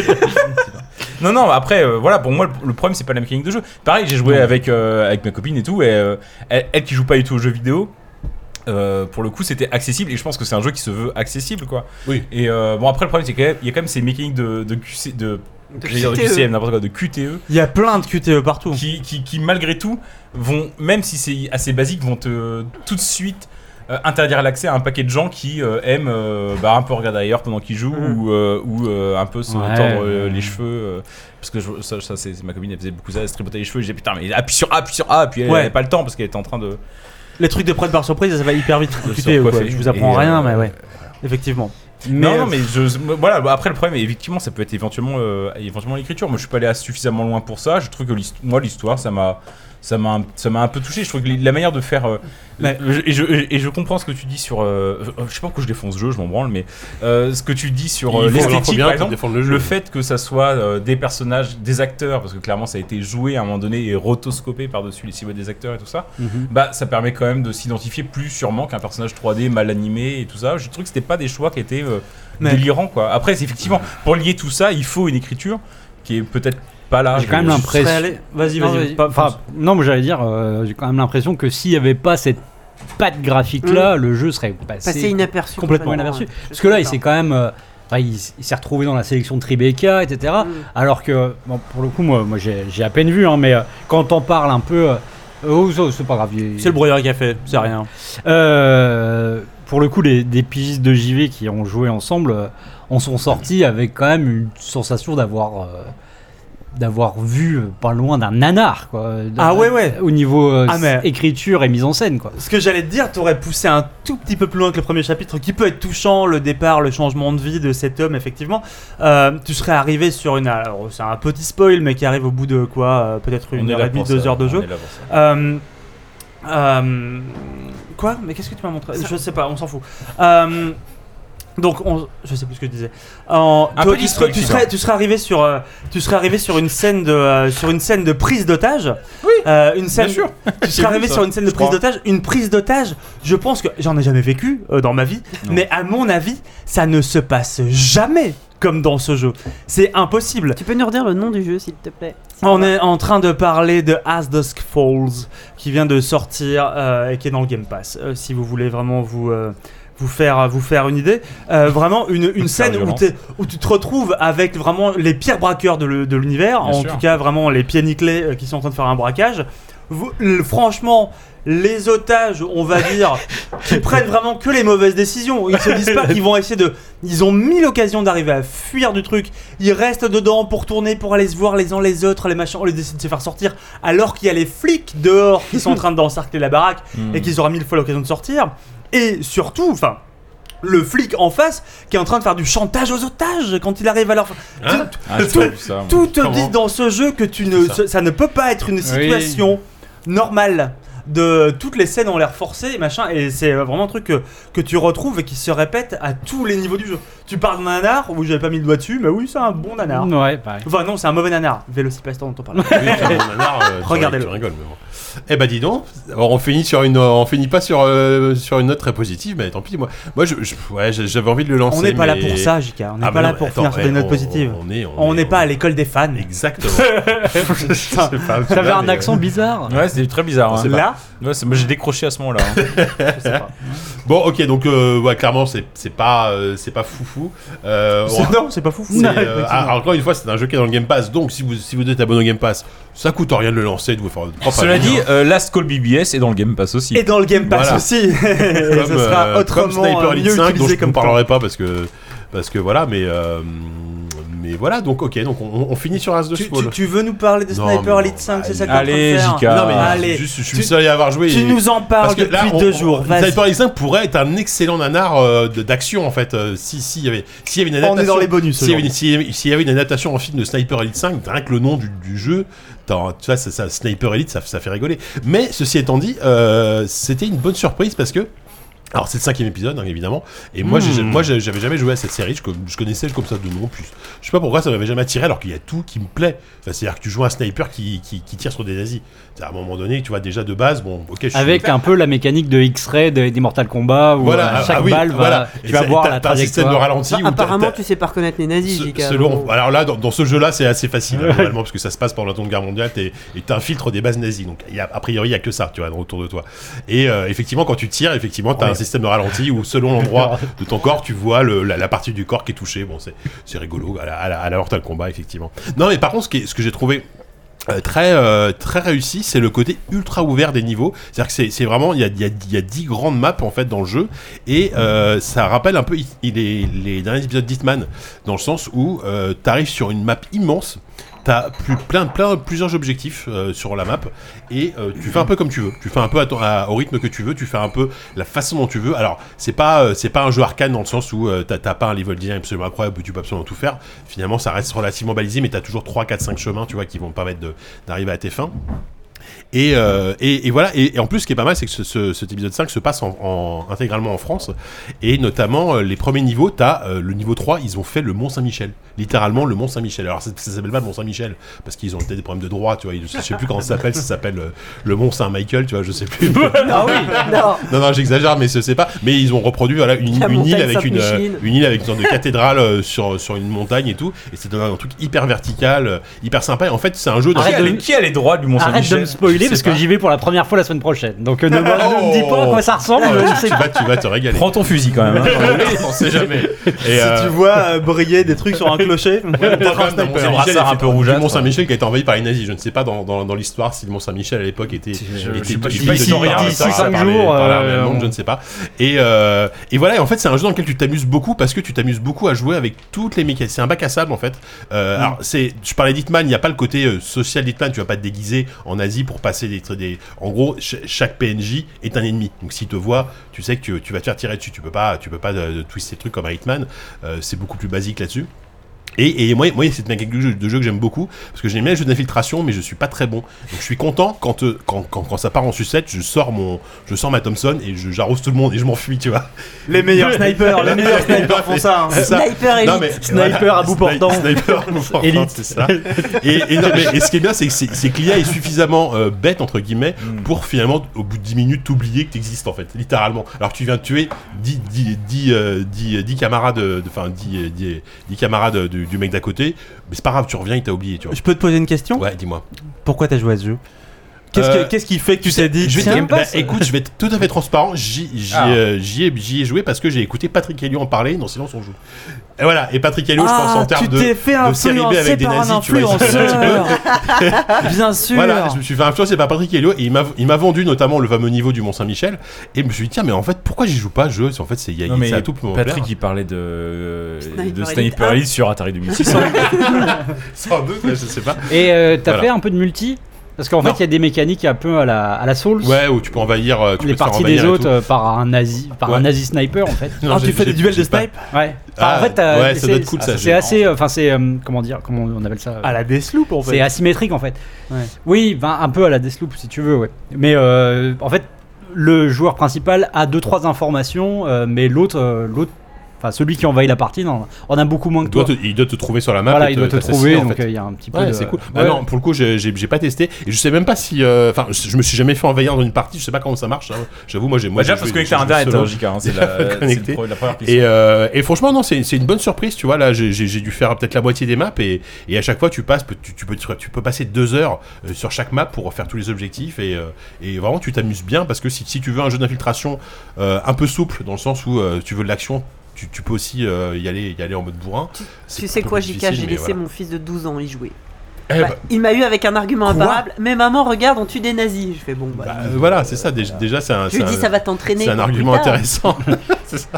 S3: non, non, après, euh, voilà, pour moi, le, le problème, c'est pas la mécanique de jeu. Pareil, j'ai joué avec, euh, avec ma copine et tout, et euh, elle, elle qui joue pas du tout aux jeux vidéo. euh, pour le coup, c'était accessible et je pense que c'est un jeu qui se veut accessible, quoi.
S1: Oui.
S3: Et euh, bon, après, le problème, c'est qu'il y a quand même ces mécaniques de, de, QC de,
S6: De E.
S3: j'allais dire de
S6: QTE.
S3: QCM, n'importe quoi, de E. QTE,
S4: Il y a plein de QTE partout.
S3: qui, qui, qui, malgré tout vont, même si c'est assez basique, vont te tout de suite euh, interdire l'accès à un paquet de gens qui euh, aiment euh, bah, un peu regarder ailleurs pendant qu'ils jouent
S4: Mhm.
S3: ou, euh, ou euh, un peu se
S5: Ouais.
S3: tordre euh, les cheveux. euh, parce que je- ça, ça, c'est ma copine, elle faisait beaucoup ça, elle se tripotait les cheveux. Je disais putain, mais appuie sur A, appuie sur A, puis elle
S4: Ouais.
S3: n'avait pas le temps parce qu'elle était en train de.
S4: Les trucs de prendre par surprise, ça va hyper vite.
S3: Je
S4: QTE,
S3: sais pas
S4: quoi.
S3: faire.
S4: Je vous apprends
S3: Et,
S4: rien,
S3: euh,
S4: mais ouais. Effectivement.
S3: non,
S5: euh,
S4: Mais,
S1: euh,
S3: non, mais je, voilà, bah, après le problème, effectivement, ça peut être éventuellement, euh, éventuellement l'écriture. Moi, je suis pas allé à- suffisamment loin pour ça. Je trouve que l'hist- moi, l'histoire, ça m'a. Ça m'a, un- ça m'a un peu touché. Je trouve que la manière de faire. euh,
S4: Ouais.
S3: je- et, je, et je comprends ce que tu dis sur. euh, je sais pas pourquoi je défends ce jeu, je m'en branle, mais euh, ce que tu dis sur euh,
S1: Il faut- il faut
S3: l'esthétique,
S1: bien
S3: par exemple,
S1: défendre le jeu.
S3: le fait que ça soit euh, des personnages, des acteurs, parce que clairement ça a été joué à un moment donné et rotoscopé par-dessus les silhouettes des acteurs et tout ça,
S5: Mhm.
S3: bah ça permet quand même de s'identifier plus sûrement qu'un personnage 3D mal animé et tout ça. Je trouve que c'était pas des choix qui étaient euh,
S4: Mais-
S3: délirants quoi. Après, c'est effectivement, pour lier tout ça, il faut une écriture qui est peut-être pas là.
S5: J'ai quand même
S3: Je-
S5: l'impression-
S4: Serais allé- Vas-y,
S5: Non,
S4: vas-y.
S5: mais-
S4: pas-
S5: enfin, non, mais j'allais dire, euh, j'ai quand même l'impression que s'il n'y avait pas cette patte graphique-là, le jeu serait passé,
S6: euh, Passer inaperçu.
S5: complètement inaperçu.
S6: ouais. Je
S5: Parce que là, il
S6: suis
S5: s'est quand même, euh, enfin, il, s- il s'est retrouvé dans la sélection de Tribeca, etc.
S6: d'accord. Mm.
S5: Alors que, bon, pour le coup, moi, moi j'ai j'ai à peine vu, hein, mais euh, quand on parle un peu, euh, oh, ça, c'est pas grave. il-
S4: C'est le brouillard café, c'est rien.
S5: Euh, pour le coup, les des pigistes de JV qui ont joué ensemble euh, en sont sortis avec quand même une sensation d'avoir euh, d'avoir vu euh, pas loin d'un nanar quoi. Euh,
S4: Ah
S5: de-
S4: ouais, ouais.
S5: Au niveau euh,
S4: Ah, mais-
S5: écriture et mise en scène quoi.
S4: Ce que j'allais te dire, t'aurais poussé un tout petit peu plus loin que le premier chapitre, qui peut être touchant, le départ, le changement de vie de cet homme, effectivement. Euh, tu serais arrivé sur une. Alors, c'est un petit spoil, mais qui arrive au bout de quoi euh, Peut-être
S3: On
S4: une
S3: est
S4: heure
S3: là
S4: et demie,
S3: pour
S4: deux
S3: ça.
S4: heures de
S3: On
S4: jeu.
S3: est là pour
S5: (laughs)
S3: ça.
S4: Euh, euh, quoi Mais qu'est-ce que tu m'as montré Je sais pas, on s'en fout. Euh, donc, on, je sais plus ce que je disais. En-
S3: Un
S4: toi,
S3: peu
S4: tu, serais, tu,
S3: dyspraxique,
S4: serais,
S3: hein.
S4: tu serais arrivé sur, euh, tu serais arrivé sur une scène de, euh, sur une scène de prise d'otage.
S3: Oui,
S4: Euh, une scène.
S3: Bien sûr.
S4: Tu
S3: (laughs) J'ai
S4: serais
S3: vu
S4: arrivé
S3: ça,
S4: sur une scène de
S3: je
S4: prise
S3: crois.
S4: d'otage. Une prise d'otage. Je pense que j'en ai jamais vécu euh, dans ma vie,
S3: Non.
S4: mais à mon avis, ça ne se passe jamais comme dans ce jeu. C'est impossible.
S6: Tu peux nous redire le nom du jeu, s'il te plaît
S1: Ah,
S6: s'il
S4: On
S6: te plaît.
S4: est en train de parler de As Dusk Falls qui vient de sortir euh, et qui est dans le Game Pass. euh, si vous voulez vraiment vous, euh, vous, faire, vous faire une idée, Euh, vraiment une, une
S3: Faire
S4: scène où,
S3: violence.
S4: t'es- où tu te retrouves avec vraiment les pires braqueurs de le- de l'univers,
S3: Bien
S4: en
S3: sûr.
S4: tout cas vraiment les pieds nickelés euh, qui sont en train de faire un braquage. Vous- le- franchement, les otages, on va dire,
S3: (laughs)
S4: qui prennent vraiment que les mauvaises décisions. Ils se disent pas qu'ils vont essayer de. Ils ont mille occasions d'arriver à fuir du truc. Ils restent dedans pour tourner, pour aller se voir les uns les autres, les machins. On les décide de se faire sortir alors qu'il y a les flics dehors
S3: (laughs)
S4: qui sont en train d'encercler la baraque
S3: Mm.
S4: et qu'ils auront mille fois l'occasion de sortir. Et surtout, enfin, le flic en face qui est en train de faire du chantage aux otages quand il arrive à leur.
S1: Hein
S4: Tout-
S3: Ah, j'ai
S4: tout-
S3: pas vu ça, moi.
S4: tout te
S1: Comment
S4: dit dans ce jeu que tu ne,
S1: Oh, C'est ça.
S4: ça. ne peut pas être une situation normale. De toutes les scènes ont l'air forcées et machin, et c'est vraiment un truc que, que tu retrouves et qui se répète à tous les niveaux du jeu. Tu parles d'un nanar, oui, j'avais pas mis le doigt dessus, mais oui, c'est un bon nanar.
S5: Ouais,
S4: (laughs)
S5: pareil.
S4: Enfin, non, c'est un mauvais nanar, Vélocipaster dont on parle.
S1: Oui, c'est
S4: (laughs)
S1: un nanar, euh, tu
S4: Regardez-le.
S1: rigoles, tu rigoles, mais bon. Eh ben dis donc, alors on finit sur une, on finit pas sur euh, sur une note très positive, mais tant pis. Moi, moi, je- je- ouais, j'avais envie de le lancer.
S4: on n'est pas là
S1: mais-
S4: pour ça, JK, on n'est
S1: Ah,
S4: pas
S1: bah
S4: là
S1: non,
S4: pour
S1: attends,
S4: finir sur
S1: eh,
S4: des notes
S1: on-
S4: positives.
S1: On n'est
S4: On n'est
S1: oh.
S4: pas
S1: (laughs)
S4: à l'école des fans.
S1: Exactement. Je sais pas, tu
S5: T'avais
S1: vois,
S5: un
S4: euh,
S1: mais-
S5: accent bizarre.
S3: Ouais, c'était très bizarre. hein.
S4: Là,
S1: (laughs)
S3: Ouais, c'est- moi, j'ai décroché à ce moment-là.
S5: (laughs)
S3: hein.
S4: je sais pas.
S1: Bon, ok, donc euh, ouais, clairement, c'est c'est pas euh, c'est pas foufou. Euh, on-
S4: C'est- Non, c'est pas fou.
S1: C'est, euh, ah, encore une fois, c'est un jeu qui est dans le Game Pass, donc si vous, si vous êtes abonné au Game Pass, ça coûte rien de le lancer, de vous faire. de propre
S3: Cela
S1: avis,
S3: dit,
S1: hein.
S3: euh, Last Call BBS est dans le Game Pass aussi.
S4: Et dans le Game Pass
S1: Voilà.
S4: aussi. (laughs)
S1: comme,
S4: Ce
S1: euh,
S4: sera
S1: comme
S4: autrement
S1: Sniper
S4: euh,
S1: Elite
S4: mieux
S1: 5, dont je
S4: utilisé
S1: ne
S4: comme
S1: vous
S4: temps.
S1: parlerai pas parce que parce que voilà, mais euh, mais voilà, donc ok, donc on, on finit sur As de
S4: Tu,
S1: Spawn.
S4: tu- tu veux nous parler de
S1: Non,
S4: Sniper
S1: mais
S4: Elite
S1: non,
S4: 5, c'est ça que t'es en train de
S3: Allez,
S4: faire
S3: JK.
S1: non mais
S4: Allez,
S1: juste, Ah, je suis
S4: tu-
S1: le seul à y avoir joué.
S4: Tu
S1: et-
S4: nous en
S1: parce
S4: parles
S1: que là,
S4: depuis
S1: on-
S4: deux
S1: on-
S4: jours. Vas-y.
S1: Sniper Elite 5 pourrait être un excellent nanar euh, de- d'action en fait. euh, si si il y avait s'il y avait une
S4: On est
S1: adaptation-
S4: dans les bonus.
S1: S'il y, avait
S4: aujourd'hui.
S1: une- s'il y avait- s'il y avait une adaptation en film de Sniper Elite 5, rien que le nom du, du jeu, t'en- tu vois, ça, ça- Sniper Elite, ça, ça fait rigoler. Mais ceci étant dit, euh, c'était une bonne surprise parce que. Alors c'est le cinquième épisode hein, évidemment et moi j'ai- moi j'ai- j'avais jamais joué à cette série je, co- je connaissais comme ça de nom plus je sais pas pourquoi ça m'avait jamais attiré alors qu'il y a tout qui me plaît Enfin, c'est à dire que tu joues un sniper qui, qui, qui tire sur des nazis C'est-à-dire, à un moment donné tu vois déjà de base bon ok je suis
S5: Avec un peu la mécanique de X-Ray des, des Mortal Kombat où
S1: voilà
S5: euh,
S1: ah,
S5: chaque
S1: ah oui,
S5: balle va,
S1: voilà.
S5: tu vas voir la
S1: t'as un système de
S5: trajectoire.
S1: ralenti
S6: Bah,
S1: où t'as-
S6: apparemment,
S1: t'as-
S6: tu sais pas reconnaître les nazis,
S1: Ce-
S6: JK.
S1: selon-
S6: bon.
S1: alors là, dans, dans ce jeu-là, c'est assez facile, hein, globalement, parce que ça se passe pendant la Seconde Guerre mondiale, t'es- et t'infiltres des bases nazies. Donc, il y a, a priori, il y a que ça, tu vois, autour de toi. Et euh, effectivement, quand tu tires, effectivement, t'as un système de ralenti où, selon l'endroit de ton corps, tu vois le- la, la partie du corps qui est touchée. Bon, c'est c'est rigolo, à la, à, la, à la Mortal Kombat, effectivement. Non, mais par contre, ce, qui est- ce que j'ai trouvé euh, très euh, très réussi, c'est le côté ultra ouvert des niveaux. C'est-à-dire que c'est- c'est vraiment il y a il y a il y a dix grandes maps en fait dans le jeu et euh, ça rappelle un peu i- i- les, les derniers épisodes d'Hitman dans le sens où euh, t'arrives sur une map immense. T'as plus plein, plein, plusieurs objectifs euh, sur la map et euh, tu fais un peu comme tu veux. Tu fais un peu à ton- à- au rythme que tu veux. Tu fais un peu la façon dont tu veux. Alors c'est pas, euh, c'est pas un jeu arcane dans le sens où euh, t'as t'as pas un level design absolument incroyable où tu peux absolument tout faire. Finalement, ça reste relativement balisé, mais t'as toujours 3, 4, 5 chemins, tu vois, qui vont te permettre de- d'arriver à tes fins. Et, euh, et, et voilà. Et, et en plus, ce qui est pas mal, c'est que ce, ce- cet épisode 5 se passe en, en- intégralement en France. Et notamment, euh, les premiers niveaux, t'as euh, le niveau 3, ils ont fait le Mont-Saint-Michel. Littéralement, le Mont-Saint-Michel. Alors, ça, ça s'appelle pas le Mont-Saint-Michel, parce qu'ils ont peut-être des problèmes de droit, tu vois. ils- Je sais plus comment ça s'appelle, ça s'appelle euh, le Mont-Saint-Michael, tu vois, je sais plus.
S6: Ah oui, (laughs) non.
S1: Non, non, j'exagère, mais je sais pas. Mais ils ont reproduit voilà, une,
S6: La
S1: une
S6: montagne
S1: île avec une, euh,
S6: Sainte-Micheline.
S1: une île avec une sorte de cathédrale euh, sur, sur une montagne et tout. Et c'est un truc hyper vertical, euh, hyper sympa. Et en fait, c'est un jeu de.
S3: Qui a,
S5: Arrête de-
S3: les, qui a les droits du
S5: Arrête de me
S3: Mont-Saint-Michel
S5: spoiler
S1: je
S5: parce
S1: sais pas.
S5: que j'y vais pour la première fois la semaine prochaine. Donc euh, ne, me- ne me dis pas à quoi ça ressemble.
S1: Ah,
S5: (laughs) je
S1: tu,
S5: sais
S1: tu vas, tu vas te régaler.
S3: Prends ton fusil quand même. hein.
S1: on sait jamais. Et,
S4: Si
S1: euh,
S4: tu vois euh, briller des
S1: (laughs)
S4: trucs sur un clocher,
S1: on parle quand même d'un
S3: C'est
S1: Mont-Saint-Michel,
S3: brassard un peu
S1: effectivement,
S3: rougeâtre.
S1: du Mont-Saint-Michel qui a été envahi par les nazis. Je ne sais pas dans, dans, dans l'histoire si le Mont-Saint-Michel à l'époque était.
S3: Je-
S1: était-
S3: je sais pas, je
S1: était
S3: suis pas
S1: visité
S3: historien,
S1: par-
S5: d'ici
S1: par-
S5: cinq
S1: par les-
S5: jours,
S1: par la-
S5: euh,
S1: la monde, je ne sais pas. Et, euh, et voilà, et en fait, c'est un jeu dans lequel tu t'amuses beaucoup parce que tu t'amuses beaucoup à jouer avec toutes les mécaniques. C'est un bac à sable en fait.
S3: Mm.
S1: Euh, Alors, c'est, je parlais d'Hitman, il n'y a pas le côté euh, social d'Hitman. Tu vas pas te déguiser en Asie pour passer des, des. En gros, ch- chaque PNJ est un ennemi. Donc, s'il te voit, tu sais que tu, tu vas te faire tirer dessus. Tu peux pas, tu peux pas euh, twister des trucs comme à Hitman. Euh, c'est beaucoup plus basique là-dessus. Et, et moi, moi c'est une mécanique de jeu, de jeu que j'aime beaucoup, parce que j'aime bien les jeux d'infiltration, mais je suis pas très bon. Donc je suis content quand, euh, quand, quand, quand ça part en sucette, je sors, mon, je sors ma Thompson et je- j'arrose tout le monde et je m'enfuis, tu vois.
S4: les meilleurs snipers, les meilleurs
S1: (laughs)
S4: snipers font ça. hein.
S1: C'est (laughs) ça.
S6: Sniper Elite.
S5: Sniper à bout
S1: Sni-
S5: portant.
S1: Sniper
S5: (laughs)
S1: à bout portant,
S5: Élite.
S1: c'est ça. Et, et non, mais- et ce qui est bien, c'est que c'est c'est que l'IA est suffisamment euh, bête, entre guillemets,
S5: Hmm.
S1: pour finalement, au bout de 10 minutes, t'oublier que t'existes, en fait, littéralement. Alors que tu viens de tuer 10, 10, 10, euh, 10, euh, 10 camarades, euh, de- enfin, 10, euh, 10, euh, 10 camarades euh, du, du mec d'à côté, mais c'est pas grave, tu reviens, il t'a oublié, tu vois.
S4: (laughs) Je peux te poser une question
S1: Ouais, dis-moi.
S4: Pourquoi t'as joué à ce jeu Qu'est-ce
S1: Euh,
S4: que- qu'est-ce qui fait que tu t'es dit
S1: Je vais
S4: tiens,
S1: te- bah, écoute, je vais être tout à fait transparent. J'y j'y,
S3: Ah.
S1: euh, j'y ai, j'y ai joué parce que j'ai écouté Patrick Helio en parler dans Silence on joue. Et voilà, et Patrick Helio, je pense en
S4: Ah,
S1: termes
S4: tu
S1: de.
S4: t'es fait
S1: de série B
S4: influencer
S1: avec des
S4: par un
S1: nazis, tu vois, ils sont (laughs)
S4: influenceur. Bien sûr.
S1: Voilà, je me suis fait influencer par Patrick Helio et il m'a il m'a vendu notamment le fameux niveau du Mont Saint-Michel et je me suis dit tiens mais en fait pourquoi j'y joue pas je en fait c'est il y a-
S3: Non, mais
S1: ça a tout pour me
S3: Patrick,
S1: plaire.
S3: il parlait de, euh, de
S6: Sniper Elite
S3: Sniper
S6: un.
S5: (laughs)
S3: Elite sur Atari 2600.
S1: sans doute je sais pas
S5: Et euh, t'as
S1: Voilà.
S5: fait un peu de multi Parce qu'en fait, il y a des mécaniques un peu à la, à la Souls.
S1: Ouais, où tu peux envahir. euh, Tu
S5: les
S1: peux te faire
S5: parties
S1: envahir et
S5: des autres
S1: tout.
S5: euh, par un nazi, par
S1: Ouais.
S5: un nazi sniper en fait.
S1: Non,
S4: Ah,
S1: j'ai-
S4: tu fais
S1: j'ai-
S4: des duels
S1: j'ai
S4: de
S1: pas-
S4: snipe
S5: Ouais.
S1: Ah,
S5: en fait, t'as-
S1: ouais, ça doit
S5: c'est-
S1: être cool, ça,
S5: C'est
S1: j'aime.
S5: assez, enfin c'est euh, comment dire, comment on appelle ça euh,
S4: À la Deathloop en
S5: C'est
S4: fait.
S5: asymétrique en fait.
S4: Ouais.
S5: Oui, ben, un peu à la Deathloop si tu veux, ouais. Mais euh, en fait, le joueur principal a deux trois informations, euh, mais l'autre, euh, l'autre, enfin celui qui envahit la partie, non, en a beaucoup moins que
S1: Il doit,
S5: toi.
S1: te, il doit te trouver sur la map.
S5: voilà,
S1: et
S5: il doit te
S1: t'assassiner,
S5: trouver,
S1: en
S5: donc
S1: fait.
S5: euh, il y a un petit peu.
S1: Ouais,
S5: de-
S1: c'est cool. Ah
S5: Ouais.
S1: non, pour le coup, j'ai j'ai- j'ai pas testé. Et je sais même pas si. euh, Enfin, je je me suis jamais fait envahir dans une partie. Je sais pas comment ça marche. hein. J'avoue, moi j'ai.
S3: Bah,
S1: moi,
S3: déjà
S1: j'ai
S3: parce
S1: joué-
S3: que
S1: j'ai joué
S3: Internet,
S1: solo.
S3: hein, JK, hein, c'est
S1: Il
S3: la,
S1: a pas
S3: c'est le
S1: connecté.
S3: pro- la première question.
S1: Et, euh, et franchement, non, c'est c'est une bonne surprise, tu vois. Là, j'ai j'ai- j'ai dû faire peut-être la moitié des maps et, et à chaque fois, tu passes, peut- tu, tu peux, tu peux passer deux heures euh, sur chaque map pour faire tous les objectifs et, euh, et vraiment, tu t'amuses bien parce que si, si tu veux un jeu d'infiltration euh, un peu souple, dans le sens où euh, tu veux de l'action, tu, tu peux aussi euh, y, aller, y aller en mode bourrin.
S6: Tu sais quoi, JK, j'ai laissé
S1: mon
S6: mon fils de 12 ans y jouer.
S1: Eh
S6: Bah,
S1: bah,
S6: il m'a eu avec un argument
S1: Quoi
S6: imparable. Mais maman, regarde, on tue des nazis. Je fais bon, bah.
S1: bah, voilà, c'est ça. Déjà, déjà, c'est un.
S6: je lui
S1: Bah, c'est
S6: dis,
S1: un-
S6: ça va t'entraîner.
S1: C'est un
S6: pour plus
S1: argument
S6: tard. (laughs)
S1: intéressant. (laughs) C'est ça.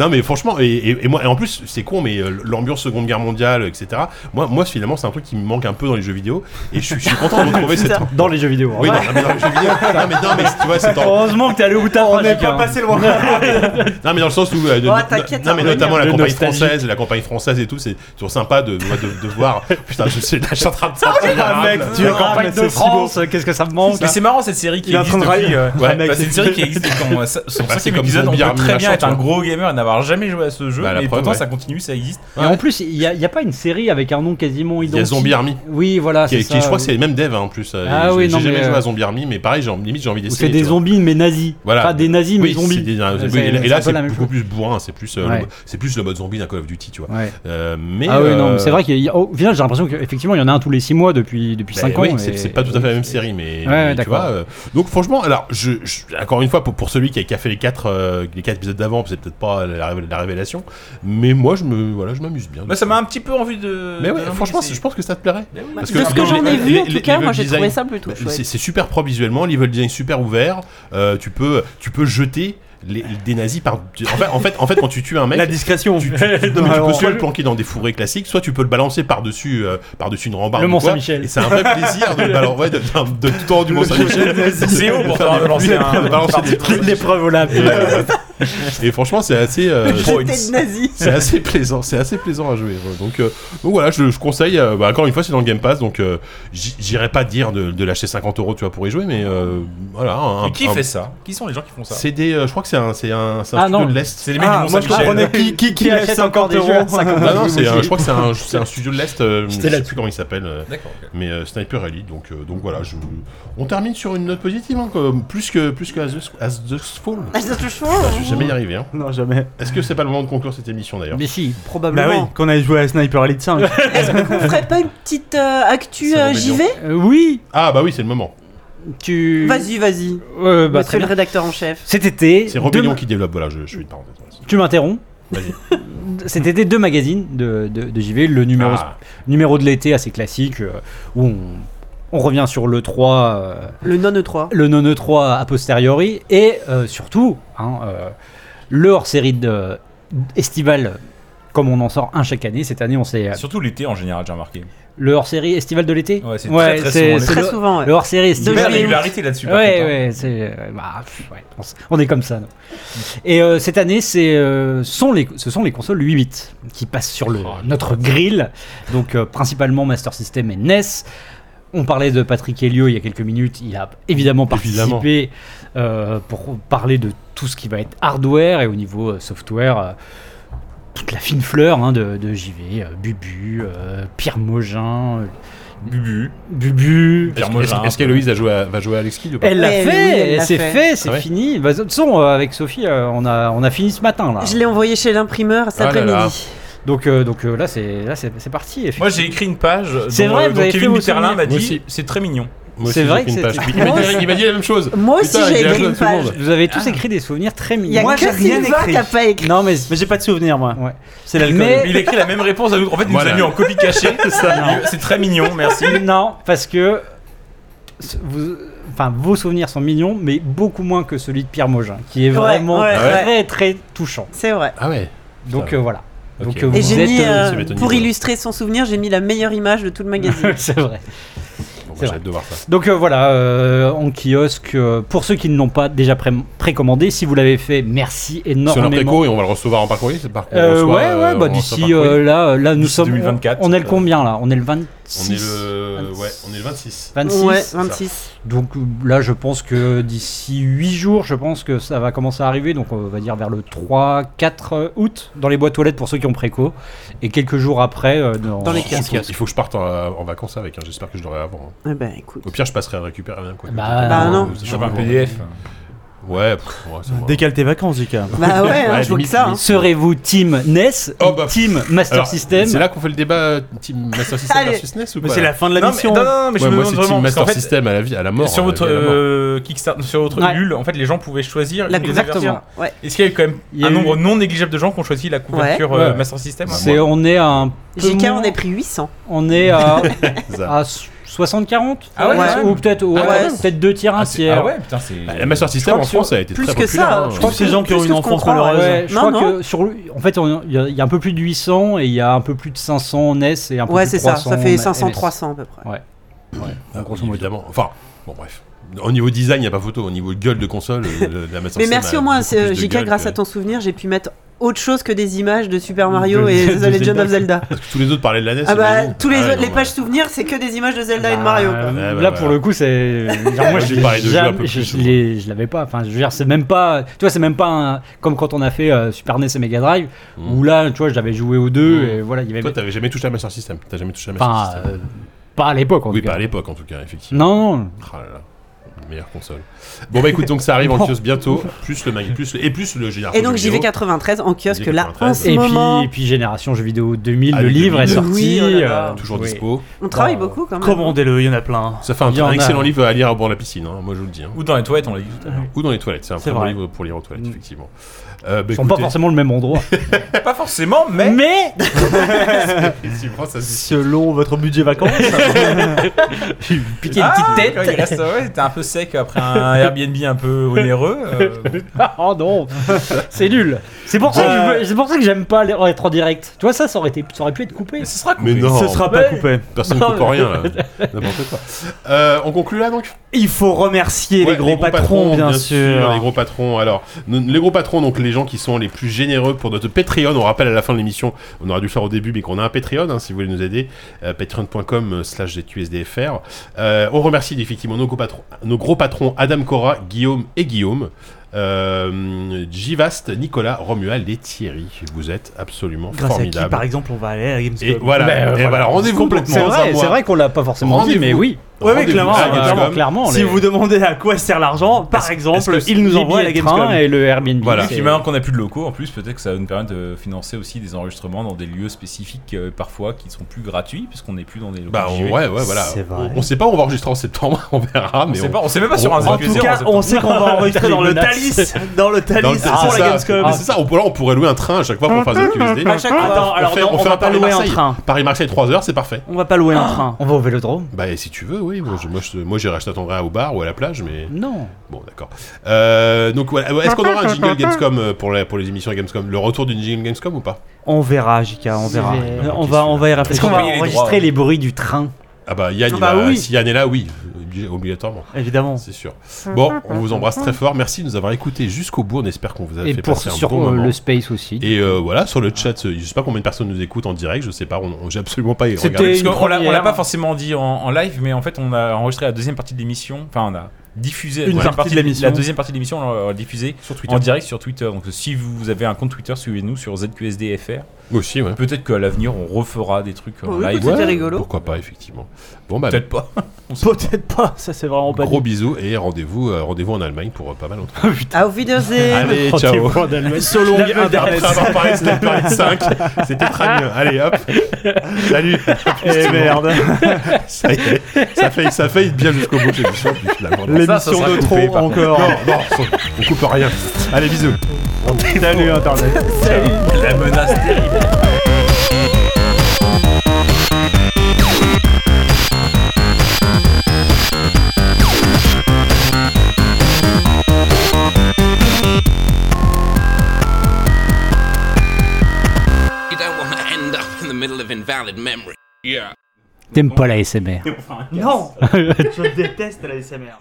S1: Non, mais franchement, et, et- et moi, et en plus, c'est con, mais euh, l'ambiance Seconde Guerre mondiale, etc. Moi, moi, finalement, c'est un truc qui me manque un peu dans les jeux vidéo, et je suis, je suis content de
S6: (laughs)
S1: retrouver cette.
S6: Putain.
S5: Dans les jeux vidéo.
S1: Oui,
S5: hein.
S1: non, ah, mais dans les jeux
S6: (laughs)
S1: vidéo. Non, mais non, mais tu vois, c'est
S6: Oh.
S1: dans- Oh,
S5: Heureusement que t'es allé au bout de ta
S4: On
S5: phrase,
S4: n'est
S5: Lucas,
S4: pas
S5: hein.
S4: passé loin.
S1: non, mais dans le sens où, euh, de-
S6: Oh,
S1: de-
S6: t'inquiète,
S1: non, mais
S6: ça va
S1: notamment la
S5: revenir. Le
S1: campagne
S5: nostalgie.
S1: française, la campagne française et tout, c'est toujours sympa de, de, de- de
S5: (laughs)
S1: voir. Putain, je sais, là, je suis en train de.
S4: Ah, mec, tu
S5: La
S4: es en
S5: campagne de France, qu'est-ce que ça me manque hein.
S3: Mais c'est marrant cette série qui
S4: Il est en
S3: existe
S4: train de
S3: depuis-
S4: railler. ouais.
S1: Ouais,
S4: Ah, mec,
S3: Bah, c'est une série qui existe depuis son- son
S1: Bah, c'est
S3: cinquième
S1: comme
S3: épisode. On
S1: Zombie
S3: peut
S1: Army
S3: très bien
S1: Machin,
S3: être
S1: tu
S3: un
S1: vois.
S3: gros gamer et n'avoir jamais joué à ce jeu,
S1: Bah, la
S3: mais
S1: preuve,
S3: pourtant
S1: ouais.
S3: ça continue, ça existe.
S5: Et en plus, il y, a- il y a pas une série avec un nom quasiment
S1: Il y a
S5: identique.
S1: Zombie Army.
S5: Oui, voilà.
S1: Qui, est-
S5: Ah, c'est
S1: qui,
S5: ça,
S1: je crois que
S5: oui.
S1: c'est les mêmes devs hein, en plus. euh,
S5: Ah
S1: j'ai-
S5: oui,
S1: j'ai
S5: non,
S1: jamais
S5: mais,
S1: joué
S5: euh,
S1: à Zombie Army, mais pareil, j'ai limite j'ai envie
S5: Ou
S1: d'essayer.
S5: c'est
S1: tu
S5: des
S1: vois.
S5: zombies mais nazis.
S1: Voilà.
S5: Pas des nazis mais
S1: Oui,
S5: zombies.
S1: c'est des- euh,
S5: Ouais,
S1: oui,
S5: c'est-
S1: et là-
S5: c'est
S1: et
S5: un
S1: là,
S5: peu
S1: c'est
S5: la même
S1: beaucoup plus bourrin, c'est plus, euh, le
S5: Ouais.
S1: mo- c'est plus le mode zombie d'un Call of Duty, tu vois.
S5: Ouais.
S1: Euh, mais
S5: ah oui, non,
S1: euh,
S5: mais c'est vrai qu'il y a- au au final, j'ai l'impression qu'effectivement, il y en a un tous les 6 mois depuis, depuis
S1: bah
S5: 5
S1: oui,
S5: ans.
S1: c'est
S5: et-
S1: c'est pas tout à fait la
S4: (laughs)
S1: même série, mais,
S5: Ouais,
S1: mais tu
S5: d'accord.
S1: vois. euh, donc franchement, alors je, je- encore une fois pour, pour celui qui a, qui a fait les quatre euh, les quatre épisodes d'avant, c'est peut-être pas la, révé- la révélation, mais moi je me voilà, je m'amuse bien.
S3: Bah, ça m'a un petit peu envie de.
S1: Mais ouais,
S3: de-
S1: franchement,
S3: c'est-
S1: c'est- je pense que ça te plairait.
S3: Bah oui.
S1: Parce
S6: de ce que
S1: les-
S6: j'en ai
S1: les-
S6: vu, en
S1: les-
S6: tout cas,
S1: les
S6: moi j'ai
S1: design- bah,
S6: trouvé ça plutôt chouette.
S1: C'est c'est super propre visuellement, level design super ouvert. euh, tu peux tu peux jeter les- des nazis par. En fait, en fait, en fait, quand tu tues un mec,
S4: La (laughs) discrétion.
S1: tu, tu- non, mais tu peux
S4: Alors-
S1: soit le planquer dans des fourrés classiques, soit tu peux le balancer par-dessus euh, par-dessus une rambarde.
S5: Le
S1: ou
S5: Mont
S1: quoi.
S5: Saint-Michel.
S1: Et c'est un vrai plaisir de le balancer ouais, de, de- de tout en haut du Mont Saint-Michel. (laughs)
S3: C'est haut pour
S1: Faire
S3: faire
S1: des
S3: lancer
S1: pluies,
S3: un.
S1: de (laughs) balancer
S3: parti
S1: des
S3: pris.
S5: L'épreuve olympique.
S1: Et, euh, et franchement, c'est assez. euh,
S3: Points.
S6: J'étais de nazi.
S1: c'est assez plaisant, c'est assez plaisant à jouer. ouais. Donc, euh, donc voilà, je, je conseille. euh, bah, encore une fois, c'est dans le Game Pass, donc euh, j- j'irai pas dire de, de lâcher 50 euros, tu vois, pour y jouer, mais euh, voilà. un-
S3: Mais qui
S1: un-
S3: fait ça Qui sont les gens qui font ça
S1: C'est des, euh, je crois que c'est un, c'est un, c'est un
S5: Ah,
S1: studio
S5: non.
S1: de l'est.
S3: C'est les mecs du
S4: Ah,
S3: Mont
S4: moi je
S3: Saint-Michel.
S4: comprenais qui, qui, qui
S5: Qui
S4: achète
S5: achète
S4: 50
S5: des
S4: euros.
S5: jeux à 50
S1: Ah non, c'est, un- je crois que c'est un, c'est un studio de l'est. euh, je
S5: J'étais
S1: sais
S5: là-dessus.
S1: plus comment il s'appelle. euh,
S3: D'accord. ok.
S1: mais euh, Sniper Elite. Donc, euh, donc voilà, je... on termine sur une note positive, hein, comme- plus que plus que As the, As the Fall.
S6: Ah, ça touche chaud.
S1: Je vais jamais y arriver. hein.
S4: (laughs) Non, jamais.
S1: Est-ce que c'est pas le moment de conclure cette émission d'ailleurs
S5: Mais si.
S4: Bah oui,
S6: Probablement.
S4: qu'on aille jouer à Sniper Elite 5.
S6: On ferait pas une petite euh, actu
S1: Ça
S6: euh,
S1: va,
S6: JV
S5: Euh, oui,
S1: Ah bah oui, c'est le moment.
S5: tu.
S6: Vas-y, vas-y.
S5: Euh, bah,
S6: Monsieur
S5: très
S6: le
S5: bien.
S6: rédacteur en chef.
S5: Cet été.
S1: C'est Robélion
S5: deux-
S1: qui développe. Voilà, je, je suis une parenthèse.
S5: Tu m'interromps.
S1: Vas-y.
S5: (laughs) Cet été, deux magazines de, de, de JV, le numéro
S1: Ah,
S5: numéro de l'été assez classique euh, où on, on revient sur le 3 euh,
S6: Le non E E3.
S5: le non 3 a posteriori et euh, surtout hein, euh, le hors série de estival comme on en sort un chaque année cette année on s'est
S3: Surtout l'été en général, j'ai remarqué.
S5: le hors série estival de l'été
S3: Ouais, c'est très, très souvent l'été.
S5: c'est
S6: Très
S5: le,
S6: souvent, ouais.
S5: hors série
S3: C'est la
S5: estival
S6: juillet, août.
S3: régularité là-dessus. par
S5: Ouais,
S3: contre, hein.
S5: ouais, c'est. euh, bah, pff, ouais, on, s- on est comme ça. nous. Et euh, cette année, c'est, euh, sont les, ce sont les consoles 8 bits qui passent sur le, notre grille. Donc, euh, principalement Master System et NES. On parlait de Patrick Helio il y a quelques minutes. Il a évidemment
S1: Évidemment.
S5: participé euh, pour parler de tout ce qui va être hardware et au niveau euh, software. euh, toute la fine fleur hein, de, de JV, euh, Bubu, euh, Pierre Mogin, euh,
S3: Bubu.
S5: Bubu,
S1: Est-ce
S3: Moi, j'ai un
S1: est-ce qu'Héloïse a joué à- va jouer à Alex Kidd ou pas
S5: elle l'a
S6: Ouais, Eh oui, elle
S5: fait, eh,
S6: l'a
S5: c'est
S6: fait.
S5: fait, c'est
S1: Ah ouais.
S5: fini. Bah, de toute façon, euh, avec Sophie, euh, on, a, on a fini ce matin là.
S6: Je l'ai envoyé chez l'imprimeur cet
S1: Ah là là.
S6: après-midi.
S5: Donc, euh, donc euh, là, c'est là, c'est c'est parti.
S3: Moi j'ai écrit une page.
S5: C'est
S3: dont,
S5: vrai,
S3: euh,
S5: vous
S3: dont
S5: avez fait
S3: Kevin
S5: vos
S3: Mitterlin
S5: souvenirs.
S3: m'a
S1: Moi
S3: dit
S1: aussi.
S3: c'est très mignon.
S1: Moi aussi,
S5: c'est
S1: j'ai
S5: vrai
S1: fait une
S5: que
S1: page.
S5: c'est-
S1: Il m'a dit- il m'a dit la même chose.
S6: Moi aussi,
S1: Putain,
S6: j'ai
S1: il a
S6: écrit
S1: joué à
S6: une
S1: tout le monde.
S6: page.
S5: Vous avez tous écrit des souvenirs très
S6: Ah. Il y a
S5: mignons.
S4: Moi, j'ai
S6: que
S4: rien
S6: Sylvain
S4: écrit.
S6: qui a pas écrit.
S5: Non mais
S4: Mais j'ai pas de souvenir, moi.
S5: ouais.
S4: C'est l'alcool.
S5: Mais-
S3: Il écrit la même réponse à nous. En fait, il
S1: Voilà.
S3: nous a mis en copie cachée. (laughs) C'est très mignon,
S5: (laughs)
S3: merci.
S5: non, parce que ce- vous, enfin, vos souvenirs sont mignons, mais beaucoup moins que celui de Pierre Mogin, qui est
S6: Ouais,
S5: vraiment
S6: ouais,
S5: très très touchant.
S6: C'est vrai.
S1: Ah ouais.
S5: Donc
S1: va.
S5: euh, voilà.
S1: Ok.
S5: Donc, euh,
S6: Et
S5: Vous
S6: j'ai
S5: êtes,
S6: mis,
S5: euh,
S6: euh,
S1: ça m'étonne
S6: pour
S1: pas. (laughs)
S6: euh,
S5: (laughs)
S6: illustrer son souvenir, j'ai mis la meilleure image de tout le magazine.
S5: c'est vrai.
S1: Bon, bah,
S5: C'est
S1: j'ai
S5: vrai.
S1: hâte de voir ça.
S5: Donc euh, voilà, euh, en kiosque, euh, pour ceux qui ne l'ont pas déjà pré- précommandé, si vous l'avez fait, merci
S1: Sur un
S5: énormément.
S1: préco et on va le recevoir en parcours. C'est par
S5: Euh, ouais, ouais, bah d'ici euh, là, là nous
S3: D'ici
S5: sommes.
S3: 2024,
S5: on est le
S3: euh,
S5: combien là On est le 26.
S1: on est le ouais, on est le 26.
S5: 26.
S6: ouais,
S1: ça.
S6: 26.
S5: Donc euh, là, je pense que d'ici 8 jours, je pense que ça va commencer à arriver. Donc on va dire vers le 3, 4 août dans les boîtes aux lettres pour ceux qui ont préco. Et quelques jours après, euh, dans,
S6: Dans les
S5: en
S1: Il faut,
S5: kiosque.
S1: il faut que je parte en, en vacances avec. hein. J'espère que je l'aurai avant. hein.
S6: Eh ben écoute.
S1: Au pire, je passerai à le récupérer. hein, quoi.
S5: Bah,
S6: Bah, non.
S1: Euh, c'est
S3: J'avais un
S1: pas grave.
S3: PDF.
S1: Ouais, pff, ouais, c'est bon.
S4: Décale tes vacances, Zika.
S6: Bah ouais, hein,
S1: Ouais,
S6: je vois que
S1: limite,
S6: ça. hein.
S1: limite.
S5: Serez-vous Team NES
S1: Oh, bah,
S5: Team Master
S1: Alors,
S5: System
S1: C'est là qu'on fait le débat euh, Team Master System
S6: Allez.
S1: versus NES ou pas
S4: Mais c'est la fin de la
S3: Non, mais,
S4: mission.
S3: non, non, mais je
S1: Ouais,
S3: me
S1: moi,
S3: demande
S1: c'est
S3: vraiment.
S1: Team
S3: parce qu'en
S1: Master
S3: fait,
S1: System à la vie, à la mort. hein,
S3: sur
S1: à la
S3: votre
S1: vie, à la mort.
S3: euh, Kickstarter, sur votre
S5: Ouais.
S3: Ulule, en fait, les gens pouvaient choisir. une des versions.
S6: Exactement. Ouais.
S3: Est-ce qu'il y a eu quand même
S5: Il y a
S3: un
S5: eu-
S3: nombre non négligeable de gens qui ont choisi la couverture
S5: Ouais.
S3: euh,
S5: Ouais.
S3: Master System
S1: Ouais.
S5: C'est- on est à un peu
S6: JK,
S5: moins-
S6: on a pris 800.
S5: on est à,
S1: (laughs) Ça.
S5: à 60-40
S3: Ah ouais, quand même.
S5: Ou peut-être ouais,
S6: Ah ouais.
S5: peut-être deux tiers, un
S1: Ah, c'est-
S5: tiers.
S3: ouais, putain, c'est.
S1: Bah, La Master System en
S5: que sur-
S1: France, ça a été
S6: plus
S1: très
S6: que
S1: populaire.
S6: ça,
S1: hein.
S6: je
S4: crois que ces gens qui
S6: Plus
S4: ont
S6: que
S4: une
S6: je
S4: enfance
S6: comprends,
S4: malheureuse.
S5: Ouais, je
S6: Non,
S5: crois
S6: non.
S5: que sur le- en fait, on- il y, a- il y a un peu plus de 800 et il y a un peu plus de 500 NES et un peu
S6: Ouais,
S5: plus de
S6: c'est ça.
S5: 300
S6: Ça fait
S5: NES.
S6: 500-300 à peu près.
S1: Ah, oui, évidemment. Enfin, bon, bref. Au niveau design, il n'y a pas photo. Au niveau gueule de console, euh, le- la Master
S6: Mais
S1: System
S6: merci
S1: a
S6: au moins,
S1: beaucoup plus de
S6: euh, JK,
S1: gueule
S6: grâce
S1: que-
S6: à ton souvenir, j'ai pu mettre autre chose que des images de Super Mario
S5: De-
S6: et
S5: de
S6: The Legend
S5: Zelda.
S6: of Zelda.
S1: Parce que tous les autres parlaient de la NES.
S6: Ah bah,
S1: j'imagine.
S6: tous les
S1: Ah ouais,
S6: autres, les
S1: bon,
S6: pages
S1: bah,
S6: souvenirs, c'est que des images de Zelda et de
S5: Bah,
S6: Mario.
S5: euh,
S6: quoi.
S1: Ouais, bah,
S5: là,
S1: voilà.
S5: pour le coup, c'est. genre, moi,
S1: Je
S5: j'ai
S1: vais parler de jeux un peu
S5: jamais-
S1: plus
S5: je, je
S1: souvent.
S5: l'ai- je l'avais pas. Enfin, je veux dire, c'est même pas. Tu vois, c'est même pas un- comme quand on a fait euh, Super NES et Mega Drive,
S1: Mm.
S5: où là, tu vois, j'avais joué aux deux
S1: Mm.
S5: et voilà, il y avait.
S1: Toi, t'avais jamais touché à Master System. T'as jamais touché à Master
S5: Enfin,
S1: System.
S5: euh, pas à l'époque en
S1: oui,
S5: tout cas.
S1: pas à l'époque, en tout cas, effectivement.
S5: Non, non.
S1: Ah là là. Meilleure console. Bon, bah écoute, donc ça arrive en kiosque bientôt. Plus le mag, plus le- et plus le général.
S6: Et donc JV93 en kiosque là, en
S1: 93.
S6: ce
S5: Et
S6: moment.
S5: puis, et puis Génération Jeux Vidéo 2000, le
S1: Avec
S5: livre est
S1: 2000.
S5: sorti.
S6: Oui, oh là là.
S5: euh,
S1: Toujours
S5: oui.
S1: dispo.
S6: On travaille beaucoup quand même.
S4: Commandez-le, il y en a plein.
S1: Ça fait un,
S5: Il y en
S1: un
S5: a.
S1: excellent livre à lire au bord de la piscine, hein, moi je vous le dis. hein.
S3: Ou dans les toilettes, on l'a dit tout à l'heure.
S1: Ou dans les toilettes, c'est un
S4: C'est
S1: très bon
S4: vrai.
S1: livre pour lire aux toilettes,
S5: Mm.
S1: effectivement. Euh, bah,
S5: Ils sont pas
S1: écoutez,
S5: forcément le même endroit.
S3: Pas forcément, mais.
S5: Mais
S1: (laughs) effectivement, ça se discute.
S4: Selon votre budget vacances.
S5: (laughs) piquer
S3: Ah,
S5: une petite
S3: quand il
S5: tête.
S3: reste, ouais, t'es un peu sec après un Airbnb un peu onéreux. euh, bon.
S5: (laughs) oh non, c'est nul. C'est pour ça que je veux- c'est pour ça que j'aime pas les- être en direct. Tu vois ça, ça aurait été, ça aurait pu être coupé.
S3: Mais ce sera coupé.
S1: Mais non,
S4: Ce sera pas
S5: Ouais.
S4: coupé.
S1: personne ne
S5: Non,
S1: coupe
S5: mais-
S1: rien là. N'importe quoi. Euh, on conclut là donc
S4: Il faut remercier
S1: Ouais,
S4: les, gros patrons, bien, sûr.
S1: Les gros patrons, alors, n- les gros patrons, donc les gens qui sont les plus généreux pour notre Patreon, on rappelle à la fin de l'émission, on aurait dû le faire au début, mais qu'on a un Patreon, hein, si vous voulez nous aider, euh, patreon.com euh, slash ZQSDFR. Euh, on remercie effectivement nos gros, patrons, nos gros patrons Adam Cora, Guillaume et Guillaume. Euh, Givast, Nicolas, Romuald et Thierry, vous êtes absolument
S4: Grâce à qui,
S1: formidables.
S4: par exemple, on va aller à la Gamescom. euh,
S1: et voilà,
S5: Ben,
S1: et
S5: voilà.
S1: voilà, rendez-vous complètement
S5: C'est
S1: dans un
S5: vrai,
S1: mois.
S5: c'est vrai qu'on l'a pas forcément dit,
S1: Rendez-vous.
S5: mais oui.
S4: Ouais,
S1: Rendez-vous
S4: clairement,
S1: à la
S4: ouais,
S1: Gamescom.
S5: clairement, clairement.
S4: Si
S5: les-
S4: vous demandez à quoi sert l'argent, par
S3: est-ce
S4: exemple,
S3: que
S4: ils nous
S5: les
S4: envoient à la
S5: billets de train
S4: Gamescom.
S5: et le Airbnb.
S1: Voilà.
S3: Et
S5: c'est-
S3: puis maintenant qu'on a plus de locaux, en plus, peut-être que ça va nous permettre de financer aussi des enregistrements dans des lieux spécifiques, euh, parfois qui sont plus gratuits, puisqu'on n'est plus dans des locaux.
S1: Bah on-
S3: JV.
S1: ouais, ouais, voilà.
S5: C'est vrai.
S1: On, on sait pas où on va enregistrer en septembre, (laughs) on verra,
S3: on
S1: mais
S3: sait,
S1: on-
S3: pas, on sait même pas sur un
S1: on-
S4: En
S1: en
S3: ZQSD,
S4: tout cas,
S3: sait pas.
S4: on sait qu'on va enregistrer dans le
S5: Dans le
S4: Thalys, dans le
S1: Dans le-
S4: Thalys
S1: c'est
S4: pour
S1: ça. Ah.
S4: la Gamescom.
S1: Mais c'est ça, on, pourrait- on pourrait louer un train à chaque fois pour faire des QSD.
S6: À chaque fois.
S4: Attends, alors
S1: fait-
S4: non,
S1: on
S4: on,
S1: fait un
S4: va pas
S1: Paris
S4: louer un
S1: Marseille.
S4: train.
S1: Paris-Marseille, 3 heures, c'est parfait.
S4: On va pas louer un train.
S5: On va au Vélodrome
S1: Bah, et si tu veux, oui. Moi, je, moi, je, moi j'irai, je t'attendrai au bar ou à la plage, mais
S5: Non.
S1: bon, d'accord. Euh, donc, voilà. Est-ce qu'on aura un jingle Gamescom euh, pour, la- pour les émissions à Gamescom Le retour d'une jingle Gamescom ou pas
S4: On verra, Jika, on verra.
S5: C'est-
S4: Euh, On va, on va y
S5: Est-ce
S4: réfléchir.
S5: qu'on va
S3: payer les
S5: enregistrer
S3: droits,
S5: les bruits du train
S1: Ah, bah, Yann,
S6: Ah
S1: il
S6: bah
S1: va-
S6: oui.
S1: si Yann est là, oui, obligé- obligatoirement.
S4: Évidemment.
S1: C'est sûr. Bon, on vous embrasse très fort. Merci de nous avoir écoutés jusqu'au bout. On espère qu'on vous a
S5: Et
S1: fait
S5: pour
S1: passer un
S5: sur
S1: bon
S5: euh,
S1: moment.
S5: le space aussi.
S1: Et euh, voilà, sur le chat, euh, je sais pas combien de personnes nous écoutent en direct, je sais pas, on, on- j'ai absolument pas
S5: C'était
S1: regardé.
S3: Parce
S5: une
S3: qu'on l'a- on l'a
S5: première.
S3: pas forcément dit en, en live, mais en fait, on a enregistré la deuxième partie de l'émission. Enfin, on a diffusé la
S4: Une
S3: deuxième
S4: partie de l'émission.
S3: La deuxième partie de l'émission, on l'a- on l'a diffusée
S1: sur Twitter.
S3: en direct sur Twitter. Donc, si vous vous avez un compte Twitter, suivez-nous sur ZQSDFR.
S1: Aussi, ouais.
S3: Peut-être qu'à l'avenir, on refera des trucs en
S6: Oui,
S3: live.
S6: C'était rigolo.
S1: Pourquoi pas, effectivement. Bon, bah,
S3: Peut-être pas.
S4: Peut-être pas, ça c'est vraiment pas
S1: gros
S4: dit.
S1: bisous et rendez-vous euh, rendez-vous en Allemagne pour euh, pas mal d'autres.
S6: Auf Wiedersehen.
S1: Allez, ciao.
S4: Selon Internet.
S1: Après avoir parlé de Sniper 5, c'était très bien. Allez, hop. Salut.
S4: Eh merde.
S1: (laughs) Ça y est. Ça fait, ça fait bien jusqu'au bout de l'émission. puis finalement, non.
S3: Ça, ça
S4: L'émission
S3: sera
S4: de
S1: coupé,
S4: trop
S1: par contre.
S4: encore.
S1: Non, non, on coupe rien. Allez, bisous.
S4: Salut Internet.
S3: La menace terrible.
S8: You don't want to end up in the middle of invalid memory. Yeah.
S5: T'aimes pas la SMR.
S4: (laughs) Non Je déteste la SMR.